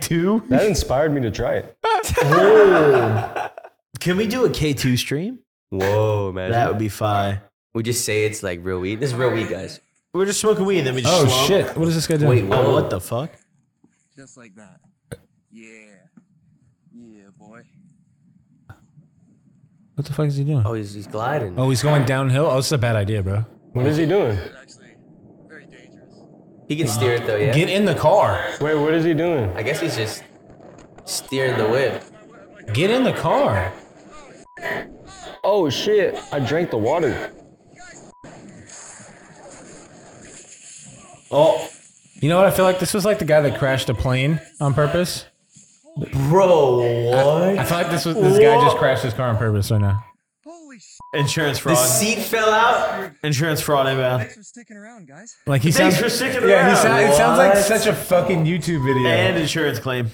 [SPEAKER 5] K2.
[SPEAKER 2] That inspired me to try it.
[SPEAKER 4] Can we do a K two stream?
[SPEAKER 1] Whoa, man.
[SPEAKER 4] That would be fine.
[SPEAKER 1] we just say it's like real weed. This is real weed, guys.
[SPEAKER 4] We're just smoking weed, then we just
[SPEAKER 5] Oh,
[SPEAKER 4] slump.
[SPEAKER 5] shit. What is this guy doing?
[SPEAKER 1] Wait,
[SPEAKER 4] Oh,
[SPEAKER 1] whoa.
[SPEAKER 4] what the fuck?
[SPEAKER 7] Just like that. Yeah. Yeah, boy.
[SPEAKER 5] What the fuck is he doing?
[SPEAKER 1] Oh, he's, he's gliding.
[SPEAKER 5] Oh, he's going downhill? Oh, this is a bad idea, bro.
[SPEAKER 2] What is he doing?
[SPEAKER 7] It's actually very dangerous.
[SPEAKER 1] He can steer it though, yeah.
[SPEAKER 5] Get in the car.
[SPEAKER 2] Wait, what is he doing?
[SPEAKER 1] I guess he's just steering the whip.
[SPEAKER 5] Get in the car.
[SPEAKER 2] Oh shit, I drank the water.
[SPEAKER 4] Oh,
[SPEAKER 5] You know what? I feel like this was like the guy that crashed a plane on purpose.
[SPEAKER 1] Bro, what?
[SPEAKER 5] I feel like this was this guy just crashed his car on purpose right now.
[SPEAKER 7] Holy shit.
[SPEAKER 4] insurance
[SPEAKER 1] The
[SPEAKER 4] fraud.
[SPEAKER 1] seat fell out.
[SPEAKER 4] insurance fraud inbound.
[SPEAKER 7] Thanks for sticking around, guys.
[SPEAKER 5] Like he
[SPEAKER 4] Thanks
[SPEAKER 5] sounds.
[SPEAKER 4] for sticking
[SPEAKER 5] yeah, he
[SPEAKER 4] around.
[SPEAKER 5] sound, it sounds like
[SPEAKER 1] What?
[SPEAKER 5] such a fucking YouTube video.
[SPEAKER 4] And insurance claim.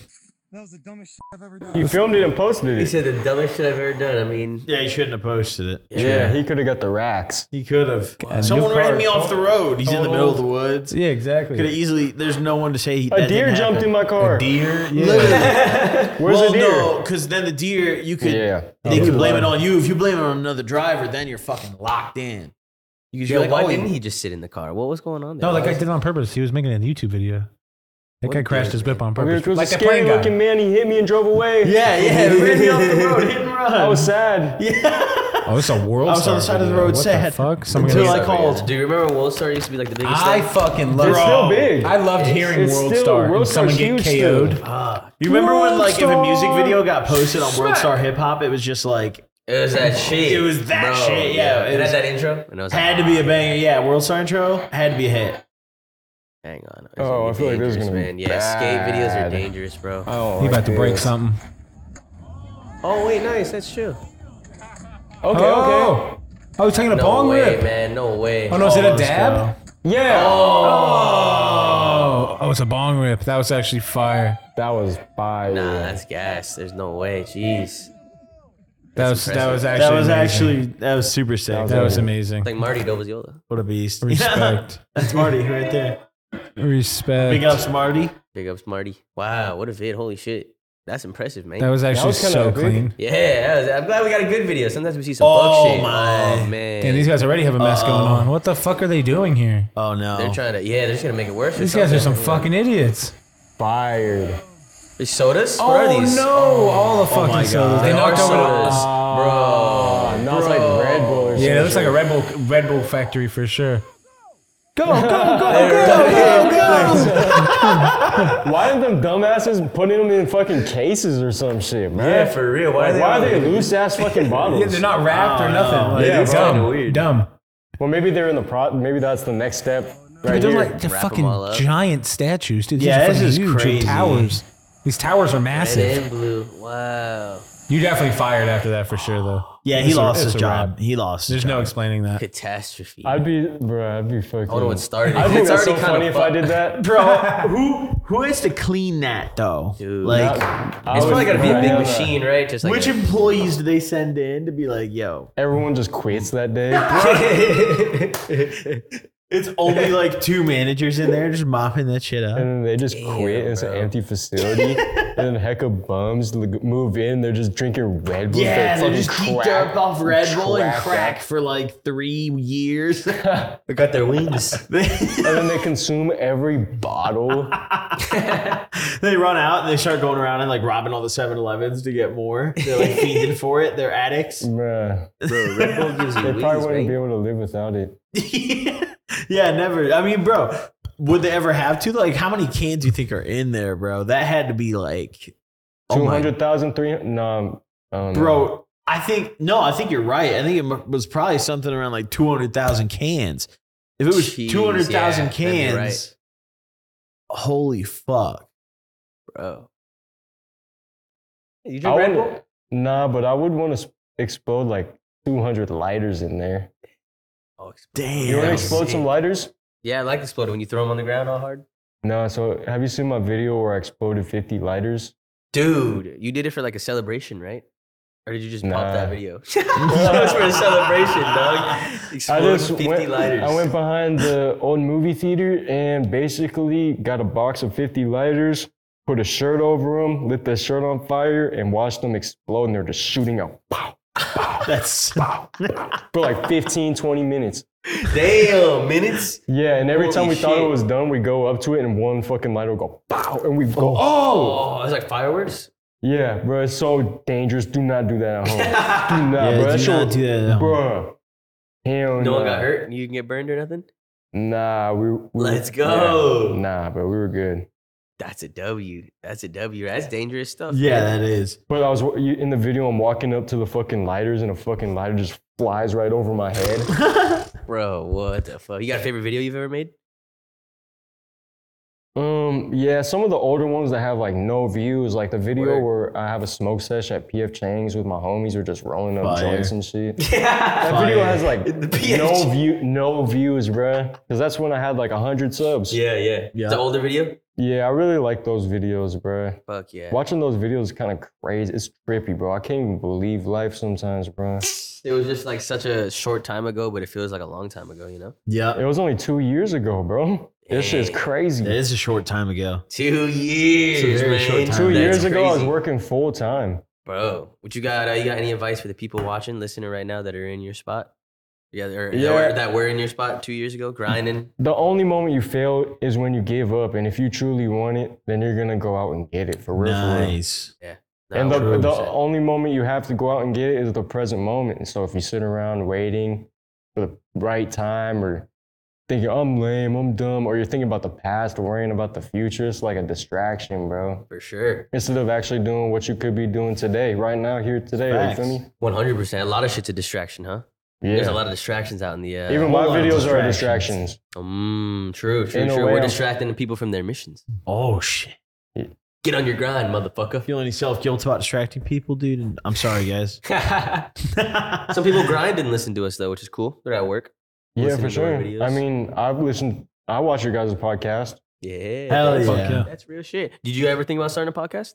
[SPEAKER 7] That was the dumbest shit I've ever done.
[SPEAKER 2] He filmed it and posted
[SPEAKER 1] He
[SPEAKER 2] it.
[SPEAKER 1] said the dumbest shit I've ever done. I mean,
[SPEAKER 4] Yeah, he shouldn't have posted it.
[SPEAKER 2] Yeah, he could have got the racks.
[SPEAKER 4] He could have. Someone
[SPEAKER 5] New
[SPEAKER 4] ran
[SPEAKER 5] car.
[SPEAKER 4] me off the road. He's in the middle of the woods.
[SPEAKER 5] yeah,
[SPEAKER 4] Could have
[SPEAKER 5] exactly.
[SPEAKER 4] easily. There's no one to say he.
[SPEAKER 2] A deer jumped in my car.
[SPEAKER 4] Deer.
[SPEAKER 2] Where's
[SPEAKER 4] well,
[SPEAKER 2] the deer?
[SPEAKER 4] no, because then the deer, you could.
[SPEAKER 2] Yeah.
[SPEAKER 4] They could blame it on you. If you blame it on another driver, then you're fucking locked in. Because
[SPEAKER 1] yo,
[SPEAKER 4] you're like,
[SPEAKER 1] why
[SPEAKER 4] oh,
[SPEAKER 1] didn't
[SPEAKER 4] you-
[SPEAKER 1] he just sit in the car? What was going on there?
[SPEAKER 5] No, that
[SPEAKER 1] Why
[SPEAKER 5] guy
[SPEAKER 1] was-
[SPEAKER 5] did it on purpose. He was making a YouTube video. That
[SPEAKER 1] What
[SPEAKER 5] guy crashed
[SPEAKER 1] dude,
[SPEAKER 5] his whip on
[SPEAKER 2] It was it
[SPEAKER 5] purpose.
[SPEAKER 2] was
[SPEAKER 5] Like
[SPEAKER 2] a
[SPEAKER 5] that plane
[SPEAKER 2] scary looking
[SPEAKER 5] guy.
[SPEAKER 2] man. He hit me and drove away.
[SPEAKER 4] Yeah, yeah, ran me off the road, hit and run.
[SPEAKER 2] I was sad.
[SPEAKER 5] Oh, it's a world.
[SPEAKER 4] I was on
[SPEAKER 5] star
[SPEAKER 4] the side of the
[SPEAKER 5] video.
[SPEAKER 4] road
[SPEAKER 5] What
[SPEAKER 4] sad
[SPEAKER 5] fuck? Someone
[SPEAKER 4] until
[SPEAKER 5] gonna-
[SPEAKER 4] I called.
[SPEAKER 1] Do you remember World Star used to be like the biggest
[SPEAKER 5] I
[SPEAKER 1] thing?
[SPEAKER 5] fucking love.
[SPEAKER 2] It's still big.
[SPEAKER 5] I loved hearing
[SPEAKER 2] it's
[SPEAKER 5] World
[SPEAKER 2] still-
[SPEAKER 5] Star
[SPEAKER 2] World
[SPEAKER 5] and someone
[SPEAKER 2] Star's
[SPEAKER 5] get
[SPEAKER 2] huge still.
[SPEAKER 5] KO'd.
[SPEAKER 4] You remember when like if a music video got posted on World Star Hip Hop, it was just like
[SPEAKER 1] It was that shit.
[SPEAKER 4] It was that shit, yeah, it
[SPEAKER 1] It
[SPEAKER 4] was-
[SPEAKER 1] had that intro. And I was
[SPEAKER 4] had
[SPEAKER 1] like,
[SPEAKER 4] to be a banger. Yeah, World Star intro had to be a hit.
[SPEAKER 1] hang on. it's
[SPEAKER 2] Oh,
[SPEAKER 1] gonna
[SPEAKER 2] I
[SPEAKER 1] be
[SPEAKER 2] feel like this is
[SPEAKER 1] dangerous,
[SPEAKER 2] gonna be
[SPEAKER 1] man. Yeah, skate videos are
[SPEAKER 2] bad.
[SPEAKER 1] dangerous, bro.
[SPEAKER 2] Oh,
[SPEAKER 5] He about to break something.
[SPEAKER 1] Oh wait, nice. That's true.
[SPEAKER 2] Okay, okay.
[SPEAKER 5] Oh, oh, he's taking a
[SPEAKER 1] No
[SPEAKER 5] bong
[SPEAKER 1] way,
[SPEAKER 5] rip.
[SPEAKER 1] man. No way.
[SPEAKER 5] Oh no, is it a dab?
[SPEAKER 2] Yeah.
[SPEAKER 5] Oh, oh, it's a bong rip. That was actually fire.
[SPEAKER 2] That was fire.
[SPEAKER 1] Nah, that's gas. There's no way. Jeez.
[SPEAKER 5] That was
[SPEAKER 1] That's
[SPEAKER 5] that was actually
[SPEAKER 4] That was
[SPEAKER 5] amazing.
[SPEAKER 4] actually that was super sick. That was,
[SPEAKER 5] that was amazing.
[SPEAKER 1] Like Marty Doviziola.
[SPEAKER 4] what a beast.
[SPEAKER 5] Respect.
[SPEAKER 4] That's Marty right there.
[SPEAKER 5] Respect.
[SPEAKER 4] Big ups, Marty.
[SPEAKER 1] Big ups, Marty. Wow, what a vid. Holy shit. That's impressive, man.
[SPEAKER 5] That was actually
[SPEAKER 2] was kinda
[SPEAKER 5] so
[SPEAKER 2] epic.
[SPEAKER 5] clean.
[SPEAKER 1] yeah, that was, I'm glad we got a good video. Sometimes we see some
[SPEAKER 4] Oh,
[SPEAKER 1] fuck shit.
[SPEAKER 4] my.
[SPEAKER 1] Oh, man.
[SPEAKER 5] And these guys already have a mess going on. What the fuck are they doing here?
[SPEAKER 4] Oh no.
[SPEAKER 1] they're trying to, yeah, they're just going to make it worse. or
[SPEAKER 5] These guys are some
[SPEAKER 1] something.
[SPEAKER 5] fucking idiots.
[SPEAKER 2] Fired.
[SPEAKER 1] These sodas? what are these?
[SPEAKER 5] Oh, All the fucking
[SPEAKER 4] my
[SPEAKER 5] sodas.
[SPEAKER 4] God.
[SPEAKER 5] Oh They
[SPEAKER 1] They are
[SPEAKER 5] knocked over.
[SPEAKER 1] sodas. bro.
[SPEAKER 5] the-
[SPEAKER 2] No, it's like Red Bull or
[SPEAKER 5] Yeah,
[SPEAKER 2] some
[SPEAKER 5] that looks like
[SPEAKER 2] shit.
[SPEAKER 5] a Red Bull Red Bull factory for sure.
[SPEAKER 2] Go, go, go,
[SPEAKER 1] There
[SPEAKER 2] go, go, go. Why did them dumbasses putting them in fucking cases or some shit, man?
[SPEAKER 6] Yeah, for real. Why are they?
[SPEAKER 2] Why are they loose ass fucking bottles?
[SPEAKER 6] Yeah, they're not wrapped
[SPEAKER 5] Ah,
[SPEAKER 6] or nothing. Like,
[SPEAKER 2] Yeah,
[SPEAKER 6] it's
[SPEAKER 2] bro.
[SPEAKER 6] dumb.
[SPEAKER 2] Kinda
[SPEAKER 6] Weird. Dumb.
[SPEAKER 2] Well, maybe they're in the pro. Maybe that's the next step. Right
[SPEAKER 5] But they're
[SPEAKER 2] here.
[SPEAKER 5] like the
[SPEAKER 1] Wrap 'em all
[SPEAKER 5] fucking
[SPEAKER 1] up.
[SPEAKER 5] giant statues, dude. These
[SPEAKER 4] Yeah,
[SPEAKER 5] are
[SPEAKER 4] this
[SPEAKER 5] fucking
[SPEAKER 4] is
[SPEAKER 5] huge.
[SPEAKER 4] crazy.
[SPEAKER 5] Towers. These towers are
[SPEAKER 1] Red
[SPEAKER 5] massive.
[SPEAKER 1] and blue. Wow.
[SPEAKER 6] You definitely fired after that for sure, though.
[SPEAKER 4] Yeah, he
[SPEAKER 5] It's a-
[SPEAKER 4] lost
[SPEAKER 5] it's
[SPEAKER 4] his
[SPEAKER 5] a
[SPEAKER 4] job.
[SPEAKER 5] wrap.
[SPEAKER 4] He lost. his
[SPEAKER 5] There's no explaining that.
[SPEAKER 1] Catastrophe. I
[SPEAKER 2] I'd be, bro. I'd be fucking.
[SPEAKER 1] don't know what started. it.
[SPEAKER 2] I think
[SPEAKER 1] It's
[SPEAKER 2] that's
[SPEAKER 1] already
[SPEAKER 2] so
[SPEAKER 1] kind
[SPEAKER 2] funny
[SPEAKER 1] of
[SPEAKER 2] if I did that.
[SPEAKER 4] job. Bro, who who has to clean that though?
[SPEAKER 1] Dude.
[SPEAKER 4] like,
[SPEAKER 1] It's probably got to be a big
[SPEAKER 2] Yeah.
[SPEAKER 1] machine, right? Just like
[SPEAKER 4] which
[SPEAKER 1] a-
[SPEAKER 4] employees do they send in to be like, yo?
[SPEAKER 2] Everyone just quits that day.
[SPEAKER 4] It's only like two managers in there just mopping that shit up.
[SPEAKER 2] And then they just quit. It's an empty facility. and then a heck of bums l- move in. They're just drinking Red Bull.
[SPEAKER 4] Yeah,
[SPEAKER 2] they're
[SPEAKER 4] they're just geeked up off Red Bull and crack
[SPEAKER 2] crack.
[SPEAKER 4] for like three years.
[SPEAKER 1] They got their wings.
[SPEAKER 4] they
[SPEAKER 2] And then they consume every bottle.
[SPEAKER 4] they run out and they start going around and like robbing all the 7-Elevens to get more. They're like feeding for it. They're addicts.
[SPEAKER 2] Bruh.
[SPEAKER 1] Bro, Red Bull gives you
[SPEAKER 2] They
[SPEAKER 1] wings,
[SPEAKER 2] probably wouldn't be
[SPEAKER 1] right?
[SPEAKER 2] able to live without it.
[SPEAKER 4] yeah, never. I mean, bro, would they ever have to? Like, how many cans do you think are in there, bro? That had to be like, oh my-
[SPEAKER 2] 200,000, 300. No, um,
[SPEAKER 4] bro. I think no. I think you're right. I think it mu- was probably something around like two hundred thousand cans. If it was
[SPEAKER 1] Jeez,
[SPEAKER 4] two hundred thousand
[SPEAKER 1] yeah, that'd be
[SPEAKER 4] cans,
[SPEAKER 1] right.
[SPEAKER 4] holy fuck!
[SPEAKER 1] Bro. You
[SPEAKER 2] I
[SPEAKER 1] drink Red Bull?
[SPEAKER 2] would, nah, but I would want to explode like 200 lighters in there.
[SPEAKER 1] Oh, ex-
[SPEAKER 4] Damn.
[SPEAKER 2] You want
[SPEAKER 1] Yeah,
[SPEAKER 2] to explode some
[SPEAKER 1] sick.
[SPEAKER 2] lighters?
[SPEAKER 1] yeah, I like exploding when you throw them on the ground all hard.
[SPEAKER 2] No, so have you seen my video where I exploded 50 lighters?
[SPEAKER 1] Dude, you did it for like a celebration, right? Or did you just pop that
[SPEAKER 2] Nah.
[SPEAKER 1] video? that was for a celebration, dog.
[SPEAKER 2] I
[SPEAKER 1] Exploding
[SPEAKER 2] just
[SPEAKER 1] 50
[SPEAKER 2] went,
[SPEAKER 1] lighters.
[SPEAKER 2] I went behind the old movie theater and basically got a box of 50 lighters, put a shirt over them, lit the shirt on fire, and watched them explode. And they're just shooting out pow,
[SPEAKER 4] That's
[SPEAKER 2] for like 15, 20 minutes.
[SPEAKER 1] Damn, minutes?
[SPEAKER 2] Yeah, and every
[SPEAKER 1] Holy
[SPEAKER 2] time we thought it
[SPEAKER 1] shit.
[SPEAKER 2] was done, we go up to it, and one fucking lighter will go pow, and we go.
[SPEAKER 1] Oh, it's like fireworks?
[SPEAKER 2] Yeah, bro, it's so dangerous. Do not do that at home. do not, bro.
[SPEAKER 4] yeah, do
[SPEAKER 2] That
[SPEAKER 4] not
[SPEAKER 2] shit,
[SPEAKER 4] do that. at home.
[SPEAKER 2] bro. Hell
[SPEAKER 1] No one
[SPEAKER 2] nah.
[SPEAKER 1] got hurt? You can get burned or nothing?
[SPEAKER 2] Nah, we. we
[SPEAKER 1] Let's
[SPEAKER 2] yeah.
[SPEAKER 1] go.
[SPEAKER 2] Nah, but we were good.
[SPEAKER 1] That's a W. That's a W. That's dangerous stuff.
[SPEAKER 4] Yeah, that is.
[SPEAKER 2] But I was wa- you- in the video. I'm walking up to the fucking lighters, and a fucking lighter just flies right over my head.
[SPEAKER 1] Bro, what the fuck? You got a favorite video you've ever made?
[SPEAKER 2] um, yeah, some of the older ones that have like no views, like the video
[SPEAKER 1] Word.
[SPEAKER 2] where I have a smoke sesh at PF Chang's with my homies, we're just rolling up
[SPEAKER 4] Fire.
[SPEAKER 2] joints and shit.
[SPEAKER 1] Yeah.
[SPEAKER 2] That video has like
[SPEAKER 1] The PF
[SPEAKER 2] no view, no views, bruh. Because that's when I had like hundred subs.
[SPEAKER 1] Yeah, yeah.
[SPEAKER 4] Yeah.
[SPEAKER 1] The older video?
[SPEAKER 2] Yeah, I really like those videos, bruh.
[SPEAKER 1] Fuck yeah.
[SPEAKER 2] Watching those videos is kind of crazy. It's trippy, bro. I can't even believe life sometimes, bruh.
[SPEAKER 1] It was just like such a short time ago, but it feels like a long time ago, you know?
[SPEAKER 4] Yeah,
[SPEAKER 2] It was only two years ago, bro. This shit's crazy.
[SPEAKER 4] it is a short time ago.
[SPEAKER 1] Two years,
[SPEAKER 4] very
[SPEAKER 1] man.
[SPEAKER 4] short time.
[SPEAKER 2] Two
[SPEAKER 1] That's
[SPEAKER 2] years ago, I was
[SPEAKER 1] crazy.
[SPEAKER 2] working full time.
[SPEAKER 1] Bro, what you got? Uh, you got any advice for the people watching, listening right now that are in your spot? Yeah, or,
[SPEAKER 2] Yeah.
[SPEAKER 1] or that were in your spot two years ago, grinding.
[SPEAKER 2] The only moment you fail is when you give up, and if you truly want it, then you're gonna go out and get it for real. For real.
[SPEAKER 4] Nice.
[SPEAKER 2] And
[SPEAKER 1] Nah,
[SPEAKER 2] the, the
[SPEAKER 1] 100%.
[SPEAKER 2] only moment you have to go out and get it is the present moment. And so if you sit around waiting for the right time or thinking, I'm lame, I'm dumb, or you're thinking about the past, worrying about the future, it's like a distraction, bro.
[SPEAKER 1] for sure,
[SPEAKER 2] Instead of actually doing what you could be doing today, right now, here today, you feel
[SPEAKER 4] Facts.
[SPEAKER 2] me?
[SPEAKER 1] one hundred percent. A lot of shit's a distraction, huh? There's a
[SPEAKER 2] Yeah.
[SPEAKER 1] lot of distractions out in the. Uh,
[SPEAKER 2] Even
[SPEAKER 4] whole
[SPEAKER 2] my
[SPEAKER 4] lot of
[SPEAKER 2] videos are
[SPEAKER 4] distractions.
[SPEAKER 2] distractions.
[SPEAKER 1] mm, true, true,
[SPEAKER 2] In a
[SPEAKER 1] true.
[SPEAKER 2] way,
[SPEAKER 1] We're
[SPEAKER 2] I'm-
[SPEAKER 1] distracting the people from their missions.
[SPEAKER 4] Oh shit.
[SPEAKER 1] Get on your grind, motherfucker.
[SPEAKER 4] Feel any self guilt about distracting people, dude? I'm sorry, guys.
[SPEAKER 1] Some people grind and listen to us though, which is cool. They're at work.
[SPEAKER 2] Yeah,
[SPEAKER 1] listening
[SPEAKER 2] for
[SPEAKER 1] to
[SPEAKER 2] sure.
[SPEAKER 1] our
[SPEAKER 2] I
[SPEAKER 1] videos.
[SPEAKER 2] mean, I've listened. I watch your guys' podcast.
[SPEAKER 1] Yeah,
[SPEAKER 4] Hell
[SPEAKER 1] that's-
[SPEAKER 4] yeah.
[SPEAKER 1] that's real shit. Did you ever think about starting a podcast?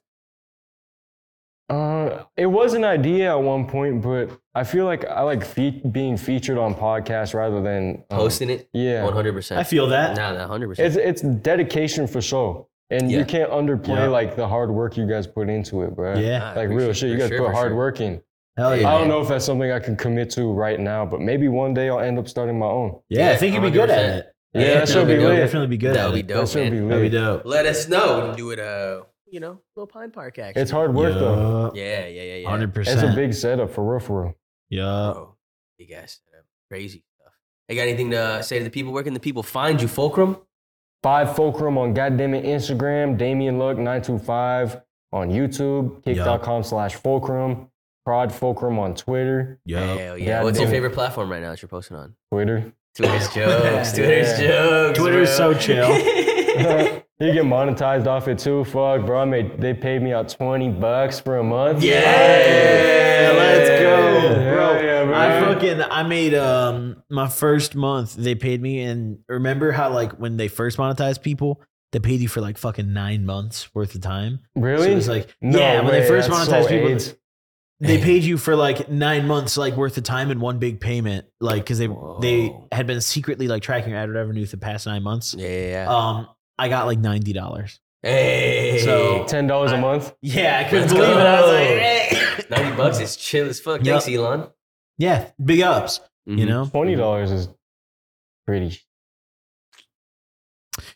[SPEAKER 2] Uh, it was an idea at one point, but I feel like I like fe- being featured on podcasts rather than um,
[SPEAKER 1] Posting it,
[SPEAKER 2] Yeah,
[SPEAKER 1] one hundred percent.
[SPEAKER 4] I feel that.
[SPEAKER 1] Nah, that hundred percent.
[SPEAKER 2] it's it's dedication for sure, and
[SPEAKER 1] Yeah.
[SPEAKER 2] you can't underplay
[SPEAKER 4] Yeah.
[SPEAKER 2] like the hard work you guys put into it, bro.
[SPEAKER 4] Yeah.
[SPEAKER 2] Like real shit, you guys put hard work in.
[SPEAKER 4] Hell
[SPEAKER 2] I
[SPEAKER 1] Oh,
[SPEAKER 4] yeah.
[SPEAKER 2] don't know if that's something I can commit to right now, but maybe one day I'll end up starting my own.
[SPEAKER 4] Yeah, I think you'd be good at
[SPEAKER 1] 100%.
[SPEAKER 4] it.
[SPEAKER 2] Yeah,
[SPEAKER 1] Yeah,
[SPEAKER 2] that should be
[SPEAKER 1] that'd be
[SPEAKER 2] lit.
[SPEAKER 4] Definitely be good
[SPEAKER 1] That
[SPEAKER 4] at
[SPEAKER 1] would be
[SPEAKER 4] it.
[SPEAKER 1] dope,
[SPEAKER 2] That should
[SPEAKER 1] man.
[SPEAKER 2] be
[SPEAKER 4] That'd be
[SPEAKER 2] lit.
[SPEAKER 4] dope.
[SPEAKER 1] Let us know. We can do it, uh, you know, little Pine Park action.
[SPEAKER 2] It's hard work though.
[SPEAKER 1] yeah, yeah, yeah, yeah.
[SPEAKER 4] Hundred
[SPEAKER 2] It's a
[SPEAKER 4] percent.
[SPEAKER 2] big setup for real, for real.
[SPEAKER 4] Yeah.
[SPEAKER 1] Bro, you guys, uh, crazy stuff. You got anything to say to the people? Where can the people find you, Fulcrum?
[SPEAKER 2] Five Fulcrum on goddamn it Instagram, Damien Luck 925 on YouTube, kick.com slash Fulcrum, Prod Fulcrum on Twitter,
[SPEAKER 1] Hell yeah. What's your
[SPEAKER 2] Goddamn.
[SPEAKER 1] favorite platform right now that you're posting on?
[SPEAKER 2] Twitter.
[SPEAKER 1] Twitter's jokes. Twitter's jokes.
[SPEAKER 4] Twitter's so
[SPEAKER 1] bro.
[SPEAKER 4] chill.
[SPEAKER 2] you get monetized off it too, fuck, bro. I made, they paid me out 20 bucks for a month.
[SPEAKER 4] Yeah, let's go,
[SPEAKER 2] Yeah,
[SPEAKER 4] bro.
[SPEAKER 2] yeah, bro.
[SPEAKER 4] I fucking I made um my first month. They paid me, and remember how like when they first monetized people, they paid you for like fucking nine months worth of time.
[SPEAKER 2] Really?
[SPEAKER 4] So it's like yeah, when they
[SPEAKER 2] way,
[SPEAKER 4] first
[SPEAKER 2] that's so
[SPEAKER 4] monetized people,
[SPEAKER 2] AIDS.
[SPEAKER 4] they paid you for like nine months like worth of time in one big payment, like because they they
[SPEAKER 1] Whoa.
[SPEAKER 4] had been secretly like tracking your ad revenue for the past nine months.
[SPEAKER 1] Yeah, yeah, yeah.
[SPEAKER 4] Um, I got like ninety dollars.
[SPEAKER 1] hey.
[SPEAKER 4] so-
[SPEAKER 2] $10 a
[SPEAKER 4] I-
[SPEAKER 2] month.
[SPEAKER 4] Yeah, I
[SPEAKER 1] Let's
[SPEAKER 4] couldn't believe it. I was like,
[SPEAKER 1] go.
[SPEAKER 4] eh.
[SPEAKER 1] 90 bucks is chill as fuck.
[SPEAKER 4] Yup.
[SPEAKER 1] Thanks, Elon.
[SPEAKER 4] yeah, big ups. You
[SPEAKER 1] Mhm.
[SPEAKER 4] know,
[SPEAKER 2] $20 is pretty.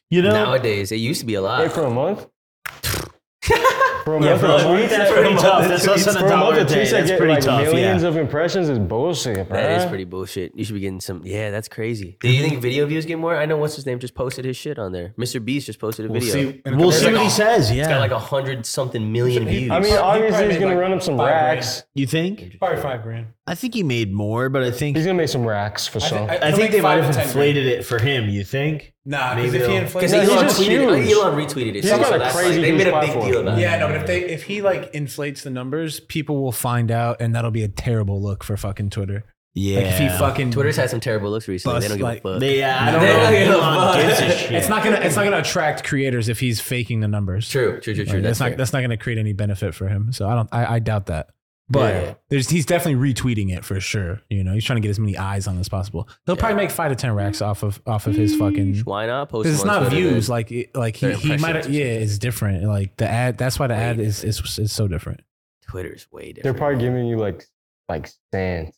[SPEAKER 4] you know.
[SPEAKER 1] Nowadays, it used to be a lot.
[SPEAKER 2] Hey, for a month? For a
[SPEAKER 4] Ah. Yeah,
[SPEAKER 2] month,
[SPEAKER 4] bro,
[SPEAKER 2] a tweet?
[SPEAKER 4] that's pretty tough. That's less than
[SPEAKER 2] For
[SPEAKER 4] a
[SPEAKER 2] a
[SPEAKER 4] dollar
[SPEAKER 2] month,
[SPEAKER 4] a
[SPEAKER 2] a
[SPEAKER 4] day.
[SPEAKER 2] tweet that
[SPEAKER 4] That's
[SPEAKER 2] get
[SPEAKER 4] pretty
[SPEAKER 2] like
[SPEAKER 4] tough.
[SPEAKER 2] millions
[SPEAKER 4] Yeah.
[SPEAKER 2] of impressions is bullshit, bro.
[SPEAKER 1] That is pretty bullshit. You should be getting some. Yeah, that's crazy. Mm-hmm. Do you think video views get more? I know what's his name just posted his shit on there. Mr. Beast just posted a
[SPEAKER 4] We'll
[SPEAKER 1] video.
[SPEAKER 6] see. And
[SPEAKER 4] We'll
[SPEAKER 6] it's
[SPEAKER 4] see
[SPEAKER 6] like
[SPEAKER 4] what he
[SPEAKER 6] a-
[SPEAKER 4] says.
[SPEAKER 1] It's got
[SPEAKER 4] Yeah.
[SPEAKER 1] like a hundred something million views.
[SPEAKER 2] I mean, uh,
[SPEAKER 6] He probably
[SPEAKER 2] obviously he's
[SPEAKER 6] made
[SPEAKER 2] gonna
[SPEAKER 6] like
[SPEAKER 2] run up some
[SPEAKER 6] five grand.
[SPEAKER 2] racks.
[SPEAKER 4] You think?
[SPEAKER 6] Probably five grand.
[SPEAKER 4] I think he made more, but I think
[SPEAKER 2] He's gonna make some racks for
[SPEAKER 6] I, thi-
[SPEAKER 2] some.
[SPEAKER 6] I-
[SPEAKER 4] I
[SPEAKER 6] he'll
[SPEAKER 4] think
[SPEAKER 6] make
[SPEAKER 4] they might
[SPEAKER 6] five
[SPEAKER 4] have
[SPEAKER 6] to 10 grand.
[SPEAKER 4] inflated it for him. You think?
[SPEAKER 6] Nah, because
[SPEAKER 4] Maybe
[SPEAKER 6] if he
[SPEAKER 4] they'll-
[SPEAKER 1] because
[SPEAKER 6] inflates,
[SPEAKER 2] he's
[SPEAKER 1] Elon
[SPEAKER 2] just
[SPEAKER 1] tweeted,
[SPEAKER 2] huge.
[SPEAKER 1] Elon retweeted it.
[SPEAKER 2] He's
[SPEAKER 1] so
[SPEAKER 2] got a
[SPEAKER 1] that's
[SPEAKER 2] crazy
[SPEAKER 1] like, they
[SPEAKER 2] huge
[SPEAKER 1] made a big
[SPEAKER 2] platform.
[SPEAKER 1] deal about it.
[SPEAKER 6] yeah, no, but if they if he like inflates the numbers, people will find out, and that'll be a terrible look for fucking Twitter.
[SPEAKER 4] Yeah.
[SPEAKER 6] Like if he fucking
[SPEAKER 1] Twitter's had some terrible looks recently.
[SPEAKER 6] Bust,
[SPEAKER 1] they don't give
[SPEAKER 6] like,
[SPEAKER 1] a fuck.
[SPEAKER 4] They, uh, I don't
[SPEAKER 1] They
[SPEAKER 4] know.
[SPEAKER 1] don't give a
[SPEAKER 4] Elon
[SPEAKER 1] fuck.
[SPEAKER 4] gives a
[SPEAKER 6] It's
[SPEAKER 4] shit.
[SPEAKER 5] It's not gonna. It's not gonna attract creators if he's faking the numbers.
[SPEAKER 1] true, true, true, true.
[SPEAKER 5] Like, that's, not.
[SPEAKER 1] fair.
[SPEAKER 5] That's not gonna create any benefit for him. So I don't. I, I doubt that. But
[SPEAKER 1] Yeah.
[SPEAKER 5] there's. He's definitely retweeting it for sure. You know, he's trying to get as many eyes on as possible. He'll probably make five to ten racks off of off of his fucking.
[SPEAKER 1] Why not post?
[SPEAKER 5] Because it's
[SPEAKER 1] them on
[SPEAKER 5] not
[SPEAKER 1] Twitter,
[SPEAKER 5] views.
[SPEAKER 1] man?
[SPEAKER 5] Like it, like he,
[SPEAKER 1] Their
[SPEAKER 5] he might.
[SPEAKER 1] impressions or
[SPEAKER 5] Yeah, it's different. Like the ad. That's why the ad is is is so different.
[SPEAKER 1] Twitter's way different.
[SPEAKER 2] They're probably giving you like like sand.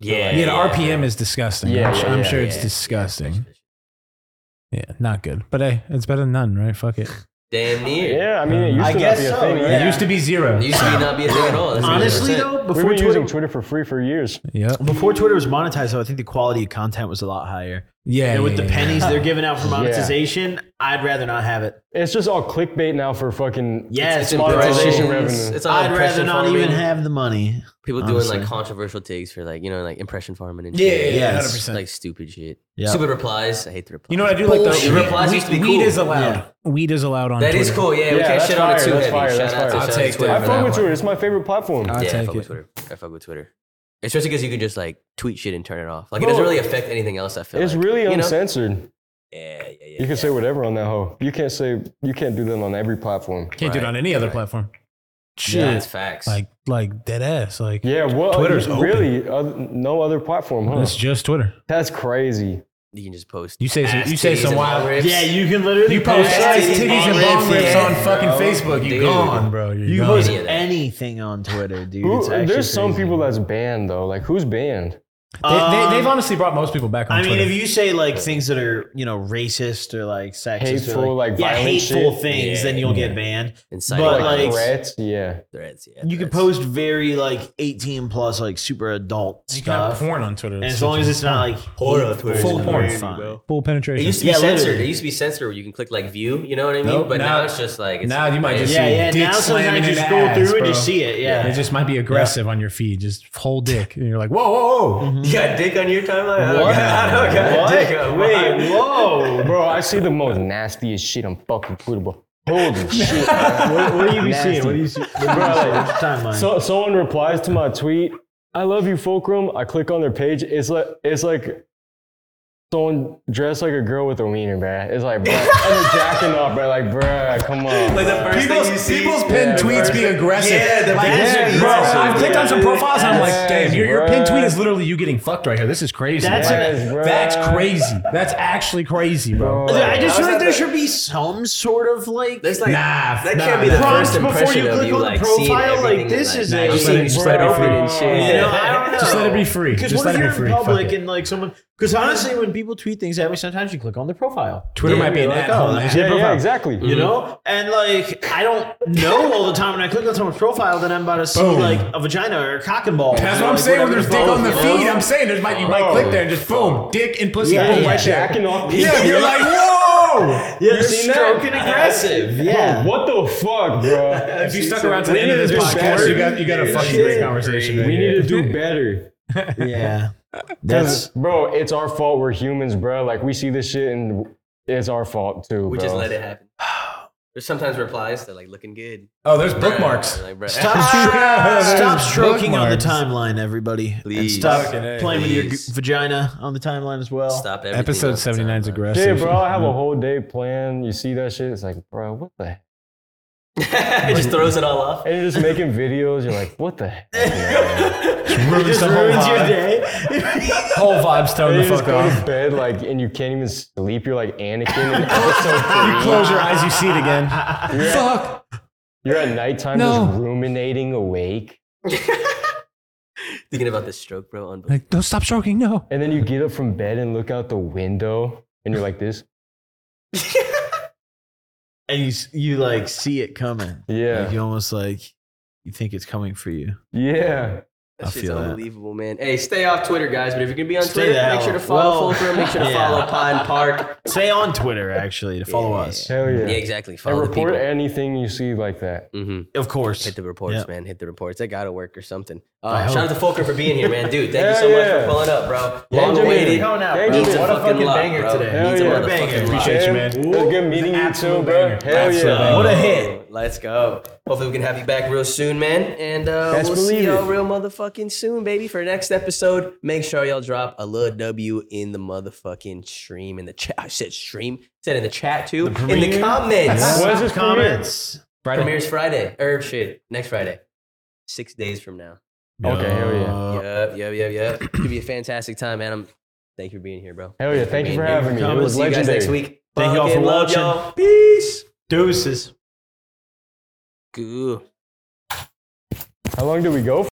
[SPEAKER 1] yeah,
[SPEAKER 5] Yeah, the RPM is disgusting.
[SPEAKER 2] Yeah,
[SPEAKER 5] I'm, su-
[SPEAKER 2] yeah,
[SPEAKER 5] I'm
[SPEAKER 2] yeah,
[SPEAKER 5] sure it's
[SPEAKER 1] yeah.
[SPEAKER 5] disgusting. Yeah, not good. But hey, it's better than none, right? Fuck it.
[SPEAKER 1] Damn near.
[SPEAKER 2] Yeah, I mean, it used
[SPEAKER 4] I
[SPEAKER 2] to not
[SPEAKER 4] guess
[SPEAKER 2] be a
[SPEAKER 4] so,
[SPEAKER 2] thing. right?
[SPEAKER 5] It used to be zero.
[SPEAKER 1] It used to be not be a thing at all. That's what I'm
[SPEAKER 4] Honestly,
[SPEAKER 1] saying.
[SPEAKER 4] though,
[SPEAKER 2] We've
[SPEAKER 4] before
[SPEAKER 2] been
[SPEAKER 4] Twitter,
[SPEAKER 2] using Twitter for free for years.
[SPEAKER 5] Yep.
[SPEAKER 4] before Twitter was monetized, though, I think the quality of content was a lot higher.
[SPEAKER 5] Yeah.
[SPEAKER 4] and with
[SPEAKER 5] yeah,
[SPEAKER 4] the
[SPEAKER 5] yeah, yeah.
[SPEAKER 4] pennies they're giving out for
[SPEAKER 2] Yeah.
[SPEAKER 4] monetization, I'd rather not have it.
[SPEAKER 2] It's just all clickbait now for fucking.
[SPEAKER 4] Yeah,
[SPEAKER 1] it's
[SPEAKER 4] it's
[SPEAKER 2] monetization
[SPEAKER 1] impressions.
[SPEAKER 2] revenue.
[SPEAKER 1] It's all
[SPEAKER 4] I'd rather
[SPEAKER 1] impression
[SPEAKER 4] not even
[SPEAKER 1] farming.
[SPEAKER 4] have the money.
[SPEAKER 1] people doing
[SPEAKER 4] honestly.
[SPEAKER 1] like controversial takes for like you know like impression farming and
[SPEAKER 6] yeah, yeah,
[SPEAKER 1] shit.
[SPEAKER 6] yeah,
[SPEAKER 4] Yes.
[SPEAKER 6] hundred percent.
[SPEAKER 1] like stupid shit.
[SPEAKER 4] Yeah.
[SPEAKER 1] Stupid replies. I hate the replies.
[SPEAKER 5] You know what I do like
[SPEAKER 1] Bullshit.
[SPEAKER 5] though?
[SPEAKER 1] Replies used to be
[SPEAKER 5] weed
[SPEAKER 1] cool.
[SPEAKER 5] is allowed.
[SPEAKER 4] Yeah.
[SPEAKER 5] Weed is allowed on.
[SPEAKER 1] That
[SPEAKER 5] Twitter.
[SPEAKER 1] is cool. Yeah, we
[SPEAKER 2] Yeah,
[SPEAKER 1] can't
[SPEAKER 2] that's
[SPEAKER 1] shit on it
[SPEAKER 2] fire,
[SPEAKER 1] too
[SPEAKER 2] that's
[SPEAKER 1] heavy.
[SPEAKER 2] fire,
[SPEAKER 1] Shout
[SPEAKER 2] that's
[SPEAKER 1] out to
[SPEAKER 2] fire.
[SPEAKER 1] shout
[SPEAKER 6] I'll
[SPEAKER 1] out to
[SPEAKER 6] take that.
[SPEAKER 1] Twitter.
[SPEAKER 2] I
[SPEAKER 1] for
[SPEAKER 2] fuck
[SPEAKER 1] that
[SPEAKER 2] with Twitter.
[SPEAKER 1] one.
[SPEAKER 2] It's my favorite platform.
[SPEAKER 5] I'll
[SPEAKER 1] Yeah, I
[SPEAKER 5] take
[SPEAKER 1] fuck
[SPEAKER 5] it.
[SPEAKER 1] with Twitter. I fuck with Twitter. Especially because you can just like tweet shit and turn it off. Like it doesn't
[SPEAKER 2] Bro,
[SPEAKER 1] really affect anything else. I feel
[SPEAKER 2] It's
[SPEAKER 1] like.
[SPEAKER 2] really
[SPEAKER 1] you know?
[SPEAKER 2] uncensored.
[SPEAKER 1] Yeah, yeah, yeah.
[SPEAKER 2] You
[SPEAKER 1] yeah.
[SPEAKER 2] can say whatever on that hoe. You can't say you can't do that on every platform.
[SPEAKER 5] Can't do it on any other platform. Shit.
[SPEAKER 1] Yeah, that's facts.
[SPEAKER 5] Like like dead ass. Like
[SPEAKER 2] Yeah, what?
[SPEAKER 5] Twitter's open.
[SPEAKER 2] really oth- no other platform, huh?
[SPEAKER 5] it's just Twitter.
[SPEAKER 2] That's crazy.
[SPEAKER 1] you can just post.
[SPEAKER 5] You say some.
[SPEAKER 1] ass
[SPEAKER 5] You say
[SPEAKER 1] titties
[SPEAKER 5] some
[SPEAKER 1] and
[SPEAKER 5] wild.
[SPEAKER 1] bong rips.
[SPEAKER 4] Yeah, you can literally
[SPEAKER 5] You post
[SPEAKER 4] post
[SPEAKER 5] ass
[SPEAKER 1] titties,
[SPEAKER 5] titties and
[SPEAKER 1] bong
[SPEAKER 5] long
[SPEAKER 1] rips,
[SPEAKER 5] rips
[SPEAKER 1] yeah,
[SPEAKER 5] on fucking
[SPEAKER 1] bro.
[SPEAKER 5] Facebook. You
[SPEAKER 1] Dude.
[SPEAKER 5] gone, bro. You're
[SPEAKER 4] You
[SPEAKER 5] gone.
[SPEAKER 4] post
[SPEAKER 1] Any of that.
[SPEAKER 4] anything on Twitter, dude.
[SPEAKER 2] Who,
[SPEAKER 4] It's
[SPEAKER 2] there's
[SPEAKER 4] actually
[SPEAKER 2] some
[SPEAKER 4] crazy.
[SPEAKER 2] people that's banned though. Like who's banned?
[SPEAKER 5] They, they, they've
[SPEAKER 4] Um,
[SPEAKER 5] honestly brought most people back on
[SPEAKER 4] I mean,
[SPEAKER 5] Twitter.
[SPEAKER 4] if you say like things that are you know racist or like sexist,
[SPEAKER 2] Hateful,
[SPEAKER 4] or, like,
[SPEAKER 2] like,
[SPEAKER 4] yeah,
[SPEAKER 2] violent
[SPEAKER 4] hateful
[SPEAKER 2] shit.
[SPEAKER 4] things,
[SPEAKER 1] Yeah,
[SPEAKER 4] then you'll
[SPEAKER 5] yeah.
[SPEAKER 4] get banned.
[SPEAKER 1] Inciting
[SPEAKER 4] But,
[SPEAKER 1] violence.
[SPEAKER 4] like,
[SPEAKER 2] threats. Yeah.
[SPEAKER 1] threads. Yeah,
[SPEAKER 4] You can
[SPEAKER 1] threats.
[SPEAKER 4] post very like eighteen plus, like super adult
[SPEAKER 5] You can have
[SPEAKER 4] stuff,
[SPEAKER 5] porn on Twitter.
[SPEAKER 4] and as long as it's not like
[SPEAKER 1] Horror Twitter.
[SPEAKER 4] hateful,
[SPEAKER 5] Full
[SPEAKER 4] then
[SPEAKER 5] porn.
[SPEAKER 4] you're fine.
[SPEAKER 5] full
[SPEAKER 1] It
[SPEAKER 5] penetration.
[SPEAKER 1] used to be
[SPEAKER 4] Yeah,
[SPEAKER 1] censored.
[SPEAKER 4] literally.
[SPEAKER 1] It used to be censored where you can click like view. You know what I mean?
[SPEAKER 5] Nope,
[SPEAKER 1] but now,
[SPEAKER 5] now-
[SPEAKER 1] it's just like it's
[SPEAKER 5] now you might just
[SPEAKER 4] Yeah,
[SPEAKER 5] see
[SPEAKER 4] yeah.
[SPEAKER 5] dick
[SPEAKER 4] Now
[SPEAKER 5] slamming
[SPEAKER 4] sometimes you
[SPEAKER 5] in
[SPEAKER 4] scroll
[SPEAKER 5] ads,
[SPEAKER 4] through and
[SPEAKER 5] bro.
[SPEAKER 4] you see it. Yeah.
[SPEAKER 5] it just might be aggressive on your feed, just whole dick, and you're like, whoa, whoa, whoa.
[SPEAKER 1] you got dick on your timeline. I don't
[SPEAKER 4] What?
[SPEAKER 1] got- I don't got
[SPEAKER 4] What?
[SPEAKER 1] dick on mine.
[SPEAKER 4] Wait, whoa.
[SPEAKER 2] Bro, I see the most nastiest shit on fucking Twitter, bro. Holy shit. man.
[SPEAKER 4] What, what do you be
[SPEAKER 2] Nasty.
[SPEAKER 4] seeing? What do you see? What do you
[SPEAKER 2] Bro,
[SPEAKER 4] see?
[SPEAKER 2] like,
[SPEAKER 4] What's the timeline?
[SPEAKER 2] So someone replies to my tweet, I love you, Fulcrum. I click on their page. It's like it's like someone dressed like a girl with a wiener, bruh. It's like, bruh, I'm jacking off, bruh. Like, bruh, come on.
[SPEAKER 1] Like the first
[SPEAKER 5] People's,
[SPEAKER 1] thing you see.
[SPEAKER 5] people's
[SPEAKER 2] Yeah,
[SPEAKER 5] pinned tweets be aggressive.
[SPEAKER 1] Yeah, the
[SPEAKER 5] like,
[SPEAKER 1] best tweets.
[SPEAKER 5] bro,
[SPEAKER 1] Yeah.
[SPEAKER 5] I've clicked on some profiles and I'm like,
[SPEAKER 2] Yes,
[SPEAKER 5] damn, your, your pinned
[SPEAKER 2] bruh.
[SPEAKER 5] tweet is literally you getting fucked right here. This is crazy.
[SPEAKER 4] That's
[SPEAKER 5] Like,
[SPEAKER 2] Yes, bruh.
[SPEAKER 5] that's crazy. That's actually crazy, bro.
[SPEAKER 2] Bro.
[SPEAKER 4] I
[SPEAKER 1] How's
[SPEAKER 4] just feel like
[SPEAKER 1] that
[SPEAKER 4] there
[SPEAKER 1] the-
[SPEAKER 4] should be some sort of like.
[SPEAKER 1] There's like
[SPEAKER 5] Nah,
[SPEAKER 1] that
[SPEAKER 5] nah,
[SPEAKER 1] can't be the
[SPEAKER 5] nah.
[SPEAKER 1] first
[SPEAKER 4] Prompts before
[SPEAKER 1] impression
[SPEAKER 4] you
[SPEAKER 1] of
[SPEAKER 4] click
[SPEAKER 1] you
[SPEAKER 4] on the
[SPEAKER 1] like seeing
[SPEAKER 4] profile, like,
[SPEAKER 1] everything
[SPEAKER 4] this
[SPEAKER 1] and,
[SPEAKER 4] is
[SPEAKER 1] like,
[SPEAKER 4] a-
[SPEAKER 1] now you see
[SPEAKER 2] Bro.
[SPEAKER 1] you spread off it and shit.
[SPEAKER 4] You know, I don't know.
[SPEAKER 5] Just let it be free.
[SPEAKER 4] Because
[SPEAKER 5] Just let
[SPEAKER 4] what
[SPEAKER 5] it
[SPEAKER 4] if
[SPEAKER 5] be
[SPEAKER 4] you're
[SPEAKER 5] free.
[SPEAKER 4] in
[SPEAKER 5] Fuck
[SPEAKER 4] public
[SPEAKER 5] it.
[SPEAKER 4] and like someone? Because honestly, when people tweet things at me, sometimes you click on their profile.
[SPEAKER 5] Twitter might be an
[SPEAKER 4] You're like,
[SPEAKER 5] ad
[SPEAKER 4] oh,
[SPEAKER 5] hoc
[SPEAKER 4] that's
[SPEAKER 5] app.
[SPEAKER 4] their
[SPEAKER 2] Yeah, yeah,
[SPEAKER 4] profile.
[SPEAKER 2] exactly.
[SPEAKER 5] Mm-hmm.
[SPEAKER 4] You know, and like I don't know all the time when I click on someone's profile that I'm about to see
[SPEAKER 5] Boom.
[SPEAKER 4] like a vagina or a cock and balls.
[SPEAKER 5] That's
[SPEAKER 4] or,
[SPEAKER 5] what I'm
[SPEAKER 4] like,
[SPEAKER 5] saying. When
[SPEAKER 4] whatever
[SPEAKER 5] there's dick on the
[SPEAKER 4] balls, you
[SPEAKER 5] feed,
[SPEAKER 4] know?
[SPEAKER 5] I'm saying there's might you might click there and just boom, dick and pussy,
[SPEAKER 4] Yeah,
[SPEAKER 5] boom,
[SPEAKER 4] yeah.
[SPEAKER 5] right there.
[SPEAKER 2] Jacking off.
[SPEAKER 5] Yeah, you're like, whoa!
[SPEAKER 4] Yeah,
[SPEAKER 2] You've seen that?
[SPEAKER 4] stroking aggressive. Yeah.
[SPEAKER 2] Bro, Oh, what the fuck, bro?
[SPEAKER 5] If you stuck around to the end of this
[SPEAKER 2] Dude,
[SPEAKER 5] podcast, you got you got a
[SPEAKER 2] dude,
[SPEAKER 5] fucking
[SPEAKER 2] shit.
[SPEAKER 5] great conversation.
[SPEAKER 2] We
[SPEAKER 5] right
[SPEAKER 2] need
[SPEAKER 5] here.
[SPEAKER 2] to do better.
[SPEAKER 4] Yeah.
[SPEAKER 2] That's
[SPEAKER 4] That's
[SPEAKER 2] bro. It's our fault. We're humans, bro. Like we see this shit, and it's our fault too.
[SPEAKER 1] We
[SPEAKER 2] bro.
[SPEAKER 1] just let it happen. There's sometimes replies that like looking good.
[SPEAKER 5] Oh, there's bookmarks.
[SPEAKER 1] Like, bruh.
[SPEAKER 4] stop. stro- stop stroking on the timeline, everybody. And
[SPEAKER 1] Please.
[SPEAKER 4] stop
[SPEAKER 1] Fucking A,
[SPEAKER 4] playing with your
[SPEAKER 1] please.
[SPEAKER 4] g- vagina on the timeline as well.
[SPEAKER 1] Stop everything.
[SPEAKER 5] Episode
[SPEAKER 1] else that's
[SPEAKER 5] 79 is
[SPEAKER 1] on, bro.
[SPEAKER 5] aggressive.
[SPEAKER 2] Yeah, bro. I have a whole day planned. You see that shit? It's like, bro, what the? Heck?
[SPEAKER 1] it just throws it all off.
[SPEAKER 2] And you're just making videos. You're like, what the? Heck?
[SPEAKER 4] It just
[SPEAKER 5] the whole
[SPEAKER 4] ruins your
[SPEAKER 5] vibe.
[SPEAKER 4] day.
[SPEAKER 5] Whole vibes
[SPEAKER 2] And
[SPEAKER 5] tone
[SPEAKER 2] you
[SPEAKER 5] the
[SPEAKER 2] just
[SPEAKER 5] fuck
[SPEAKER 2] go to
[SPEAKER 5] off.
[SPEAKER 2] bed like, and you can't even sleep. You're like Anakin in episode three.
[SPEAKER 5] Close your eyes, you see it again. Fuck.
[SPEAKER 2] You're at nighttime
[SPEAKER 5] No.
[SPEAKER 2] just ruminating awake,
[SPEAKER 1] Thinking about the stroke, bro. On
[SPEAKER 5] Like, don't stop stroking. No.
[SPEAKER 2] and then you get up from bed and look out the window, and you're like this.
[SPEAKER 4] and you s- you like see it coming.
[SPEAKER 2] Yeah.
[SPEAKER 4] Like, you almost like you think it's coming for you.
[SPEAKER 2] Yeah.
[SPEAKER 1] that
[SPEAKER 4] I
[SPEAKER 1] shit's
[SPEAKER 4] feel that.
[SPEAKER 1] unbelievable, man. Hey, stay off Twitter, guys. But if you're gonna be on
[SPEAKER 4] Stay
[SPEAKER 1] Twitter,
[SPEAKER 4] the
[SPEAKER 1] make
[SPEAKER 4] hell-
[SPEAKER 1] sure to follow
[SPEAKER 4] well,
[SPEAKER 1] Fulcrum. Make sure to
[SPEAKER 4] yeah.
[SPEAKER 1] follow Pine Park.
[SPEAKER 4] Stay on Twitter actually to follow us.
[SPEAKER 2] Hell yeah.
[SPEAKER 1] Yeah, exactly.
[SPEAKER 2] And
[SPEAKER 1] Follow the
[SPEAKER 2] report
[SPEAKER 1] people.
[SPEAKER 2] anything you see like that.
[SPEAKER 1] hmm
[SPEAKER 4] Of course.
[SPEAKER 1] Hit the reports,
[SPEAKER 4] Yeah.
[SPEAKER 1] man. Hit the reports. That gotta work or something.
[SPEAKER 4] I
[SPEAKER 1] Uh, shout out
[SPEAKER 4] hope.
[SPEAKER 1] to Fulcrum for being here, man. Dude, thank you
[SPEAKER 2] Hell
[SPEAKER 1] so much
[SPEAKER 2] yeah.
[SPEAKER 1] for pulling up, bro.
[SPEAKER 2] Yeah,
[SPEAKER 1] Long
[SPEAKER 2] Jimmy.
[SPEAKER 1] awaited.
[SPEAKER 2] Coming
[SPEAKER 1] Needs
[SPEAKER 2] out,
[SPEAKER 4] bro.
[SPEAKER 1] a
[SPEAKER 4] What a
[SPEAKER 1] fucking,
[SPEAKER 4] fucking
[SPEAKER 1] lot,
[SPEAKER 4] banger
[SPEAKER 1] bro.
[SPEAKER 4] today.
[SPEAKER 1] Needs a
[SPEAKER 2] Hell yeah.
[SPEAKER 1] motherfucking
[SPEAKER 4] Banger.
[SPEAKER 1] lot.
[SPEAKER 5] Appreciate you, man.
[SPEAKER 2] It was good meeting you too, bro. Hell
[SPEAKER 4] Absolute
[SPEAKER 2] yeah.
[SPEAKER 4] What a hit.
[SPEAKER 1] Let's go. Hopefully, we can have you back real soon, man. And uh,
[SPEAKER 2] Best
[SPEAKER 1] we'll see
[SPEAKER 2] believe
[SPEAKER 1] y'all
[SPEAKER 2] it.
[SPEAKER 1] real motherfucking soon, baby. For next episode, make sure y'all drop a little W in the motherfucking stream in the chat. I said stream. Said in the chat too. in the comments.
[SPEAKER 2] What is this
[SPEAKER 4] comments?
[SPEAKER 1] Premieres Friday. Or shit, next Friday. Six days from now.
[SPEAKER 2] Okay, hell yeah.
[SPEAKER 1] Yep, yep, yep, yep. Could be a fantastic time, man. I'm, thank you for being here, bro.
[SPEAKER 2] Hell yeah. Thank you for having me. It
[SPEAKER 1] We'll
[SPEAKER 2] was
[SPEAKER 1] see you guys next
[SPEAKER 2] legendary.
[SPEAKER 1] week.
[SPEAKER 4] Thank y'all for
[SPEAKER 1] Fucking love
[SPEAKER 4] watching.
[SPEAKER 1] y'all. Peace.
[SPEAKER 4] Deuces.
[SPEAKER 1] Good.
[SPEAKER 2] How long do we go for?